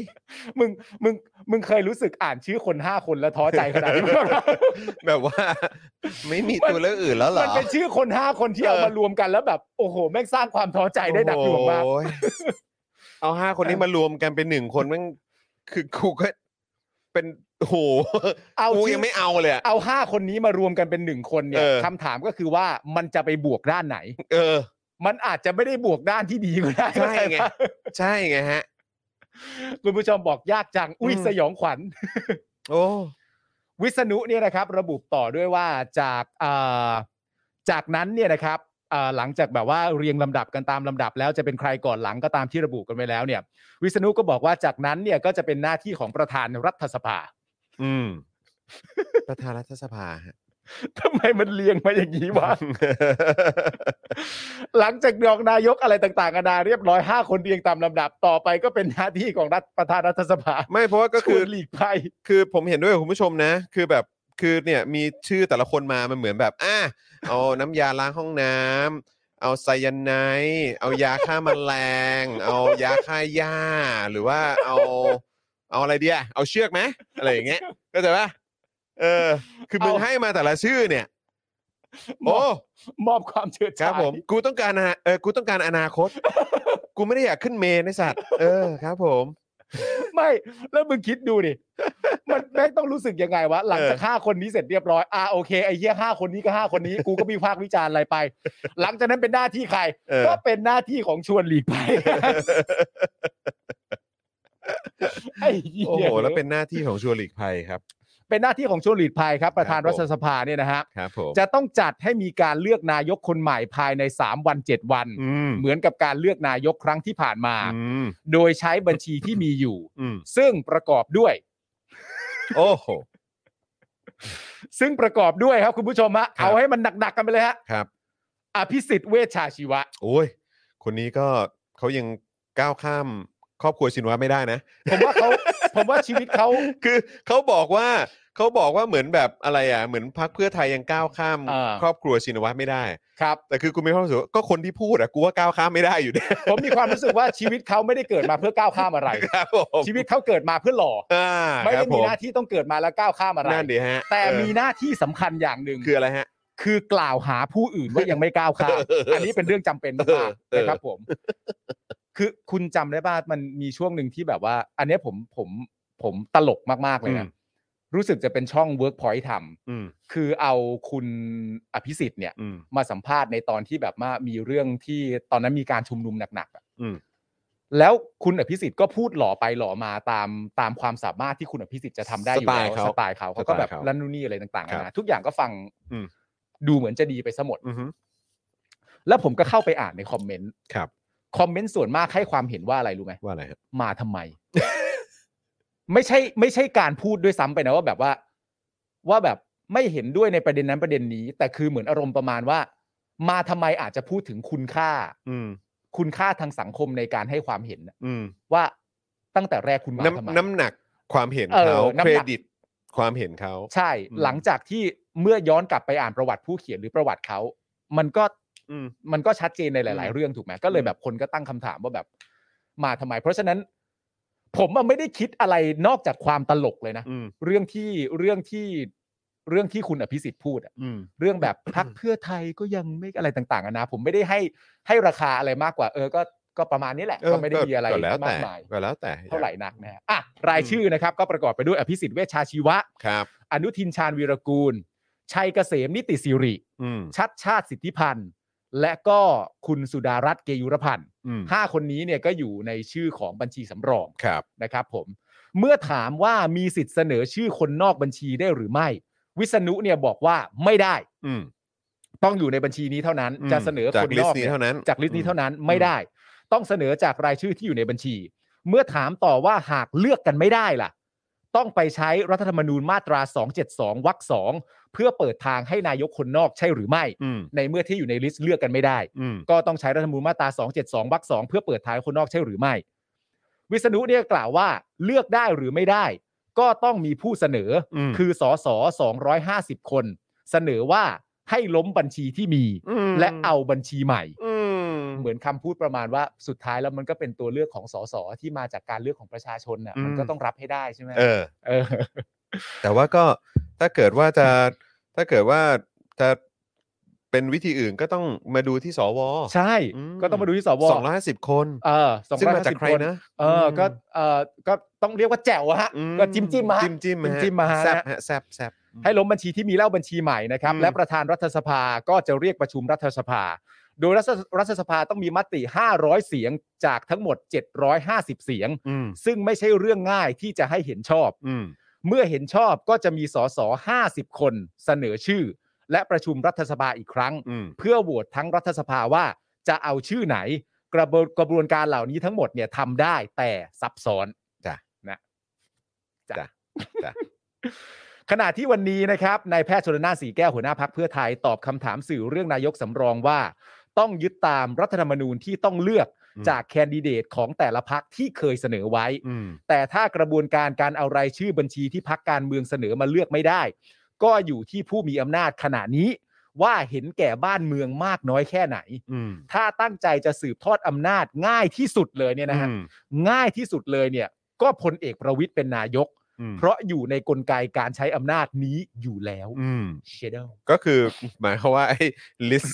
Speaker 3: มึงมึงมึงเคยรู้สึกอ่านชื่อคน 5 คนแล้วท้อใจขนาด
Speaker 2: [LAUGHS]
Speaker 3: นี้บ้างไหม
Speaker 2: แบบว่า [LAUGHS] ไม่มี
Speaker 3: มัน
Speaker 2: ตัวเลือกอื่นแล้วเหรอ
Speaker 3: มันเป็นชื่อคน 5 คนที่เอา
Speaker 2: เออ
Speaker 3: มารวมกันแล้วแบบ โอ้โห แม่งสร้างความท้อใจได้หนักหน่วงมาก
Speaker 2: โอ้ยเอาห้าคนนี้มารวมกันเป็นหนึ่งคนแมันคือกูก็เป็น โอ้โห
Speaker 3: เอา
Speaker 2: กู
Speaker 3: ชื่อ
Speaker 2: ยังไม่เอาเลยอะ
Speaker 3: เอาห้าคนนี้มารวมกันเป็นหนึ่งคนเนี่
Speaker 2: เอย อ
Speaker 3: คำถามก็คือว่ามันจะไปบวกด้านไหน
Speaker 2: เออ
Speaker 3: มันอาจจะไม่ได้บวกด้านที่ดีก็ได้
Speaker 2: ใช่ไง
Speaker 3: เข้าจปะ
Speaker 2: ใช่ไงฮะ
Speaker 3: คุณผู้ชมบอกยากจัง อุ้ย
Speaker 2: อืม
Speaker 3: สยองขวัญ
Speaker 2: โอ้
Speaker 3: วิษณุเนี่ยนะครับ ระบุต่อด้วยว่าจากเอ่อจากนั้นเนี่ยนะครับเอ่อหลังจากแบบว่าเรียงลำดับกันตามลำดับ แล้วจะเป็นใครก่อนหลังก็ตามที่ระบุกันไว้แล้วเนี่ย วิษณุก็บอกว่าจากนั้นเนี่ยก็จะเป็นหน้าที่ของประธานรัฐสภา
Speaker 2: อืม ประธานรัฐสภาฮะ
Speaker 3: ทำไมมันเรียงมาอย่างนี้วะ หลังจากรองนายกอะไรต่างๆกันานาเรียบร้อยห้าคนเรียงตามลำดับต่อไปก็เป็นหน้าที่ของรัฐประธานรัฐสภา
Speaker 2: ไม่เพราะว่าก็คือ
Speaker 3: ชวนหลีกภัย
Speaker 2: คือผมเห็นด้วยกับคุณผู้ชมนะ คือแบบคือเนี่ยมีชื่อแต่ละคนมามันเหมือนแบบอ่ะเอาน้ำยาล้างห้องน้ำเอาไซยาไนด์เอายาฆ่าแมลง เอายาฆ่าหญ้า หรือว่าเอาเอาอะไรเดียเอาเชือกไหมอะไรอย่างเงี้ยก็จะว่าใจปะเออ คือมึง
Speaker 3: เอา
Speaker 2: ให้มาแต่ละชื่อเนี่ย
Speaker 3: ม
Speaker 2: โอ้
Speaker 3: อบมอบความเชื่อ
Speaker 2: ค
Speaker 3: ใจ
Speaker 2: รับผม กูต้องการอนาเออกูต้องการอนาคต กูไม่ได้อยากขึ้นเมนไอสัตว์เออครับ ผม
Speaker 3: ไม่แล้วมึงคิดดูดิ [LAUGHS] มันแม่งต้องรู้สึกยังไงวะ หลังจากห้าคนนี้เสร็จเรียบร้อยอ่าโอเคไอ้เหี้ยห้าคนนี้ก็ห้าคนนี้ [LAUGHS] กูก็มีภาควิจารณ์อะไรไป [LAUGHS] หลังจากนั้นเป็นหน้าที่ใคร
Speaker 2: เออ
Speaker 3: ก็เป็นหน้าที่ของชวนหลีกภั
Speaker 2: [LAUGHS]
Speaker 3: ยไอ้เหี้ย
Speaker 2: โอ้โหแล้วเป็นหน้าที่ของชัวร์หลีกภัยครับ
Speaker 3: เป็นหน้าที่ของชวนหลีดภัยครับ ประธาน
Speaker 2: ครับผม
Speaker 3: รัฐสภาเนี่ยนะฮะ
Speaker 2: ครับผม
Speaker 3: จะต้องจัดให้มีการเลือกนายกคนใหม่ภายใน 3 วัน 7 วัน
Speaker 2: อืม
Speaker 3: เหมือนกับการเลือกนายกครั้งที่ผ่านมา
Speaker 2: อืม
Speaker 3: โดยใช้บัญชีที่มีอยู่
Speaker 2: อืม
Speaker 3: ซึ่งประกอบด้วย
Speaker 2: โอ้โห
Speaker 3: ซึ่งประกอบด้วยครับคุณผู้ชมฮะ
Speaker 2: ครับ
Speaker 3: เอาให้มันหนักๆกันไปเลยฮะ
Speaker 2: ครับ
Speaker 3: อภิสิทธิ์เวชชาชีวะ
Speaker 2: โอ้ย คนนี้ก็เขายังก้าวข้ามครอบครัวชินวัตรไม่ได้นะ
Speaker 3: ผมว่าเขา
Speaker 2: [LAUGHS]
Speaker 3: ผมว่าชีวิตเขา
Speaker 2: คือเขาบอกว่าเขาบอกว่าเหมือนแบบอะไรอ่ะ เหมือนพักเพื่อไทยยังก้าวข้าม
Speaker 3: อ่า
Speaker 2: ครอบครัวชินวัตรไม่ได้
Speaker 3: ครับ
Speaker 2: แต่คือกูมีความรู้สึกว่าก็คนที่พูดอ่ะกูว่าก้าวข้ามไม่ได้อยู่
Speaker 3: [LAUGHS]
Speaker 2: ดี
Speaker 3: ผมมีความรู้สึกว่าชีวิตเขาไม่ได้เกิดมาเพื่อก้าวข้ามอะไร
Speaker 2: ครับผม
Speaker 3: ชีวิตเขาเกิดมาเพื่อหล่อ
Speaker 2: อ่า
Speaker 3: ไม่
Speaker 2: ครั
Speaker 3: ได้
Speaker 2: บผ
Speaker 3: มี
Speaker 2: ม
Speaker 3: หน้าที่ต้องเกิดมาแล้วก้าวข้ามอะไร
Speaker 2: นั่นดีฮะ
Speaker 3: แต่
Speaker 2: เออ
Speaker 3: มีหน้าที่สำคัญอย่างหนึ่ง
Speaker 2: คืออะไรฮะ
Speaker 3: คือกล่าวหาผู้อื่นว่ายังไม่ก้าวข้าม
Speaker 2: เออ
Speaker 3: อันนี้เป็นเรื่องจำเป็น
Speaker 2: เออ
Speaker 3: มา
Speaker 2: ก เออ
Speaker 3: นะครับผม คือคุณจำได้ป่ะมันมีช่วงหนึ่งที่แบบว่า อันเนี้ยผมผมผมตลกมาก ๆ เลยนะ รู้สึกจะเป็นช่อง Workpoint ท
Speaker 2: อืม
Speaker 3: ำคือเอาคุณอภิสิทธิ์เนี่ย
Speaker 2: อืม
Speaker 3: มาสัมภาษณ์ในตอนที่แบบว่ามีเรื่องที่ตอนนั้นมีการชุมนุมหนักๆอะ
Speaker 2: อืม
Speaker 3: แล้วคุณอภิสิทธิ์ก็พูดหล่อไปหล่อมาตามตามความสามารถที่คุณอภิสิทธิ์จะทำได้อยู่แล้วสไตล์เขาเขาก็แบบนั่นนู่นนี่อะไรต่างๆ
Speaker 2: ครั
Speaker 3: นา
Speaker 2: บ
Speaker 3: นะทุกอย่างก็ฟัง
Speaker 2: อืม
Speaker 3: ดูเหมือนจะดีไปซะหมด
Speaker 2: อือฮึ
Speaker 3: แล้วผมก็เข้าไปอ่านในคอมเมนต์
Speaker 2: ครับ
Speaker 3: คอมเมนต์ส่วนมากให้ความเห็นว่าอะไรรู้ไหม
Speaker 2: ว่าอะไรฮะ
Speaker 3: มาทำไม ไม่ใช่ไม่ใช่การพูดด้วยซ้ำไปนะว่าแบบว่า ว่าแบบไม่เห็นด้วยในประเด็นนั้นประเด็นนี้ แต่คือเหมือนอารมณ์ประมาณว่า มาทำไมอาจจะพูดถึงคุณค่า
Speaker 2: อืม
Speaker 3: คุณค่าทางสังคมในการให้ความเห็นน่ะ
Speaker 2: อืม
Speaker 3: ว่าตั้งแต่แรกคุณมาทำไม
Speaker 2: น้ำน้ำหนักความเห็น
Speaker 3: เออ
Speaker 2: เขา
Speaker 3: น้ำหนัก
Speaker 2: เครดิตความเห็นเขา
Speaker 3: ใช่
Speaker 2: อืม
Speaker 3: หลังจากที่เมื่อย้อนกลับไปอ่านประวัติผู้เขียนหรือประวัติเขามันก็
Speaker 2: อืม
Speaker 3: มันก็ชัดเจนในหลาย
Speaker 2: อื
Speaker 3: ๆ
Speaker 2: ม
Speaker 3: เรื่องถูกไหมก็เลยแบบคนก็ตั้งคำถามว่าแบบมาทำไม เพราะฉะนั้น ผมอะไม่ได้คิดอะไรนอกจากความตลกเลยนะ
Speaker 2: อืม
Speaker 3: เรื่องที่เรื่องที่เรื่องที่คุณอภิสิทธิ์พูดอะ
Speaker 2: อืม
Speaker 3: เรื่องแบบพักเพื่อไทยก็ยังไม่อะไรต่างๆอะนะผมไม่ได้ให้ให้ราคาอะไรมากกว่า เออก็ก็ประมาณนี้แหละ
Speaker 2: เออ
Speaker 3: ก็ไม่ได้มีอะไร
Speaker 2: ก็แล้ว
Speaker 3: มา
Speaker 2: แต่
Speaker 3: กมาย
Speaker 2: ก็แล้วแต่
Speaker 3: เท่าไหร่นักนะฮะอ่ะรายชื่อนะครับ ก็ประกอบไปด้วยอภิสิทธิ์เวชชาชีวะ
Speaker 2: ครับ
Speaker 3: อนุทินชาญวีรกูล ชัยเกษมนิติสิริ
Speaker 2: อืม
Speaker 3: ชัดชาติสิทธิพันธ์ และก็คุณสุดารัตน์เกยุรพันธ์
Speaker 2: อืม
Speaker 3: ห้าคนนี้เนี่ยก็อยู่ในชื่อของบัญชีสำรอง
Speaker 2: ครับ
Speaker 3: นะครับผม เมื่อถามว่ามีสิทธิ์เสนอชื่อคนนอกบัญชีได้หรือไม่ วิษณุเนี่ยบอกว่าไม่ได้
Speaker 2: อืม
Speaker 3: ต้องอยู่ในบัญชีนี้เท่านั้น
Speaker 2: อืม
Speaker 3: จะเสนอ
Speaker 2: จา
Speaker 3: ค
Speaker 2: ก
Speaker 3: น
Speaker 2: ลิ
Speaker 3: น
Speaker 2: ส
Speaker 3: อก
Speaker 2: ต์นี้เท่านั้น
Speaker 3: จากลิสต์นี้เท่านั้น
Speaker 2: อืม
Speaker 3: ไม่ได้ ต้องเสนอจากรายชื่อที่อยู่ในบัญชี เมื่อถามต่อว่าหากเลือกกันไม่ได้ล่ะ ต้องไปใช้รัฐธรรมนูญมาตรา 272วรรคสองเพื่อเปิดทางให้นายกคนนอกใช่หรือไม่
Speaker 2: อืม
Speaker 3: ในเมื่อที่อยู่ในลิสต์เลือกกันไม่ได้
Speaker 2: อืม
Speaker 3: ก็ต้องใช้รัฐธรรมนูญมาตรา 272 วรรคสองเพื่อเปิดท้ายคนนอกใช่หรือไม่ วิษณุเนี่ยกล่าวว่าเลือกได้หรือไม่ได้ ก็ต้องมีผู้เสนออ
Speaker 2: ม
Speaker 3: คือสอสอ250 คน เสนอว่าให้ล้มบัญชีที่มี
Speaker 2: อืม
Speaker 3: และเอาบัญชีใหม่
Speaker 2: อืม
Speaker 3: เหมือนคำพูดประมาณว่าสุดท้ายแล้วมันก็เป็นตัวเลือกของสสที่มาจากการเลือกของประชาชนน่ะมันก็ต้องรับให้ได้ใช่ไหม
Speaker 2: เออ
Speaker 3: เออ
Speaker 2: แต่ว่าก็ถ้าเกิดว่าจะถ้าเกิดว่าจะ เป็นวิธีอื่นก็ต้องมาดูที่สว
Speaker 3: ใช่
Speaker 2: อืม
Speaker 3: ก็ต้องมาดูที่สว
Speaker 2: สองร้อยห้าสิบคน
Speaker 3: เออสอง
Speaker 2: ซึ่ง
Speaker 3: ร้อย
Speaker 2: มา
Speaker 3: ห้า
Speaker 2: จาก
Speaker 3: สิบ
Speaker 2: ใคร
Speaker 3: คน
Speaker 2: นะ
Speaker 3: เออก็เออก็ต้องเรียกว่าแจ๋วอะฮะ
Speaker 2: อื
Speaker 3: ก็จิ้มจิ้มมาฮะ
Speaker 2: จิ้มจิ้มฮะ
Speaker 3: จิ้มมาฮะ
Speaker 2: แซบฮะแซบแซบ
Speaker 3: ให้ล้มบัญชีที่มีเล่าบัญชีใหม่นะครับ
Speaker 2: อืม
Speaker 3: และประธานรัฐสภาก็จะเรียกประชุมรัฐสภา โดยรัฐรัฐสภาต้องมีมติ 500 เสียงจากทั้งหมด 750 เสียง
Speaker 2: อืม
Speaker 3: ซึ่งไม่ใช่เรื่องง่ายที่จะให้เห็นชอบ
Speaker 2: อืม
Speaker 3: เมื่อเห็นชอบก็จะมีสส50 คนเสนอชื่อ และประชุมรัฐสภาอีกครั้ง
Speaker 2: อืม
Speaker 3: เพื่อโหวตทั้งรัฐสภาว่าจะเอาชื่อไหน กระบวนกระบวนการเหล่านี้ทั้งหมดเนี่ยทำได้แต่ซับซ้อน
Speaker 2: จ้ะ
Speaker 3: [LAUGHS] ขณะที่วันนี้นะครับนายแพทย์ชนน่านสีแก้วหัวหน้าพักเพื่อไทยตอบคำถามสื่อเรื่องนายกสำรองว่า ต้องยึดตามรัฐธรรมนูญที่ต้องเลือกจากแคนดิเดตของแต่ละพักที่เคยเสนอไว้
Speaker 2: อืม
Speaker 3: แต่ถ้ากระบวนการการเอารายชื่อบัญชีที่พักการเมืองเสนอมาเลือกไม่ได้ ก็อยู่ที่ผู้มีอำนาจขณะนี้ ว่าเห็นแก่บ้านเมืองมากน้อยแค่ไหน
Speaker 2: อืม
Speaker 3: ถ้าตั้งใจจะสืบทอดอำนาจง่ายที่สุดเลยเนี่ยนะฮะ
Speaker 2: อืม
Speaker 3: ง่ายที่สุดเลยเนี่ย ก็พลเอกประวิทย์เป็นนายก
Speaker 2: อืม
Speaker 3: เพราะอยู่ในกลไกการใช้อำนาจนี้อยู่แล้ว
Speaker 2: อืม
Speaker 3: เชเดล
Speaker 2: ก็คือ [LAUGHS] หมายความว่าไอ้ลิ [LAUGHS] ส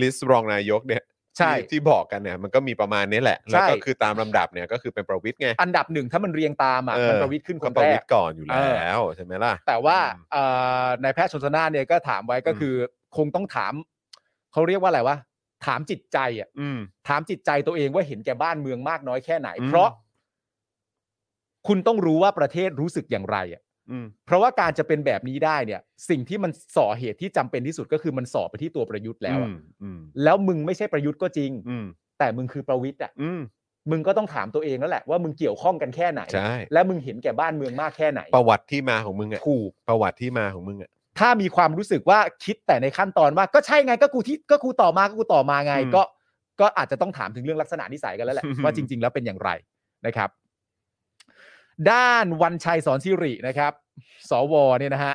Speaker 2: ลิสรองนายกเนี่ย
Speaker 3: ใช่
Speaker 2: ที่ที่บอกกันเนี่ยมันก็มีประมาณนี้แหละ แล้วก็คือตามลำดับเนี่ยก็คือเป็นประวิทย์ไง
Speaker 3: อันดับหนึ่งถ้ามันเรียงตามอ่ะ
Speaker 2: เออ
Speaker 3: มันประวิทย์ขึ้นค
Speaker 2: ก็
Speaker 3: น
Speaker 2: ประ
Speaker 3: แร
Speaker 2: วิ
Speaker 3: ก
Speaker 2: ทย์ก่อนอยู่แล้วใช่ไหมล่ะ
Speaker 3: แต่ว่า
Speaker 2: อืม
Speaker 3: เอ่อนายแพทย์ชนสนานเนี่ยก็ถามไว้ก็
Speaker 2: อืม
Speaker 3: คือคงต้องถาม เขาเรียกว่าอะไรวะถามจิตใจอ่ะ
Speaker 2: อืม
Speaker 3: ถามจิตใจตัวเองว่าเห็นแก่บ้านเมืองมากน้อยแค่ไหน
Speaker 2: อืม
Speaker 3: เพราะ คุณต้องรู้ว่าประเทศรู้สึกอย่างไรอ่ะ
Speaker 2: อืม
Speaker 3: เพราะว่าการจะเป็นแบบนี้ได้เนี่ย สิ่งที่มันส่อเหตุที่จำเป็นที่สุดก็คือมันส่อไปที่ตัวประยุทธ์แล้วอะ
Speaker 2: อืม
Speaker 3: แล้วมึงไม่ใช่ประยุทธ์ก็จริง
Speaker 2: อืม
Speaker 3: แต่มึงคือประวิทย์อ่ะ
Speaker 2: อืม
Speaker 3: มึงก็ต้องถามตัวเองแล้วแหละว่ามึงเกี่ยวข้องกันแค่ไหน
Speaker 2: ใช่
Speaker 3: และมึงเห็นแก่บ้านเมืองมากแค่ไหน
Speaker 2: ประวัติที่มาของมึงอะ
Speaker 3: ถูก
Speaker 2: ประวัติที่มาของมึงอะ
Speaker 3: ถ้ามีความรู้สึกว่าคิดแต่ในขั้นตอนว่าก็ใช่ไงก็กูที่ก็กูต่อมาก็กูต่อมาไง
Speaker 2: อืม
Speaker 3: ก็ ก็อาจจะต้องถามถึงเรื่องลักษณะนิสัยกั
Speaker 2: [LAUGHS]
Speaker 3: นแล้วแหละ ว่าจริง ๆ แล้วเป็นอย่างไรนะครับ ด้านวันชัยสอนสิรินะครับ สวเนี่ยนะฮะ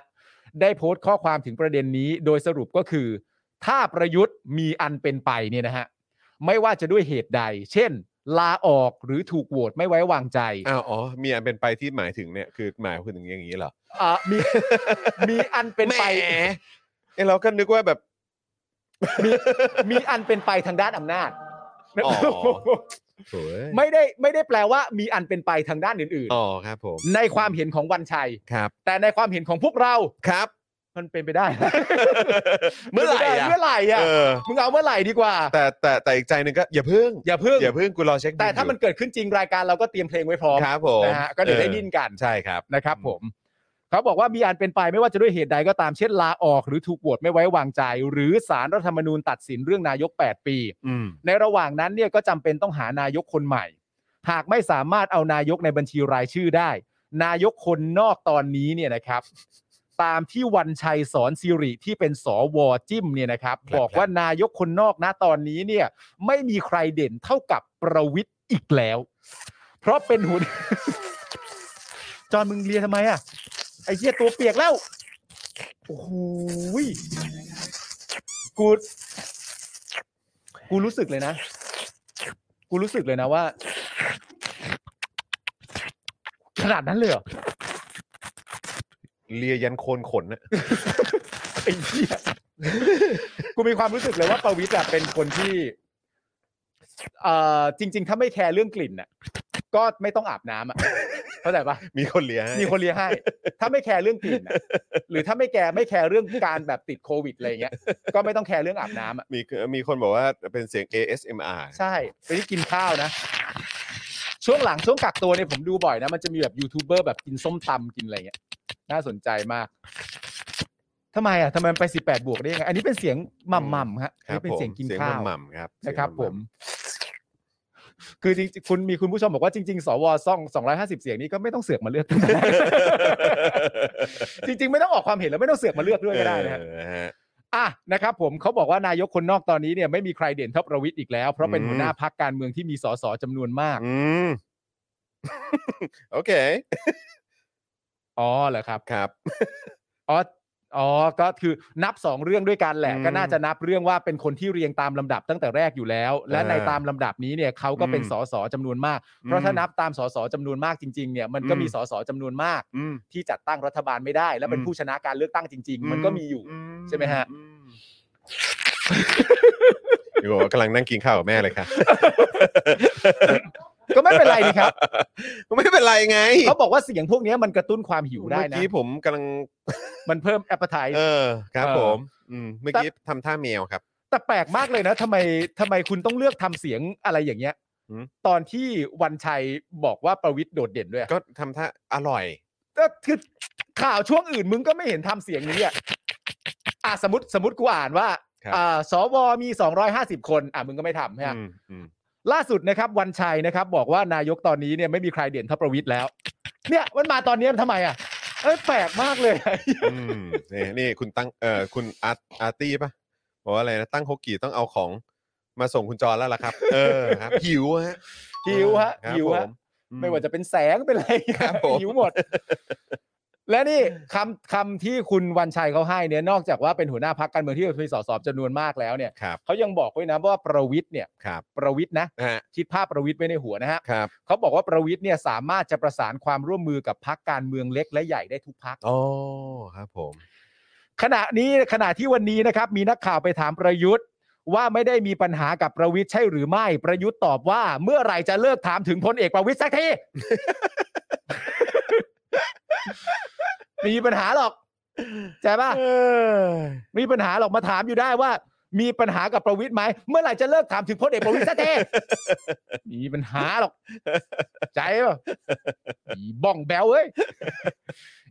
Speaker 3: ได้โพสต์ข้อความถึงประเด็นนี้ โดยสรุปก็คือ ถ้าประยุทธ์มีอันเป็นไปเนี่ยนะฮะไม่ว่าจะด้วยเหตุใด เช่น ลาออกหรือถูกโหวตไม่ไว้วางใจ
Speaker 2: ้าวอ๋อมีอันเป็นไปที่หมายถึงเนี่ยคือหมายคุณถึงอย่างนี้เหรอ
Speaker 3: อ่ะมี มีอันเป็นไป
Speaker 2: แหมเอ้ยเราก็นึกว่าแบบ
Speaker 3: มีอันเป็นไปทางด้านอำนาจ
Speaker 2: อ๋อ โอ้ย
Speaker 3: ไม่ได้ไม่ได้แปลว่ามีอันเป็นไปทางด้านอื่น
Speaker 2: อ๋อครับผม
Speaker 3: ๆ ในความเห็นของวันชัย
Speaker 2: ครับ
Speaker 3: แต่ในความเห็นของพวกเรา
Speaker 2: ครับ
Speaker 3: มันเป็นไปได้
Speaker 2: เมื่อไหร่อะ
Speaker 3: เมื่อไหร่อะ
Speaker 2: เออ
Speaker 3: มึงเอาเมื่อไหร่ดีกว่า
Speaker 2: แต่แต่แต่อีกใจหนึ่งก็อย่าเพิ่ง
Speaker 3: อย่าเพิ่ง
Speaker 2: อย่าเพิ่งกูรอเช็คบิล
Speaker 3: แต่ถ้ามั
Speaker 2: อ
Speaker 3: นเกิดขึ้นจริงรายการเราก็เตรียมเพลงไว้พร้อม
Speaker 2: ยู่ครับผม
Speaker 3: นะฮะก็เดี๋ยวได้ดิ้นกัน
Speaker 2: ใช่ครับ
Speaker 3: นะครับผมเขาบอกว่ามีอันเป็นไปไม่ว่าจะด้วยเหตุใดก็ตามเช่นลาออก หรือถูกโหวตไม่ไว้วางใจ หรือสารรัฐธรรมนูญตัดสินเรื่องนายก 8 ปี
Speaker 2: อืม
Speaker 3: ในระหว่างนั้นเนี่ยก็จำเป็นต้องหานายกคนใหม่ หากไม่สามารถเอานายกในบัญชีรายชื่อได้ นายกคนนอกตอนนี้เนี่ยนะครับ ตามที่วันชัยสอนสิริที่เป็นสวจิ้มเนี่ยนะครับ บอกว่านายกคนนอกนะตอนนี้เนี่ย ไม่มีใครเด่นเท่ากับประวิทย์อีกแล้ว เพราะ [LAUGHS] เป็นหุ่น จอนมึงเรียนทำไมอ่ะ ไอ้เหี้ยตัวเปียกแล้ว โอ้โหยกู กูรู้สึกเลยนะ กูรู้สึกเลยนะว่า ขนาดนั้นเลยเหรอ
Speaker 2: เลียยันโคนขน [LAUGHS] นะ
Speaker 3: ไอ้เหี้ย กูมีความรู้สึกเลยว่าประวิตรเป็นคนที่เอ่อจริง ๆ ถ้าไม่แคร์เรื่องกลิ่นน่ะ ก็ไม่ต้องอาบน้ำอ่ะ เข้าใจปะ
Speaker 2: มีคนเลียให้
Speaker 3: มีคนเลี้ยงให้ ถ้าไม่แคร์เรื่องกลิ่นน่ะหรือถ้าไม่แคร์ไม่แคร์เรื่องการแบบติดโควิดอะไรเงี้ย ก็ไม่ต้องแคร์เรื่องอาบน้ำอ่ะ
Speaker 2: มีมีคนบอกว่าเป็นเสียง ASMR
Speaker 3: ใช่ไปที่กินข้าวนะ ช่วงหลังช่วงกักตัวเนี่ยผมดูบ่อยนะ มันจะมีแบบยูทูบเบอร์แบบกินส้มตำกินอะไรเงี้ย น่าสนใจมากทำไมอ่ะทำไมมันไปสิบแปดบวกได้ยังไง อันนี้เป็นเสียงหม่ำม่ำๆฮะ
Speaker 2: ค
Speaker 3: อัน
Speaker 2: รับ
Speaker 3: นี้เป็น
Speaker 2: ผม
Speaker 3: เสียงกินข้าว
Speaker 2: หม่ำๆครับ
Speaker 3: นะครับผ
Speaker 2: เสียง
Speaker 3: ม
Speaker 2: หำ
Speaker 3: คือจริงๆคุณมีคุณผู้ชมบอกว่าจริง ๆ สวซ่อง250 เสียงนี้ก็ไม่ต้องเสือกมาเลือก [LAUGHS]
Speaker 2: [LAUGHS] ๆ
Speaker 3: จริง ๆ ไม่ต้องออกความเห็นแล้วไม่ต้องเสือกมาเลือกด้วยก็ได้นะฮะ
Speaker 2: เออฮะ
Speaker 3: อ่ะนะครับผมเขาบอกว่านายกคนนอกตอนนี้เนี่ยไม่มีใครเด่นเท่าประวิตยอีกแล้ว เพราะเป็น
Speaker 2: อืม
Speaker 3: หัวหน้าพักการเมืองที่มีสสจำนวนมาก
Speaker 2: อืม
Speaker 3: [LAUGHS]
Speaker 2: โอเค
Speaker 3: อ๋อเหรอครับ
Speaker 2: ครับ
Speaker 3: อ๋ออ๋อก็คือนับสองเรื่องด้วยกันแหละ
Speaker 2: อืม
Speaker 3: ก็น่าจะนับเรื่องว่าเป็นคนที่เรียงตามลำดับตั้งแต่แรกอยู่แล้ว และ
Speaker 2: อ่า
Speaker 3: ในตามลำดับนี้เนี่ยเขาก็เป็น
Speaker 2: อืม
Speaker 3: สสจำนวนมาก
Speaker 2: อืม
Speaker 3: เพราะถ้านับตามสสจำนวนมากจริงๆเนี่ยมันก็
Speaker 2: อืม
Speaker 3: มีสสจำนวนมาก
Speaker 2: อืม
Speaker 3: ที่จัดตั้งรัฐบาลไม่ได้ และเป็น
Speaker 2: อืม
Speaker 3: ผู้ชนะการเลือกตั้งจริง ๆ มันก็มีอยู่ ใช่ไหมฮะ
Speaker 2: อื อยู่บอกว่ากำลังนั่งกินข้าวกับแม่เลยค่ะ
Speaker 3: ก็ไม่เป็นไรนี่ครับ
Speaker 2: [LAUGHS] ไม่เป็นไรไง
Speaker 3: เขาบอกว่าเสียงพวกเนี้ยมันกระตุ้นความหิวได้
Speaker 2: เมื่อ
Speaker 3: นะ
Speaker 2: กี้ผมกำลัง
Speaker 3: มันเพิ่มแอปเปอร์ไท
Speaker 2: เออครับ
Speaker 3: เออ
Speaker 2: ผมอืมเมื่อ
Speaker 3: แต่
Speaker 2: กี้ทำท่าแมวครับ
Speaker 3: แต่แปลกมากเลยนะทำไมทำไมคุณต้องเลือกทำเสียงอะไรอย่างเงี้ย
Speaker 2: หืม
Speaker 3: ตอนที่วันชัยบอกว่าประวิทย์โดดเด่นด้วย
Speaker 2: ก็ทำท่าอร่อย
Speaker 3: ก็คือข่าวช่วงอื่นมึงก็ไม่เห็นทำเสียงนี้อ่ะอ่ะสมมติสมมติกูอ่านว่า
Speaker 2: ครับ
Speaker 3: อ่าสวมี 250 คน อ่ะมึงก็ไม่ทำใช่ไหม
Speaker 2: อืมอืม
Speaker 3: ล่าสุดนะครับ วันชัยนะครับ บอกว่านายกตอนนี้เนี่ยไม่มีใครเด่นเท่าประวิทย์แล้ว เนี่ยมันมาตอนเนี้ยมันทำไมอ่ะเอ้ยแปลกมากเลย
Speaker 2: อืมนี่นี่คุณตั้งเอ่อคุณอาร์ตอาร์ตี้ป่ะบอกว่าอะไรนะตั้งฮกกี้ต้องเอาของมาส่งคุณจอแล้วล่ะ
Speaker 3: [LAUGHS]
Speaker 2: ครับ เออครับหิวฮะ
Speaker 3: หิวฮะ
Speaker 2: ครับ
Speaker 3: หิว
Speaker 2: ผ
Speaker 3: ฮะ
Speaker 2: อื
Speaker 3: ไม่ว่าจะเป็นแสงเป็นอะไร
Speaker 2: ครับผม
Speaker 3: หิวหมด และนี่คำคำที่คุณวันชัยเขาให้เนี่ยนอกจากว่าเป็นหัวหน้าพักการเมืองที่มีสสจำนวนมากแล้วเนี่ย
Speaker 2: ครับ
Speaker 3: เขายังบอกไว้นะว่าประวิทย์เนี่ย
Speaker 2: ครับ
Speaker 3: ประวิทย์นะ
Speaker 2: ฮะ
Speaker 3: คิดภาพประวิทย์ไว้ในหัวนะฮะ
Speaker 2: ครับ
Speaker 3: เขาบอกว่าประวิทย์เนี่ยสามารถจะประสานความร่วมมือกับพักการเมืองเล็กและใหญ่ได้ทุกพัก
Speaker 2: อ๋อครับผม
Speaker 3: ขณะนี้ขณะที่วันนี้นะครับ มีนักข่าวไปถามประยุทธ์ ว่าไม่ได้มีปัญหากับประวิทย์ใช่หรือไม่ ประยุทธ์ตอบว่าเมื่อไหร่จะเลิกถามถึงพลเอกประวิทย์สักที [LAUGHS] มีปัญหาหรอกใจป่ะมีปัญหาหรอกมาถามอยู่ได้ว่า มีปัญหากับประวิทย์ไหมเมื่อไหร่จะเลิกถามถึงพลเอกประวิทย์สักที มีปัญหาหรอก ใจป่ะอีบ้องแบวเอ้ย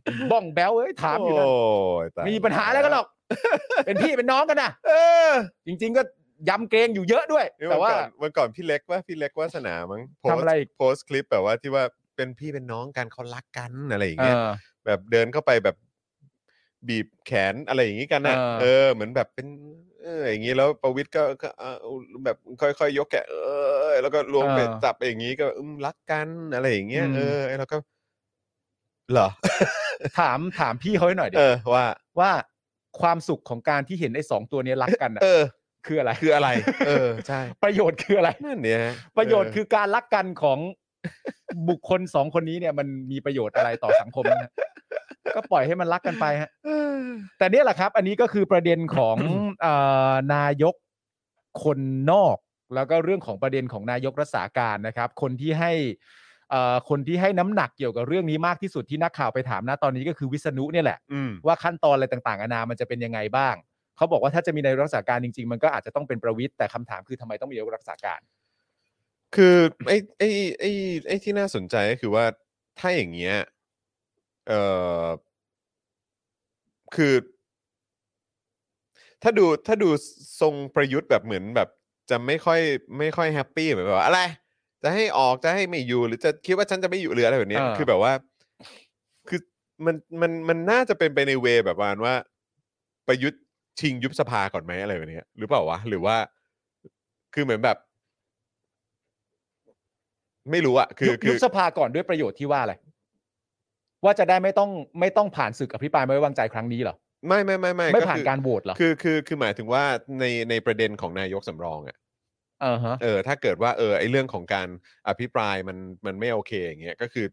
Speaker 3: อีบ้องแบวเอ้ยถามอยู่นั่น
Speaker 2: โยตย
Speaker 3: มีปัญหาอะไร
Speaker 2: [LAUGHS]
Speaker 3: กันหรอก เป็นพี่เป็นน้องกันนะจริง ๆ ก็ยำเกรงอยู่เยอะด้วย
Speaker 2: นี่
Speaker 3: แต่ว่า
Speaker 2: นก่อนวันก่อนพี่เล็กว่าพี่เล็กวาสนามั้งโพส
Speaker 3: ทำอะไรอีก
Speaker 2: โพสต์คลิปแบบว่าที่ว่าเป็นพี่เป็นน้องกันเขารักกันอะไรอย่าง
Speaker 3: เอ
Speaker 2: เงี้ย
Speaker 3: อ
Speaker 2: แบบเดินเข้าไปแบบบีบแขนอะไรอย่างนี้กันนะ
Speaker 3: เออ
Speaker 2: เออ เหมือนแบบเป็น เอออย่างนี้แล้วประวิทย์ก็ก็เออแบบค่อยๆยกแกะเออแล้วก็ลวงไปจับอย่างนี้ก็อืมรักกันอะไรอย่างเงี้ยเออแล้วก็เหรอ
Speaker 3: ถามถามพี่เขาให้หน่อยดิ
Speaker 2: เออว่า
Speaker 3: ว่าความสุขของการที่เห็นไอ้สองตัวเนี้ยรักกันน่ะ
Speaker 2: เออ
Speaker 3: คืออะไร
Speaker 2: คืออะไร เออใช่
Speaker 3: ประโยชน์คืออะไร
Speaker 2: นั่นเนี่ยฮ
Speaker 3: ประโยชน์คือการรักกันของบุคคลสองคนนี้เนี่ย มันมีประโยชน์อะไรต่อสังคมนะฮะก็ปล่อยให้มันรักกันไปฮะ
Speaker 2: เออ
Speaker 3: แต่เนี่ยแหละครับ อันนี้ก็คือประเด็น
Speaker 2: [COUGHS]
Speaker 3: ของ เอ่อนายกคนนอก แล้วก็เรื่องของประเด็นของนายกรักษาการนะครับ คนที่ให้เอ่อคนที่ให้น้ำหนักเกี่ยวกับเรื่องนี้มากที่สุดที่นักข่าวไปถามนะตอนนี้ก็คือวิษณุเนี่ยแหละ
Speaker 2: อืม
Speaker 3: ว่าขั้นตอนอะไรต่างๆนานามันจะเป็นยังไงบ้าง เขาบอกว่าถ้าจะมีนายกรักษาการจริง ๆ มันก็อาจจะต้องเป็นประวิทย์แต่คำถามคือทำไมต้องมีนายกรักษาการ
Speaker 2: คือไอ้ไอ้ไอ้ไอ้ที่น่าสนใจก็คือว่าถ้าอย่างเงี้ยเออคือ ถ้าดูถ้าดูทรงประยุทธ์แบบเหมือนแบบ จะไม่ค่อยไม่ค่อยแฮปปี้เหมือนแบบว่าอะไร จะให้ออกจะให้ไม่อยู่หรือจะคิดว่าฉันจะไม่อยู่หรืออะไรแบบเนี้ย
Speaker 3: อ่า
Speaker 2: คือแบบว่า คือมันมันมันน่าจะเป็นไปในเวแบบว่าว่า ประยุทธ์ชิงยุบสภาก่อนไหมอะไรแบบเนี้ยหรือเปล่าวะหรือว่า คือเหมือนแบบ ไม่รู้อะคื
Speaker 3: ยุ
Speaker 2: อบ คื
Speaker 3: ยุ
Speaker 2: อบ
Speaker 3: สภาก่อนด้วยประโยชน์ที่ว่าอะไรว่าจะได้ไม่ต้องไม่ต้องผ่านศึกอภิปรายไม่ไว้วางใจครั้งนี้เหรอ
Speaker 2: ไม่ไม่ไม่ไม่
Speaker 3: ไม่ผ่าน
Speaker 2: คือ
Speaker 3: การโหวตเหรอ
Speaker 2: คือคือคือหมายถึงว่าในในประเด็นของนายกสำรองอะ
Speaker 3: เออฮะ
Speaker 2: เออถ้าเกิดว่าเออไอเรื่องของการอภิปรายมันมันไม่โอเคอย่างเงี้ยก็คือ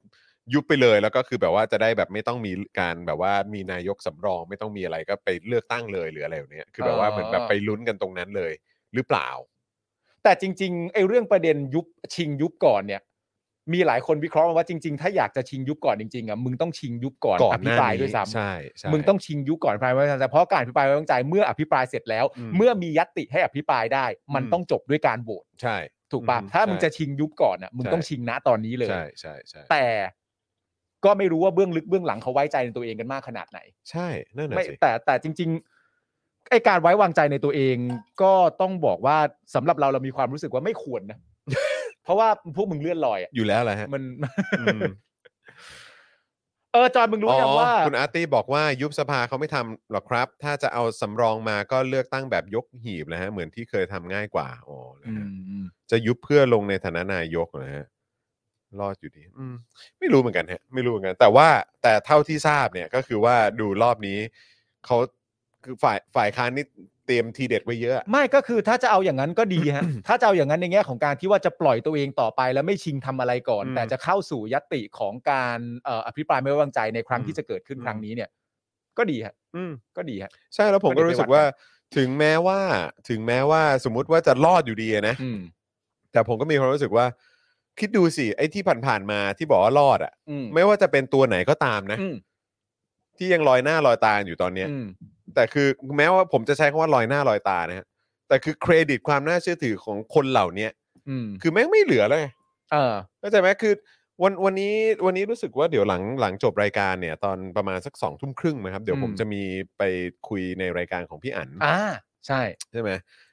Speaker 2: ยุบไปเลยแล้วก็คือแบบว่าจะได้แบบไม่ต้องมีการแบบว่ามีนายกสำรอง ไม่ต้องมีอะไรก็ไปเลือกตั้งเลยหรืออะไรแบบเนี้ยคือแบบว่า
Speaker 3: อ๋อ
Speaker 2: เหมือนแบบไปลุ้นกันตรงนั้นเลยหรือเปล่า
Speaker 3: แต่จริงๆไอ้เรื่องประเด็นยุบชิงยุบก่อนเนี่ย มีหลายคนวิเคราะห์มาว่าจริง ๆ ถ้าอยากจะชิงยุบก่อนจริงๆอ่ะมึงต้องชิงยุบก่อน
Speaker 2: ก่อ
Speaker 3: อน
Speaker 2: ห
Speaker 3: ภิ
Speaker 2: น้า
Speaker 3: ปราย
Speaker 2: นี้
Speaker 3: ด้วยซ้ำ
Speaker 2: ใช่ใช่
Speaker 3: มึงต้องชิงยุบก่อนอภิปรายไม่ไว้วางใจเพราะการอภิปรายไม่ไว้วางใจเมื่ออภิปรายเสร็จแล้ว
Speaker 2: อืม
Speaker 3: เมื่อมียตติให้อภิปรายได้ มัน
Speaker 2: อืม
Speaker 3: ต้องจบด้วยการโหวต
Speaker 2: ใช่
Speaker 3: ถูกป่ะ
Speaker 2: อืม
Speaker 3: ถ้ามึง
Speaker 2: ใช่
Speaker 3: จะชิงยุบก่อนอ่ะมึง
Speaker 2: ใช่
Speaker 3: ต้องชิงณตอนนี้เลย
Speaker 2: ใช่ใช่ใช่
Speaker 3: แต่ก็ไม่รู้ว่าเบื้องลึกเบื้องหลังเขาไว้ใจในตัวเองกันมากขนาดไหน
Speaker 2: ใช่นั่นแหละ
Speaker 3: ไม่
Speaker 2: สิ
Speaker 3: แต่แต่จริงๆไอการไว้วางใจในตัวเองก็ต้องบอกว่าสำหรับเราเรามีความรู้สึกว่าไม่ควรนะ [LAUGHS] เพราะว่าพวกมึงเลื่อนลอยอ่ะ
Speaker 2: อยู่แล้วแหละฮะ
Speaker 3: มัน [LAUGHS]
Speaker 2: อืม
Speaker 3: เออจอยมึงรู้
Speaker 2: อ๋อ
Speaker 3: ยังว่า
Speaker 2: คุณอาร์ตี้บอกว่ายุบสภาเขาไม่ทำหรอกครับ ถ้าจะเอาสำรองมาก็เลือกตั้งแบบยกหีบนะฮะเหมือนที่เคยทำง่ายกว่าอ๋อเหรอ
Speaker 3: อื
Speaker 2: ฮะ
Speaker 3: ม
Speaker 2: จะยุบเพื่อลงในฐานะนายกนะฮะรอดอยู่ดี อืม ไม่รู้เหมือนกันฮะ ไม่รู้เหมือนกัน แต่ว่าแต่เท่าที่ทราบเนี่ยก็คือว่าดูรอบนี้เขาคือฝ่ายฝ่ายค้านนี่เตรียมทีเด็ดไว้เยอะอะ
Speaker 3: ไม่ก็คือถ้าจะเอาอย่างนั้นก็ดี
Speaker 2: [LAUGHS]
Speaker 3: ฮะ ถ้าจะเอาอย่างนั้นในแง่ของการที่ว่าจะปล่อยตัวเองต่อไป แล้วไม่ชิงทำอะไรก่อน
Speaker 2: อืม
Speaker 3: แต่จะเข้าสู่ยตติของการเอ่ออภิปรายไม่ไว้วางใจในครั้ง
Speaker 2: อืม
Speaker 3: ที่จะเกิดขึ้น
Speaker 2: อืม
Speaker 3: ครั้งนี้เนี่ย ก็ดีฮะ
Speaker 2: อืม
Speaker 3: ก็ดีฮะ
Speaker 2: ใช่แล้วผมก็รู้สึกว่า ถึงแม้ว่าถึงแม้ว่าสมมุติว่าจะรอดอยู่ดีอะนะ
Speaker 3: อืม
Speaker 2: แต่ผมก็มีความรู้สึกว่า คิดดูสิ ไอ้ที่ผ่านๆมาที่บอกว่ารอดอะ
Speaker 3: อืม
Speaker 2: ไม่ว่าจะเป็นตัวไหนก็ตามนะ
Speaker 3: อืม
Speaker 2: ที่ยังลอยหน้าลอยตาอยู่ตอนเนี้ย
Speaker 3: อืม
Speaker 2: แต่คือแม้ว่าผมจะใช้คำว่าลอยหน้าลอยตานะฮะแต่คือเครดิตความน่าเชื่อถือของคนเหล่าเนี้ย
Speaker 3: อืม
Speaker 2: คือแม่งไม่เหลือเลย
Speaker 3: เออ
Speaker 2: เข้าใจไหมคือวันวันนี้วันนี้รู้สึกว่าเดี๋ยวหลังหลังจบรายการเนี่ย ตอนประมาณสักสองทุ่มครึ่งนะครับ เดี๋ยวผม
Speaker 3: อืม
Speaker 2: จะมีไปคุยในรายการของพี่อั๋น
Speaker 3: อ่า ใช่
Speaker 2: ใช่ไหม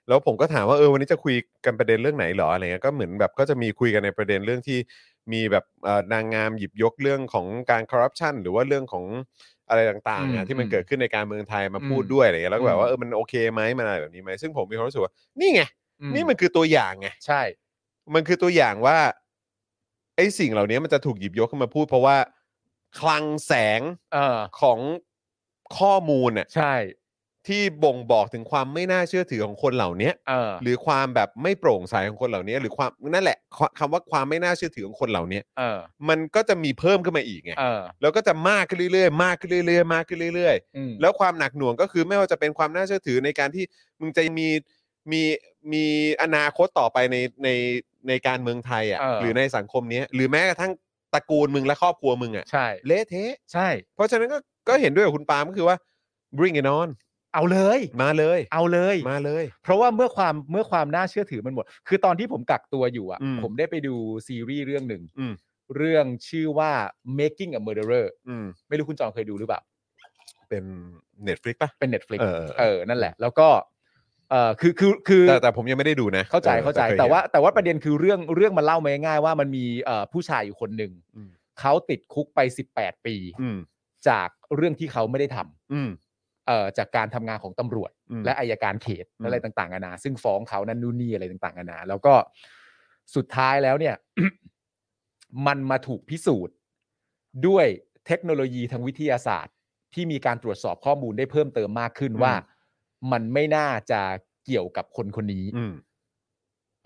Speaker 2: แล้วผมก็ถามว่าเออวันนี้จะคุยกันประเด็นเรื่องไหนเหรออะไรเงี้ยก็เหมือนแบบก็จะมีคุยกันในประเด็นเรื่องที่มีแบบเอ่อนางงามหยิบยกเรื่องของการคอร์รัปชันหรือว่าเรื่องของอะไรต่างๆ
Speaker 3: อื
Speaker 2: นะ
Speaker 3: ม
Speaker 2: ที่มัน
Speaker 3: อืม
Speaker 2: เกิดขึ้นในการเมืองไทยมา
Speaker 3: อืม
Speaker 2: พูดด้วยอะไรเงี้ยแล้วก็แบบว่า
Speaker 3: อืม
Speaker 2: เออมันโอเคไหมมันอะไรแบบนี้ไหมซึ่งผมมีความรู้สึกว่านี่ไง
Speaker 3: อื
Speaker 2: นี่มันคือตัวอย่างไง
Speaker 3: ใช่
Speaker 2: มันคือตัวอย่างว่าไอ้สิ่งเหล่านี้มันจะถูกหยิบยกขึ้นมาพูด เพราะว่าคลังแสง
Speaker 3: เออ
Speaker 2: ของข้อมูลน่ะ
Speaker 3: ใช่
Speaker 2: ที่บ่งบอกถึงความไม่น่าเชื่อถือของคนเหล่านี้
Speaker 3: เออ
Speaker 2: หรือความแบบไม่โปร่งใสของคนเหล่านี้หรือความนั่นแหละคำว่าความไม่น่าเชื่อถือของคนเหล่านี้
Speaker 3: เออ
Speaker 2: มันก็จะมีเพิ่มขึ้นมาอีกไง
Speaker 3: เออ
Speaker 2: แล้วก็จะมากขึ้นเรื่อยๆมากขึ้นเรื่อยๆมากขึ้นเรื่อยๆ
Speaker 3: อืม
Speaker 2: แล้วความหนักหน่วงก็คือไม่ว่าจะเป็นความน่าเชื่อถือในการที่มึงจะมีมีมีอนาคตต่อไปในในในการเมืองไทย
Speaker 3: เออ
Speaker 2: อะ่ะหรือในสังคมเนี้ยหรือแม้กระทั่งตระกูลมึงและครอบครัวมึงอะ่ะ
Speaker 3: ใช่
Speaker 2: เละเทะ
Speaker 3: ใช่
Speaker 2: เพราะฉะนั้นก็ก็เห็นด้วยกับคุณปาล์มก็คือว่า bring it on
Speaker 3: เอาเลย
Speaker 2: มาเลย
Speaker 3: เอาเลย
Speaker 2: มาเลย
Speaker 3: เพราะว่าเมื่อความเมื่อความน่าเชื่อถือมันหมด คือตอนที่ผมกักตัวอยู่อ่ะ
Speaker 2: อืม
Speaker 3: ผมได้ไปดูซีรีส์เรื่องหนึ่ง
Speaker 2: อืม
Speaker 3: เรื่องชื่อว่า making a murderer
Speaker 2: อืม
Speaker 3: ไม่รู้คุณจองเคยดูหรือเปล่า
Speaker 2: เป็น Netflix ป่ะ
Speaker 3: เป็น Netflix
Speaker 2: เออ
Speaker 3: เออ นั่นแหละ แล้วก็เออคือ คือ คือ
Speaker 2: แต่แต่ผมยังไม่ได้ดูนะ
Speaker 3: เข้าใจ
Speaker 2: ออ
Speaker 3: เข้าใจ
Speaker 2: คย
Speaker 3: แต่ว่า
Speaker 2: เห็น
Speaker 3: แต่ว่าประเด็นคือเรื่อง เรื่องมันเล่ามาง่ายๆว่ามันมีเอ่อผู้ชายอยู่คนหนึ่ง
Speaker 2: อืม
Speaker 3: เขาติดคุกไป 18 ปี
Speaker 2: อืม
Speaker 3: จากเรื่องที่เขาไม่ได้ทำ
Speaker 2: อืม
Speaker 3: เอ่อ จากการทำงานของตำรวจ
Speaker 2: อืม
Speaker 3: และอายการเขต
Speaker 2: อืม
Speaker 3: และอะไรต่างๆนานาซึ่งฟ้องเขานั่นนู่นนี่อะไรต่างๆนานาแล้วก็สุดท้ายแล้วเนี่ย [COUGHS] มันมาถูกพิสูจน์ ด้วยเทคโนโลยีทางวิทยาศาสตร์ ที่มีการตรวจสอบข้อมูลได้เพิ่มเติมมากขึ้นว่า มันไม่น่าจะเกี่ยวกับคนคนนี้
Speaker 2: อืม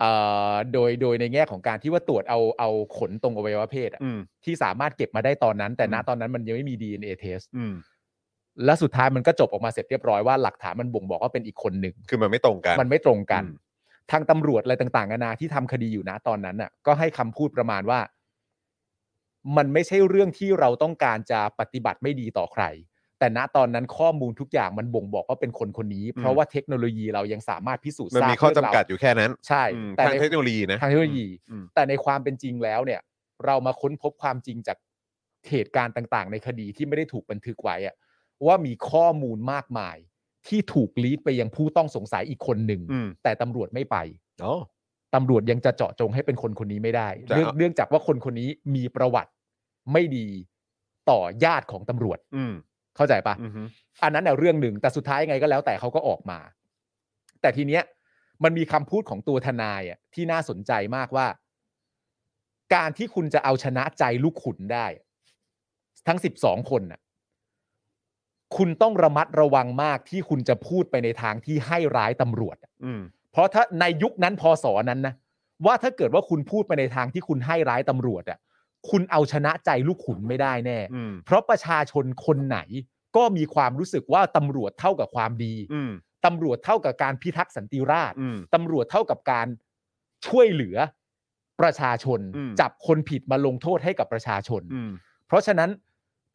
Speaker 3: เอ่อโดยโดยในแง่ของการที่ว่าตรวจเอาเอาขนตรงอวัยวะเพศอะ
Speaker 2: อืม
Speaker 3: ที่สามารถเก็บมาได้ตอนนั้น แต่ณ
Speaker 2: อืม
Speaker 3: ตอนนั้นมันยังไม่มี DNA test
Speaker 2: อืม
Speaker 3: และสุดท้ายมันก็จบออกมาเสร็จเรียบร้อยว่าหลักฐานมันบ่งบอกว่าเป็นอีกคนหนึ่ง
Speaker 2: คือมันไม่ตรงกัน
Speaker 3: มันไม่ตรงกัน
Speaker 2: อืม
Speaker 3: ทางตำรวจอะไรต่างๆนานาที่ทำคดีอยู่นะตอนนั้นน่ะ ก็ให้คำพูดประมาณว่า มันไม่ใช่เรื่องที่เราต้องการจะปฏิบัติไม่ดีต่อใคร แต่ณตอนนั้นข้อมูลทุกอย่างมันบ่งบอกว่าเป็นคนคนนี้ เพราะว่าเทคโนโลยีเรายังสามารถพิสูจน์
Speaker 2: มัน
Speaker 3: ทราบ
Speaker 2: มีข้อ
Speaker 3: เรื่
Speaker 2: จำ
Speaker 3: งรว
Speaker 2: กัดอยู่แค่นั้น
Speaker 3: ใช่
Speaker 2: อืม
Speaker 3: แต่
Speaker 2: ทาง
Speaker 3: ใน
Speaker 2: เทคโนโลยีนะ
Speaker 3: ทางเทคโนโลยี
Speaker 2: อืม
Speaker 3: แต่ในความเป็นจริงแล้วเนี่ย เรามาค้นพบความจริงจากเหตุการณ์ต่างๆ ในคดีที่ไม่ได้ถูกบันทึกไว้อะว่ามีข้อมูลมากมาย ที่ถูกลีดไปยังผู้ต้องสงสัยอีกคนหนึ่ง
Speaker 2: อืม
Speaker 3: แต่ตำรวจไม่ไป
Speaker 2: อ๋อ
Speaker 3: ตำรวจยังจะเจาะจงให้เป็นคนคนนี้ไม่ได้
Speaker 2: จะ
Speaker 3: เนื่อง
Speaker 2: เอา
Speaker 3: เนื่องจากว่าคนคนนี้มีประวัติไม่ดีต่อญาติของตำรวจ
Speaker 2: อืม
Speaker 3: เข้าใจปะ
Speaker 2: อืม
Speaker 3: อันนั้นน่ะเรื่องหนึ่งแต่สุดท้ายยังไงก็แล้วแต่เขาก็ออกมา แต่ทีเนี้ยมันมีคำพูดของตัวทนายอ่ะที่น่าสนใจมากว่า การที่คุณจะเอาชนะใจลูกขุนได้ ทั้งสิบสองคนน่ะคุณต้องระมัดระวังมากที่คุณจะพูดไปในทางที่ให้ร้ายตำรวจ
Speaker 2: อืม
Speaker 3: เพราะถ้าในยุคนั้นพศนั้นนะว่าถ้าเกิดว่าคุณพูดไปในทางที่คุณให้ร้ายตำรวจอ่ะคุณเอาชนะใจลูกขุนไม่ได้แน่
Speaker 2: อืม
Speaker 3: เพราะประชาชนคนไหนก็มีความรู้สึกว่าตำรวจเท่ากับความดี
Speaker 2: อืม
Speaker 3: ตำรวจเท่ากับการพิทักษ์สันติราษฎร์
Speaker 2: อืม
Speaker 3: ตำรวจเท่ากับการช่วยเหลือประชาชน
Speaker 2: อืม
Speaker 3: จับคนผิดมาลงโทษให้กับประชาชน
Speaker 2: อืม
Speaker 3: เพราะฉะนั้น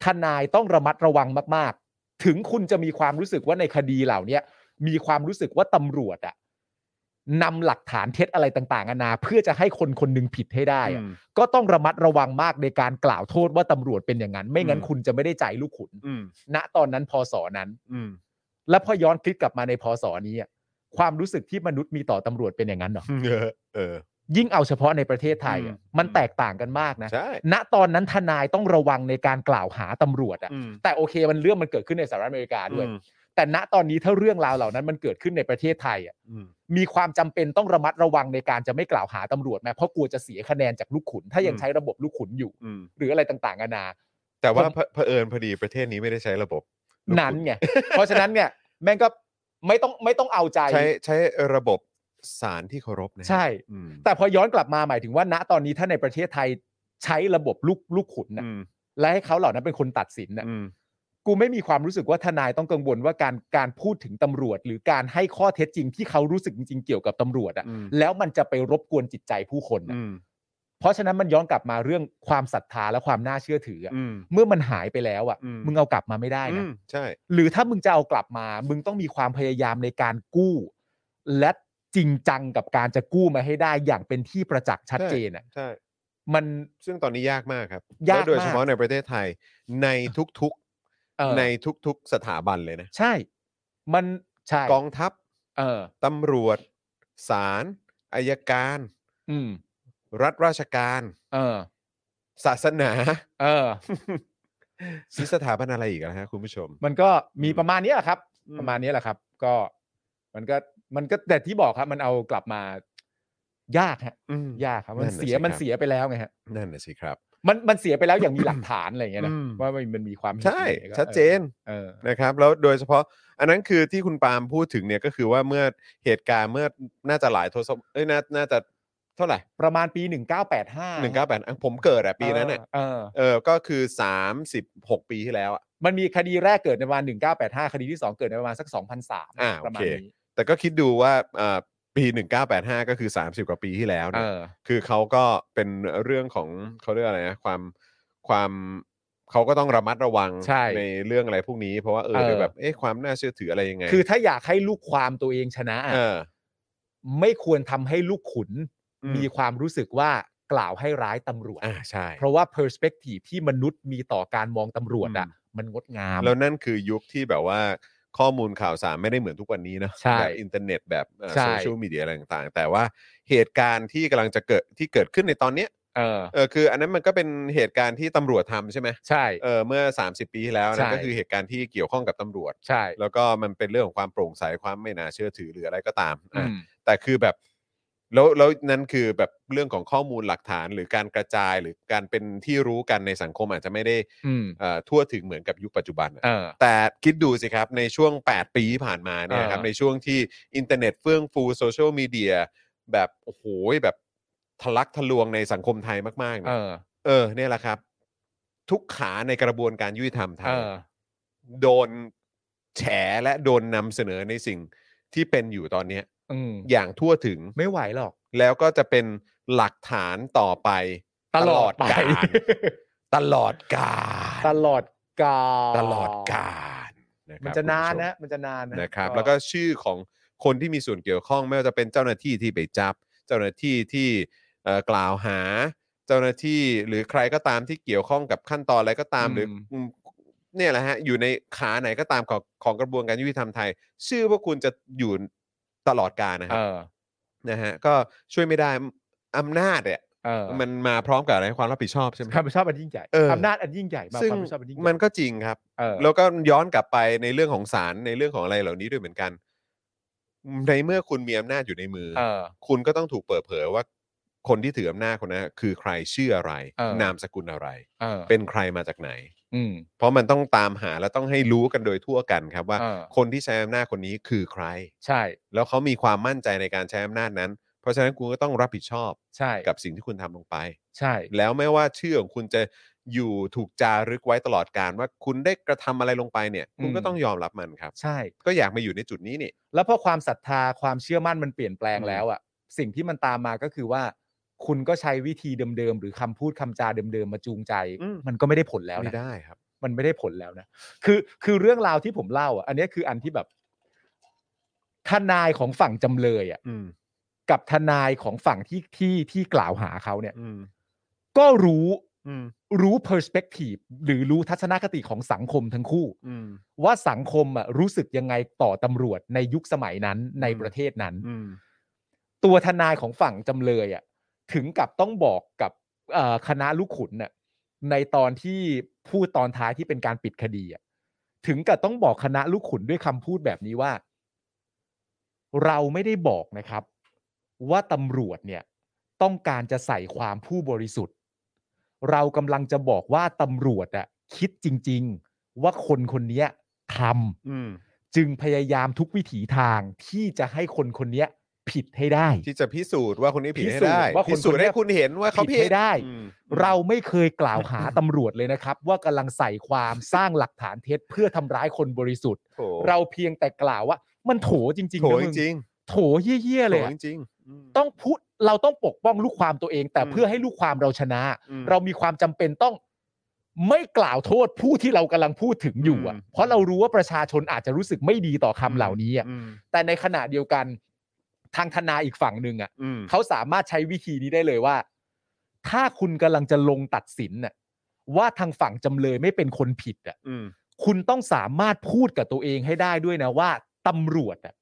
Speaker 3: ทนายต้องระมัดระวังมาก ๆ ถึงคุณจะมีความรู้สึกว่าในคดีเหล่าเนี้ยมีความรู้สึกว่าตำรวจอะนำหลักฐานเท็จอะไรต่างๆนานาเพื่อจะให้คนคนหนึงผิดให้ได้อะ ก็ต้องระมัดระวังมากในการกล่าวโทษว่าตำรวจเป็นอย่างนั้น ไม่งั้น
Speaker 2: อืม
Speaker 3: คุณจะไม่ได้ใจลูกขุน
Speaker 2: อืม
Speaker 3: ณตอนนั้นพศนั้น
Speaker 2: อืม
Speaker 3: แล้วพอย้อนคลิกกลับมาในพศนี้อะความรู้สึกที่มนุษย์มีต่อตำรวจเป็นอย่างนั้นเหรอ
Speaker 2: เออ [LAUGHS] เออ
Speaker 3: ยิ่งเอาเฉพาะในประเทศไทยอะ
Speaker 2: อืม
Speaker 3: มันแตกต่างกันมากนะ
Speaker 2: ใช่
Speaker 3: ณตอนนั้นทนายต้องระวังในการกล่าวหาตำรวจอะ
Speaker 2: อืม
Speaker 3: แต่โอเคมันเรื่องมันเกิดขึ้นในสหรัฐอเมริกา
Speaker 2: อื
Speaker 3: ด้วย
Speaker 2: ม
Speaker 3: แต่ณตอนนี้ถ้าเรื่องราวเหล่านั้นมันเกิดขึ้นในประเทศไทยอะ
Speaker 2: อืม
Speaker 3: มีความจำเป็นต้องระมัดระวังในการจะไม่กล่าวหาตำรวจแม้เพราะกลัวจะเสียคะแนนจากลูกขุน ถ้ายัง
Speaker 2: อืม
Speaker 3: ใช้ระบบลูกขุนอยู่
Speaker 2: อืม
Speaker 3: หรืออะไรต่างๆนานา
Speaker 2: แต่ว่า
Speaker 3: ผม
Speaker 2: เผเผอิญพอดีประเทศนี้ไม่ได้ใช้ระบบ ลูกขุน
Speaker 3: นั้นไง เพราะฉะนั้นเนี่ย [LAUGHS] แม่งก็ไม่ต้องไม่ต้องเอาใจ
Speaker 2: ใช้ใช้ระบบสารที่เคารพนะฮะ
Speaker 3: ใช่
Speaker 2: อืม
Speaker 3: แต่พอย้อนกลับมาหมายถึงว่าณตอนนี้ถ้าในประเทศไทยใช้ระบบลูกลูกขุนนะ
Speaker 2: อืม
Speaker 3: และให้เขาเหล่านั้นเป็นคนตัดสินนะ
Speaker 2: อืม
Speaker 3: กูไม่มีความรู้สึกว่าทนายต้องกังวลว่าการการพูดถึงตำรวจ หรือการให้ข้อเท็จจริงที่เขารู้สึกจริงๆเกี่ยวกับตำรวจอะ
Speaker 2: อืม
Speaker 3: แล้วมันจะไปรบกวนจิตใจผู้คนอะ
Speaker 2: อืม
Speaker 3: เพราะฉะนั้นมันย้อนกลับมาเรื่องความศรัทธาและความน่าเชื่อถืออะ
Speaker 2: อืม
Speaker 3: เมื่อมันหายไปแล้วอะ
Speaker 2: อืม
Speaker 3: มึงเอากลับมาไม่ได้
Speaker 2: อื
Speaker 3: นะ
Speaker 2: มใช่
Speaker 3: หรือถ้ามึงจะเอากลับมา มึงต้องมีความพยายามในการกู้ และจริงจังกับการจะกู้มาให้ได้อย่างเป็นที่ประจักษ์ชัดเจนอ่ะ
Speaker 2: ใช่
Speaker 3: มัน
Speaker 2: ซึ่งตอนนี้ยากมากครับ
Speaker 3: ยาก
Speaker 2: และโดยเฉพาะ
Speaker 3: มาก
Speaker 2: ในประเทศไทยในทุก
Speaker 3: เออ
Speaker 2: ๆในทุกๆสถาบันเลยนะ
Speaker 3: ใช่ มันใช่
Speaker 2: กองทัพ
Speaker 3: เออ
Speaker 2: ตำรวจศาลอายการ
Speaker 3: อืม
Speaker 2: รัฐราชการ
Speaker 3: เออ
Speaker 2: ศาส
Speaker 3: [LAUGHS]
Speaker 2: นา
Speaker 3: เออ
Speaker 2: มีสถาบันอะไรอีกนะฮะคุณผู้ชม
Speaker 3: มันก็มีประมาณนี้แหละครับ
Speaker 2: อืม
Speaker 3: ประมาณนี้แหละครับ ก็ มันก็มันก็แต่ที่บอกครับ มันเอากลับมา ยากฮะ
Speaker 2: อืม
Speaker 3: ยากครับ มัน
Speaker 2: นั่นน่ะ
Speaker 3: เสีย
Speaker 2: สิครับ
Speaker 3: มันเสียไปแล้วไงฮะ
Speaker 2: นั่นน่ะสิครับ
Speaker 3: มันมันเสียไปแล้วอย่างมีหลักฐานอะไรอย่างเงี้ยนะ
Speaker 2: อืม
Speaker 3: ว่ามันมันมีความผิด
Speaker 2: ใช่
Speaker 3: อะไรก็
Speaker 2: ชัดเจน
Speaker 3: เออ
Speaker 2: นะครับแล้วโดยเฉพาะอันนั้นคือที่คุณปาล์มพูดถึงเนี่ยก็คือว่าเมื่อเหตุการณ์เมื่อน่าจะหลายทศวรรษเอ้ยน่าน่าจะเท่าไหร่
Speaker 3: ประมาณปี
Speaker 2: ห
Speaker 3: 1985
Speaker 2: นึ่งเก้าแปดผมเกิดอะปีนั้น
Speaker 3: เอ
Speaker 2: อะ
Speaker 3: อเออ
Speaker 2: เออก็คือสามสิบหกปีที่แล้วอะ
Speaker 3: มันมีคดีแรกเกิดในประมาณ 1985 คดีที่ 2 เกิดในประมาณสัก 2003
Speaker 2: อ่า
Speaker 3: ประมา
Speaker 2: โอ
Speaker 3: ณ
Speaker 2: เค
Speaker 3: นี้
Speaker 2: แต่ก็คิดดูว่าเอ่อปี 1985 ก็คือ 30 กว่าปีที่แล้ว
Speaker 3: เอ
Speaker 2: เนี่ย
Speaker 3: อ
Speaker 2: คือเขาก็เป็นเรื่องของเขาเรียกอะไรนะความความเขาก็ต้องระมัดระวัง
Speaker 3: ใช่
Speaker 2: เรื่องอะไรพวกนี้ เพราะว่าเออ
Speaker 3: เออ
Speaker 2: เดี๋ยวแบบเอ๊ะความน่าเชื่อถืออะไรยังไง
Speaker 3: คือถ้าอยากให้ลูกความตัวเองชนะอะ
Speaker 2: เออ
Speaker 3: ไม่ควรทำให้ลูกขุน
Speaker 2: อืม
Speaker 3: มีความรู้สึกว่ากล่าวให้ร้ายตำรวจ
Speaker 2: อ่าใช่
Speaker 3: เพราะว่า perspective ที่มนุษย์มีต่อการมองตำรวจอ่ะ
Speaker 2: อืม
Speaker 3: มันงดงาม
Speaker 2: แล้วนั่นคือยุคที่แบบว่าข้อมูลข่าวสารไม่ได้เหมือนทุกวันนี้เนอะ
Speaker 3: ใช่
Speaker 2: แบบอินเทอร์เน็ตแบบเอ่อ
Speaker 3: ใช่
Speaker 2: โซเชียลมีเดียอะไรต่างๆ แต่ว่าเหตุการณ์ที่กำลังจะเกิดที่เกิดขึ้นในตอนเนี้ย
Speaker 3: เออ
Speaker 2: เออคืออันนั้นมันก็เป็นเหตุการณ์ที่ตำรวจทำใช่ไหม
Speaker 3: ใช่
Speaker 2: เออเมื่อ 30 ปีที่แล้ว
Speaker 3: ใช่
Speaker 2: นะก็คือเหตุการณ์ที่เกี่ยวข้องกับตำรวจ
Speaker 3: ใช่
Speaker 2: แล้วก็มันเป็นเรื่องของความโปร่งใสความไม่น่าเชื่อถือหรืออะไรก็ตาม
Speaker 3: อื
Speaker 2: อ่ะ
Speaker 3: ม
Speaker 2: แต่คือแบบแล้วแล้วนั่นคือแบบเรื่องของข้อมูลหลักฐานหรือการกระจายหรือการเป็นที่รู้กันในสังคมอาจจะไม่ได้
Speaker 3: อืม
Speaker 2: เอ่อทั่วถึงเหมือนกับยุคปัจจุบันอะ
Speaker 3: เออ
Speaker 2: แต่คิดดูสิครับในช่วง 8 ปีที่ผ่านมาเนี่ยครับ
Speaker 3: เออ
Speaker 2: ในช่วงที่อินเทอร์เน็ตเฟื่องฟูโซเชียลมีเดียแบบโอ้โหแบบทะลักทะลวงในสังคมไทยมากๆเนี่ย
Speaker 3: เออ
Speaker 2: เออเนี่ยแหละครับ ทุกขาในกระบวนการยุติธรรมไท
Speaker 3: เอย อ
Speaker 2: โดนแฉและโดนนำเสนอในสิ่งที่เป็นอยู่ตอนเนี้ย
Speaker 3: อืม
Speaker 2: อย่างทั่วถึง
Speaker 3: ไม่ไหวหรอก
Speaker 2: แล้วก็จะเป็นหลักฐานต่อไป
Speaker 3: ตลอดไป
Speaker 2: การตลอดกา
Speaker 3: ต
Speaker 2: ร
Speaker 3: ลอดกาล
Speaker 2: ตลอดการครับ
Speaker 3: มันจะนาน
Speaker 2: คุณผู้ช
Speaker 3: นะ มันจะนานนะ
Speaker 2: นะครับ แล้วก็ชื่อของคนที่มีส่วนเกี่ยวข้องไม่ว่าจะเป็นเจ้าหน้าที่ที่ไปจับ เจ้าหน้าที่ที่เอ่อกล่าวหา เจ้าหน้าที่หรือใครก็ตามที่เกี่ยวข้องกับขั้นตอนอะไรก็ตามหรืออืมเนี่ยแหละฮะอยู่ในขาไหนก็ตามของของกระบวนการยุติธรรมไทย ชื่อพวกคุณจะอยู่ตลอดกาลนะค
Speaker 3: เอ
Speaker 2: รับ
Speaker 3: อ
Speaker 2: นะฮะก็ช่วยไม่ได้อำนาจเนี่ย
Speaker 3: เออ
Speaker 2: มันมาพร้อมกับอะไรความรับผิดชอบใช่ไหม
Speaker 3: ความรับผิดชอบอันยิ่งใหญ่
Speaker 2: เออ
Speaker 3: อำนาจอันยิ่งใหญ่มา
Speaker 2: ซึ่ง
Speaker 3: ความรับผิดชอบอันยิ่งใหญ่
Speaker 2: มันก็จริงครับ
Speaker 3: เออ
Speaker 2: แล้วก็ย้อนกลับไปในเรื่องของศาลในเรื่องของอะไรเหล่านี้ด้วยเหมือนกัน ในเมื่อคุณมีอำนาจอยู่ในมือ
Speaker 3: เออ
Speaker 2: คุณก็ต้องถูกเปิดเผยว่า คนที่ถืออำนาจคนนั้น คือใครชื่ออะไร
Speaker 3: เออ
Speaker 2: นามสกุลอะไร
Speaker 3: เออ
Speaker 2: เป็นใครมาจากไหน
Speaker 3: อืม
Speaker 2: เพราะมันต้องตามหาและต้องให้รู้กันโดยทั่วกันครับว่า
Speaker 3: เออ
Speaker 2: คนที่ใช้อำนาจคนนี้คือใคร
Speaker 3: ใช่
Speaker 2: แล้วเขามีความมั่นใจในการใช้อำนาจนั้น เพราะฉะนั้นคุณก็ต้องรับผิดชอบ
Speaker 3: ใช่
Speaker 2: กับสิ่งที่คุณทำลงไป
Speaker 3: ใช่
Speaker 2: แล้วไม่ว่าชื่อของคุณจะอยู่ถูกจารึกไว้ตลอดการว่าคุณได้กระทำอะไรลงไปเนี่ย คุณก็ต้องยอมรับมันครับ
Speaker 3: ใช่
Speaker 2: ก็อยากมาอยู่ในจุดนี้นี่
Speaker 3: แล้วพอความศรัทธาความเชื่อมั่นมันเปลี่ยนแปลง
Speaker 2: อืม
Speaker 3: แล้วอ่ะสิ่งที่มันตามมาก็คือว่า คุณก็ใช้วิธีเดิมๆหรือคำพูดคำจาเดิมๆมาจูงใจ มันก็ไม่ได้ผลแล้ว
Speaker 2: ไม่
Speaker 3: นะ
Speaker 2: ได้ครับ
Speaker 3: มันไม่ได้ผลแล้วนะ คือคือเรื่องราวที่ผมเล่าอ่ะ อันเนี้ยคืออันที่แบบทนายของฝั่งจำเลยอ่ะ
Speaker 2: อืม
Speaker 3: กับทนายของฝั่งที่ที่ที่กล่าวหาเขาเนี่ย
Speaker 2: อืม
Speaker 3: ก็รู้
Speaker 2: อืม
Speaker 3: รู้เพอร์สเปกทีฟหรือรู้ทัศนคติของสังคมทั้งคู่
Speaker 2: อืม
Speaker 3: ว่าสังคมอ่ะรู้สึกยังไงต่อตำรวจในยุคสมัยนั้นใน
Speaker 2: อืม
Speaker 3: ประเทศนั้น
Speaker 2: อืม
Speaker 3: ตัวทนายของฝั่งจำเลยอ่ะถึงกับต้องบอกกับเอ่อคณะลูกขุนน่ะในตอนที่พูดตอนท้ายที่เป็นการปิดคดีอ่ะถึงกับต้องบอกคณะลูกขุนด้วยคำพูดแบบนี้ว่า เราไม่ได้บอกนะครับ ว่าตำรวจเนี่ยต้องการจะใส่ความผู้บริสุทธิ์ เรากำลังจะบอกว่าตำรวจอ่ะคิดจริง ๆ ว่าคนคนเนี้ยทำ
Speaker 2: อืม
Speaker 3: จึงพยายามทุกวิถีทางที่จะให้คนคนเนี้ย ผิดให้ได้
Speaker 2: ที่จะพิสูจน์ว่าคนนี้ผิดให้ได้
Speaker 3: พิสูจน์ว่าคน
Speaker 2: พิสูจน์ให้
Speaker 3: คน
Speaker 2: คุณ
Speaker 3: เนี้ย
Speaker 2: เห็นว่าเขา
Speaker 3: ผิ
Speaker 2: ผิ
Speaker 3: ดให้ได้
Speaker 2: อืม
Speaker 3: เราไม่เคยกล่าวหาตำรวจเลยนะครับ [LAUGHS] ว่ากำลังใส่ความสร้างหลักฐานเท็จเพื่อทำร้ายคนบริสุทธิ์
Speaker 2: โถ
Speaker 3: เราเพียงแต่กล่าวว่า มันโถจริงๆ
Speaker 2: โถ
Speaker 3: นะ
Speaker 2: จ
Speaker 3: มึง
Speaker 2: ริง
Speaker 3: โถเยี่ย
Speaker 2: ๆ
Speaker 3: ๆเลยอะ
Speaker 2: โถจริงๆอืม
Speaker 3: ต้องพูดเราต้องปกป้องลูกความตัวเอง แต่
Speaker 2: อืม
Speaker 3: เพื่อให้ลูกความเราชนะ
Speaker 2: อืม
Speaker 3: เรามีความจำเป็นต้องไม่กล่าวโทษผู้ที่เรากำลังพูดถึงอยู่อะ
Speaker 2: อืม
Speaker 3: เพราะเรารู้ว่าประชาชนอาจจะรู้สึกไม่ดีต่อคำเหล่านี้อะ
Speaker 2: อืม
Speaker 3: แต่ในขณะเดียวกันทางทนายอีกฝั่งหนึ่งอะ
Speaker 2: อืม
Speaker 3: เขาสามารถใช้วิธีนี้ได้เลยว่า ถ้าคุณกำลังจะลงตัดสินน่ะว่าทางฝั่งจำเลยไม่เป็นคนผิดอ่ะ
Speaker 2: อืม
Speaker 3: คุณต้องสามารถพูดกับตัวเองให้ได้ด้วยนะว่าตำรวจอ่ะ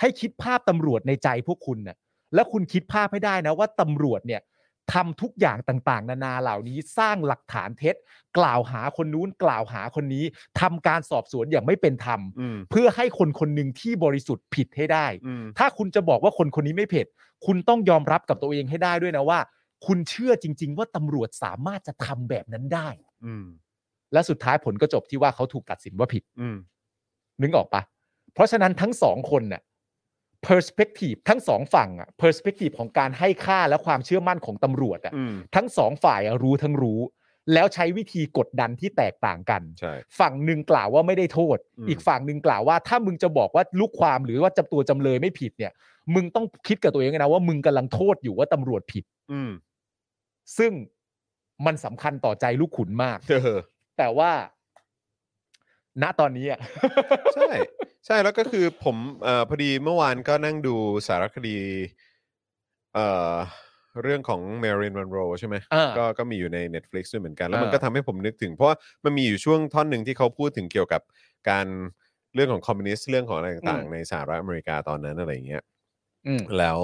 Speaker 3: ให้คิดภาพตำรวจในใจพวกคุณน่ะแล้วคุณคิดภาพให้ได้นะว่าตำรวจเนี่ยทำทุกอย่างต่างๆ นานาเหล่านี้สร้างหลักฐานเท็จ กล่าวหาคนนู้นกล่าวหาคนนี้ทำการสอบสวนอย่างไม่เป็นธรรม
Speaker 2: อืม
Speaker 3: เพื่อให้คนคนหนึ่งที่บริสุทธิ์ผิดให้ได้
Speaker 2: อืม
Speaker 3: ถ้าคุณจะบอกว่าคนคนนี้ไม่เผ็ด คุณต้องยอมรับกับตัวเองให้ได้ด้วยนะว่า คุณเชื่อจริง ๆ ว่าตำรวจสามารถจะทำแบบนั้นได้
Speaker 2: อืม
Speaker 3: และสุดท้ายผลก็จบที่ว่าเขาถูกตัดสินว่าผิด
Speaker 2: อืม
Speaker 3: นึกออกปะเพราะฉะนั้นทั้งสองคนน่ะ perspective ทั้งสองฝั่งอะ perspective ของการให้ค่าและความเชื่อมั่นของตำรวจอะ
Speaker 2: อืม
Speaker 3: ทั้งสองฝ่ายอะรู้ทั้งรู้ แล้วใช้วิธีกดดันที่แตกต่างกัน
Speaker 2: ใช่
Speaker 3: ฝั่งหนึ่งกล่าวว่าไม่ได้โทษ
Speaker 2: อืม
Speaker 3: อีกฝั่งหนึ่งกล่าวว่า ถ้ามึงจะบอกว่าลูกความหรือว่าจำตัวจำเลยไม่ผิดเนี่ย มึงต้องคิดกับตัวเองนะว่ามึงกำลังโทษอยู่ว่าตำรวจผิด
Speaker 2: อืม
Speaker 3: ซึ่งมันสำคัญต่อใจลูกขุนมาก
Speaker 2: เออ
Speaker 3: แต่ว่า ณตอนนี้อะ
Speaker 2: ใช่ใช่แล้วก็คือผมเอ่อพอดีเมื่อวานก็นั่งดูสารคดีเอ่อเรื่องของ Marilyn Monroe ใช่ไหม
Speaker 3: อ่า
Speaker 2: ก็ก็มีอยู่ใน Netflix ด้วยเหมือนกัน แล้วมัน
Speaker 3: อ่า
Speaker 2: ก็ทำให้ผมนึกถึง เพราะว่ามันมีอยู่ช่วงท่อนหนึ่งที่เขาพูดถึงเกี่ยวกับการเรื่องของคอมมิวนิสต์เรื่องของอะไรต่างๆ ในสหรัฐอเมริกาตอนนั้นอะไรอย่างเงี้ย
Speaker 3: อืม
Speaker 2: แล้ว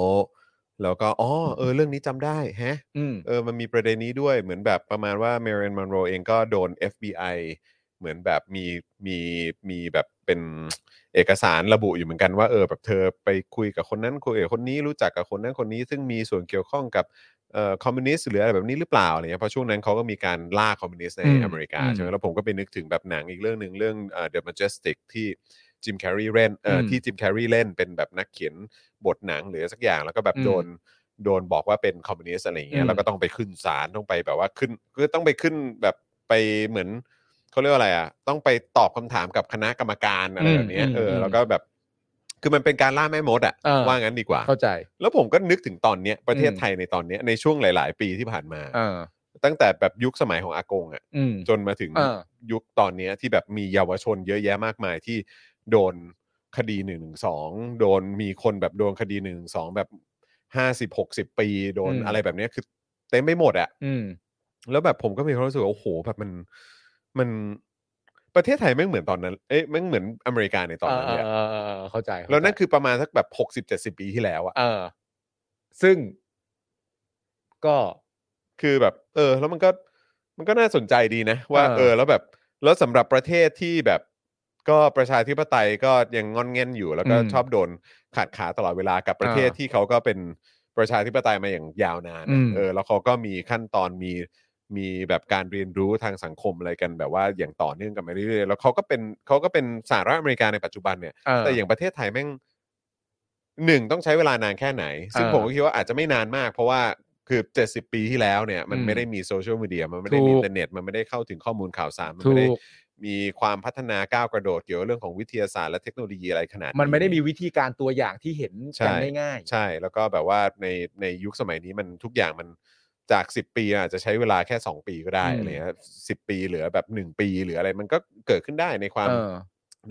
Speaker 2: แล้วก็อ๋อเออเรื่องนี้จำได้แฮะ
Speaker 3: อืม
Speaker 2: เออ มันมีประเด็นนี้ด้วย เหมือนแบบประมาณว่า m a r i l y n Monroe เองก็โดน FBI เหมือนแบบมี มี มีแบบเป็นเอกสารระบุอยู่เหมือนกันว่าเออแบบเธอไปคุยกับคนนั้นคุยกับคนนี้รู้จักกับคนนั้นคนนี้ ซึ่งมีส่วนเกี่ยวข้องกับเอ่อคอมมิวนิสต์หรืออะไรแบบนี้หรือเปล่าอะไรเงี้ยเพราะช่วงนั้นเขาก็มีการล่าคอมมิวนิสต์ใน
Speaker 3: อืม
Speaker 2: อเมริกา
Speaker 3: อืม
Speaker 2: ใช่ไหมแล้วผมก็ไปนึกถึงแบบหนังอีกเรื่องหนึ่งเรื่องเอ่อ The Majestic ที่จิมแคร์รีเล่นเอ่ออ
Speaker 3: ม
Speaker 2: ที่จิมแคร์รีเล่นเป็นแบบนักเขียนบทหนังหรือสักอย่างแล้วก็แบบ
Speaker 3: อืม
Speaker 2: โดน โดนบอกว่าเป็นคอมมิวนิสต์อะไรอย่างเงี้ย
Speaker 3: อืม
Speaker 2: แล้วก็ต้องไปขึ้นศาลต้องไปแบบว่าขึ้นคือต้องไปขึ้นแบบไปเหมือนเขาเรียกว่าอะไรอ่ะต้องไปตอบคำถามกับคณะกรรมการอะไรแบบเนี้ยเออแล้วก็แบบ คือมันเป็นการล่าแม่มดอ่ะ
Speaker 3: เออ
Speaker 2: ว่างั้นดีกว่า
Speaker 3: เข้าใจ
Speaker 2: แล้วผมก็นึกถึงตอนเนี้ยประเทศ
Speaker 3: อืม
Speaker 2: ไทยในตอนเนี้ยในช่วงหลาย ๆ ปีที่ผ่านมา
Speaker 3: เออ
Speaker 2: ตั้งแต่แบบยุคสมัยของอากงอ่ะ
Speaker 3: อืม
Speaker 2: จนมาถึง
Speaker 3: เออ
Speaker 2: ยุคตอนเนี้ยที่แบบมีเยาวชนเยอะแยะมากมายที่โดนคดีหนึ่งสองโดนมีคนแบบโดนคดีหนึ่งสองแบบห้าสิบหกสิบปีโดน
Speaker 3: อืม
Speaker 2: อะไรแบบเนี้ยคือเต็มไปหมดอะ
Speaker 3: อืม
Speaker 2: แล้วแบบผมก็มีความรู้สึกว่าโอ้โหแบบมันมันประเทศไทยไม่งเหมือนตอนนั้น เอ๊ะไม่งเหมือนอเมริกาในตอนนั้นเลย
Speaker 3: เอ
Speaker 2: อะ
Speaker 3: อเออเออเข้าใจเข้าใจ
Speaker 2: แล้วนั่นคือประมาณสักแบบหกสิบเจ็ดสิบปีที่แล้วอะ
Speaker 3: เออ ซึ่งก็
Speaker 2: คือแบบ เออ แล้วมันก็มันก็น่าสนใจดีนะ ว่า
Speaker 3: เออ
Speaker 2: เออ แล้วแบบแล้วสำหรับประเทศที่แบบก็ประชาธิปไตยก็ยังงอนแง่นอยู่ แล้วก็ชอบโดนขาดขาตลอดเวลากับประเทศที่เขาก็เป็นประชาธิปไตยมาอย่างยาวนาน
Speaker 3: อืม
Speaker 2: เออแล้วเขาก็มีขั้นตอนมีมีแบบการเรียนรู้ทางสังคมอะไรกันแบบว่าอย่างต่อเนื่องกันมาเรื่อยๆแล้วเขาก็เป็นเขาก็เป็นสหรัฐอเมริกาในปัจจุบันเนี่ย
Speaker 3: เออ
Speaker 2: แต่อย่างประเทศไทยแม่งหนึ่งต้องใช้เวลานานแค่ไหน ซึ่ง
Speaker 3: เออ
Speaker 2: ผมก็คิดว่าอาจจะไม่นานมาก เพราะว่าคือ70 ปีที่แล้วเนี่ย มัน
Speaker 3: อืม
Speaker 2: ไม่ได้มีโซเชียลมีเดียมันไม่ได้มีอิ
Speaker 3: ถูก
Speaker 2: นเทอร์เน็ต มันไม่ได้เข้าถึงข้อมูลข่าวสารมัน
Speaker 3: ถู
Speaker 2: ไม่ได้
Speaker 3: ก
Speaker 2: มีความพัฒนาก้าวกระโดดเกี่ยวกับเรื่องของวิทยาศาสตร์และเทคโนโลยีอะไรขนาด
Speaker 3: มันไม่ได้มีวิธีการตัวอย่างที่เห็นกัน
Speaker 2: ใช่
Speaker 3: ง่ายๆ
Speaker 2: ใช่แล้วก็แบบว่าในในยุคสมัยนี้มันทุกอย่างมันจาก 10 ปีอาจจะใช้เวลาแค่ 2 ปีก็ได้
Speaker 3: อืม
Speaker 2: อะไรเงี้ยสิปีเหลือแบบ 1 ปีหรืออะไรมันก็เกิดขึ้นได้ในความ
Speaker 3: เออ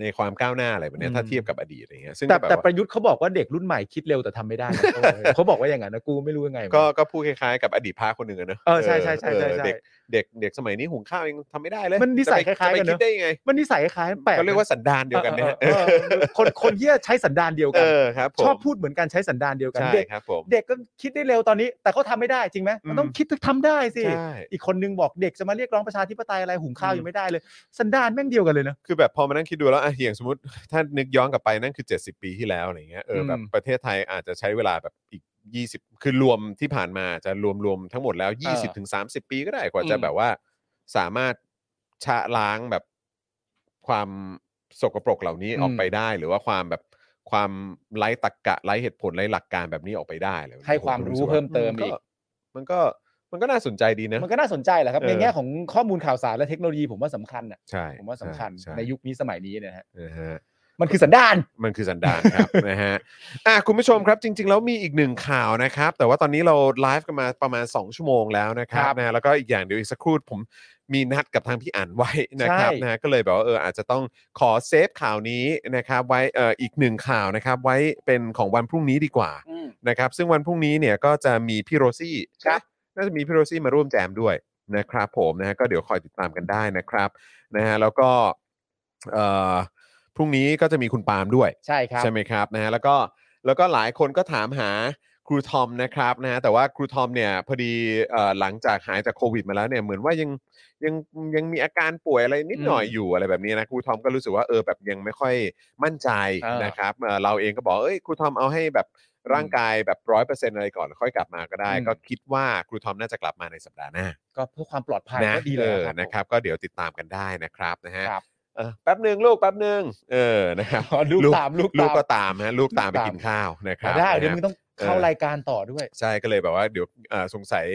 Speaker 2: ในความก้าวหน้าอะไรแบบเนี้ย
Speaker 3: อืม
Speaker 2: ถ้าเทียบกับอดีตอะไรเงี้ยซึ่ง
Speaker 3: แต่
Speaker 2: ก็บบ
Speaker 3: แต่
Speaker 2: ว่า
Speaker 3: ประยุทธ์เขาบอกว่าเด็กรุ่นใหม่คิดเร็วแต่ทำไม่ได้ [LAUGHS] นะเขาบอกเลยเขาบอกว่าอย่างนั้นนะกูไม่รู้ยังไงเหมือน
Speaker 2: ก็
Speaker 3: น
Speaker 2: ก็พูดคล้ายๆกับอดีตพระคนหนึ่งอะเนอะ
Speaker 3: เออใช่ใช่ใช่
Speaker 2: เอ
Speaker 3: ใช่
Speaker 2: อ
Speaker 3: ใช่
Speaker 2: เด็กเด็กเด็กสมัยนี้หุงข้าวเองทำไม่ได้เลย
Speaker 3: มันนิสัย
Speaker 2: จะไป
Speaker 3: คล้ายๆกันเน
Speaker 2: จะไปคิ
Speaker 3: อะ
Speaker 2: ดได้ยังไง
Speaker 3: มันนิสัยคล้ายแปลก
Speaker 2: เขาเรียกว่าสันดานเดียวกันนะฮะ
Speaker 3: เออเออเออคนคนเฮียใช้สันดานเดียวกั
Speaker 2: เอน อครับผม
Speaker 3: ชอบพูดเหมือนกันใช้สันดานเดียวกัน
Speaker 2: ใช่
Speaker 3: เด็ก
Speaker 2: ครับผม
Speaker 3: เด็กก็คิดได้เร็วตอนนี้ แต่เขาทำไม่ได้จริงไหมมันต้อง
Speaker 2: อืม
Speaker 3: คิดทำได้สิ
Speaker 2: ใช่
Speaker 3: อีกคนนึงบอกเด็กจะมาเรียกร้องประชาธิปไตยอะไรหุงข้าว
Speaker 2: อืม
Speaker 3: ยังไม่ได้เลย สันดานแม่งเดียวกันเลยเนอะ
Speaker 2: คือแบบพอมานั่งคิดดูแล้วอ่ะอย่างสมมติ ถ้านึกย้อนกลับไปนั่นคือ 70 ปีที่แล้วอะไรเงี้ยเอออ
Speaker 3: ม
Speaker 2: แบบประเทศไทยอาจจะใช้เวลาแบบอีก 20 คือรวมที่ผ่านมาจะรวมรวมทั้งหมดแล้ว 20ถึง30 ปีก็ได้กว่าจะ
Speaker 3: อืม
Speaker 2: แบบว่า สามารถชะล้างแบบความสกปรกเหล่านี้ออกไปได้ หรือว่าความแบบ ความไร้ตรกกะไร้เหตุผลไร้หลักการแบบนี้ออกไปได้เลย
Speaker 4: ให้ความรู้เพิ่มเติมอีก
Speaker 2: มันก็มันก็น่าสนใจดีนะ
Speaker 4: มันก็น่าสนใจแหละครับ
Speaker 2: เออ
Speaker 4: ในแง่ของข้อมูลข่าวสารและเทคโนโลยีผมว่าสำคัญอ่ะ
Speaker 2: ใช่
Speaker 4: ผมว่าสำคัญ
Speaker 2: ใช่
Speaker 4: ในยุคนี้สมัยนี้เนยนะฮะ
Speaker 2: นะฮะ
Speaker 4: มันคือสันดาน
Speaker 2: มันคือสันด [LAUGHS] านครับ นะฮะอ่ะคุณผู้ชมครับจริง ๆ แล้วมีอีกหนึ่งข่าวนะครับ แต่ว่าตอนนี้เราไลฟ์กันมาประมาณ 2 ชั่วโมงแล้วนะครับ
Speaker 4: ครับ
Speaker 2: นะฮะแล้วก็อีกอย่างเดี๋ยวอีกสักครู่ผมมีนัดกับทางพี่อั๋นไว้นะครับ
Speaker 4: ใช่
Speaker 2: นะฮะก็เลยแบบว่าเอออาจจะต้องขอเซฟข่าวนี้นะครับไว้เอ่ออีกหนึ่งข่าวนะครับ ไว้เป็นของวันพรุ่งนี้ดีกว่านะครับซึ่งวันพรุ่งนี้เนี่ยก็จะมีพี่โรซี่
Speaker 4: ครับ
Speaker 2: น่าจะมีพี่โรซี่มาร่วมแจมด้วยนะครับผมนะฮะก็เดี๋ยวคอยติดตามกันได้นะครับนะฮะแล้วก็เอ่อพรุ่งนี้ก็จะมีคุณปาล์มด้วย
Speaker 4: ใช่ครับ
Speaker 2: ใช่ไหมครับนะฮะแล้วก็แล้วก็หลายคนก็ถามหาครูทอมนะครับนะฮะแต่ว่าครูทอมเนี่ยพอดีเอ่อหลังจากหายจากโควิดมาแล้วเนี่ยเหมือนว่ายังยังยังมีอาการป่วยอะไรนิดหน่อย
Speaker 4: อืม
Speaker 2: อยู่อะไรแบบนี้นะครูทอมก็รู้สึกว่าเออแบบยังไม่ค่อยมั่นใจ
Speaker 4: เออ
Speaker 2: นะครับเอ่อเราเองก็บอกเอ้ยครูทอมเอาให้แบบร่างกายแบบร้อยเปอร์เซ็นต์อะไรก่อนแล้วค่อยกลับมาก็ได้
Speaker 4: อืม
Speaker 2: ก็คิดว่าครูทอมน่าจะกลับมาในสัปดาห์หน้า
Speaker 4: ก็เพื่อความปลอดภัย
Speaker 2: นะ
Speaker 4: ก็ดี
Speaker 2: เอ
Speaker 4: เลย
Speaker 2: อ
Speaker 4: ครับ
Speaker 2: นะครับ ก็เดี๋ยวติดตามกันได้นะครับนะฮะ
Speaker 4: ครับ
Speaker 2: เออแป๊บหนึ่งลูกแป๊บหนึ่งเออนะครับ
Speaker 4: อ๋อลูกตามลูกตาม
Speaker 2: ลูกก็ตามฮะลูกตามไปกินข้าวนะค
Speaker 4: ผม
Speaker 2: รับ
Speaker 4: ได้
Speaker 2: นะฮะ
Speaker 4: เดี๋ยวมึงต้องเข้า
Speaker 2: เออ
Speaker 4: รายการต่อด้วย
Speaker 2: ใช่ก็เลยแบบว่าเดี๋ยวเอ่อสงสัย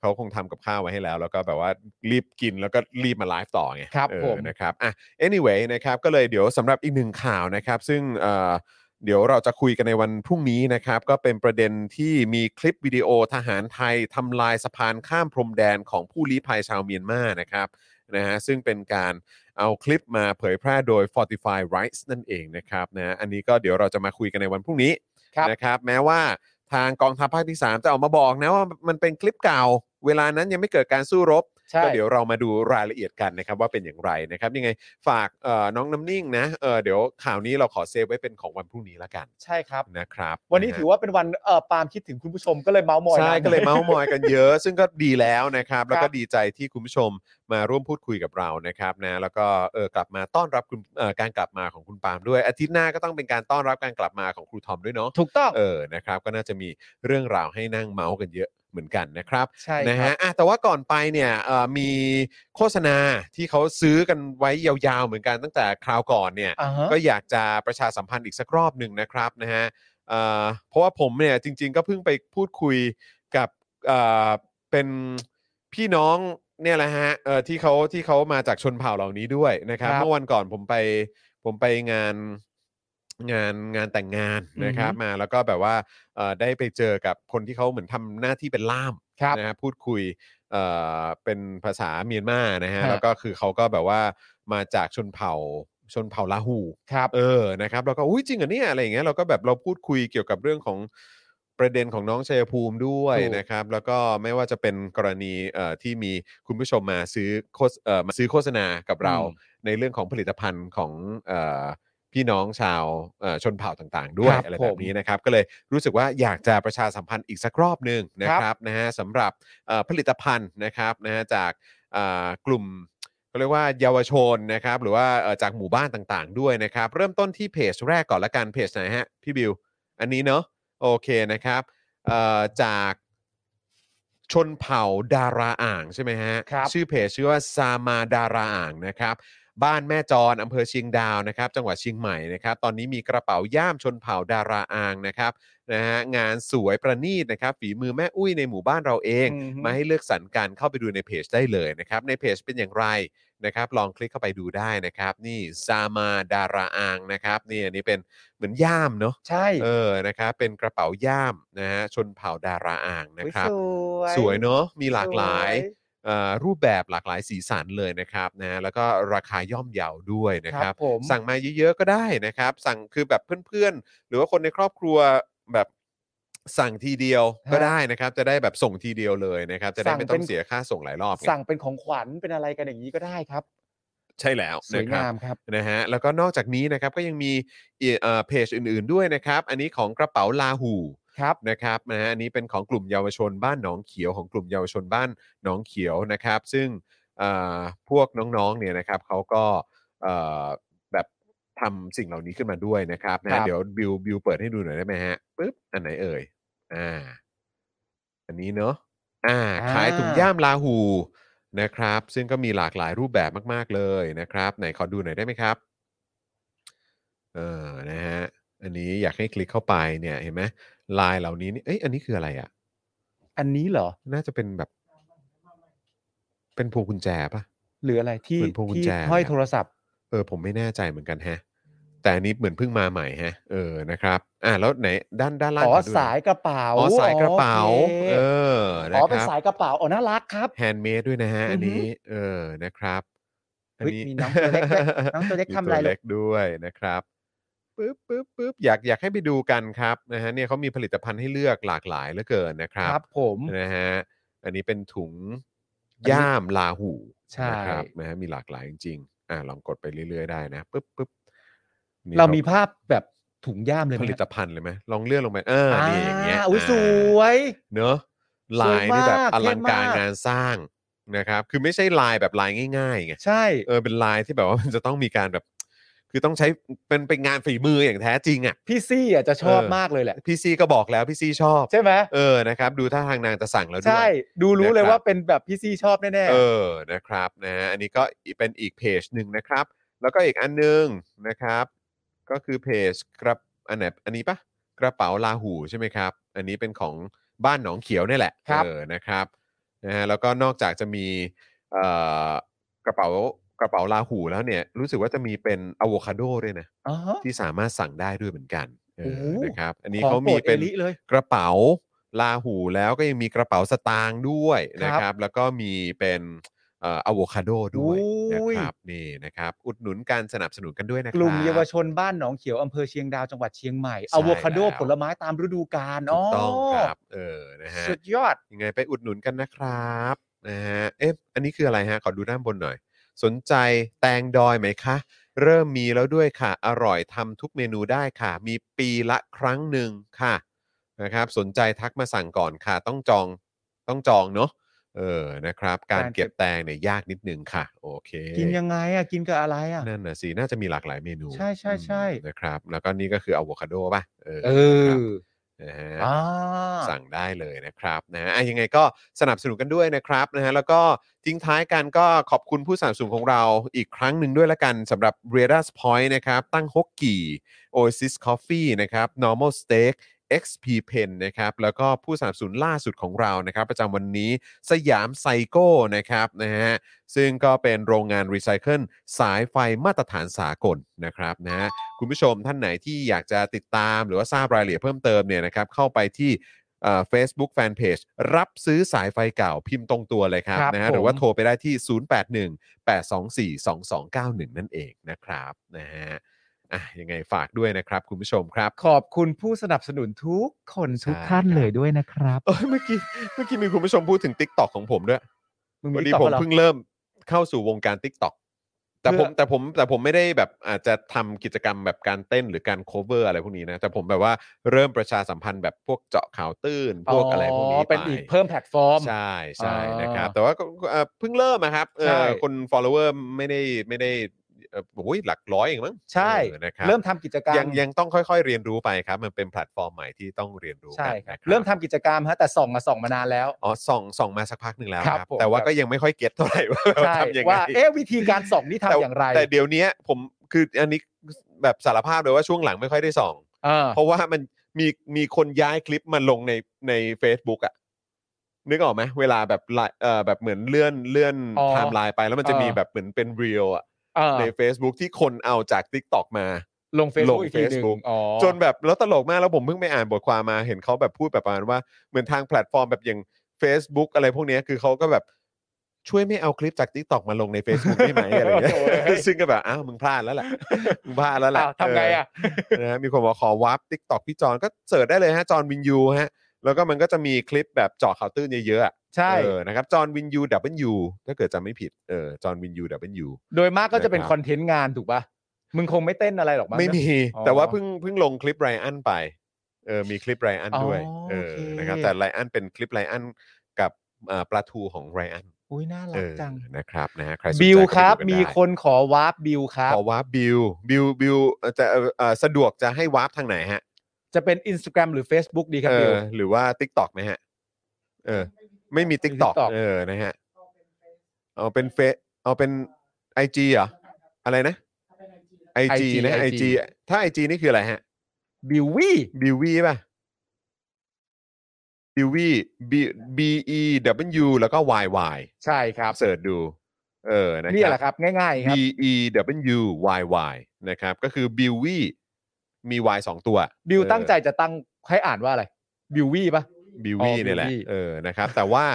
Speaker 2: เขาคงทำกับข้าวไว้ให้แล้ว แล้วก็แบบว่ารีบกินแล้วก็รีบมาไลฟ์ต่อไง
Speaker 4: ครับ
Speaker 2: เออ
Speaker 4: ผม
Speaker 2: นะครับอ่ะ anyway นะครับก็เลยเดี๋ยวสำหรับอีกหนึ่งข่าวนะครับ ซึ่งเอ่อเดี๋ยวเราจะคุยกันในวันพรุ่งนี้นะครับ ก็เป็นประเด็นที่มีคลิปวิดีโอทหารไทยทำลายสะพานข้ามพรมแดนของผู้ลี้ภัยชาวเมียนมานะครับนะฮะซึ่งเป็นการเอาคลิปมาเผยแพร่โดย Fortify Rights นั่นเองนะครับนะฮะอันนี้ก็เดี๋ยวเราจะมาคุยกันในวันพรุ่งนี้
Speaker 4: ครับ
Speaker 2: นะครับแม้ว่าทางกองทัพภาคที่ 3 จะออกมาบอกนะว่ามันเป็นคลิปเก่า เวลานั้นยังไม่เกิดการสู้รบ
Speaker 4: ใช่
Speaker 2: ก็เดี๋ยวเรามาดูรายละเอียดกันนะครับว่าเป็นอย่างไรนะครับ ยังไงฝากเอ่อน้องน้ำนิ่งนะเออเดี๋ยวข่าวนี้เราขอเซฟไว้เป็นของวันพรุ่งนี้ละกัน
Speaker 4: ใช่ครับ
Speaker 2: นะครับ
Speaker 4: วันนี้ถือว่าเป็นวันเออปาล์มคิดถึงคุณผู้ชมก็เลยเมาส์มอย
Speaker 2: ใช่
Speaker 4: นะ
Speaker 2: ก็เลยเมาส์มอยกันเยอะ ซึ่งก็ดีแล้วนะครับ แล้วก็
Speaker 4: ครับ
Speaker 2: ดีใจที่คุณผู้ชมมาร่วมพูดคุยกับเรานะครับนะแล้วก็เออกลับมาต้อนรับคุณเอ่อการกลับมาของคุณปาล์มด้วยอาทิตย์หน้าก็ต้องเป็นการต้อนรับการกลับมาของครูทอมด้วยเนาะ
Speaker 4: ถูกต้อง
Speaker 2: เออ นะครับ ก็น่าจะมีเรื่องราวให้นั่งเมาส์กันเยอะเหมือนกันนะครับ
Speaker 4: ใช่
Speaker 2: นะครับ ฮะอ่ะแต่ว่าก่อนไปเนี่ยเอ่อมีโฆษณาที่เขาซื้อกันไว้ยาวๆ เหมือนกันตั้งแต่คราวก่อนเนี่ย
Speaker 4: อ่าฮะ
Speaker 2: ก็อยากจะประชาสัมพันธ์อีกสักรอบหนึ่งนะครับนะฮะเอ่อเพราะว่าผมเนี่ยจริง ๆ ก็เพิ่งไปพูดคุยกับเอ่อเป็นพี่น้องเนี่ยแหละฮะเอ่อที่เขาที่เขามาจากชนเผ่าเหล่านี้ด้วยนะครับ
Speaker 4: ครับ
Speaker 2: เมื่อวันก่อนผมไปผมไปงานงานงานแต่งงานนะครับมาแล้วก็แบบว่าเอ่อได้ไปเจอกับคนที่เขาเหมือนทำหน้าที่เป็นล่าม
Speaker 4: ครับ
Speaker 2: นะฮะพูดคุย เอ่อเป็นภาษาเมียนมานะฮะ
Speaker 4: ฮะ
Speaker 2: แล้วก็คือเขาก็แบบว่ามาจากชนเผ่าชนเผ่าลาหู
Speaker 4: ครับ
Speaker 2: เออนะครับเราก็อุ้ยจริงเหรอเนี่ยอะไรอย่างเงี้ยเราก็แบบเราพูดคุยเกี่ยวกับเรื่องของประเด็นของน้องชัยภูมิด้วย
Speaker 4: ถูก
Speaker 2: นะครับ แล้วก็ไม่ว่าจะเป็นกรณีเอ่อที่มีคุณผู้ชมมาซื้อโฆษเอ่อมาซื้อโฆษณากับเรา ในเรื่องของผลิตภัณฑ์ของเอ่อพี่น้องชาวเอ่อชนเผ่าต่างๆ ด้วย
Speaker 4: ครับ
Speaker 2: อะไร
Speaker 4: ผ
Speaker 2: แบบ
Speaker 4: ม
Speaker 2: นี้นะครับ ก็เลยรู้สึกว่าอยากจะประชาสัมพันธ์อีกสักรอบหนึ่งนะครับนะฮะสำหรับเอ่อผลิตภัณฑ์นะครับนะฮะจากเอ่อกลุ่มก็เรียกว่าเยาวชนนะครับหรือว่าเอ่อจากหมู่บ้านต่างๆ ด้วยนะครับ เริ่มต้นที่เพจแรกก่อนละกันเพจไหนฮะพี่บิว อันนี้เนาะโอเคนะครับเอ่อจากชนเผ่าดาราอ่างใช่ไหมฮะ
Speaker 4: ครับ
Speaker 2: ชื่อเพจชื่อว่าซามาดาราอ่างนะครับ บ้านแม่จรออำเภอเชียงดาวนะครับ จังหวัดเชียงใหม่นะครับ ตอนนี้มีกระเป๋าย่ามชนเผ่าดาราอางนะครับนะฮะงานสวยประณีตนะครับฝีมือแม่อุ้ยในหมู่บ้านเราเอง
Speaker 4: อือฮึ
Speaker 2: มาให้เลือกสรรกันเข้าไปดูในเพจได้เลยนะครับ ในเพจเป็นอย่างไรนะครับ ลองคลิกเข้าไปดูได้นะครับ นี่ซามาดาราอางนะครับนี่อันนี้เป็นเหมือนย่ามเนาะ
Speaker 4: ใช่
Speaker 2: เออนะครับเป็นกระเป๋าย่ามนะฮะชนเผ่าดาราอางนะ
Speaker 4: อุ๊ย
Speaker 2: ครับ
Speaker 4: สวย
Speaker 2: สวยเนาะมีหลากหลาย
Speaker 4: สวย
Speaker 2: เอ่อรูปแบบหลากหลายสีสันเลยนะครับนะแล้วก็ราคาย่อมเยาด้วยนะ
Speaker 4: ค
Speaker 2: ครั
Speaker 4: รับ บผม
Speaker 2: สั่งมาเยอะๆก็ได้นะครับ สั่งคือแบบเพื่อนๆ หรือว่าคนในครอบครัวแบบสั่งทีเดียวก็
Speaker 4: ฮะ
Speaker 2: ได้นะครับ จะได้แบบส่งทีเดียวเลยนะครับ จะได้
Speaker 4: สั่ง
Speaker 2: ไม่ต้อ
Speaker 4: เป็
Speaker 2: ง
Speaker 4: น
Speaker 2: เสียค่าส่งหลายรอบไง
Speaker 4: สั่งเป็นของขวัญเป็นอะไรกันอย่างนี้ก็ได้ครับ
Speaker 2: ใช่แล้ว
Speaker 4: สว
Speaker 2: นะ
Speaker 4: ย
Speaker 2: ครับ
Speaker 4: งามครับ
Speaker 2: นะฮะแล้วก็นอกจากนี้นะครับก็ยังมีเอ่อเอ่อเพจอื่นๆด้วยนะครับ อันนี้ของกระเป๋าลาหู
Speaker 4: ครับ
Speaker 2: นะครับนะฮะอันนี้เป็นของกลุ่มเยาวชนบ้านหนองเขียวของกลุ่มเยาวชนบ้านหนองเขียวนะครับ ซึ่งเอ่อพวกน้องๆเนี่ยนะครับเขาก็เอ่อแบบทำสิ่งเหล่านี้ขึ้นมาด้วยนะครับนะ
Speaker 4: ครั
Speaker 2: ฮะ
Speaker 4: บ
Speaker 2: เดี๋ยวบิวบิวเปิดให้ดูหน่อยได้ไหมฮะปึ๊บอันไหนเอ่ยอ่าอันนี้เนาะอ่าขายถุงย่ามลาหูนะครับ ซึ่งก็มีหลากหลายรูปแบบมาก ๆเลยนะครับ ไหนขอดูหน่อยได้ไหมครับ เออ นะฮะ อันนี้อยากให้คลิกเข้าไปเนี่ยเห็นไหมลายเหล่านี้นี่เอ้ยอันนี้คืออะไรอ่ะ
Speaker 3: อันนี้เหรอ
Speaker 2: น่าจะเป็นแบบ เป็นพวงกุญแจปะ
Speaker 3: หรืออะไรที่
Speaker 2: เหมือนพวงกุญ
Speaker 3: ที่
Speaker 2: แจ
Speaker 3: ห้อยโทรศัพท์
Speaker 2: เออผมไม่แน่ใจเหมือนกันแฮะ แต่อันนี้เหมือนเพิ่งมาใหม่แฮะ เออนะครับ อ่าแล้วไหนด้านด้านล่าง
Speaker 3: อ๋อ
Speaker 2: ขดูหน่
Speaker 3: สายกระเป๋า
Speaker 2: อ๋อสายกระเป๋า
Speaker 3: โอเค
Speaker 2: เออนะ
Speaker 3: อ๋อ
Speaker 2: ค
Speaker 3: เป็น
Speaker 2: รับ
Speaker 3: สายกระเป๋าอ๋อน่ารักครับ
Speaker 2: แฮนด์เมดด้วยนะฮะ อันนี้ เออนะครับ อัน
Speaker 3: เฮ้ย
Speaker 2: นี้
Speaker 3: มีน้องตัวเล็กด้วยน้องตัวเล็
Speaker 2: [LAUGHS]
Speaker 3: ก
Speaker 2: มี
Speaker 3: ทำอะไร
Speaker 2: เล็กด้วยนะครับปึ๊บปึ๊บปึ๊บอยากอยากให้ไปดูกันครับนะฮะเนี่ยเขามีผลิตภัณฑ์ให้เลือกหลากหลายเหลือเกินนะครับ
Speaker 3: ครับผม
Speaker 2: นะฮะอันนี้เป็นถุงย่ามลาหู
Speaker 3: ใช่
Speaker 2: นะครับนะฮะมีหลากหลายจริงๆอ่าลองกดไปเรื่อย ๆ ได้นะปึ๊บปึ๊บนี่
Speaker 3: เรามีภาพแบบถุงย่ามเลยไห
Speaker 2: ผ
Speaker 3: ม
Speaker 2: ลิตภัณฑ์เลยไหมลองเลื่อนลงไปเออ
Speaker 3: อ่า
Speaker 2: นี่อย่างเงี้ย
Speaker 3: อุ้ยส
Speaker 2: ว
Speaker 3: วย
Speaker 2: เนอะ
Speaker 3: สว
Speaker 2: ลา
Speaker 3: ย
Speaker 2: ยนี่แบบ
Speaker 3: มาก
Speaker 2: อลังการ
Speaker 3: เท่มาก
Speaker 2: งานสร้างนะครับ คือไม่ใช่ลายแบบลายง่ายๆไง
Speaker 3: ใช่
Speaker 2: เออเป็นลายที่แบบว่ามัน [LAUGHS] จะต้องมีการแบบ คือต้องใช้เป็นเป็นงานฝีมืออย่างแท้จริงอ่ะ
Speaker 3: พี่ซี่อ่ะจะชอบ
Speaker 2: เออ
Speaker 3: มากเลยแหละ
Speaker 2: พี่ซีก็บอกแล้วพี่ซีชอบ
Speaker 3: ใช่ไหม
Speaker 2: เออนะครับ ดูท่าทางนางจะสั่งแล้วด้
Speaker 3: ใช่
Speaker 2: วย
Speaker 3: ดูรู้เลย
Speaker 2: นะครับ
Speaker 3: ว่าเป็นแบบพี่ซี่ชอบแน่
Speaker 2: เออนะครับนะฮะอันนี้ก็เป็นอีกเพจหนึ่งนะครับ แล้วก็อีกอันหนึงนะครับ ก็คือเพจกระอันไหนอันนี้ปะกระเป๋าลาหูใช่ไหมครับ อันนี้เป็นของบ้านหนองเขียวเนี่ยแหละ
Speaker 3: ครับ
Speaker 2: เออนะครับนะฮะแล้วก็นอกจากจะมีเอ่อกระเป๋ากระเป๋าลาหูแล้วเนี่ยรู้สึกว่าจะมีเป็นอะโวคาโดด้วยนะ
Speaker 3: ๆอ๋อ
Speaker 2: ที่สามารถสั่งได้ด้วยเหมือนกันเออ
Speaker 3: โอ้โห
Speaker 2: นะครับ อันนี้
Speaker 3: ของ
Speaker 2: เขา
Speaker 3: โปร
Speaker 2: มี
Speaker 3: ดเอ
Speaker 2: เป็น
Speaker 3: ลิเลย
Speaker 2: กระเป๋าลาหูแล้วก็ยังมีกระเป๋าสตางค์ด้วยนะค
Speaker 3: ครั
Speaker 2: รับ
Speaker 3: บ
Speaker 2: แล้วก็มีเป็นเอ่อะโวคาโดด้วยนะ
Speaker 3: อุ้ย
Speaker 2: ครับนี่นะครับ อุดหนุนการสนับสนุนกันด้วยนะค
Speaker 3: ก
Speaker 2: รับ
Speaker 3: ลุ่มเยาวชนบ้านหนองเขียวอำเภอเชียงดาวจังหวัดเชียงใหม่
Speaker 2: ใช่
Speaker 3: อะโวคาโด
Speaker 2: แล้ว
Speaker 3: ผลไม้ตามฤดูกาล
Speaker 2: ถู
Speaker 3: อ๋อก
Speaker 2: ต้องครับเออนะฮะ
Speaker 3: สุดยอด
Speaker 2: ยังไงไปอุดหนุนกันนะครับนะฮะเอ๊ะอันนี้คืออะไรฮะขอดูด้านบนหน่อย สนใจแตงดอยไหมคะ เริ่มมีแล้วด้วยค่ะ อร่อยทำทุกเมนูได้ค่ะ มีปีละครั้งหนึ่งค่ะนะครับสนใจทักมาสั่งก่อนค่ะ ต้องจองต้องจองเนาะเออนะครับ การ
Speaker 3: การเก็
Speaker 2: เก็บบ แตงเนี่ยยากนิดนึงค่ะ โอเค
Speaker 3: กินยังไงอ่ะกินกับอะไรอ่ะ
Speaker 2: นั่นน่ะสิน่าจะมีหลากหลายเมนู
Speaker 3: ใช่ใช่ใช่
Speaker 2: อืมนะครับ แล้วก็นี่ก็คืออะโวคาโดป่ะเออ
Speaker 3: เอ
Speaker 2: นะครับ
Speaker 3: อ
Speaker 2: นะฮะ
Speaker 3: อ่า
Speaker 2: สั่งได้เลยนะครับนะฮะอ่ะยังไงก็สนับสนุนกันด้วยนะครับนะฮะแล้วก็ทิ้งท้ายกันก็ขอบคุณผู้สนับสนุนของเราอีกครั้งหนึ่งด้วยละกันสำหรับ r a d a s Point นะครับ ตั้งฮกกี่ Oasis Coffee นะครับ Normal Steak XP Pen นะครับ แล้วก็ผู้สนับสนุนล่าสุดของเรานะครับประจำวันนี้สยามไซโก้นะครับนะฮะซึ่งก็เป็นโรงงานรีไซเคิลสายไฟมาตรฐานสากลนะครับนะฮะ คุณผู้ชมท่านไหนที่อยากจะติดตามหรือว่าทราบรายละเอียดเพิ่มเติมเนี่ยนะครับเข้าไปที่เฟซบุ๊กแฟนเพจรับซื้อสายไฟเก่าพิมพ์ตรงตัวเลยครับ
Speaker 3: ครับ
Speaker 2: นะฮะ
Speaker 3: ผม
Speaker 2: หรือว่าโทรไปได้ที่ 0818242291 นั่นเองนะครับนะฮะอ่ะยังไงฝากด้วยนะครับ คุณผู้ชมครับ
Speaker 3: ขอบคุณผู้สนับสนุนทุกคนทุกท่าน
Speaker 2: ใช่ครับ
Speaker 3: เลยด้วยนะครับ
Speaker 2: เอ้ยเมื่อกี้เมื่อกี้มีคุณผู้ชมพูดถึง Tik t o อกของผมด้วย
Speaker 3: มึง
Speaker 2: พอ
Speaker 3: มี
Speaker 2: ดี
Speaker 3: ต่อ
Speaker 2: ผม
Speaker 3: เหรอ
Speaker 2: เพิ่งเริ่มเข้าสู่วงการ Tik t o อกแต่ผม
Speaker 3: เพื่อ
Speaker 2: แต่ผมแต่ผมไม่ได้แบบอาจจะทำกิจกรรมแบบการเต้นหรือการ cover อะไรพวกนี้นะ แต่ผมแบบว่าเริ่มประชาสัมพันธ์แบบพวกเจาะข่าวตื้นพวกอะไรพวกนี้
Speaker 3: เป็น
Speaker 2: ไป
Speaker 3: อีกเพิ่มแพลตฟอร์ม
Speaker 2: ใช่ใช่
Speaker 3: อ่าน
Speaker 2: นะครับ แต่ว่าก็ก็เอ่อเพิ่งเริ่มอะครับเอ่อ
Speaker 3: ใช่
Speaker 2: คน follower ไม่ได้ไม่ได้เอ่อโอ้ยหลักร้อยเองมั้ง
Speaker 3: ใช่
Speaker 2: เออนะครับ
Speaker 3: เริ่มทำกิจกรรม
Speaker 2: ยังยังต้องค่อยๆเรียนรู้ไปครับ มันเป็นแพลตฟอร์มใหม่ที่ต้องเรียนรู้
Speaker 3: ใช่
Speaker 2: กัน
Speaker 3: ครับ
Speaker 2: นะ
Speaker 3: เริ่มทำกิจกรรมฮะแต่ส่องมาส่องมานานแล้ว
Speaker 2: อ๋อส่องส่องมาสักพักหนึ่งแล้วค
Speaker 3: ครั
Speaker 2: รั
Speaker 3: บบ ผม
Speaker 2: แต่ว่าก็ยังไม่ค่อยเก็ตเท่าไหร่ว่า
Speaker 3: ใช่
Speaker 2: ทำยังไง
Speaker 3: ว่าเอ๊ะวิธีการส่องนี่ทำ
Speaker 2: แต่
Speaker 3: อย่างไร
Speaker 2: แต่เดี๋ยวเนี้ยผมคืออันนี้แบบสารภาพเลยว่าช่วงหลังไม่ค่อยได้ส่อง
Speaker 3: เออ
Speaker 2: เพราะว่ามันมีมีคนย้ายคลิปมาลงในใน Facebook อะนึกออกไหมเวลาแบบไลเอ่อแบบเหมือนเลื่อนเลื่อน
Speaker 3: อ๋อ
Speaker 2: ไทม์ไลน์ไปแล้วมันจะมี
Speaker 3: เออ
Speaker 2: แบบเหมือนเป็นเรียลอะ
Speaker 3: เออ
Speaker 2: ใน Facebook ที่คนเอาจาก TikTok มา
Speaker 3: ลงเฟซ
Speaker 2: ลง
Speaker 3: บุ๊กอีกทีหนึ่ง
Speaker 2: Facebook
Speaker 3: อ๋อ
Speaker 2: จน [LAUGHS] แบบแล้วตลกมากแล้วผมเพิ่งไปอ่านบทความมาเห็นเขาแบบพูดแบบประมาณว่าเหมือนทางแพลตฟอร์มแบบอย่าง Facebook อะไรพวกเนี้ยคือเขาก็แบบช่วยไม่เอาคลิปจาก TikTok มาลงใน Facebook ได้ไหมอะไรเงี้ย
Speaker 3: โอ้โห
Speaker 2: [LAUGHS] ซึ่งก็แบบอ้าวมึงพลาดแล้วแหละมึงพลาดแล้วแหละ
Speaker 3: อ้าวทำไงอ่ะ
Speaker 2: นะฮะมีคนบอกขอวับทิกตอกพี่จอนก็เสิร์ชได้เลยฮะจอนวินยูฮะแล้วก็มันก็จะมีคลิปแบบเจาะข่าวตื้นเยอะๆอะ
Speaker 3: ใช่
Speaker 2: เออนะครับจอนวินยูดับเบิลยูถ้าเกิดจำไม่ผิดเออจอนวินยูดับเบิลยู
Speaker 3: โดยมากก็จะเป็น
Speaker 2: นะครับ
Speaker 3: คอนเทนต์งานถูกป่ะ มึงคงไม่เต้นอะไรหรอกมั้งนะ
Speaker 2: ไม่มี
Speaker 3: อ๋อ
Speaker 2: แต่ว่าเพิ่งเพิ่งลงคลิปไรอันไปเออมีคลิปไรอัน
Speaker 3: อ๋อ
Speaker 2: ด้วยเออ
Speaker 3: โอเค
Speaker 2: นะครับแต่ไรอันเป็นคลิปไรอันกับอ่าปลาทูของไรอัน
Speaker 3: อุ้ยน่ารั
Speaker 2: เอก อ
Speaker 3: จัง
Speaker 2: นะครับนะฮะใครสนใจ
Speaker 3: บิวครับ
Speaker 2: ก็ไปดูกัน
Speaker 3: มี
Speaker 2: ได้
Speaker 3: คนขอวาร์ปบิวครับ
Speaker 2: ขอวับบิวบิวบิวจะเอ่อเอ่อสะดวกจะให้วับทางไหนฮะ
Speaker 3: จะเป็น Instagram หรือ Facebook ดีครับ
Speaker 2: เอ
Speaker 3: บิว
Speaker 2: อหรือว่า t ิ k t o k ไหมฮะ เออ ไม่มี t ิ k t o k
Speaker 3: TikTok
Speaker 2: เออนะฮะเอาเป็นเฟซเอาเป็นไอจีเหรอ อะไรนะไอ
Speaker 3: IG
Speaker 2: จีนะไอ
Speaker 3: IG
Speaker 2: จีถ้าไอจีนี่คืออะไรฮะ
Speaker 4: บิววี่
Speaker 2: บิววี่ป่ะบิววี่ B B E W แล้วก็ Y Y
Speaker 4: ใช่ครับ
Speaker 2: เสิร์ชดู เออนะ
Speaker 4: นี่
Speaker 2: ค
Speaker 4: แห
Speaker 2: รับ
Speaker 4: ละครับ ง่ายๆ ค
Speaker 2: B
Speaker 4: รับ
Speaker 2: E W Y Y นะครับ ก็คือบิววี่มี Y สองตัว
Speaker 4: บิวตั้งใจ
Speaker 2: เอ
Speaker 4: จะตั้งให้อ่านว่าอะไร บิววี่ปะ
Speaker 2: อบิววี่
Speaker 4: อ๋อ
Speaker 2: เนี่ยแหละ
Speaker 4: Billy
Speaker 2: เออนะครับ แต่ว่า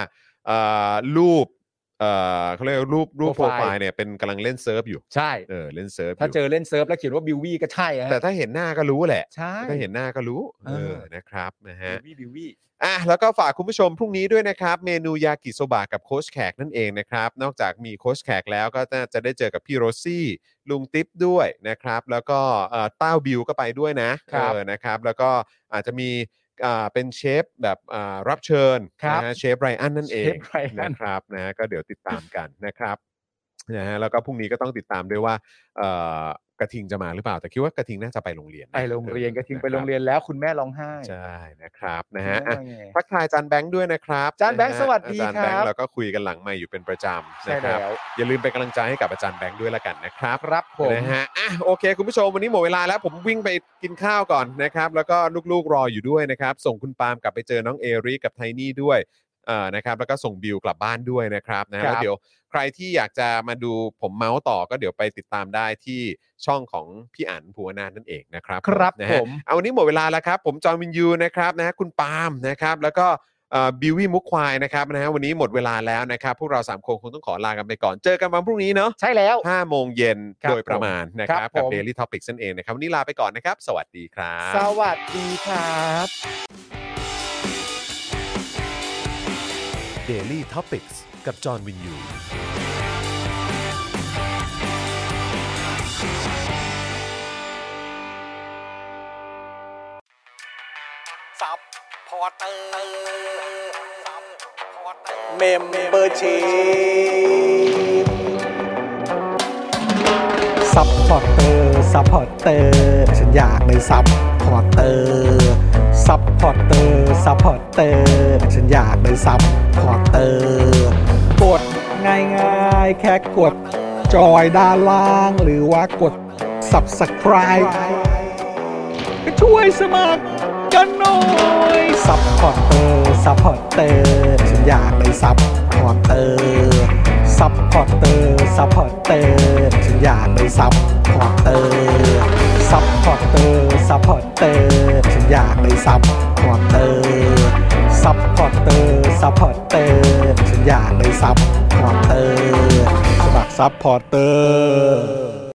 Speaker 2: เอ่อรูปเอ่อเขาเรียกว่ารูปรูปโปรไฟ
Speaker 4: profile
Speaker 2: ล์เนี่ยเป็นกำลังเล่นเซิร์ฟอยู่
Speaker 4: ใช่
Speaker 2: เออเล่นเซิร์ฟ
Speaker 4: ถ้า
Speaker 2: ยู่
Speaker 4: เจอเล่นเซิร์ฟแล้วเขียนว่าบิววี่ก็ใช่อะ
Speaker 2: แต่ถ้าเห็นหน้าก็รู้แหละ
Speaker 4: ใช่
Speaker 2: ถ้าเห็นหน้าก็รู้เอ
Speaker 4: เอ
Speaker 2: อ
Speaker 4: อ
Speaker 2: นะครับนะ
Speaker 4: บิ
Speaker 2: ฮะ
Speaker 4: ววี่บิววี่
Speaker 2: อ่ะแล้วก็ฝากคุณผู้ชมพรุ่งนี้ด้วยนะครับ เมนูยากิโซบะกับโคชแขกนั่นเองนะครับ นอกจากมีโคชแขกแล้วก็น่าจะได้เจอกับพี่โรซี่ลุงติ๊บด้วยนะครับ แล้วก็เอ่อเต้าบิวก็ไปด้วยนะครับเออนะครับ แล้วก็อาจจะมีอ่าเป็นเชฟแบบอ่ารับเชิญ
Speaker 4: ครับ
Speaker 2: นะฮะเชฟไรอันนั่นเอง
Speaker 4: เชฟไรอัน
Speaker 2: นะครับนะก็เดี๋ยวติดตามกันนะครับนะฮะแล้วก็พรุ่งนี้ก็ต้องติดตามด้วยว่าเอ่อกระทิงจะมาหรือเปล่าแต่คิดว่ากระทิงน่าจะไปโรงเรียนนะ
Speaker 4: ไปโรงเรียนกระทิง
Speaker 2: ออะค
Speaker 4: ไป
Speaker 2: บ
Speaker 4: โรงเรียนแล้วคุณแม่ร้องไห้
Speaker 2: ใช่นะครับนะ
Speaker 4: คุณ
Speaker 2: ฮะ
Speaker 4: แม่
Speaker 2: อ่ะ
Speaker 4: ว่าไง
Speaker 2: ทักทายอาจานแบงค์ด้วยนะครับ
Speaker 4: อาจารย์แบงค์
Speaker 2: ะฮะ
Speaker 4: สวัสดี
Speaker 2: อาจารย์แบง
Speaker 4: ครั
Speaker 2: ค์
Speaker 4: บ
Speaker 2: เราก็คุยกันหลังไม่อยู่เป็นประจำ
Speaker 4: ใช่
Speaker 2: นะครับ
Speaker 4: แล้ว
Speaker 2: อย่าลืมเป็นกำลังใจให้กับอาจารย์แบงค์ด้วยละกันนะครับ
Speaker 4: ครับผม
Speaker 2: นะฮะอ่ะโอเค คุณผู้ชมวันนี้หมดเวลาแล้วผมวิ่งไปกินข้าวก่อนนะครับ แล้วก็ลูกๆรออยู่ด้วยนะครับ ส่งคุณปาล์มกลับไปเจอน้องเอริกับไทนี่ด้วยเอ่อนะครับแล้วก็ส่งบิวกลับบ้านด้วยนะครับนะฮะแล้วเดี๋ยวใครที่อยากจะมาดูผมเมาส์ต่อก็เดี๋ยวไปติดตามได้ที่ช่องของพี่อั๋นภูวนาถนั่นเองนะครับ
Speaker 4: ครับ
Speaker 2: นะ
Speaker 4: ผ
Speaker 2: ฮะ
Speaker 4: ม
Speaker 2: เอาวันนี้หมดเวลาแล้วครับ ผมจอห์นวินยูนะครับนะฮะคุณปาล์มนะครับแล้วก็บิววี่อ Billy มุกควายนะครับนะฮะวันนี้หมดเวลาแล้วนะครับ พวกเราสามคนคงต้องขอลากันไปก่อน เจอกันวันพรุ่งนี้เนาะ
Speaker 4: ใช่แล้ว
Speaker 2: 5โมงเย็น
Speaker 4: ครับ
Speaker 2: โดยประมาณนะค
Speaker 4: ค
Speaker 2: รับ
Speaker 4: รับ
Speaker 2: กับ
Speaker 4: ผม
Speaker 2: Daily Topics นั่นเองนะครับ วันนี้ลาไปก่อนนะครับ สวัสดีครับ
Speaker 4: สวัสดีครับ
Speaker 1: Daily Topics กับจอห์นวินยู
Speaker 5: ซับพอร์เตอร์ซับพอร์เตอร์
Speaker 6: เมมเบอร์ชีซัพพอร์เตอร์ซัพพอร์เตอร์ฉันอยากเป็นซัพพอร์เตอร์ซัพพอร์เตอร์ซัพพอร์เตอร์ฉันอยากเป็นซัพพอร์เตอร์กดง่ายๆ แค่กด จอยด้านล่าง หรือว่ากด subscribe ก็ช่วยสมัคร กันหน่อยซัพพอร์เตอร์ซัพพอร์เตอร์ฉันอยากเป็นซัพพอร์เตอร์ซัพพอร์เตอร์ซัพพอร์เตอร์ฉันอยากเป็นซัพพอร์เตอร์ซัพพอร์เตอร์ซัพพอร์เตอร์ฉันอยากเป็นซัพพอร์เตอร์ซัพพอร์เตอร์ซัพพอร์เตอร์ฉันอยากเป็นซัพพอร์เตอร์สมัครซัพพอร์เตอร์